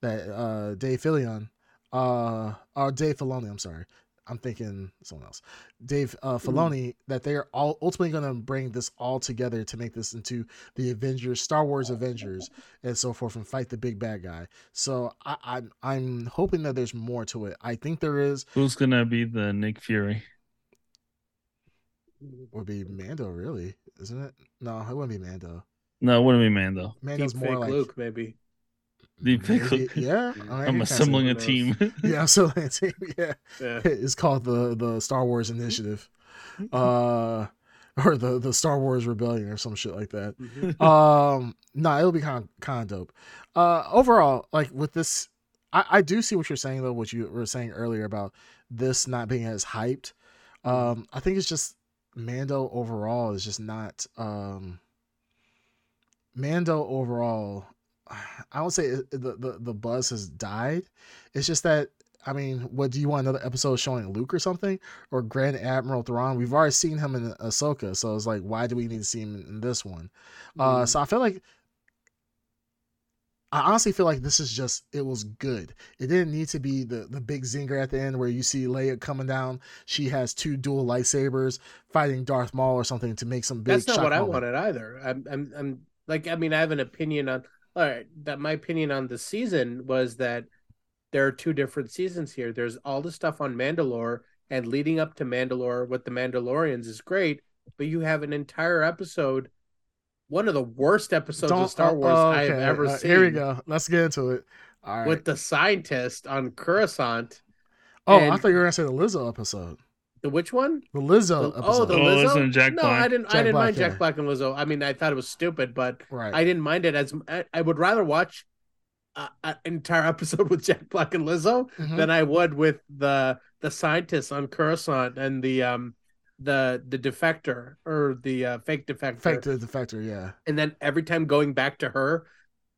Speaker 4: that uh, Dave Fillion, uh, or Dave Filoni, I'm sorry, I'm thinking someone else. Dave uh, Filoni that they are all ultimately going to bring this all together to make this into the Avengers, Star Wars Avengers, and so forth, and fight the big bad guy. So I, I'm I'm hoping that there's more to it. I think there is.
Speaker 3: Who's gonna be the Nick Fury?
Speaker 4: Would be Mando, really, isn't it? No, it wouldn't be Mando.
Speaker 3: No, it wouldn't be Mando.
Speaker 4: Mando's
Speaker 5: Deep
Speaker 4: more
Speaker 5: fake
Speaker 4: like
Speaker 5: Luke, maybe.
Speaker 3: Deep fake
Speaker 4: maybe-
Speaker 3: Luke.
Speaker 4: Yeah, I mean, you
Speaker 3: I'm
Speaker 4: can
Speaker 3: assembling
Speaker 4: say-
Speaker 3: a
Speaker 5: those.
Speaker 3: team.
Speaker 4: Yeah, I'm assembling a team. Yeah.
Speaker 5: Yeah.
Speaker 4: it's called the the Star Wars Initiative, uh, or the the Star Wars Rebellion or some shit like that.
Speaker 5: Mhm.
Speaker 4: Um, no, it'll be kind of, kind of dope. Uh, overall, like with this, I I do see what you're saying though. What you were saying earlier about this not being as hyped. Um, I think it's just Mando overall is just not. Um, Mando overall, I won't say it- the the the buzz has died. It's just that I mean, what do you want another episode showing Luke or something or Grand Admiral Thrawn? We've already seen him in Ahsoka, so it's like, why do we need to see him in this one?
Speaker 5: Mm-hmm.
Speaker 4: Uh, so I feel like I honestly feel like this is just it was good. It didn't need to be the the big zinger at the end where you see Leia coming down. She has two dual lightsabers fighting Darth Maul or something to make some big.
Speaker 5: That's not
Speaker 4: shock
Speaker 5: what I
Speaker 4: moment.
Speaker 5: wanted either. I'm, I'm, I'm like, I mean, I have an opinion on. All right, that my opinion on the season was that there are two different seasons here. There's all the stuff on Mandalore and leading up to Mandalore with the Mandalorians is great, but you have an entire episode, one of the worst episodes
Speaker 4: Don't-
Speaker 5: of Star
Speaker 4: oh,
Speaker 5: Wars I have
Speaker 4: okay,
Speaker 5: ever
Speaker 4: uh,
Speaker 5: seen.
Speaker 4: Here we go. Let's get into it. All right.
Speaker 5: With the scientist on Coruscant,
Speaker 4: oh, I
Speaker 5: and-
Speaker 4: thought you were gonna say the Lizzo episode.
Speaker 5: the which one?
Speaker 4: The Lizzo
Speaker 5: The-
Speaker 4: episode.
Speaker 5: oh, the
Speaker 3: Oh,
Speaker 5: Lizzo.
Speaker 3: listen, Jack
Speaker 5: no, I
Speaker 3: Black.
Speaker 5: didn't. I
Speaker 4: Jack
Speaker 5: didn't
Speaker 4: Black,
Speaker 5: mind
Speaker 4: yeah.
Speaker 5: Jack Black and Lizzo. I mean, I thought it was stupid, but
Speaker 4: right.
Speaker 5: I didn't mind it as I, I would rather watch a- a- an entire episode with Jack Black and Lizzo
Speaker 4: Mhm.
Speaker 5: than I would with the the scientists on Coruscant and the um the the defector or the uh, fake defector,
Speaker 4: Fake the defector, yeah.
Speaker 5: and then every time going back to her.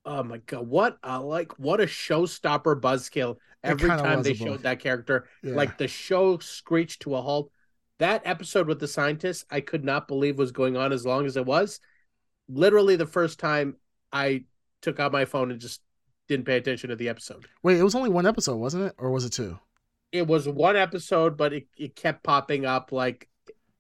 Speaker 5: Oh my god! What a like what a showstopper buzzkill! Every
Speaker 4: kinda
Speaker 5: time
Speaker 4: was
Speaker 5: they
Speaker 4: a bull-
Speaker 5: showed that character,
Speaker 4: yeah.
Speaker 5: like the show screeched to a halt. That episode with the scientists, I could not believe was going on as long as it was. Literally, the first time I took out my phone and just didn't pay attention to the episode.
Speaker 4: wait, it was only one episode, wasn't it, or was it two?
Speaker 5: It was one episode, but it, it kept popping up. Like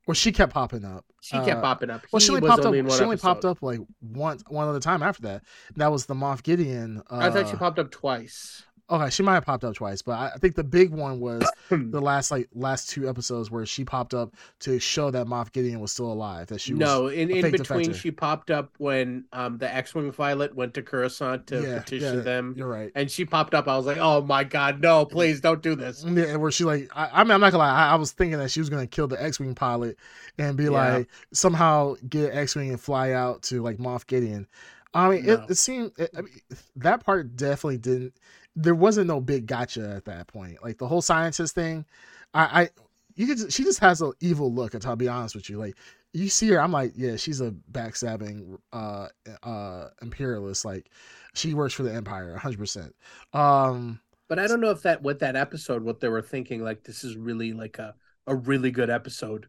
Speaker 4: Well, she kept popping up.
Speaker 5: she kept
Speaker 4: Uh,
Speaker 5: popping up.
Speaker 4: Well,
Speaker 5: He
Speaker 4: she only
Speaker 5: was
Speaker 4: popped
Speaker 5: only in
Speaker 4: up.
Speaker 5: one
Speaker 4: She only popped
Speaker 5: episode.
Speaker 4: up like once, one other time after that. That was the Moff Gideon. Uh,
Speaker 5: I thought she popped up twice.
Speaker 4: Okay, she might have popped up twice, but I, I think the big one was
Speaker 5: Hmm.
Speaker 4: the last like last two episodes where she popped up to show that Moff Gideon was still alive. That she was
Speaker 5: no, in,
Speaker 4: a
Speaker 5: in
Speaker 4: fake
Speaker 5: between,
Speaker 4: defector.
Speaker 5: she popped up when um, the X-wing pilot went to Coruscant to
Speaker 4: Yeah,
Speaker 5: petition
Speaker 4: yeah.
Speaker 5: them,
Speaker 4: You're right.
Speaker 5: and she popped up. I was like, "Oh my god, no! Please don't do this."
Speaker 4: Yeah, where she like I, I mean I'm not gonna lie, I, I was thinking that she was gonna kill the X Wing pilot and be
Speaker 5: Yeah.
Speaker 4: like somehow get X Wing and fly out to like Moff Gideon. I mean
Speaker 5: No.
Speaker 4: it, it seemed it, I mean, that part definitely didn't there wasn't no big gotcha at that point. Like the whole scientist thing, I, I you could just, she just has an evil look. I'll be honest with you. Like you see her, I'm like, yeah, she's a backstabbing uh uh imperialist. Like she works for the Empire, 100. percent Um,
Speaker 5: But I don't know if that with that episode, what they were thinking, like this is really like a a really good episode.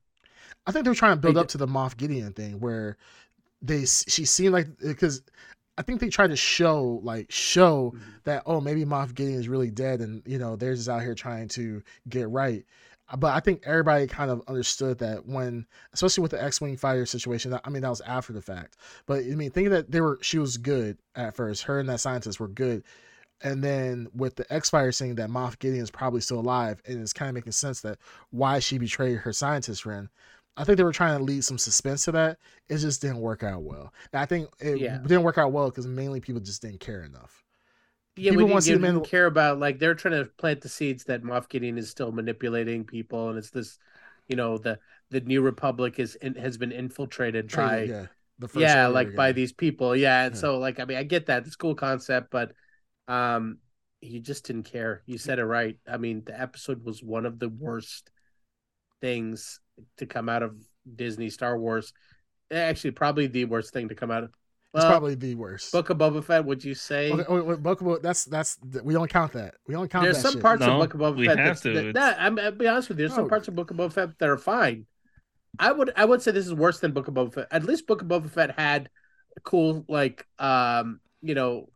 Speaker 4: I think they were trying to build
Speaker 5: They
Speaker 4: up to the Moff Gideon thing where they she seemed like because I think they tried to show like show that oh maybe Moff Gideon is really dead and you know they're just out here trying to get right. But I think everybody kind of understood that when, especially with the X-wing fighter situation. I mean, that was after the fact. But I mean, thinking that they were, she was good at first. Her and that scientist were good, and then with the X-fighter saying that Moff Gideon is probably still alive, and it's kind of making sense that why she betrayed her scientist friend. I think they were trying to lead some suspense to that. It just didn't work out well. And I think it
Speaker 5: Yeah.
Speaker 4: didn't work out well because mainly people just didn't care enough.
Speaker 5: Yeah,
Speaker 4: People
Speaker 5: we
Speaker 4: wanna
Speaker 5: didn't,
Speaker 4: see
Speaker 5: give,
Speaker 4: the
Speaker 5: didn't
Speaker 4: Mandal-
Speaker 5: care about like they're trying to plant the seeds that Moff Gideon is still manipulating people, and it's this, you know, the the New Republic is in, has been infiltrated by
Speaker 4: Traded,
Speaker 5: yeah,
Speaker 4: yeah, the first order
Speaker 5: like by
Speaker 4: again.
Speaker 5: these people, yeah. And
Speaker 4: Yeah.
Speaker 5: so like I mean I get that it's a cool concept, but um, you just didn't care. You said it right. I mean the episode was one of the worst things to come out of Disney Star Wars. eh, Actually, probably the worst thing to come out of.
Speaker 4: It's
Speaker 5: well,
Speaker 4: probably the worst.
Speaker 5: Book of Boba Fett. Would you say?
Speaker 4: Okay, wait, wait, Bokubo, that's that's we don't count that. We don't count
Speaker 5: There's
Speaker 4: that
Speaker 5: some
Speaker 4: shit.
Speaker 5: parts
Speaker 3: No,
Speaker 5: of Book of Boba
Speaker 3: we
Speaker 5: Fett
Speaker 3: have
Speaker 5: that's-
Speaker 3: to.
Speaker 5: that,
Speaker 3: It's-
Speaker 5: that- I'm, I'll be honest with you. There's some
Speaker 4: No.
Speaker 5: parts of Book of Boba Fett that are fine. I would I would say this is worse than Book of Boba Fett. At least Book of Boba Fett had a cool like um you know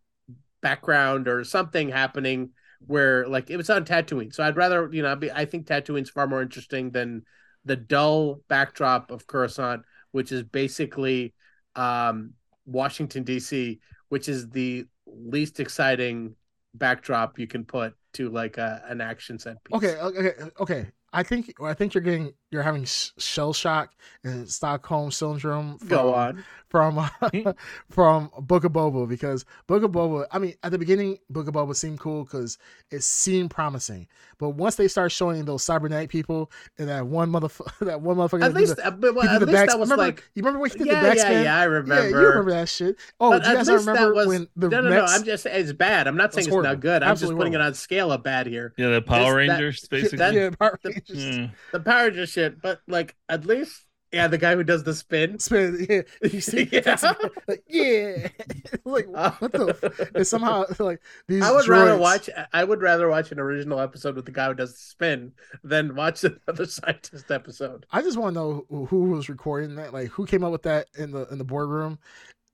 Speaker 5: background or something happening where like it was on Tatooine. So I'd rather you know I'd be, I think Tatooine's far more interesting than the dull backdrop of Coruscant, which is basically um Washington D.C., which is the least exciting backdrop you can put to like a, an action set piece.
Speaker 4: Okay, okay, okay. I think I think you're getting you're having sh- shell shock and Stockholm syndrome. From,
Speaker 5: Go on. Hmm?
Speaker 4: from from Book of Boba because Book of Boba. I mean, at the beginning, Book of Boba seemed cool because it seemed promising. But once they start showing those Cyber Knight people and that one motherfucker, that one motherfucker, that
Speaker 5: At
Speaker 4: did
Speaker 5: least,
Speaker 4: the,
Speaker 5: uh, but, well,
Speaker 4: he did
Speaker 5: at
Speaker 4: the
Speaker 5: least
Speaker 4: back-
Speaker 5: that was
Speaker 4: remember-
Speaker 5: like,
Speaker 4: you remember when he did
Speaker 5: yeah,
Speaker 4: the backspin?
Speaker 5: yeah, yeah. I
Speaker 4: Yeah,
Speaker 5: remember.
Speaker 4: you remember that shit. Oh,
Speaker 5: But
Speaker 4: do you
Speaker 5: at
Speaker 4: guys not
Speaker 5: least that
Speaker 4: remember
Speaker 5: was-
Speaker 4: when the
Speaker 5: no, no,
Speaker 4: next...
Speaker 5: no. I'm just it's bad. I'm not
Speaker 4: It's
Speaker 5: saying it's not
Speaker 4: horrible.
Speaker 5: good. I'm just
Speaker 4: Absolutely
Speaker 5: putting it
Speaker 4: horrible.
Speaker 5: on scale of bad here.
Speaker 3: Yeah, the Power
Speaker 5: This- that-
Speaker 3: Rangers, basically.
Speaker 5: that-
Speaker 4: yeah, Power
Speaker 5: the-
Speaker 4: Rangers.
Speaker 3: yeah.
Speaker 5: The Power Rangers shit, but like at least, yeah, the guy who does the spin.
Speaker 4: Spin, yeah, you see,
Speaker 5: Yeah.
Speaker 4: yeah. Like, yeah. like what the? F- and somehow, like these.
Speaker 5: Uh, I would rather
Speaker 4: droids-
Speaker 5: watch. I would rather watch an original episode with the guy who does the spin than watch another scientist episode.
Speaker 4: I just want to know who- who was recording that, like who came up with that in the in the boardroom,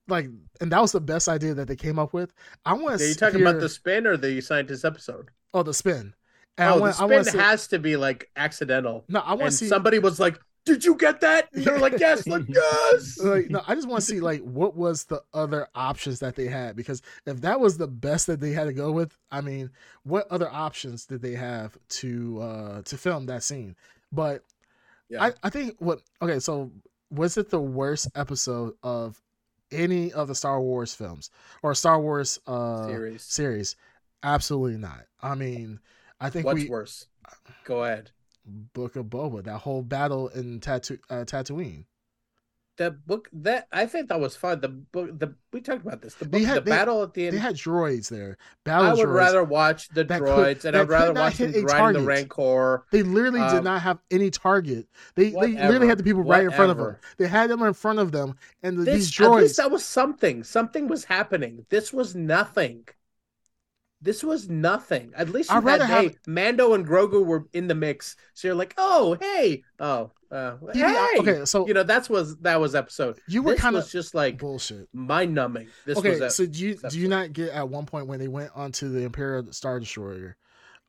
Speaker 4: like, and that was the best idea that they came up with. I want
Speaker 5: Are
Speaker 4: to.
Speaker 5: you talking about the spin or the scientist episode?
Speaker 4: Oh, the spin. And I
Speaker 5: Oh,
Speaker 4: want. I
Speaker 5: the
Speaker 4: want
Speaker 5: spin
Speaker 4: to.
Speaker 5: has to be like accidental.
Speaker 4: no, I want
Speaker 5: And
Speaker 4: to see.
Speaker 5: somebody was like, "Did you get that?" And they were like, "Yes, like yes."
Speaker 4: like no i just want to see like what was the other options that they had because if that was the best that they had to go with i mean what other options did they have to uh to film that scene but
Speaker 5: Yeah.
Speaker 4: I, I think what okay so was it the worst episode of any of the star wars films or star wars uh series,
Speaker 5: Series.
Speaker 4: absolutely not i mean i think
Speaker 5: What's
Speaker 4: we
Speaker 5: worse? Go ahead.
Speaker 4: book of boba that whole battle in tattoo uh, tatooine
Speaker 5: The book that I think that was fun. The book, the we talked about this. The book,
Speaker 4: had-
Speaker 5: the
Speaker 4: they-
Speaker 5: battle at the
Speaker 4: they
Speaker 5: end.
Speaker 4: had droids there battle
Speaker 5: I would
Speaker 4: droids.
Speaker 5: rather watch the
Speaker 4: that could-
Speaker 5: droids, and
Speaker 4: that
Speaker 5: I'd rather
Speaker 4: could not
Speaker 5: watch them
Speaker 4: hit a
Speaker 5: riding the
Speaker 4: target.
Speaker 5: Rancor.
Speaker 4: They literally
Speaker 5: Um,
Speaker 4: did not have any target. They they
Speaker 5: whatever,
Speaker 4: literally had the people right in front of them.
Speaker 5: whatever.
Speaker 4: They had them in front of them, and the,
Speaker 5: This,
Speaker 4: these
Speaker 5: at least
Speaker 4: droids.
Speaker 5: that was something. Something was happening. This was nothing. This was nothing. At least you
Speaker 4: I'd
Speaker 5: had,
Speaker 4: rather have-
Speaker 5: hey, Mando and Grogu were in the mix, so you're like, oh, hey, oh, uh,
Speaker 4: Even-
Speaker 5: hey.
Speaker 4: okay, so
Speaker 5: you know that's was that was episode.
Speaker 4: you were
Speaker 5: this
Speaker 4: kind
Speaker 5: was
Speaker 4: of
Speaker 5: just like
Speaker 4: bullshit.
Speaker 5: mind numbing. This
Speaker 4: Okay,
Speaker 5: was a,
Speaker 4: so do you do you
Speaker 5: acceptable.
Speaker 4: not get at one point when they went onto the Imperial Star Destroyer,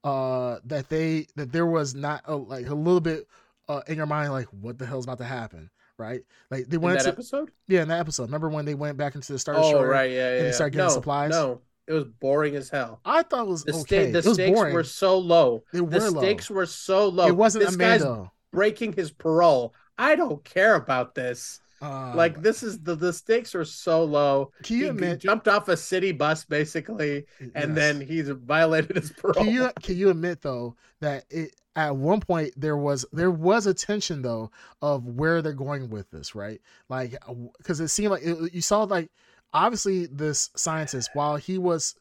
Speaker 4: uh, that they that there was not a, like a little bit uh, in your mind like what the hell's about to happen, right? Like they
Speaker 5: in
Speaker 4: went
Speaker 5: that
Speaker 4: to
Speaker 5: episode.
Speaker 4: yeah in that episode. Remember when they went back into the Star
Speaker 5: Oh
Speaker 4: Destroyer?
Speaker 5: right, yeah, yeah.
Speaker 4: they
Speaker 5: yeah.
Speaker 4: started getting
Speaker 5: no,
Speaker 4: supplies?
Speaker 5: No, it was boring as hell.
Speaker 4: I thought it was
Speaker 5: The, sta-
Speaker 4: okay.
Speaker 5: the
Speaker 4: it was
Speaker 5: stakes
Speaker 4: boring.
Speaker 5: were so low.
Speaker 4: they were
Speaker 5: The stakes were so
Speaker 4: low.
Speaker 5: low.
Speaker 4: It wasn't
Speaker 5: this guy's
Speaker 4: Amanda.
Speaker 5: breaking his parole. I don't care about this.
Speaker 4: Uh,
Speaker 5: like this is the the stakes are so low.
Speaker 4: can
Speaker 5: He,
Speaker 4: you
Speaker 5: he
Speaker 4: admit?
Speaker 5: jumped off a city bus basically, and
Speaker 4: Yes.
Speaker 5: then he's violated his parole.
Speaker 4: can you can you admit though that it at one point there was there was a tension though of where they're going with this right like because it seemed like it, you saw like obviously this scientist while he was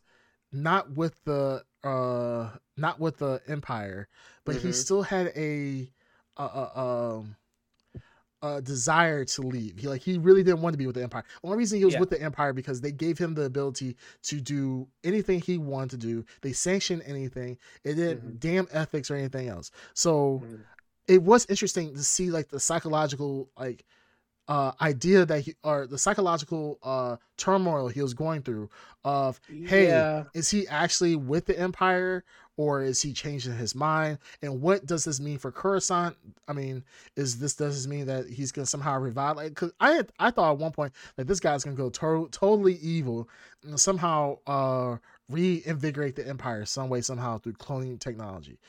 Speaker 4: not with the uh not with the empire but he
Speaker 5: Mhm.
Speaker 4: still had a a, a um a desire to leave. He like he really didn't want to be with the Empire. Only reason he was
Speaker 5: Yeah.
Speaker 4: with the Empire because they gave him the ability to do anything he wanted to do. They sanctioned anything. It didn't
Speaker 5: Mhm.
Speaker 4: damn ethics or anything else. So
Speaker 5: Mhm.
Speaker 4: it was interesting to see like the psychological like uh idea that he or the psychological uh turmoil he was going through of hey
Speaker 5: yeah.
Speaker 4: is he actually with the empire or is he changing his mind? And what does this mean for Coruscant? I mean, is this does this mean that he's gonna somehow revive? Like, cause I had, I thought at one point that this guy's gonna go to- totally evil and somehow uh reinvigorate the Empire some way somehow through cloning technology.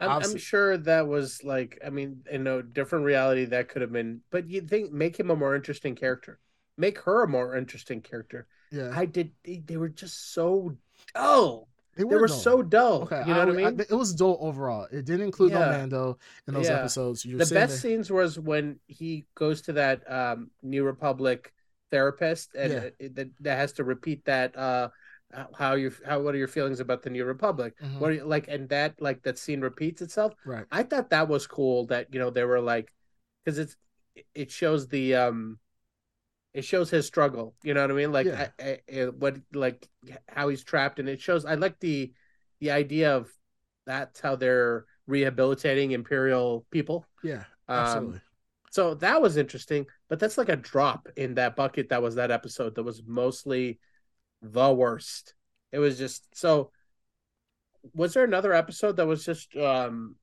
Speaker 5: I'm, I'm
Speaker 4: Obviously-
Speaker 5: sure that was like, I mean, in a different reality, that could have been, but you'd think make him a more interesting character, make her a more interesting character.
Speaker 4: Yeah,
Speaker 5: I did, they, they were just so dull.
Speaker 4: they
Speaker 5: They were
Speaker 4: dumb.
Speaker 5: so dull.
Speaker 4: Okay,
Speaker 5: you know what I
Speaker 4: would-
Speaker 5: mean?
Speaker 4: it was dull overall. It didn't include no
Speaker 5: Yeah.
Speaker 4: Mando in those
Speaker 5: Yeah.
Speaker 4: episodes. You're
Speaker 5: the
Speaker 4: saying
Speaker 5: best
Speaker 4: that-
Speaker 5: scenes was when he goes to that um, New Republic therapist, and
Speaker 4: Yeah.
Speaker 5: it- it- that that has to repeat that uh, how you how what are your feelings about the New Republic?
Speaker 4: Mhm.
Speaker 5: What are you, like, and that like that scene repeats itself.
Speaker 4: right?
Speaker 5: I thought that was cool that you know they were like because it's it shows the um it shows his struggle you know what I mean like
Speaker 4: Yeah.
Speaker 5: I, I, I- what like how he's trapped and it shows I like the the idea of that's how they're rehabilitating imperial people
Speaker 4: Yeah,
Speaker 5: um
Speaker 4: absolutely.
Speaker 5: so that was interesting but that's like a drop in that bucket that was that episode that was mostly the worst it was just so was there another episode that was just um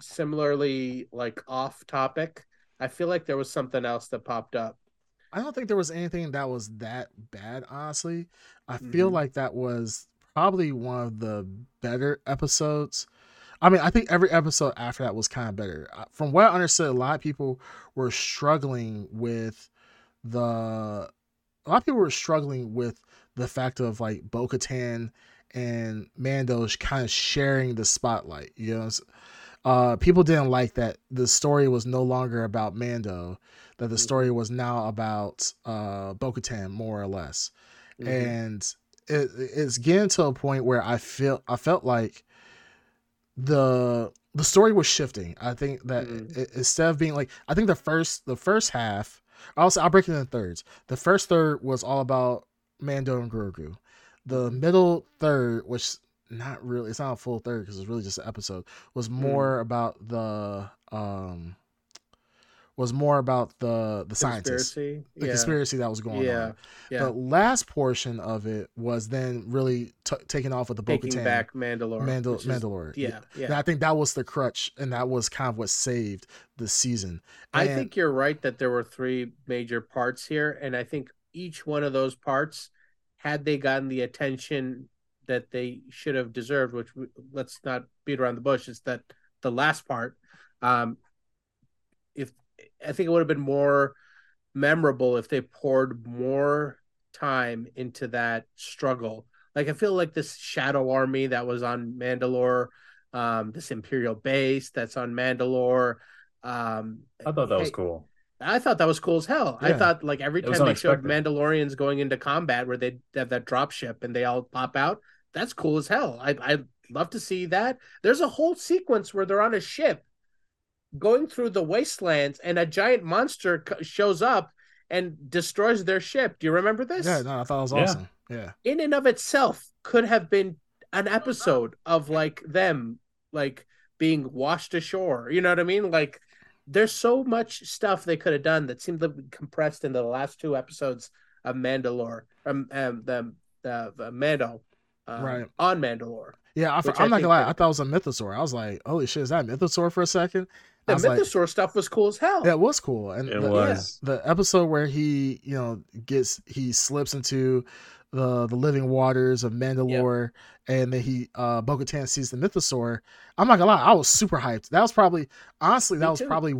Speaker 5: similarly like off topic i feel like there was something else that popped up
Speaker 4: I don't think there was anything that was that bad, honestly. I feel
Speaker 5: Mhm.
Speaker 4: like that was probably one of the better episodes. I mean, I think every episode after that was kind of better. Uh, From what I understood, a lot of people were struggling with the. A lot of people were struggling with the fact of like Bo Katan and Mando kind of sharing the spotlight. You know, It's- uh, people didn't like that the story was no longer about Mando, that the
Speaker 5: Mhm.
Speaker 4: story was now about uh, Bo Katan, more or less
Speaker 5: Mm-hmm.
Speaker 4: and it, it's getting to a point where I feel I felt like the the story was shifting. I think that
Speaker 5: Mhm.
Speaker 4: i- instead of being like, I think the first the first half, also I'll break it into thirds. The first third was all about Mando and Grogu. The
Speaker 5: Mm-hmm.
Speaker 4: middle third, which not really, it's not a full third because it's really just an episode, was
Speaker 5: Mm-hmm.
Speaker 4: more about the um was more about the the scientists,
Speaker 5: conspiracy
Speaker 4: the
Speaker 5: yeah
Speaker 4: conspiracy that was going
Speaker 5: yeah
Speaker 4: on.
Speaker 5: yeah
Speaker 4: The last portion of it was then really t- taken off with the
Speaker 5: taking
Speaker 4: Bo-Katan
Speaker 5: back mandalore
Speaker 4: Mandal-
Speaker 5: which is-
Speaker 4: Mandalore.
Speaker 5: yeah yeah
Speaker 4: And I think that was the crutch, and that was kind of what saved the season.
Speaker 5: I
Speaker 4: And-
Speaker 5: think you're right that there were three major parts here, and I think each one of those parts, had they gotten the attention that they should have deserved, which we, let's not beat around the bush, is that the last part, um, if I think it would have been more memorable if they poured more time into that struggle. Like I feel like this shadow army that was on Mandalore, um, this Imperial base that's on Mandalore. Um,
Speaker 2: I thought that was
Speaker 5: hey,
Speaker 2: cool.
Speaker 5: I thought that was cool as hell. I
Speaker 4: Yeah.
Speaker 5: thought like every
Speaker 2: It was
Speaker 5: time they showed
Speaker 2: unexpected.
Speaker 5: Mandalorians going into combat where they have that drop ship and they all pop out, that's cool as hell. I I love to see that. There's a whole sequence where they're on a ship going through the wastelands and a giant monster co- shows up and destroys their ship. Do you remember this?
Speaker 4: yeah, no, I thought it was
Speaker 2: Yeah.
Speaker 4: awesome. Yeah,
Speaker 5: in and of itself could have been an episode of like them like being washed ashore you know what i mean like there's so much stuff they could have done that seemed to be compressed into the last two episodes of mandalore um, um the the, the mando um,
Speaker 4: Right.
Speaker 5: on mandalore
Speaker 4: yeah. I,
Speaker 5: Which I
Speaker 4: am not
Speaker 5: think
Speaker 4: gonna lie,
Speaker 5: that-
Speaker 4: I thought it was a mythosaur. I was like, holy shit, is that a mythosaur for a second? I
Speaker 5: the
Speaker 4: was like,
Speaker 5: mythosaur stuff was cool as hell
Speaker 4: yeah, it was cool. And
Speaker 2: It
Speaker 4: the-
Speaker 2: was.
Speaker 4: the episode where he you know gets he slips into the the living waters of Mandalore and then he uh Bo-Katan sees the mythosaur I'm not gonna lie I was super hyped that was probably honestly that
Speaker 5: Me
Speaker 4: was
Speaker 5: too.
Speaker 4: probably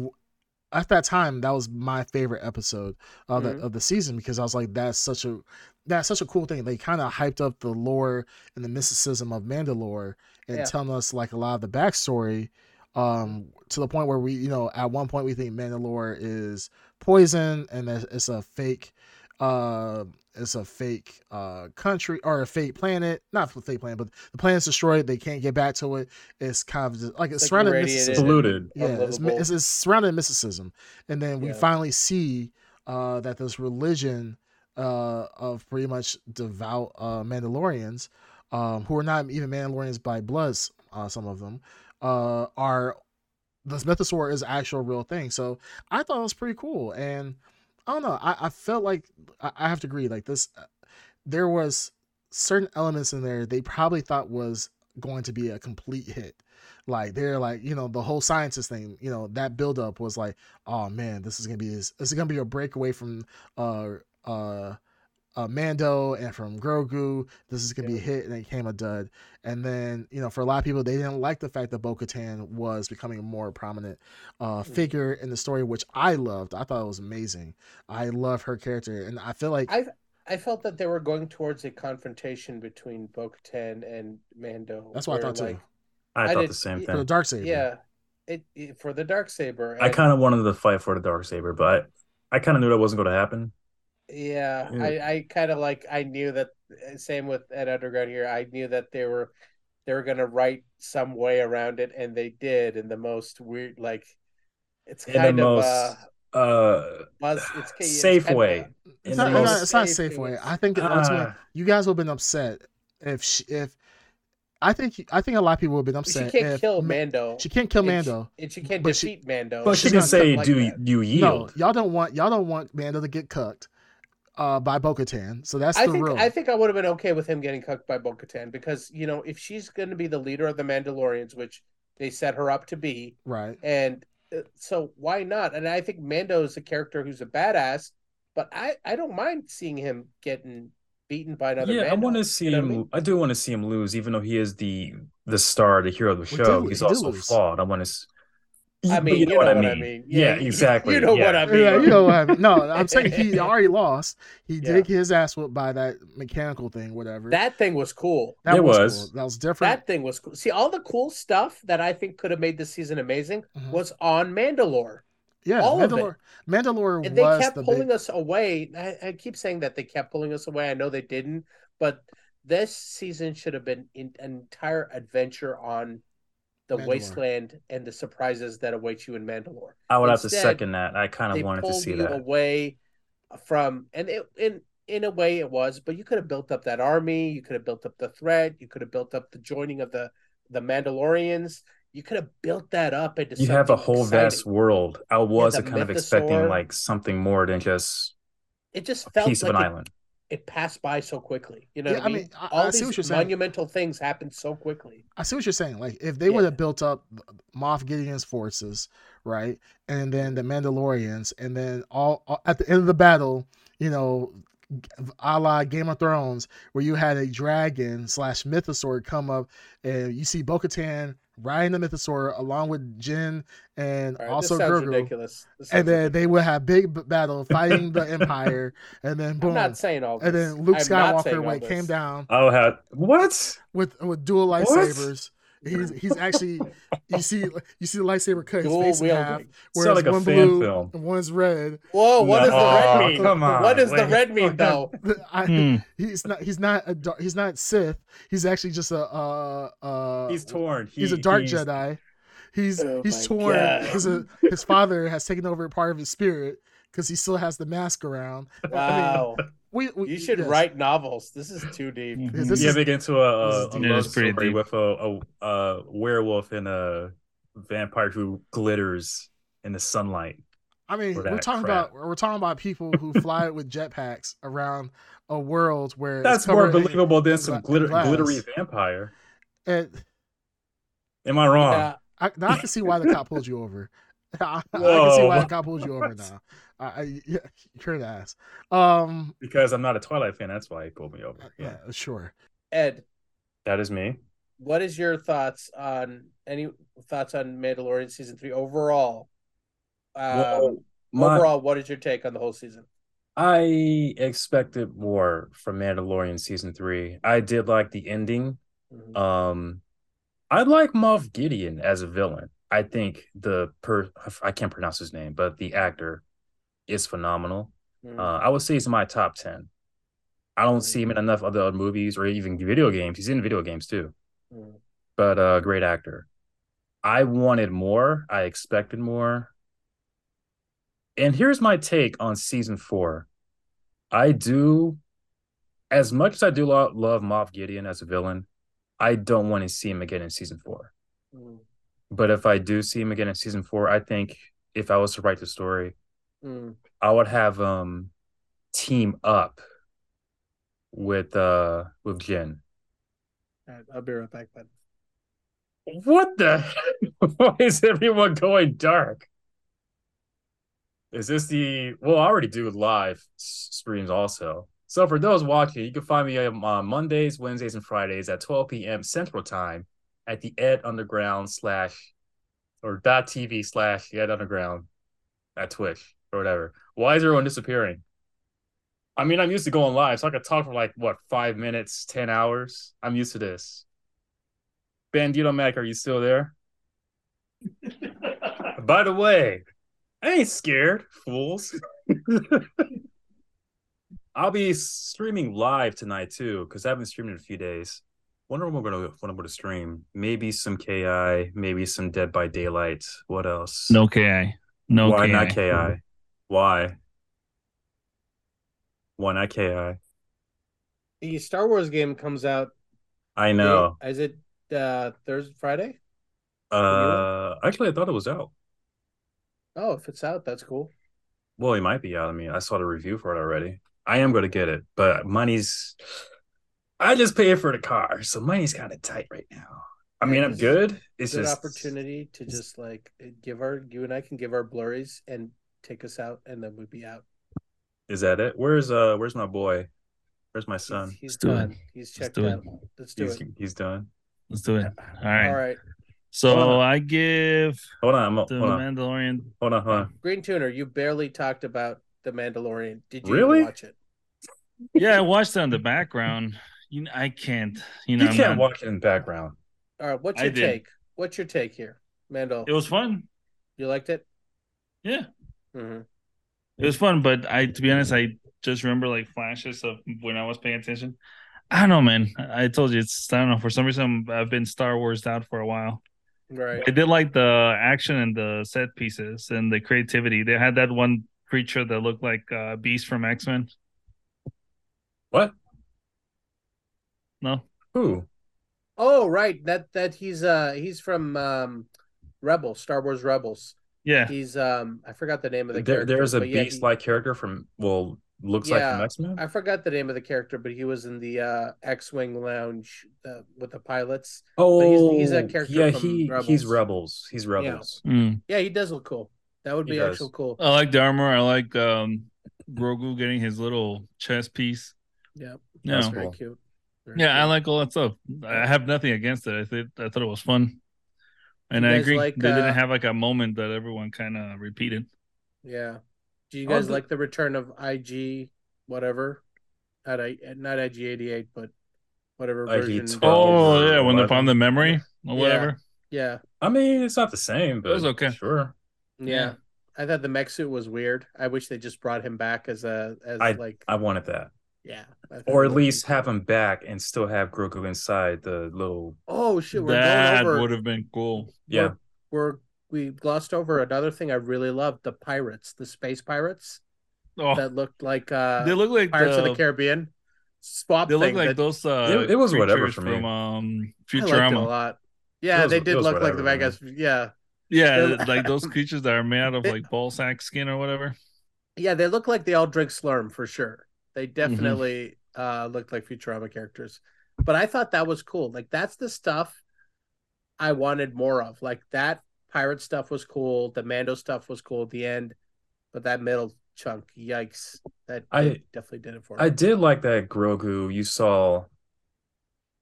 Speaker 4: at that time that was my favorite episode of
Speaker 5: Mm-hmm.
Speaker 4: the of the season because I was like that's such a that's such a cool thing they kind of hyped up the lore and the mysticism of Mandalore and
Speaker 5: Yeah. Mm-hmm.
Speaker 4: telling us like a lot of the backstory um to the point where we you know at one point we think Mandalore is poison and it's it's a fake uh it's a fake uh country or a fake planet not a fake planet but the planet's destroyed they can't get back to it it's kind of just, like it's
Speaker 5: Like
Speaker 4: surrounded in
Speaker 5: irradiated.
Speaker 4: mysticism
Speaker 2: Polluted.
Speaker 4: yeah it's, mi-
Speaker 5: Unlivable.
Speaker 4: it's, it's surrounded in mysticism and then we
Speaker 5: Yeah.
Speaker 4: finally see uh that this religion uh of pretty much devout uh mandalorians um who are not even mandalorians by bloods uh some of them uh are this mythosaur is actual real thing so I thought it was pretty cool, and I don't know. I, I felt like I, I uh, have to agree. Like this, there was certain elements in there they probably thought was going to be a complete hit. Like they're like, you know, the whole scientist thing, you know, that buildup was like, oh man, this is gonna be this, this is gonna be a breakaway from uh uh uh, Mando and from Grogu. This is gonna be a hit, and it came a dud. And then you know, for a lot of people, they didn't like the fact that Bo-Katan was becoming a more prominent uh,
Speaker 5: Hmm.
Speaker 4: figure in the story, which I loved. I thought it was amazing. I love her character, and I feel like
Speaker 5: I I felt that they were going towards a confrontation between Bo-Katan and Mando.
Speaker 4: that's what I
Speaker 5: where,
Speaker 4: thought too.
Speaker 5: like,
Speaker 2: I,
Speaker 5: I e-
Speaker 2: thought
Speaker 5: did-
Speaker 2: the same
Speaker 5: yeah.
Speaker 4: for the
Speaker 2: thing.
Speaker 4: dark saber,
Speaker 5: Yeah, it, it- for the dark saber.
Speaker 2: I kind of wanted to fight for the dark saber, but I kind of knew that wasn't going to happen.
Speaker 5: yeah,
Speaker 2: Yeah.
Speaker 5: I I kind of like I knew that. eh, Same with Ed Underground here. I knew that they were they were gonna write some way around it, and they did in the most weird like. It's
Speaker 2: In the
Speaker 5: kind of
Speaker 2: most-
Speaker 5: uh,
Speaker 2: Uh,
Speaker 5: buzz, it's, it's
Speaker 2: safe
Speaker 5: kinda-
Speaker 2: way.
Speaker 4: It's
Speaker 2: In the
Speaker 4: not, it's not-
Speaker 2: most-
Speaker 4: it's not a
Speaker 5: Safe
Speaker 4: safe
Speaker 5: way.
Speaker 4: way. I think that ultimately,
Speaker 2: Ah,
Speaker 4: you guys would have been upset if she, if I think I think a lot of people would have been
Speaker 5: She
Speaker 4: upset.
Speaker 5: can't
Speaker 4: if
Speaker 5: kill
Speaker 4: Ma-
Speaker 5: Mando.
Speaker 4: She can't kill
Speaker 5: And she-
Speaker 4: Mando.
Speaker 5: and she can't
Speaker 4: but she-
Speaker 5: defeat Mando.
Speaker 2: but
Speaker 4: she's
Speaker 2: she can
Speaker 4: not
Speaker 2: say,
Speaker 5: like
Speaker 2: "Do
Speaker 5: that.
Speaker 2: you yield?"
Speaker 4: No, y'all don't want y'all don't want Mando to get cooked uh, by Bo-Katan. So that's
Speaker 5: I
Speaker 4: the
Speaker 5: think
Speaker 4: rule.
Speaker 5: I think I would have been okay with him getting cooked by Bo-Katan because you know if she's going to be the leader of the Mandalorians, which they set her up to be,
Speaker 4: right.
Speaker 5: and uh, so why not? And I think Mando is a character who's a badass, but I I don't mind seeing him getting beaten by another.
Speaker 2: Yeah, I
Speaker 5: Mando,
Speaker 2: want to see
Speaker 5: you know what I
Speaker 2: him.
Speaker 5: mean?
Speaker 2: I do want to see him lose, even though he is the the star, the hero of the
Speaker 4: Well,
Speaker 2: show.
Speaker 4: did-
Speaker 2: He's
Speaker 4: he did
Speaker 2: also
Speaker 4: lose.
Speaker 2: flawed. I want to.
Speaker 5: I mean, you know what I mean.
Speaker 2: Yeah,
Speaker 5: you-
Speaker 2: exactly.
Speaker 5: You know what
Speaker 2: Yeah.
Speaker 5: I mean.
Speaker 4: Yeah, you know what I mean. No, I'm saying he already lost. He did
Speaker 5: Yeah.
Speaker 4: get his ass whooped by that mechanical thing, whatever.
Speaker 5: That thing was cool.
Speaker 4: that
Speaker 2: It
Speaker 4: was,
Speaker 2: was.
Speaker 4: cool. that was different.
Speaker 5: That thing was cool. See, all the cool stuff that I think could have made this season amazing
Speaker 2: Uh-huh.
Speaker 4: Mhm.
Speaker 5: was on Mandalore.
Speaker 4: yeah,
Speaker 5: all of it.
Speaker 4: Mandalore. Mandalore
Speaker 5: and they
Speaker 4: was
Speaker 5: kept
Speaker 4: the
Speaker 5: pulling
Speaker 4: big.
Speaker 5: us away. I, I keep saying that they kept pulling us away. I know they didn't, but this season should have been in, an entire adventure on the
Speaker 4: Mandalore.
Speaker 5: wasteland and the surprises that await you in Mandalore.
Speaker 2: I would have to
Speaker 5: Instead,
Speaker 2: second that. I kind
Speaker 5: They
Speaker 2: of wanted to
Speaker 5: pulled
Speaker 2: see
Speaker 5: you
Speaker 2: that.
Speaker 5: away from, and it, in in a way it was, but you could have built up that army. You could have built up the threat. You could have built up the joining of the the Mandalorians. You could have built that up into
Speaker 2: You have a
Speaker 5: something
Speaker 2: whole vast
Speaker 5: exciting.
Speaker 2: world. I was
Speaker 5: the
Speaker 2: kind of expecting
Speaker 5: mythosaur.
Speaker 2: like something more than just
Speaker 5: It just
Speaker 2: a
Speaker 5: felt
Speaker 2: piece
Speaker 5: like
Speaker 2: of an
Speaker 5: it
Speaker 2: island.
Speaker 5: it passed by so quickly. You know,
Speaker 4: Yeah,
Speaker 5: what I mean,
Speaker 4: I,
Speaker 5: all
Speaker 4: I see what you're
Speaker 5: these
Speaker 4: saying.
Speaker 5: monumental things happen so quickly.
Speaker 4: I see what you're saying. Like if they
Speaker 5: Yeah.
Speaker 4: would have built up Moff Gideon's forces, right, and then the Mandalorians, and then all, all- at the end of the battle, you know, a la Game of Thrones, where you had a dragon slash mythosaur come up, and you see Bo-Katan riding the mythosaur along with Jin and
Speaker 5: All right,
Speaker 4: also
Speaker 5: this sounds
Speaker 4: Grogu,
Speaker 5: ridiculous. This
Speaker 4: and
Speaker 5: sounds
Speaker 4: then
Speaker 5: ridiculous.
Speaker 4: they would have big b- battle fighting the Empire, and then
Speaker 5: I'm
Speaker 4: boom,
Speaker 5: not saying all this.
Speaker 4: and then Luke
Speaker 5: I'm not saying
Speaker 4: Skywalker
Speaker 5: all
Speaker 4: when it came
Speaker 5: this.
Speaker 4: down
Speaker 2: Oh, how what?
Speaker 4: with with dual
Speaker 2: What?
Speaker 4: lightsabers. He's he's actually you see you see the lightsaber cut his
Speaker 5: Dual
Speaker 4: face in
Speaker 5: wielding.
Speaker 4: half,
Speaker 2: Sound
Speaker 4: whereas
Speaker 2: like a
Speaker 4: one
Speaker 2: fan
Speaker 4: blue
Speaker 2: film.
Speaker 4: and one's red.
Speaker 5: Whoa, what does the
Speaker 2: No,
Speaker 5: red mean?
Speaker 2: Come on.
Speaker 5: what does the
Speaker 2: wait.
Speaker 5: red mean though?
Speaker 4: I,
Speaker 3: Hmm.
Speaker 4: He's not he's not a dar- he's not Sith. He's actually just a uh uh
Speaker 2: He's torn.
Speaker 4: he's a
Speaker 2: He-
Speaker 4: dark
Speaker 2: he's-
Speaker 4: Jedi. He's
Speaker 5: Oh
Speaker 4: he's
Speaker 5: my
Speaker 4: torn
Speaker 5: God.
Speaker 4: because his father has taken over part of his spirit because he still has the mask around.
Speaker 5: Wow,
Speaker 4: We, we
Speaker 5: you should
Speaker 4: yes.
Speaker 5: write novels. This is too deep.
Speaker 4: This
Speaker 2: you
Speaker 4: is-
Speaker 2: ever get into a, a,
Speaker 4: this is
Speaker 2: a
Speaker 4: deep.
Speaker 3: It
Speaker 2: love
Speaker 3: is pretty
Speaker 2: story
Speaker 3: deep.
Speaker 2: with a, a, a werewolf and a vampire who glitters in the sunlight?
Speaker 4: I mean,
Speaker 2: for
Speaker 4: we're
Speaker 2: that
Speaker 4: talking
Speaker 2: crap.
Speaker 4: about we're talking about people who fly with jetpacks around a world where it's
Speaker 2: That's more
Speaker 4: covered in-
Speaker 2: believable than
Speaker 4: in
Speaker 2: some
Speaker 4: gla-
Speaker 2: glitter,
Speaker 4: glass.
Speaker 2: glittery vampire.
Speaker 4: And
Speaker 2: Am I wrong?
Speaker 5: Yeah,
Speaker 4: I, now I can see why the cop pulled you over. I, I can see
Speaker 2: Whoa.
Speaker 4: why the cop pulled you over now. I, I yeah, you're an ass. Um,
Speaker 2: Because I'm not a Twilight fan. That's why he pulled me over. Yeah,
Speaker 4: yeah, sure.
Speaker 5: Ed,
Speaker 2: that is me.
Speaker 5: what is your thoughts on any thoughts on Mandalorian season three overall? Um,
Speaker 2: Well, my-
Speaker 5: overall, what is your take on the whole season?
Speaker 2: I expected more from Mandalorian season three. I did like the ending.
Speaker 5: Mhm.
Speaker 2: Um, I like Moff Gideon as a villain. I think the per I can't pronounce his name, but the actor is phenomenal.
Speaker 5: Mhm.
Speaker 2: Uh, I would say he's in my top ten. I don't see him in enough other movies or even video games. He's in video games too,
Speaker 5: Mhm.
Speaker 2: but uh, great actor. I wanted more. I expected more. And here's my take on season four. I do, as much as I do lo- love Moff Gideon as a villain, I don't want to see him again in season four.
Speaker 5: Mhm.
Speaker 2: But if I do see him again in season four, I think if I was to write the story,
Speaker 5: Mhm.
Speaker 2: I would have um team up with uh with Jin.
Speaker 5: All right, I'll be right back, bud.
Speaker 2: What the? heck? Why is everyone going dark? Is this the? Well, I already do live s- streams also. So for those watching, you can find me on uh, Mondays, Wednesdays, and Fridays at 12 p.m. Central Time at the Ed Underground slash or dot TV slash Ed Underground at Twitch or whatever. Why is everyone disappearing? I mean, I'm used to going live, so I could talk for like what five minutes, ten hours. I'm used to this. Bandito Mac, are you still there? By the way, I ain't scared, fools. I'll be streaming live tonight too, because I haven't streamed in a few days. Wonder when we're gonna when I'm gonna stream. Maybe some KI, maybe some Dead by Daylight. What else?
Speaker 3: No KI. No
Speaker 2: Why
Speaker 3: KI.
Speaker 2: not KI? Why? Why not KI?
Speaker 5: The Star Wars game comes out.
Speaker 2: I know.
Speaker 5: Is it uh Thursday, Friday?
Speaker 2: Uh, actually, I thought it was out.
Speaker 5: Oh, if it's out, that's cool.
Speaker 2: Well, it might be out. I mean, I saw the review for it already. I am going to get it, but money's. I just paid for the car, so money's kind of tight right now. I mean, I'm
Speaker 5: It's
Speaker 2: good. It's
Speaker 5: Good
Speaker 2: just
Speaker 5: opportunity to just like give our you and I can give our blurries and take us out, and then we'd be out.
Speaker 2: Is that it? Where's uh? Where's my boy? Where's my
Speaker 5: He's-
Speaker 2: son?
Speaker 5: He's
Speaker 3: Let's do it.
Speaker 5: done. He's checked
Speaker 3: do it.
Speaker 5: out. Let's do
Speaker 2: he's
Speaker 5: it.
Speaker 2: he's done.
Speaker 3: Let's do it. All right.
Speaker 5: All
Speaker 2: Hold
Speaker 5: right,
Speaker 3: So
Speaker 2: on.
Speaker 3: I give
Speaker 2: Hold on, I'm, hold
Speaker 3: the
Speaker 2: on,
Speaker 3: Mandalorian.
Speaker 2: hold on, hold on.
Speaker 5: Green Tuner, you barely talked about the Mandalorian. Did you
Speaker 2: Really?
Speaker 5: even watch it?
Speaker 3: Yeah, I watched it on the background. You know, I can't. You know,
Speaker 2: You
Speaker 3: I'm
Speaker 2: can't
Speaker 3: not-
Speaker 2: watch it in the background.
Speaker 5: All right, what's
Speaker 3: I
Speaker 5: your
Speaker 3: did.
Speaker 5: take? What's your take here, Mandel?
Speaker 3: It was fun.
Speaker 5: You liked it?
Speaker 3: Yeah,
Speaker 5: hmm
Speaker 3: it was fun. But I, to be honest, I just remember like flashes of when I was paying attention. I don't know, man. I I told you it's. I don't know. For some reason, I've been Star Wars out for a while.
Speaker 5: Right.
Speaker 3: I did like the action and the set pieces and the creativity. They had that one creature that looked like uh, Beast from X Men.
Speaker 2: What?
Speaker 3: No,
Speaker 2: Who?
Speaker 5: Oh, right. That that he's uh he's from um Rebels, Star Wars Rebels.
Speaker 3: yeah,
Speaker 5: He's um I forgot the name of the
Speaker 2: There,
Speaker 5: character.
Speaker 2: there's a
Speaker 5: but yeah, he-
Speaker 2: beast-like character from well, looks like
Speaker 5: Yeah,
Speaker 2: from X Men.
Speaker 5: I forgot the name of the character, but he was in the uh X-wing lounge uh, with the pilots.
Speaker 2: Oh,
Speaker 5: he's a character
Speaker 2: yeah,
Speaker 5: from
Speaker 2: he he's rebels. He's rebels.
Speaker 3: Mm.
Speaker 5: Yeah, he does look cool. That would
Speaker 2: He
Speaker 5: be
Speaker 2: does.
Speaker 5: actual cool.
Speaker 3: I like the armor. I like um, Grogu getting his little chest piece.
Speaker 5: Yeah,
Speaker 3: No.
Speaker 5: that's very
Speaker 2: Cool.
Speaker 5: cute. Very
Speaker 3: Yeah, I
Speaker 5: cute.
Speaker 3: like all that stuff. I have nothing against it. I think I thought it was fun, and
Speaker 5: You
Speaker 3: I
Speaker 5: guys
Speaker 3: agree
Speaker 5: like,
Speaker 3: they
Speaker 5: uh,
Speaker 3: didn't have like a moment that everyone kind of repeated.
Speaker 5: Yeah. Do you
Speaker 2: I
Speaker 5: guys
Speaker 2: was-
Speaker 5: like the return of IG whatever? Not I not IG eighty eight, but whatever version.
Speaker 2: IG-12.
Speaker 3: Oh yeah, when they
Speaker 2: Eleven.
Speaker 3: found the memory or whatever.
Speaker 5: Yeah,
Speaker 2: I mean, it's not the same, but
Speaker 3: was okay.
Speaker 2: Sure,
Speaker 5: yeah.
Speaker 3: Yeah.
Speaker 5: I thought the mech suit was weird. I wish they just brought him back as a as like
Speaker 2: I wanted that,
Speaker 5: yeah. I thought
Speaker 2: or
Speaker 5: it
Speaker 2: at
Speaker 5: would've
Speaker 2: least
Speaker 5: been cool.
Speaker 2: have him back and still have Grogu inside the little.
Speaker 5: Oh shit, we're
Speaker 3: that
Speaker 5: going over
Speaker 3: would have been cool.
Speaker 2: Yeah,
Speaker 5: We're- we're we glossed over another thing I really loved, the pirates, the space pirates
Speaker 3: Oh,
Speaker 5: that looked like uh
Speaker 3: they look like
Speaker 5: Pirates
Speaker 3: the,
Speaker 5: of the Caribbean. Swap
Speaker 3: They look
Speaker 5: thing
Speaker 3: like
Speaker 5: that-
Speaker 3: those. Uh,
Speaker 2: It- it was whatever
Speaker 3: creatures
Speaker 2: for me.
Speaker 3: From um,
Speaker 5: I liked it a
Speaker 3: Futurama.
Speaker 5: lot. Yeah,
Speaker 2: It was-
Speaker 5: they
Speaker 2: it
Speaker 5: did
Speaker 2: was
Speaker 5: look like the
Speaker 2: whatever,
Speaker 5: bad
Speaker 2: man.
Speaker 5: guys. Yeah,
Speaker 3: Yeah,
Speaker 5: They're-
Speaker 3: like those creatures that are made out of
Speaker 5: It-
Speaker 3: like ball sack skin or whatever.
Speaker 5: yeah, they look like they all drink Slurm for sure. They
Speaker 2: Mm-hmm.
Speaker 5: definitely uh, looked like Futurama characters. But I thought that was cool. Like that's the stuff I wanted more of. Like that pirate stuff was cool. The Mando stuff was cool at the end, but that middle chunk, yikes! That
Speaker 2: I-
Speaker 5: definitely did it for me.
Speaker 2: I did like that Grogu. You saw,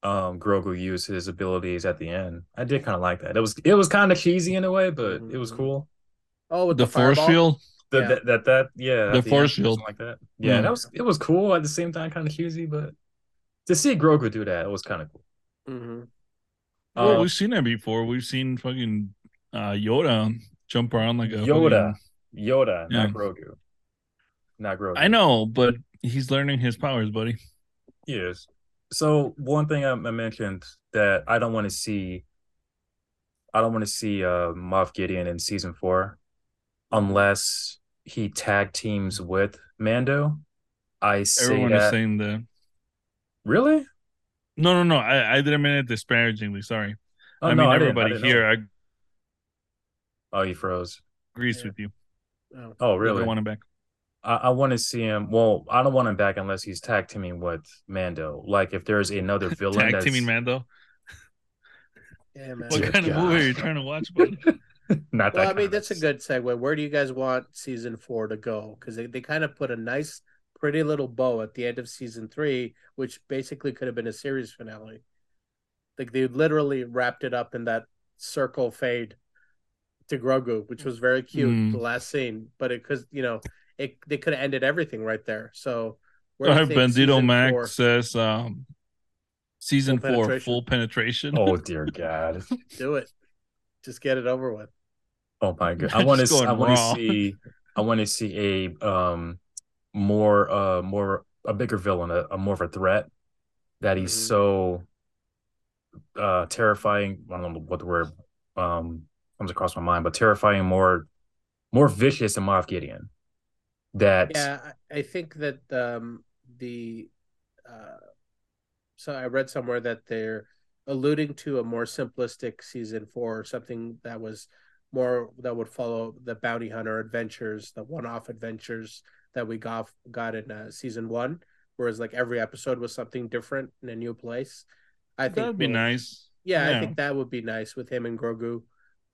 Speaker 2: um, Grogu use his abilities at the end. I did kind of like that. It was it was kind of cheesy in a way, but it was
Speaker 5: Mhm.
Speaker 2: cool.
Speaker 5: oh, with
Speaker 3: The, force
Speaker 5: fireball?
Speaker 3: field.
Speaker 2: That
Speaker 5: Yeah.
Speaker 2: that, that that yeah,
Speaker 3: The
Speaker 2: at
Speaker 3: force
Speaker 2: end, something
Speaker 3: Mm-hmm. field.
Speaker 2: like that. Yeah,
Speaker 3: Yeah.
Speaker 2: that was it was cool at the same time, kind of cheesy, but to see Grogu do that, it was kind of cool.
Speaker 5: Mhm.
Speaker 3: well,
Speaker 5: Oh.
Speaker 2: Um,
Speaker 3: Oh, we've seen that before. We've seen fucking uh, Yoda jump around like a
Speaker 2: Yoda.
Speaker 3: fucking-
Speaker 2: Yoda,
Speaker 3: Yeah.
Speaker 2: not Grogu. Not Grogu.
Speaker 3: I know, but he's learning his powers, buddy.
Speaker 2: He is. So one thing I I mentioned that I don't want to see. I don't want to see uh, Moff Gideon in season four, unless he tag teams with Mando. I say
Speaker 3: Everyone is
Speaker 2: that
Speaker 3: saying that.
Speaker 2: really.
Speaker 3: No, no, no. I, I didn't mean it disparagingly. Sorry.
Speaker 2: Oh,
Speaker 3: I
Speaker 2: no,
Speaker 3: mean
Speaker 2: didn't-
Speaker 3: everybody
Speaker 2: didn't know.
Speaker 3: here
Speaker 2: Oh, he froze.
Speaker 3: agrees
Speaker 5: Yeah.
Speaker 3: with you.
Speaker 5: Oh.
Speaker 2: Oh,
Speaker 3: They don't
Speaker 2: really?
Speaker 3: want him back.
Speaker 2: I, I want to see him. Well, I don't want him back unless he's tag teaming with Mando. Like if there's another villain
Speaker 3: Tag
Speaker 2: that's
Speaker 3: teaming Mando.
Speaker 5: Yeah, man.
Speaker 3: What
Speaker 2: Dear
Speaker 3: kind of
Speaker 2: God.
Speaker 3: movie are you trying to watch? bud?
Speaker 2: Not that.
Speaker 5: Well, I
Speaker 2: kind
Speaker 5: mean,
Speaker 2: of
Speaker 5: that's a good segue. Where do you guys want season four to go? Because they, they kind of put a nice, pretty little bow at the end of season three, which basically could have been a series finale. Like they literally wrapped it up in that circle fade to Grogu, which was very cute,
Speaker 3: Hmm.
Speaker 5: the last scene. But it because you know, it they could have ended everything right there. So where do
Speaker 3: All
Speaker 5: you
Speaker 3: right,
Speaker 5: think
Speaker 3: Benzito
Speaker 5: season
Speaker 3: Max
Speaker 5: four-
Speaker 3: says um, season
Speaker 5: Full
Speaker 3: four
Speaker 5: penetration.
Speaker 3: full penetration.
Speaker 2: Oh dear God.
Speaker 5: do it. Just get it over with.
Speaker 2: Oh my god. I
Speaker 3: Just
Speaker 2: want to.
Speaker 3: going
Speaker 2: I want
Speaker 3: raw.
Speaker 2: to see. I want to see a um more uh more a bigger villain, a, a more of a threat that he's
Speaker 5: Mhm.
Speaker 3: Mm-hmm.
Speaker 2: so uh terrifying. I don't know what the word um comes across my mind, but terrifying, more more vicious than Moff Gideon. That
Speaker 5: Yeah, I I think that um, the uh, so I read somewhere that they're alluding to a more simplistic season four, or something that was more that would follow the bounty hunter adventures, the one-off adventures that we got got in uh, season one, whereas like every episode was something different in a new place. I think
Speaker 3: That'd be
Speaker 5: we'll-
Speaker 3: nice.
Speaker 5: yeah,
Speaker 3: Yeah.
Speaker 5: I think that would be nice with him and Grogu.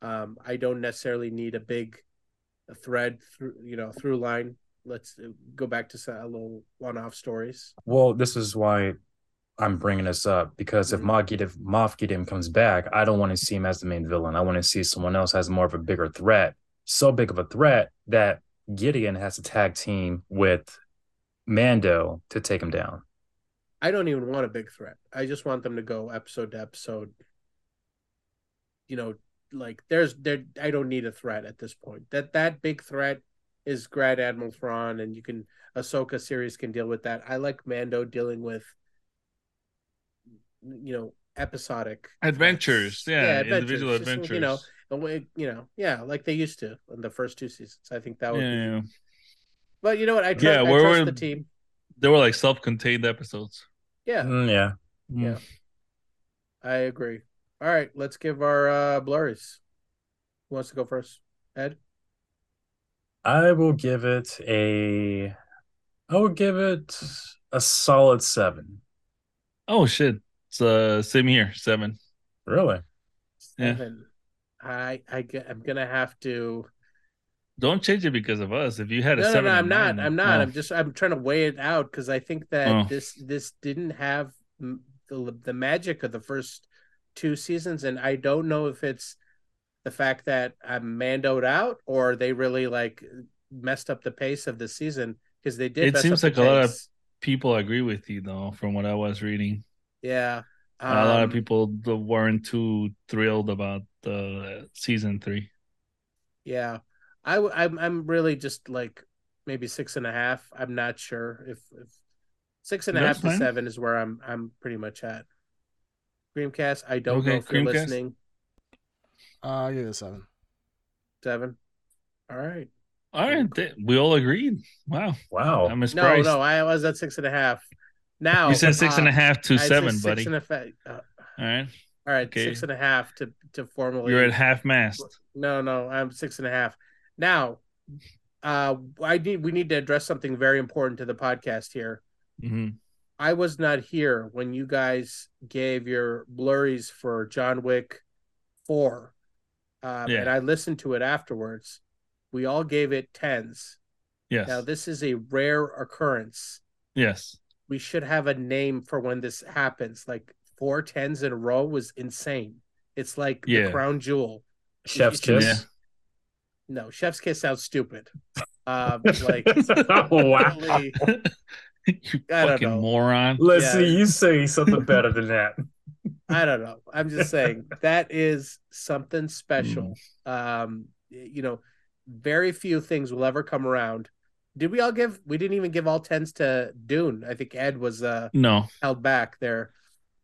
Speaker 5: Um, I don't necessarily need a big thread through, you know, through line. Let's uh, go back to some, a little one-off stories.
Speaker 2: Well, this is why I'm bringing this up because if
Speaker 5: Mhm.
Speaker 2: Moff Gideon, Moff Gideon comes back, I don't want to see him as the main villain. I want to see someone else as more of a bigger threat, so big of a threat that Gideon has to tag team with Mando to take him down.
Speaker 5: I don't even want a big threat. I just want them to go episode to episode. You know, like there's there. I don't need a threat at this point. That that big threat is Grad Admiral Thrawn, and you can Ahsoka series can deal with that. I like Mando dealing with, you know, episodic
Speaker 3: Adventures, yeah,
Speaker 5: adventures.
Speaker 3: individual
Speaker 5: Just,
Speaker 3: adventures.
Speaker 5: You know, the way- you know, yeah, like they used to in the first two seasons. I think that would be.
Speaker 3: yeah, yeah.
Speaker 5: But you know what? I trust,
Speaker 3: Yeah,
Speaker 5: I
Speaker 3: where
Speaker 5: trust
Speaker 3: were-
Speaker 5: the team.
Speaker 3: They were like self-contained episodes.
Speaker 5: Yeah,
Speaker 2: Mm, yeah.
Speaker 5: Yeah. I agree. All right, let's give our uh blurries. Who wants to go first?
Speaker 2: I will give it a I will give it a solid seven.
Speaker 3: Oh shit! It's uh, same here. Seven.
Speaker 2: Really?
Speaker 3: Yeah.
Speaker 5: Stephen. I I get, I'm gonna have to.
Speaker 3: Don't change it because of us. If you had a
Speaker 5: No, no,
Speaker 3: seven,
Speaker 5: no, I'm
Speaker 3: and
Speaker 5: not.
Speaker 3: nine,
Speaker 5: I'm not.
Speaker 3: no.
Speaker 5: I'm just. I'm trying to weigh it out because I think that
Speaker 3: Oh.
Speaker 5: this this didn't have m- the the magic of the first two seasons, and I don't know if it's the fact that I'm mandoed out or they really like messed up the pace of the season because they did.
Speaker 3: It
Speaker 5: mess
Speaker 3: seems
Speaker 5: up the
Speaker 3: like a lot of-
Speaker 5: pace.
Speaker 3: people agree with you though. From what I was reading,
Speaker 5: yeah.
Speaker 3: a lot of
Speaker 5: Um,
Speaker 3: people th- weren't too thrilled about the season three.
Speaker 5: Yeah, I w- I'm I'm really just like maybe six and a half. I'm not sure if, if six and a half
Speaker 3: That's
Speaker 5: to
Speaker 3: fine.
Speaker 5: seven is where I'm I'm pretty much at. Dreamcast, I don't know
Speaker 3: Okay,
Speaker 5: if you're
Speaker 3: Creamcast.
Speaker 5: listening.
Speaker 4: Uh, yeah, seven.
Speaker 5: Seven. All right.
Speaker 3: All right, th- we all agreed. Wow,
Speaker 2: Wow.
Speaker 3: I'm
Speaker 5: No,
Speaker 3: surprised.
Speaker 5: no, I was at six and a half. Now
Speaker 3: you said six and a half to
Speaker 5: uh, I'd say
Speaker 3: seven,
Speaker 5: six
Speaker 3: buddy.
Speaker 5: and a fa- uh,
Speaker 3: All right,
Speaker 5: all right,
Speaker 3: Okay.
Speaker 5: six and a half to to formally.
Speaker 3: you're at half mast.
Speaker 5: No, no, I'm six and a half. Now, uh, I need we need to address something very important to the podcast here.
Speaker 3: hmm
Speaker 5: I was not here when you guys gave your blurries for John Wick 4. Um,
Speaker 3: Yeah.
Speaker 5: And I listened to it afterwards. We all gave it tens.
Speaker 3: Yes.
Speaker 5: Now, this is a rare occurrence.
Speaker 3: yes.
Speaker 5: We should have a name for when this happens. Like four tens in a row was insane. It's like
Speaker 3: Yeah.
Speaker 5: the crown jewel.
Speaker 2: Chef's kiss.
Speaker 5: No, Chef's Kiss sounds stupid. Uh, like,
Speaker 2: wow.
Speaker 5: really-
Speaker 3: you
Speaker 5: I don't
Speaker 3: fucking
Speaker 5: know.
Speaker 3: moron.
Speaker 2: Let's
Speaker 5: Yeah.
Speaker 2: see you say something better than that.
Speaker 5: I don't know. I'm just saying that is something special.
Speaker 3: Mm.
Speaker 5: Um, you know, very few things will ever come around. Did we all give? We didn't even give all tens to Dune. I think Ed was uh,
Speaker 3: No.
Speaker 5: held back there.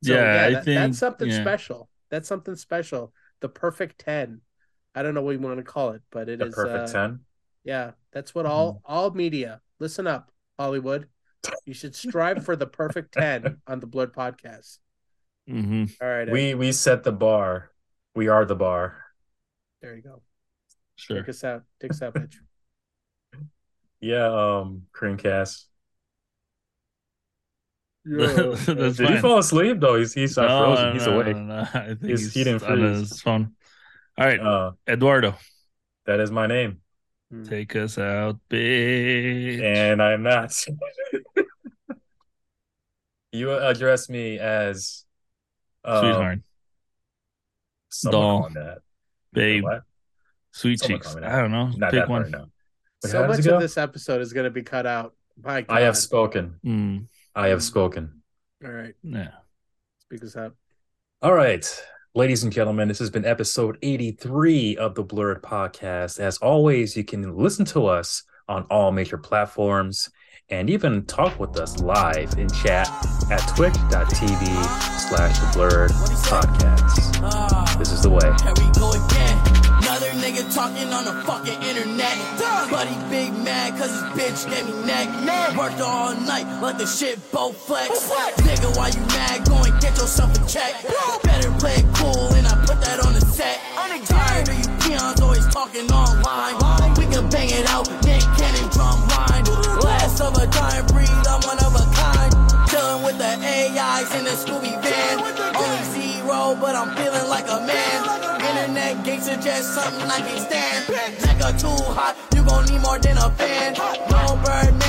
Speaker 3: yeah, I
Speaker 5: that-
Speaker 3: think
Speaker 5: that's something
Speaker 3: yeah.
Speaker 5: special. That's something special. The perfect ten. I don't know what you want to call it, but it
Speaker 2: The
Speaker 5: is.
Speaker 2: perfect
Speaker 5: uh,
Speaker 2: ten.
Speaker 5: Yeah, that's what all
Speaker 3: Mm-hmm.
Speaker 5: all media. Listen up, Hollywood. You should strive for the perfect ten on the Blood Podcast.
Speaker 3: Mhm.
Speaker 5: All right, Ed,
Speaker 2: We we set the bar. We are the bar.
Speaker 5: there you go.
Speaker 3: Sure.
Speaker 5: Take us out. Take us out, bitch.
Speaker 2: Yeah, um, Creamcast.
Speaker 3: That's
Speaker 2: Did he
Speaker 3: fine.
Speaker 2: fall asleep though? He's he's not frozen. he's awake.
Speaker 3: I think
Speaker 2: He's-
Speaker 3: he's,
Speaker 2: he didn't
Speaker 3: on
Speaker 2: freeze.
Speaker 3: his phone. All right,
Speaker 2: Uh,
Speaker 3: Eduardo,
Speaker 2: that is my name,
Speaker 3: take us out, bitch.
Speaker 2: and I am not. you address me as um,
Speaker 3: Sweetheart,
Speaker 2: Someone
Speaker 3: Doll.
Speaker 2: on that.
Speaker 3: babe,
Speaker 2: What?
Speaker 3: sweet
Speaker 2: someone
Speaker 3: cheeks.
Speaker 2: call me that.
Speaker 3: I don't know.
Speaker 2: Not
Speaker 3: Pick
Speaker 2: that
Speaker 3: one.
Speaker 2: one. No. Wait, how
Speaker 5: So
Speaker 2: does
Speaker 5: much
Speaker 2: it go?
Speaker 5: of this episode is going to be cut out. My
Speaker 2: I have
Speaker 5: God.
Speaker 2: spoken.
Speaker 3: Mm,
Speaker 2: I have spoken.
Speaker 5: All right,
Speaker 3: yeah.
Speaker 5: speak us out.
Speaker 2: All right, ladies and gentlemen, this has been episode 83 of the Blurred Podcast. As always, you can listen to us on all major platforms and even talk with us live in chat at twitch.tv slash the blurred podcast. This is the way.
Speaker 6: Ah, Here we go again. Another nigga talking on the fucking internet. Buddy big mad cause his bitch gave me neck. Worked all night, let the shit both flex. Nigga, why you mad? Go and get yourself a check. Better play it cool and I put that on the set. Tired of you peons always talking online. We can bang it out, Nick Cannon drum line. Last of a dying breed, I'm one of a kind. Chilling with the AIs in the Scooby van. Only zero, but I'm feeling like a man. Internet geeks suggest something like a stand. Nigga too hot, you gon' need more than a fan. No bird, man.